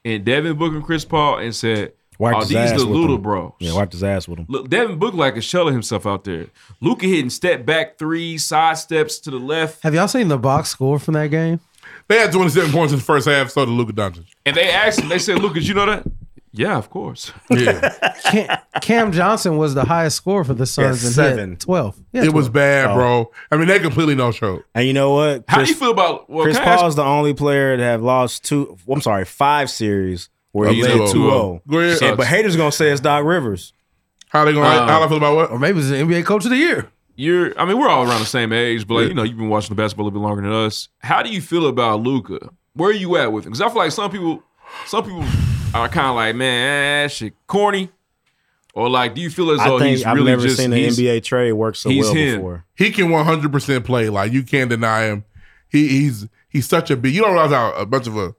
S16: and Devin Booker and Chris Paul, and said,
S5: Wiped
S2: oh,
S5: his
S2: these
S5: ass
S2: the
S5: with
S2: little
S5: him.
S2: bros.
S5: Yeah, wiped his ass with him.
S2: Look, Devin Book like a shell of himself out there. Luca hitting step back three, side steps to the left,
S6: Have y'all seen the box score from that game?
S3: They had 27 points in the first half, so did Luka Doncic.
S2: and they asked him. They said, "Lucas, you know that? Yeah, of course.
S3: Yeah,
S6: Cam, Cam Johnson was the highest scorer for the Suns. and he had
S3: seven.
S6: Twelve. Yeah,
S3: it was
S6: 12.
S3: bad,
S6: Oh.
S3: bro. I mean, they completely no showed.
S5: And you know what?
S2: How do you feel about well,
S5: Chris
S2: can I ask-
S5: Paul is the only player to have lost two. I'm sorry, five series where
S3: Oh,
S5: he
S2: Up
S5: led
S2: 2-0.
S5: 2-0.
S2: Go ahead.
S5: And- but haters gonna say it's Doc Rivers.
S3: How they
S2: gonna- Um, how I feel
S3: about what?
S6: Uh, Or maybe it's the NBA Coach of the Year.
S2: You're. I mean, we're all around the same age, but like, you know, you've been watching the basketball a little bit longer than us. How do you feel about Luca? Where are you at with him? Because I feel like some people, some people are kind of like, man, that shit corny, or like, do you feel as
S5: I
S2: though
S5: think
S2: he's
S5: I've
S2: really
S5: never
S2: just
S5: seen an
S2: he's-
S5: NBA trade work so
S2: he's
S5: well
S2: him.
S5: before.
S3: He can 100% play. Like, you can't deny him. He, he's he's such a big, you don't realize how a bunch of a, a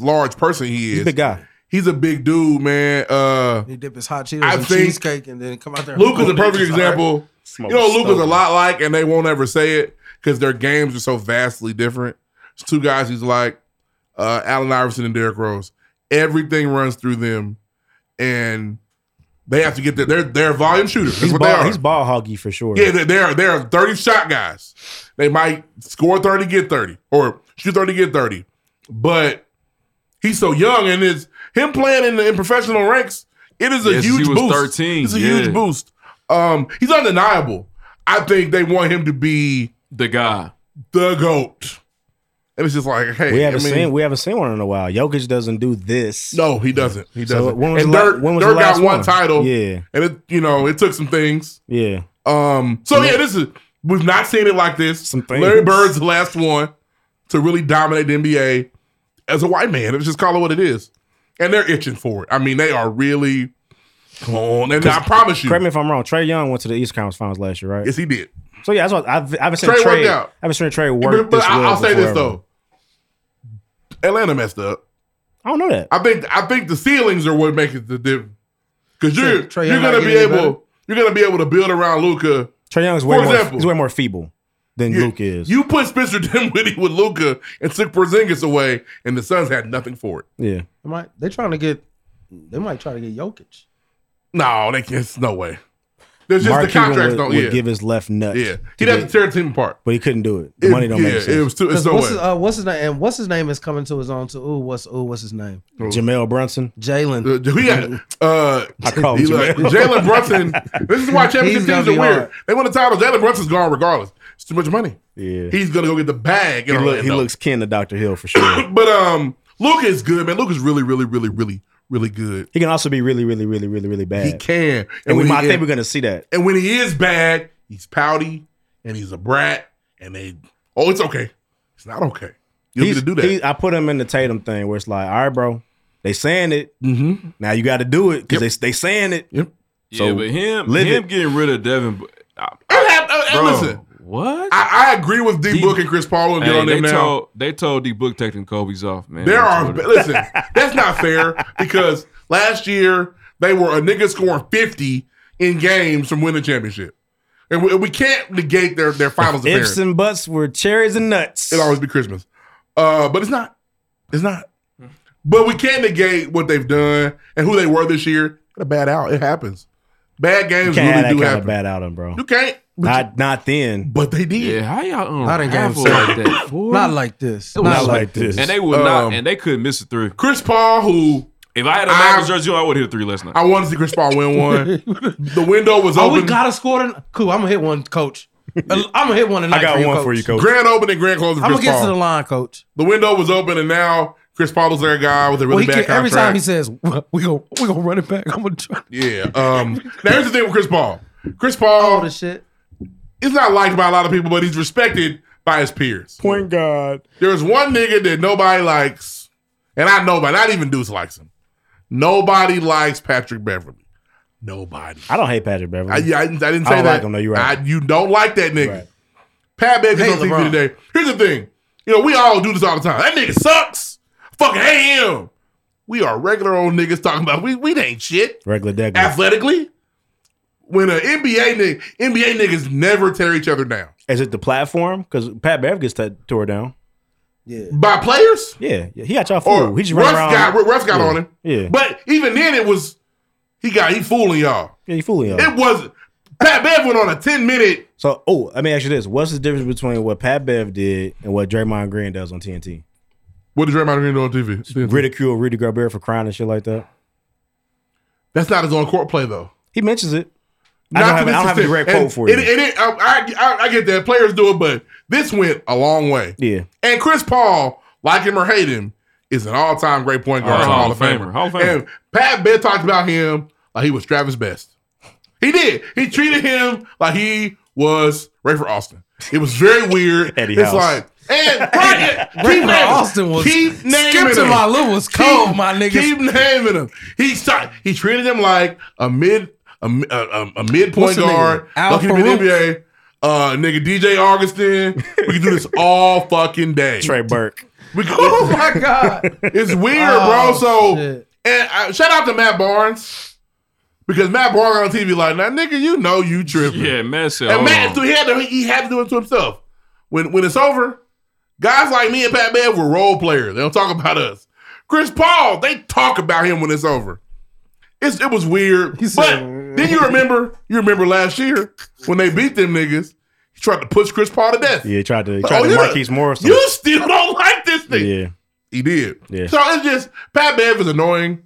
S3: large person he is. He's a big
S5: guy.
S3: He's a big dude, man. Uh,
S6: He dip his hot Cheetos
S3: I
S6: and
S3: think
S6: cheesecake and then come out there.
S3: Luca's a perfect example.
S6: Smoke
S3: you know, Luca's
S6: stove.
S3: a lot like, and they won't ever say it because their games are so vastly different. It's two guys he's like, uh, Allen Iverson and Derrick Rose. Everything runs through them, and they have to get their they're, they're volume shooters. That's
S5: He's
S3: what they
S5: ball,
S3: are.
S5: he's ball hoggy for sure.
S3: Yeah, they're, they're they're thirty shot guys. They might score thirty, get thirty, or shoot thirty, get thirty. But he's so young, and it's him playing in the in professional ranks. It is a
S2: Yes, he
S3: huge
S2: was
S3: boost.
S2: 13,
S3: It's a
S2: yeah.
S3: huge boost. Um, he's undeniable. I think they want him to be
S2: the guy,
S3: the goat. And it's just like, hey,
S5: we haven't
S3: I mean,
S5: seen we haven't seen one in a while. Jokic doesn't do this.
S3: No, he doesn't. He
S5: So
S3: doesn't.
S5: when was
S3: and
S5: the la-
S3: Dirk,
S5: when was the
S3: Dirk
S5: last
S3: got one
S5: one?
S3: title.
S5: Yeah.
S3: and it you know it took some things.
S5: Yeah.
S3: Um. So yeah, this is we've not seen it like this. Larry Bird's the last one to really dominate the NBA as a white man. Let's just call it what it is, and they're itching for it. I mean, they are really. Come on, and I promise you,
S5: Correct me if I'm wrong. Trey Young went to the East Conference Finals last year, right?
S3: Yes, he did.
S5: So yeah, that's what I've, I haven't seen
S3: Trey
S5: Trey.
S3: worked out.
S5: I haven't seen Trey work.
S3: But, but
S5: this
S3: I,
S5: well
S3: will say this
S5: before ever.
S3: though, Atlanta messed up.
S5: I don't know that.
S3: I think I think the ceilings are what make it the difference. Because you're
S5: Trae
S3: you're
S5: Young not
S3: gonna be
S5: getting any
S3: able you're gonna be able to build around Luca.
S5: Trey Young's
S3: For
S5: way more
S3: example-
S5: he's way more feeble than Luke is.
S3: You put Spencer Dinwiddie with Luca and took Porzingis away, and the Suns had nothing for it.
S5: yeah.
S6: They might they trying to get they might try to get Jokic.
S3: No, they can't. It's no way. There's just the
S5: Cuban
S3: contracts
S5: would,
S3: don't.
S5: would
S3: yeah,
S5: give his left nut.
S3: yeah.
S5: to
S3: He doesn't
S5: get-
S3: tear the team apart.
S5: but he couldn't do it. The
S3: It-
S5: money don't
S3: yeah,
S5: make sense.
S3: it was too- it's
S6: 'Cause
S3: no
S6: what's
S3: way.
S6: his, uh, what's his name? And what's his name is coming to his own too. Ooh, what's ooh, what's his name?
S5: Jamel Brunson,
S6: Jalen.
S3: We got uh,
S5: I call him
S3: he like-
S5: Jamel.
S3: Jalen Brunson. This is why championship
S6: He's gonna
S3: teams are
S6: be
S3: weird.
S6: hard.
S3: They won the title. Jalen Brunson's gone regardless. It's too much money.
S5: Yeah.
S3: He's gonna go get the bag.
S5: He,
S3: in
S5: look, he
S3: Orlando.
S5: looks kin to Dr. Hill for sure.
S3: But um, Luca is good, man. Luca's really, really, really, really, really good.
S5: he can also be really, really, really, really, really bad.
S3: He can. And,
S5: And, we,
S3: when he
S5: might I
S3: is-
S5: think we're gonna see that.
S3: And when he is bad, he's pouty and he's a brat. And they, oh, it's okay. It's not okay. You don't
S5: He's-
S3: need to do that.
S5: he- I put him in the Tatum thing where it's like, all right, bro, they saying it. Mm-hmm. Now you got to do it because they they saying it.
S3: Yep.
S2: yeah, but him,
S5: live
S2: him getting rid of Devin. I,
S3: It hap- uh, and
S2: Bro,
S3: listen,
S2: what?
S3: I, I agree with D Book and Chris Paul and
S2: Hey,
S3: on
S2: they
S3: them now.
S2: told they told D Book taking Kobe's off, man.
S3: There
S2: on
S3: are
S2: Twitter.
S3: listen, that's not fair because last year they were a nigga scoring fifty in games from winning championship, and we, we can't negate their their finals
S5: Ifs
S3: appearance.
S5: and buts were cherries and nuts.
S3: It'll always be Christmas, uh, but it's not. It's not. But we can't negate what they've done and who they were this year. Got a bad out. It happens. Bad
S5: You
S3: games
S5: can't have
S3: really
S5: that
S3: do
S5: kind of
S3: happen.
S5: bad out of him, bro.
S3: You can't. but
S5: Not not then.
S3: But they
S2: Yeah,
S3: did.
S2: how y'all
S6: Not in game
S2: unravel like
S6: seven.
S2: that? fool?
S6: Not like this.
S2: It was
S6: Not like
S5: this.
S2: And they would not,
S3: Um,
S2: and they couldn't miss a three.
S3: Chris Paul, who
S2: If I had a Mavericks jersey, on, I would hit a three last night.
S3: I want to see Chris Paul win one. the window was
S6: Oh,
S3: open.
S6: we gotta score. Tonight. Cool. I'm gonna hit one, coach. I'm gonna hit one tonight. coach.
S3: Grand opening, grand closing.
S6: I'm
S3: Chris
S6: gonna get to
S3: Paul.
S6: the line, coach.
S3: The window was open, and now Chris Paul is their guy with a
S6: Well,
S3: really
S6: he
S3: bad
S6: can, every
S3: contract.
S6: time he says we gonna we gonna run it back, I'm gonna try.
S3: yeah. Um, now here's the thing with Chris Paul. Chris Paul,
S6: the shit.
S3: He's not liked by a lot of people, but he's respected by his peers.
S5: Point guard.
S3: There's one nigga that nobody likes, and I know, but not even Deuce likes him. Nobody likes Patrick Beverly. Nobody.
S5: I don't hate Patrick Beverly.
S3: I, yeah, I, didn't- I didn't
S5: I
S3: say
S5: don't
S3: that.
S5: like him, though. You're right.
S3: I, you don't like that nigga. Pat Bev is
S5: Hate
S3: on TV
S5: LeBron.
S3: today. Here's the thing. You know, we all do this all the time. That nigga sucks. Fucking hate him. We are regular old niggas talking about we we ain't shit.
S5: Regular deck.
S3: Athletically, when an NBA nigga, NBA niggas never tear each other down.
S5: Is it the platform? Because Pat Bev gets t- tore down.
S3: By players?
S5: Yeah, yeah, he got y'all fooled. He just ran
S3: Oh, Russ
S5: around.
S3: got Russ got
S5: Yeah.
S3: on him.
S5: Yeah,
S3: But even then it was He got he fooling y'all.
S5: Yeah, you fooling y'all.
S3: It wasn't. Pat Bev went on a ten minute.
S5: So, oh, let me ask you this: What's the difference between what Pat Bev did and what Draymond Green does on TNT?
S3: What did Draymond Green do on TV?
S5: Ridicule Rudy Gobert for crying and shit like that.
S3: That's not his on court play though.
S5: He mentions it. I don't have, I don't have a direct quote for you.
S3: And, and it, I, I- I- I get that players do it, but this went a long way.
S5: Yeah.
S3: And Chris Paul, like him or hate him, is an all time great point guard,
S2: Oh,
S3: and Hall of Famer.
S2: Hall of Famer.
S3: And Pat Bev talked about him like he was Travis Best. He did. He treated him like he was Rayford Austin. It was very weird.
S5: Eddie
S3: it's
S5: House.
S3: like and right, keep
S6: Rayford
S3: naming-
S6: Austin was-
S3: keep naming
S6: Skip to
S3: him.
S6: my Lou was
S3: Keep-
S6: cold, my niggas.
S3: Keep naming him. He start, he treated him like a mid a, mi- a, a, a mid point
S6: What's the nigga?
S3: guard.
S6: Al
S3: Lucky to be in the
S6: Farouk?
S3: NBA. Uh, nigga DJ Augustin. We can do this all fucking day.
S5: Trey Burke.
S3: We can, oh my god, it's weird,
S6: Oh,
S3: bro. So and uh, shout out to Matt Barnes because Matt Barnes on TV like now, nigga, you know you tripping.
S2: Yeah, man. said, "Oh,
S3: and
S2: hold
S3: Matt,
S2: on.
S3: so he had to he had to do it to himself. When when it's over, guys like me and Pat Bev were role players. They don't talk about us. Chris Paul, they talk about him when it's over. It's, it was weird, but then you remember you remember last year when they beat them niggas. He tried to push Chris Paul to death.
S5: Yeah, he tried to he
S3: Like,
S5: tried
S3: oh,
S5: to
S3: yeah.
S5: Marquise Morris.
S3: You still don't like this thing.
S5: Yeah,
S3: he did.
S5: Yeah.
S3: So it's just Pat Bev is annoying,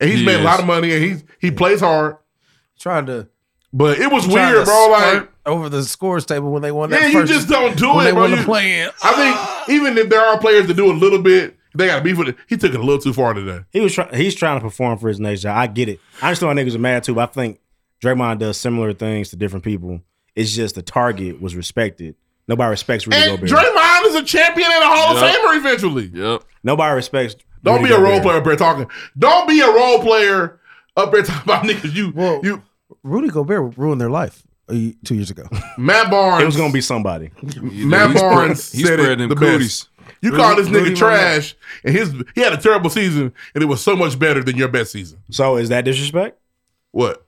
S3: and he's
S6: He
S3: made a lot
S6: is.
S3: of money, and he's he plays hard.
S6: Trying to,
S3: but it was
S6: trying
S3: weird,
S6: to
S3: bro. Like
S6: skirt over the scores table when they won.
S3: yeah,
S6: that
S3: you
S6: first-
S3: just don't do
S6: when
S3: it,
S6: They
S3: bro.
S6: won the
S3: You-
S6: play-in.
S3: I think even if there are players that do a little bit, they got to be for it. He took it a little too far today.
S5: He was try- he's trying to perform for his next job. I get it. I understand why niggas are mad too, but I think Draymond does similar things to different people. It's just the target was respected. Nobody respects Rudy
S3: And
S5: Gobert.
S3: Draymond is a champion and a Hall
S5: Yep.
S3: of Famer eventually.
S2: Yep.
S5: Nobody respects.
S3: Don't
S5: Rudy
S3: be a role
S5: Gobert.
S3: player up there talking. Don't be a role player up there talking about niggas. You you
S6: Rudy Gobert ruined their life uh, two years ago.
S3: Matt Barnes.
S5: It was gonna be somebody.
S3: Matt Barnes said it the best. You call this nigga
S5: Rudy
S3: trash, and his he had a terrible season, and it was so much better than your best season.
S5: So is that disrespect?
S3: What?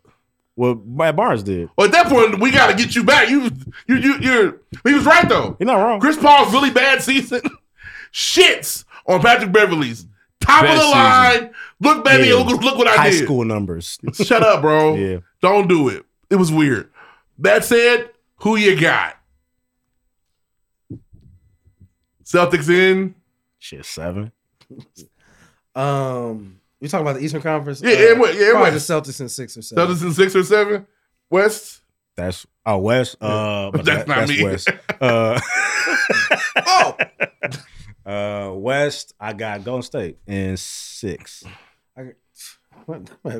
S5: What Matt Barnes did?
S3: Well, at that point, we got to get you back. You, you, you, you're. He was right though.
S5: You're not wrong.
S3: Chris Paul's really bad season. Shits on Patrick Beverly's top of
S5: Bad
S3: the line. Look, baby,
S5: Yeah.
S3: look, look what I
S5: High
S3: did.
S5: school numbers.
S3: Shut up, bro.
S5: Yeah.
S3: Don't do it. It was weird. That said, who you got? Celtics in.
S5: Shit, seven.
S6: Um, you talking about the Eastern Conference? Uh,
S3: Yeah, it went- yeah, it
S6: probably
S3: went.
S6: the Celtics in six or seven.
S3: Celtics in six or seven. West.
S5: That's oh West. Uh, but
S3: That's
S5: that-
S3: not me.
S5: West. Uh, oh, uh, West. I got Golden State in six.
S6: I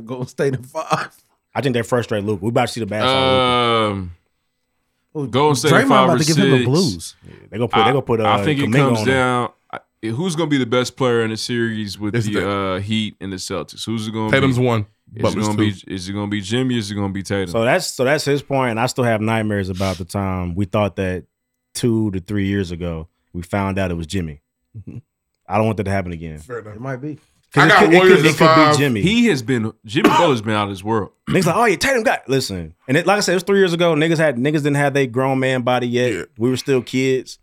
S6: Golden State in five.
S5: I think they're frustrated, Luke. We about to see the bad side.
S2: Um,
S6: Luka.
S2: Golden State
S6: Draymond
S2: five
S6: about
S2: or
S6: to give
S2: six.
S6: him the blues.
S5: Yeah, they gonna put- they
S2: I-
S5: gonna put, uh,
S2: I think it
S5: Kuminga
S2: comes
S5: on him.
S2: down. I, who's gonna be the best player in the series with
S3: It's
S2: the, uh, Heat and the Celtics? Who's it gonna
S3: Tatum's
S2: be?
S3: one,
S2: Is it
S3: Butler's
S2: gonna be? Is it gonna be Jimmy? Is it gonna be Tatum?
S5: So that's so that's his point, and I still have nightmares about the time we thought that two to three years ago we found out it was Jimmy. I don't want that to happen again.
S3: Fair enough.
S6: It might be.
S5: 'Cause it could- it could- it could be Jimmy.
S2: He has been Jimmy Butler's been out of this world.
S5: Niggas like, oh yeah, Tatum got listen. And it, like I said, it was three years ago. Niggas had niggas didn't have their grown man body yet. We were still kids,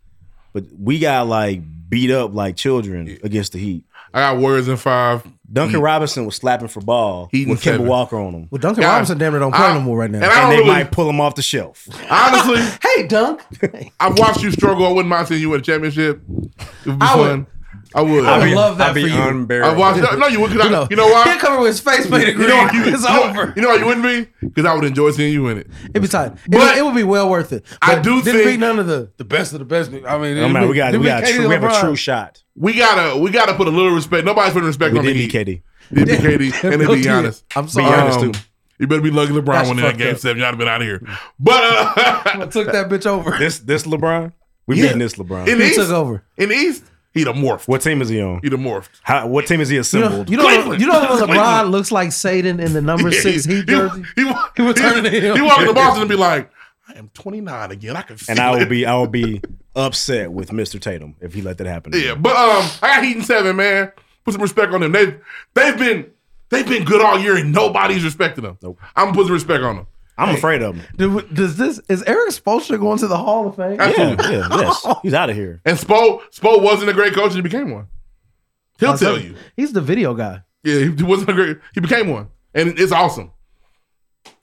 S5: but we got like beat up like children against the Heat.
S3: I got Warriors in five.
S5: Duncan Robinson was slapping for ball
S3: Heat in
S5: with Kemba
S3: seven.
S5: Walker on him.
S6: Well, Duncan
S5: God,
S6: Robinson damn it don't play
S5: I-
S6: no more right now.
S5: and, they might pull him off the shelf.
S3: Honestly,
S6: hey Dunk,
S3: I've watched you struggle. I wouldn't mind seeing you win a championship. It would be
S6: I would-
S3: fun. I would.
S6: I would I'd be- love that I'd be for you.
S3: I
S6: unbearable.
S3: watched. No, no, you would. 'cause I-
S6: You know,
S3: you know why?
S6: he'll cover with his face paint
S3: You
S6: and
S3: know,
S6: grin.
S3: you,
S6: It's
S3: you know-
S6: over.
S3: You know, why you wouldn't be because I would enjoy seeing you win it.
S6: it'd be tight. But it, would be well worth it.
S3: I
S6: But
S3: do
S6: didn't
S3: think-
S6: beat none of the the best of the best. I mean,
S5: No, man, we got- we got a true- we have a true shot.
S3: We gotta, we gotta put a little respect. Nobody's putting respect
S5: We
S3: on
S5: did
S3: the
S5: beat KD.
S3: Did be KD and it'd
S5: Don't
S3: be
S5: do
S3: honest.
S5: it. I'm sorry.
S3: Um, You better be lucky LeBron
S5: That's
S3: winning that
S5: fucked
S3: game
S5: up.
S3: seven. Y'all have been out of here. But uh,
S6: took that bitch over.
S5: This this LeBron, we
S3: Yeah.
S5: beating this LeBron.
S3: In the East,
S6: over.
S3: In the East, he the morph.
S5: What team is he on?
S3: He the morph.
S5: How, what team is he
S6: You know,
S5: assembled?
S6: you know,
S3: Cleveland.
S6: you know that LeBron
S3: Cleveland.
S6: looks like Satan in the number
S3: Yeah,
S6: six
S3: he-
S6: Heat jersey.
S3: He, he, he
S6: returning to him.
S3: He walked to Boston and be like, I am 29 again. I can feel
S5: and I
S3: it.
S5: will be I will be upset with Mr. Tatum if he let that happen.
S3: Yeah, but um, I got Heat and seven, man. Put some respect on them. They've they've been they've been good all year, and nobody's respecting them. I'm gonna put some respect on them.
S5: I'm afraid of him.
S6: Do- Does this is Eric Spoelstra going to the Hall of Fame?
S3: Absolutely.
S5: yeah, yes. He's out of here.
S3: And Spo Spo wasn't a great coach, and he became one. He'll
S6: Oh, so
S3: tell you.
S6: He's the video guy.
S3: Yeah, he wasn't a great. He became one, and it's awesome.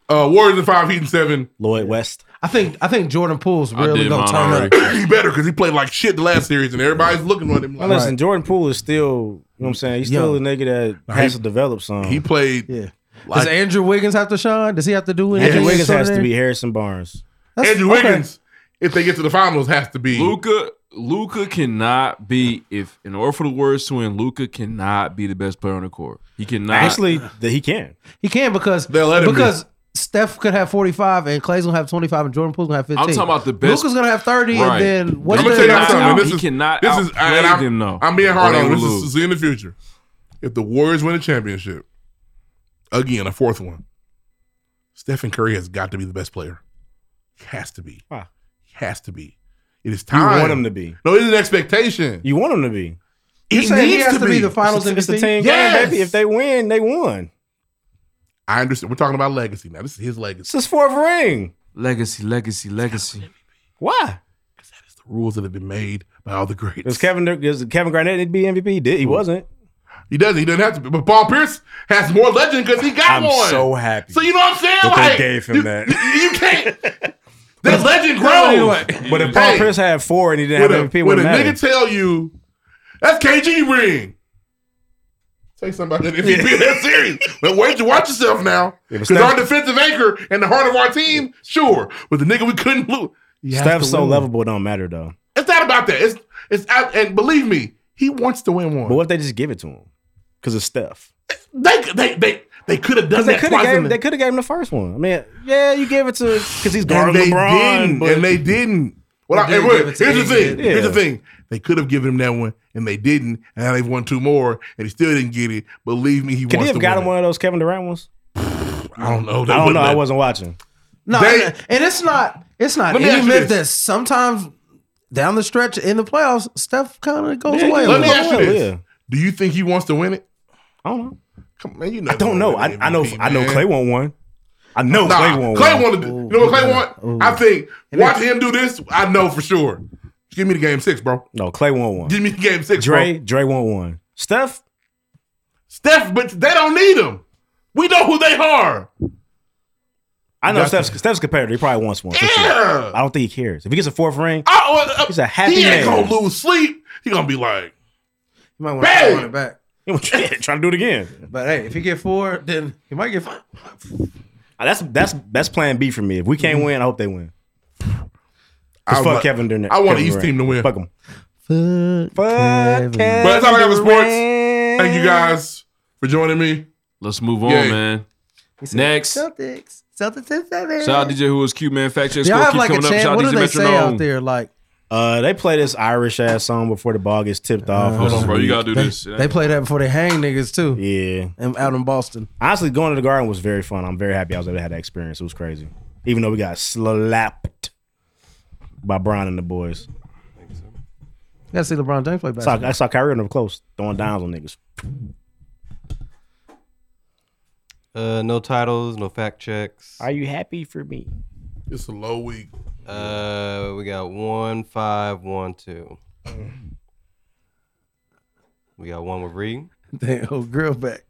S3: Uh, Warriors in five, Heat in seven.
S5: Lloyd West.
S6: I think I think Jordan Poole's
S3: I
S6: really
S3: did
S6: gonna
S3: mine
S6: turn
S3: already.
S6: up.
S3: he better because he played like shit the last series, and everybody's looking at him.
S5: Now
S3: Like,
S5: listen, Jordan Poole is still, you know what I'm saying? He's still
S6: Young.
S5: a nigga that
S6: Nah,
S5: has
S6: he-
S5: to develop some.
S3: He played.
S6: Yeah.
S5: Like-
S6: Does Andrew Wiggins have to shine? Does he have to do anything?
S5: Andrew Wiggins has to
S6: extraordinary?
S5: be Harrison Barnes.
S3: Andrew
S6: okay.
S3: Wiggins, if they get to the finals, has to be
S2: Luca Luca cannot be if in order for the Warriors to win, Luca cannot be the best player on the court. He cannot
S5: Actually, that he can.
S6: He can because
S2: let him
S6: because Steph could have 45 and Clay's gonna have 25 and Jordan Poole's gonna have 15.
S2: I'm talking about the best.
S6: Luca's gonna have 30
S2: Right.
S6: and then what's
S3: I'm gonna
S6: the
S3: tell you
S2: Nah,
S3: something. This
S2: he
S3: is,
S2: cannot
S3: This is
S2: outplay
S3: and I'm,
S2: them, though,
S3: I'm being hard
S2: or they
S3: on
S2: will
S3: him. This is,
S2: lose.
S3: this is in the future. If the Warriors win a championship, again a fourth one, Stephen Curry has got to be the best player. Has to be.
S5: Wow.
S3: Has to be. It is
S5: You
S3: time.
S5: want him to be.
S3: No, it's an expectation.
S5: You want him to be.
S3: He
S6: You're saying he
S3: needs
S6: has
S3: to
S6: to be
S3: be.
S6: the finals
S5: It's a
S6: MVP?
S5: team game,
S6: Yes!
S5: baby. If they win, they won.
S3: I understand. We're talking about legacy now. This is his legacy.
S5: It's his fourth ring.
S2: Legacy, legacy, legacy.
S5: Why?
S3: The rules that have been made by all the greats.
S5: Does Kevin does Kevin Garnett need to be MVP? He Did he wasn't?
S3: He doesn't. He doesn't have to. be. But Paul Pierce has more legend because he got
S5: I'm
S3: one.
S5: so happy
S3: So you know what I'm saying?
S5: that they
S3: like
S5: gave him
S3: you,
S5: that.
S3: You can't. That legend grows.
S5: But if Paul
S3: Hey,
S5: Pierce had four and he didn't
S3: when
S5: have
S3: a-
S5: MVP, it
S3: when a
S5: wouldn't matter.
S3: nigga tell you that's KG ring, say something about that MVP of that series. But wait, you watch yourself now
S5: Yeah, but
S3: because our
S5: Steph-
S3: defensive anchor and the heart of our team, sure, but the nigga we couldn't lose. You have
S5: Steph's
S3: to
S5: so
S3: win.
S5: lovable, it don't matter though.
S3: It's not about that. It's it's out, and believe me, he wants to win one.
S5: But what if they just give it to him? Because it's Steph.
S3: They they they they could have done
S5: Because they
S3: that
S5: could
S3: twice.
S5: have
S3: in
S5: gave,
S3: the-
S5: they could have gave him the first one. I mean, yeah, you give it to because he's guarding
S3: and they
S5: LeBron,
S3: didn't.
S5: but-
S3: And they didn't.
S5: They
S3: Well, I,
S5: did
S3: and wait,
S5: give
S3: here's
S5: it to
S3: the
S5: Adrian.
S3: thing. Here's the
S5: Yeah.
S3: thing. They could have given him that one, and they didn't. And now they've won two more, and he still didn't get it. Believe me, he
S5: could he
S3: wants
S5: have
S3: to
S5: got
S3: win
S5: him one of those Kevin Durant ones?
S3: it. I don't know. They
S5: I don't
S3: wouldn't
S5: know. I
S3: let-
S5: wasn't watching.
S6: No,
S3: They-
S6: and- and it's not it's not
S3: Let me
S6: any
S3: ask you
S6: myth
S3: this.
S6: that sometimes down the stretch in the playoffs, Steph kind of goes
S5: Yeah,
S6: away. a
S3: Let me
S6: little
S3: ask
S6: bit.
S3: you this: Do you think he wants to win it?
S5: I don't know.
S3: Come man, you know.
S5: I don't know. I, I know. I know. Clay won one. I know
S3: Nah,
S5: Clay won
S3: Clay
S5: one.
S3: wanted to do. You know what Clay want? I think
S5: And
S3: watch
S5: it's-
S3: him do this. I know for sure. Give me the game six, bro.
S5: No, Clay won one.
S3: Give me the game six,
S5: Dre,
S3: bro.
S5: Dre won one. Steph,
S3: Steph, but they don't need him. We know who they are.
S5: I know
S3: That's-
S5: Steph's, Steph's competitor. He probably wants one. for sure.
S3: Yeah.
S5: I don't think he cares. If he gets a fourth ring,
S3: I, uh,
S5: he's a happy
S3: he
S5: man.
S3: ain't gonna lose sleep. He gonna be like,
S6: You might want
S3: Bang!
S6: to run it back.
S5: trying to do it again.
S6: But hey, if he get four, then he might get five.
S5: Uh, That's that's that's Plan B for me. If we can't win, I hope they win. 'Cause
S3: I
S5: fuck
S3: want-
S5: Kevin Durant.
S3: I want
S5: Kevin
S3: each
S5: Durant.
S3: team to win.
S5: Fuck him.
S6: Fuck,
S3: But that's all I got for sports. Thank you guys for joining me.
S2: Let's move on,
S3: Yeah.
S2: man. Next.
S6: Celtics. Celtics in seven.
S2: Shout out DJ Who is Q, man. Fact check
S6: Y'all
S2: score
S6: have
S2: keep
S6: like a
S2: coming up.
S6: chance.
S2: Shout out
S6: What do
S2: DJ
S6: they say out
S2: Metronome.
S6: there? Like
S5: Uh, they play this Irish ass song before the ball gets tipped off.
S2: Hold on, bro. You gotta do this.
S6: they play that before they hang niggas too.
S5: Yeah.
S6: And out in Boston.
S5: Honestly, going to the Garden was very fun. I'm very happy I was able to have that experience. It was crazy, even though we got slapped by Brian and the boys.
S6: You gotta see LeBron James play
S5: I saw,
S6: basketball.
S5: I saw Kyrie on the close throwing downs on niggas.
S23: Uh, no titles, no fact checks.
S21: Are you happy for me?
S3: It's a low week.
S23: Uh, we got one, five, one, two. We got one with Reed.
S6: Damn, old girl back.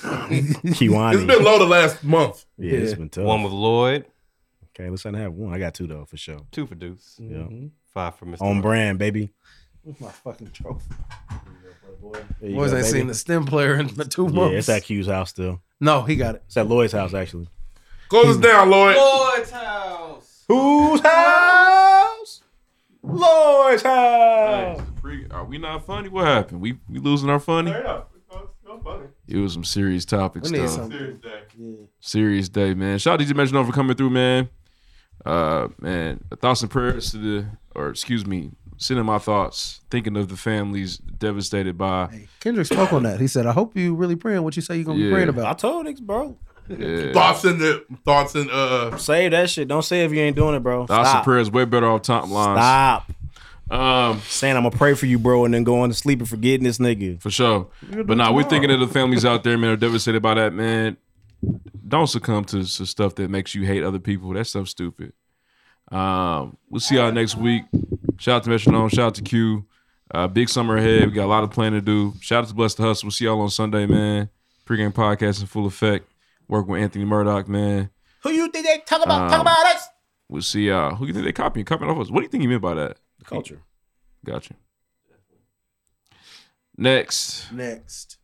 S5: Kiwani.
S3: It's been low the last month.
S5: Yeah, it's been tough.
S23: One with Lloyd.
S5: Okay, let's not have one. I got two though for sure.
S23: Two for Deuce.
S5: Yeah.
S23: Five for Mr.
S5: Mm. On brand, baby.
S6: Where's my fucking trophy?
S5: There you
S6: Boys
S5: go,
S6: ain't
S5: baby.
S6: seen the stem player in the two
S5: Yeah,
S6: months.
S5: it's at Q's house still.
S6: No, he got it.
S5: It's at Lloyd's house actually.
S3: Close
S5: Hmm.
S3: us down, Lloyd.
S23: Lloyd's house.
S5: Whose house? Lloyd's house.
S2: Are we not funny? What happened? We we losing our funny? It was some serious topics.
S23: We need
S2: though.
S23: some-
S2: Serious day.
S23: Yeah.
S2: man. Shout out to DJ Metronome for coming through, man. Uh, man, a thousand prayers to the, or excuse me, sending my thoughts, thinking of the families devastated by.
S6: Kendrick spoke on that. He said, I hope you really praying what you say you're gonna
S2: Yeah.
S6: be praying about.
S5: I told niggas, bro.
S2: Yeah.
S3: Thoughts in the thoughts in uh
S5: Save that shit. Don't say if you ain't doing it, bro.
S2: Thousand
S5: Stop.
S2: prayers way better off top lines.
S5: Stop.
S2: Um,
S5: saying I'm gonna pray for you, bro, and then going to sleep and forgetting this nigga.
S2: For sure.
S5: You're
S2: But
S5: doing
S2: nah, we're
S5: tomorrow.
S2: thinking of the families out there, man, are devastated by that, man. Don't succumb to, to stuff that makes you hate other people. That stuff's stupid. Um, we'll see y'all next week. Shout out to Metronome. Shout out to Q. Uh, big summer ahead. We got a lot of planning to do. Shout out to Bless the Hustle. We'll see y'all on Sunday, man. Pre-game podcast in full effect. Work with Anthony Murdoch, man.
S21: Who you think they talk about? talk
S2: Um,
S21: about us.
S2: We'll see. Uh, who you think they copying? Copying off us? What do you think he meant by that?
S21: Culture.
S2: Gotcha. Next.
S6: Next.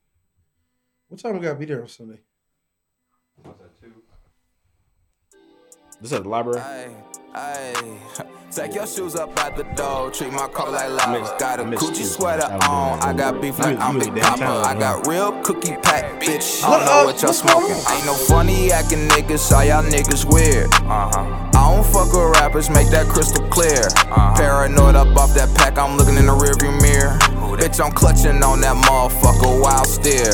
S6: What time we gotta be there on Sunday?
S5: This is the library.
S10: Ayy, take your shoes up out the door. Treat my car like lava.
S5: Missed-
S10: Got a
S5: missed
S10: coochie
S5: you.
S10: sweater
S5: That was
S10: on.
S5: good.
S10: I got beef
S5: You
S10: like
S5: was-
S10: I'm
S5: you was
S10: Big
S5: downtown,
S10: Papa. I
S5: huh?
S10: got real cookie pack, bitch. I
S5: What
S10: don't know
S5: up?
S10: what y'all
S5: What's going
S10: smoking. Ain't no funny acting niggas. All y'all niggas weird. Uh huh.
S5: Uh-huh.
S10: I don't fuck with rappers. Make that crystal clear. Paranoid up off that pack. I'm looking in the rearview mirror. Bitch, I'm clutching on that motherfucker while steer.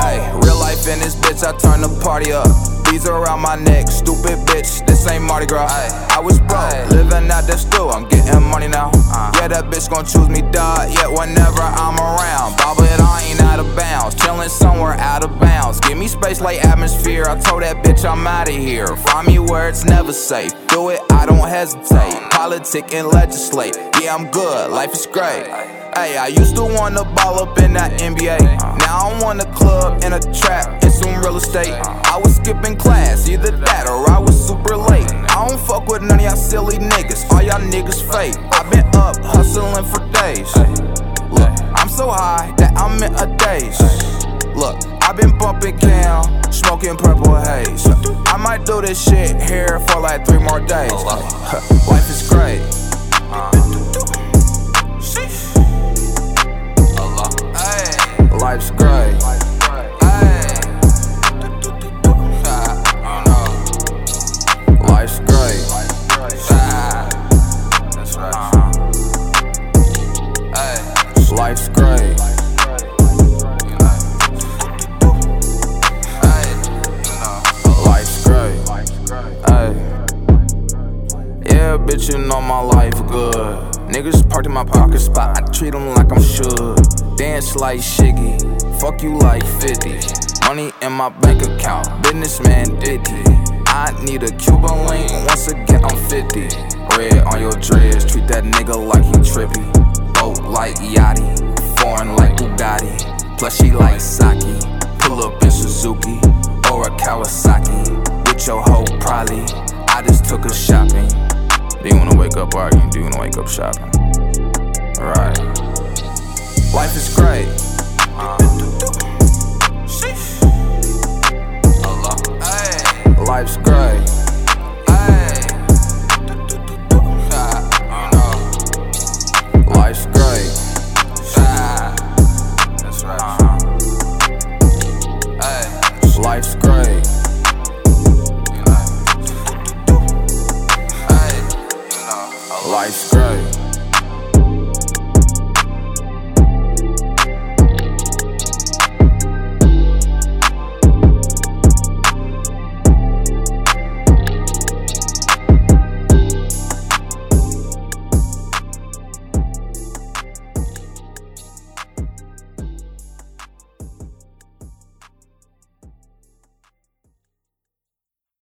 S10: Ayy, real life in this bitch, I turn the party up. Bees around my neck, stupid bitch, this ain't Mardi Gras. I was broke, living out the stool, I'm getting money now. Yeah, that bitch gon' choose me, dog, yet whenever I'm around. Bobble it, I ain't out of bounds, chillin' somewhere out of bounds. Give me space like atmosphere, I told that bitch I'm outta here. Find me where it's never safe, do it, I don't hesitate. Politic and legislate, yeah, I'm good, life is great. Hey, I used to wanna ball up in that NBA. Now I want a club and a trap and some real estate. I was skipping class, either that or I was super late. I don't fuck with none of y'all silly niggas. All y'all niggas fake. I've been up hustling for days. Look, I'm so high that I'm in a daze. Look, I've been bumping cam, smoking purple haze. I might do this shit here for like three more days. Life is great. Ayy. Life's great. Ayy. Life's great. Ah. Uh-huh. Ayy. Life's great. Ayy. Life's great. Ayy. Yeah, bitch, you know my life good. Niggas parked in my pocket spot, I treat them like I'm should. Dance like Shiggy, fuck you like 50. Money in my bank account, businessman Diddy. I need a Cuban link, once again I'm 50. Red on your dreads, treat that nigga like he trippy. Boat Oh, like Yachty, foreign like Bugatti. Plus she like Saki, pull up in Suzuki or a Kawasaki. With your hoe probably, I just took her shopping. Do you wanna wake up arguing? Do you wanna wake up shopping? Right. Life is great. Uh, Life's great.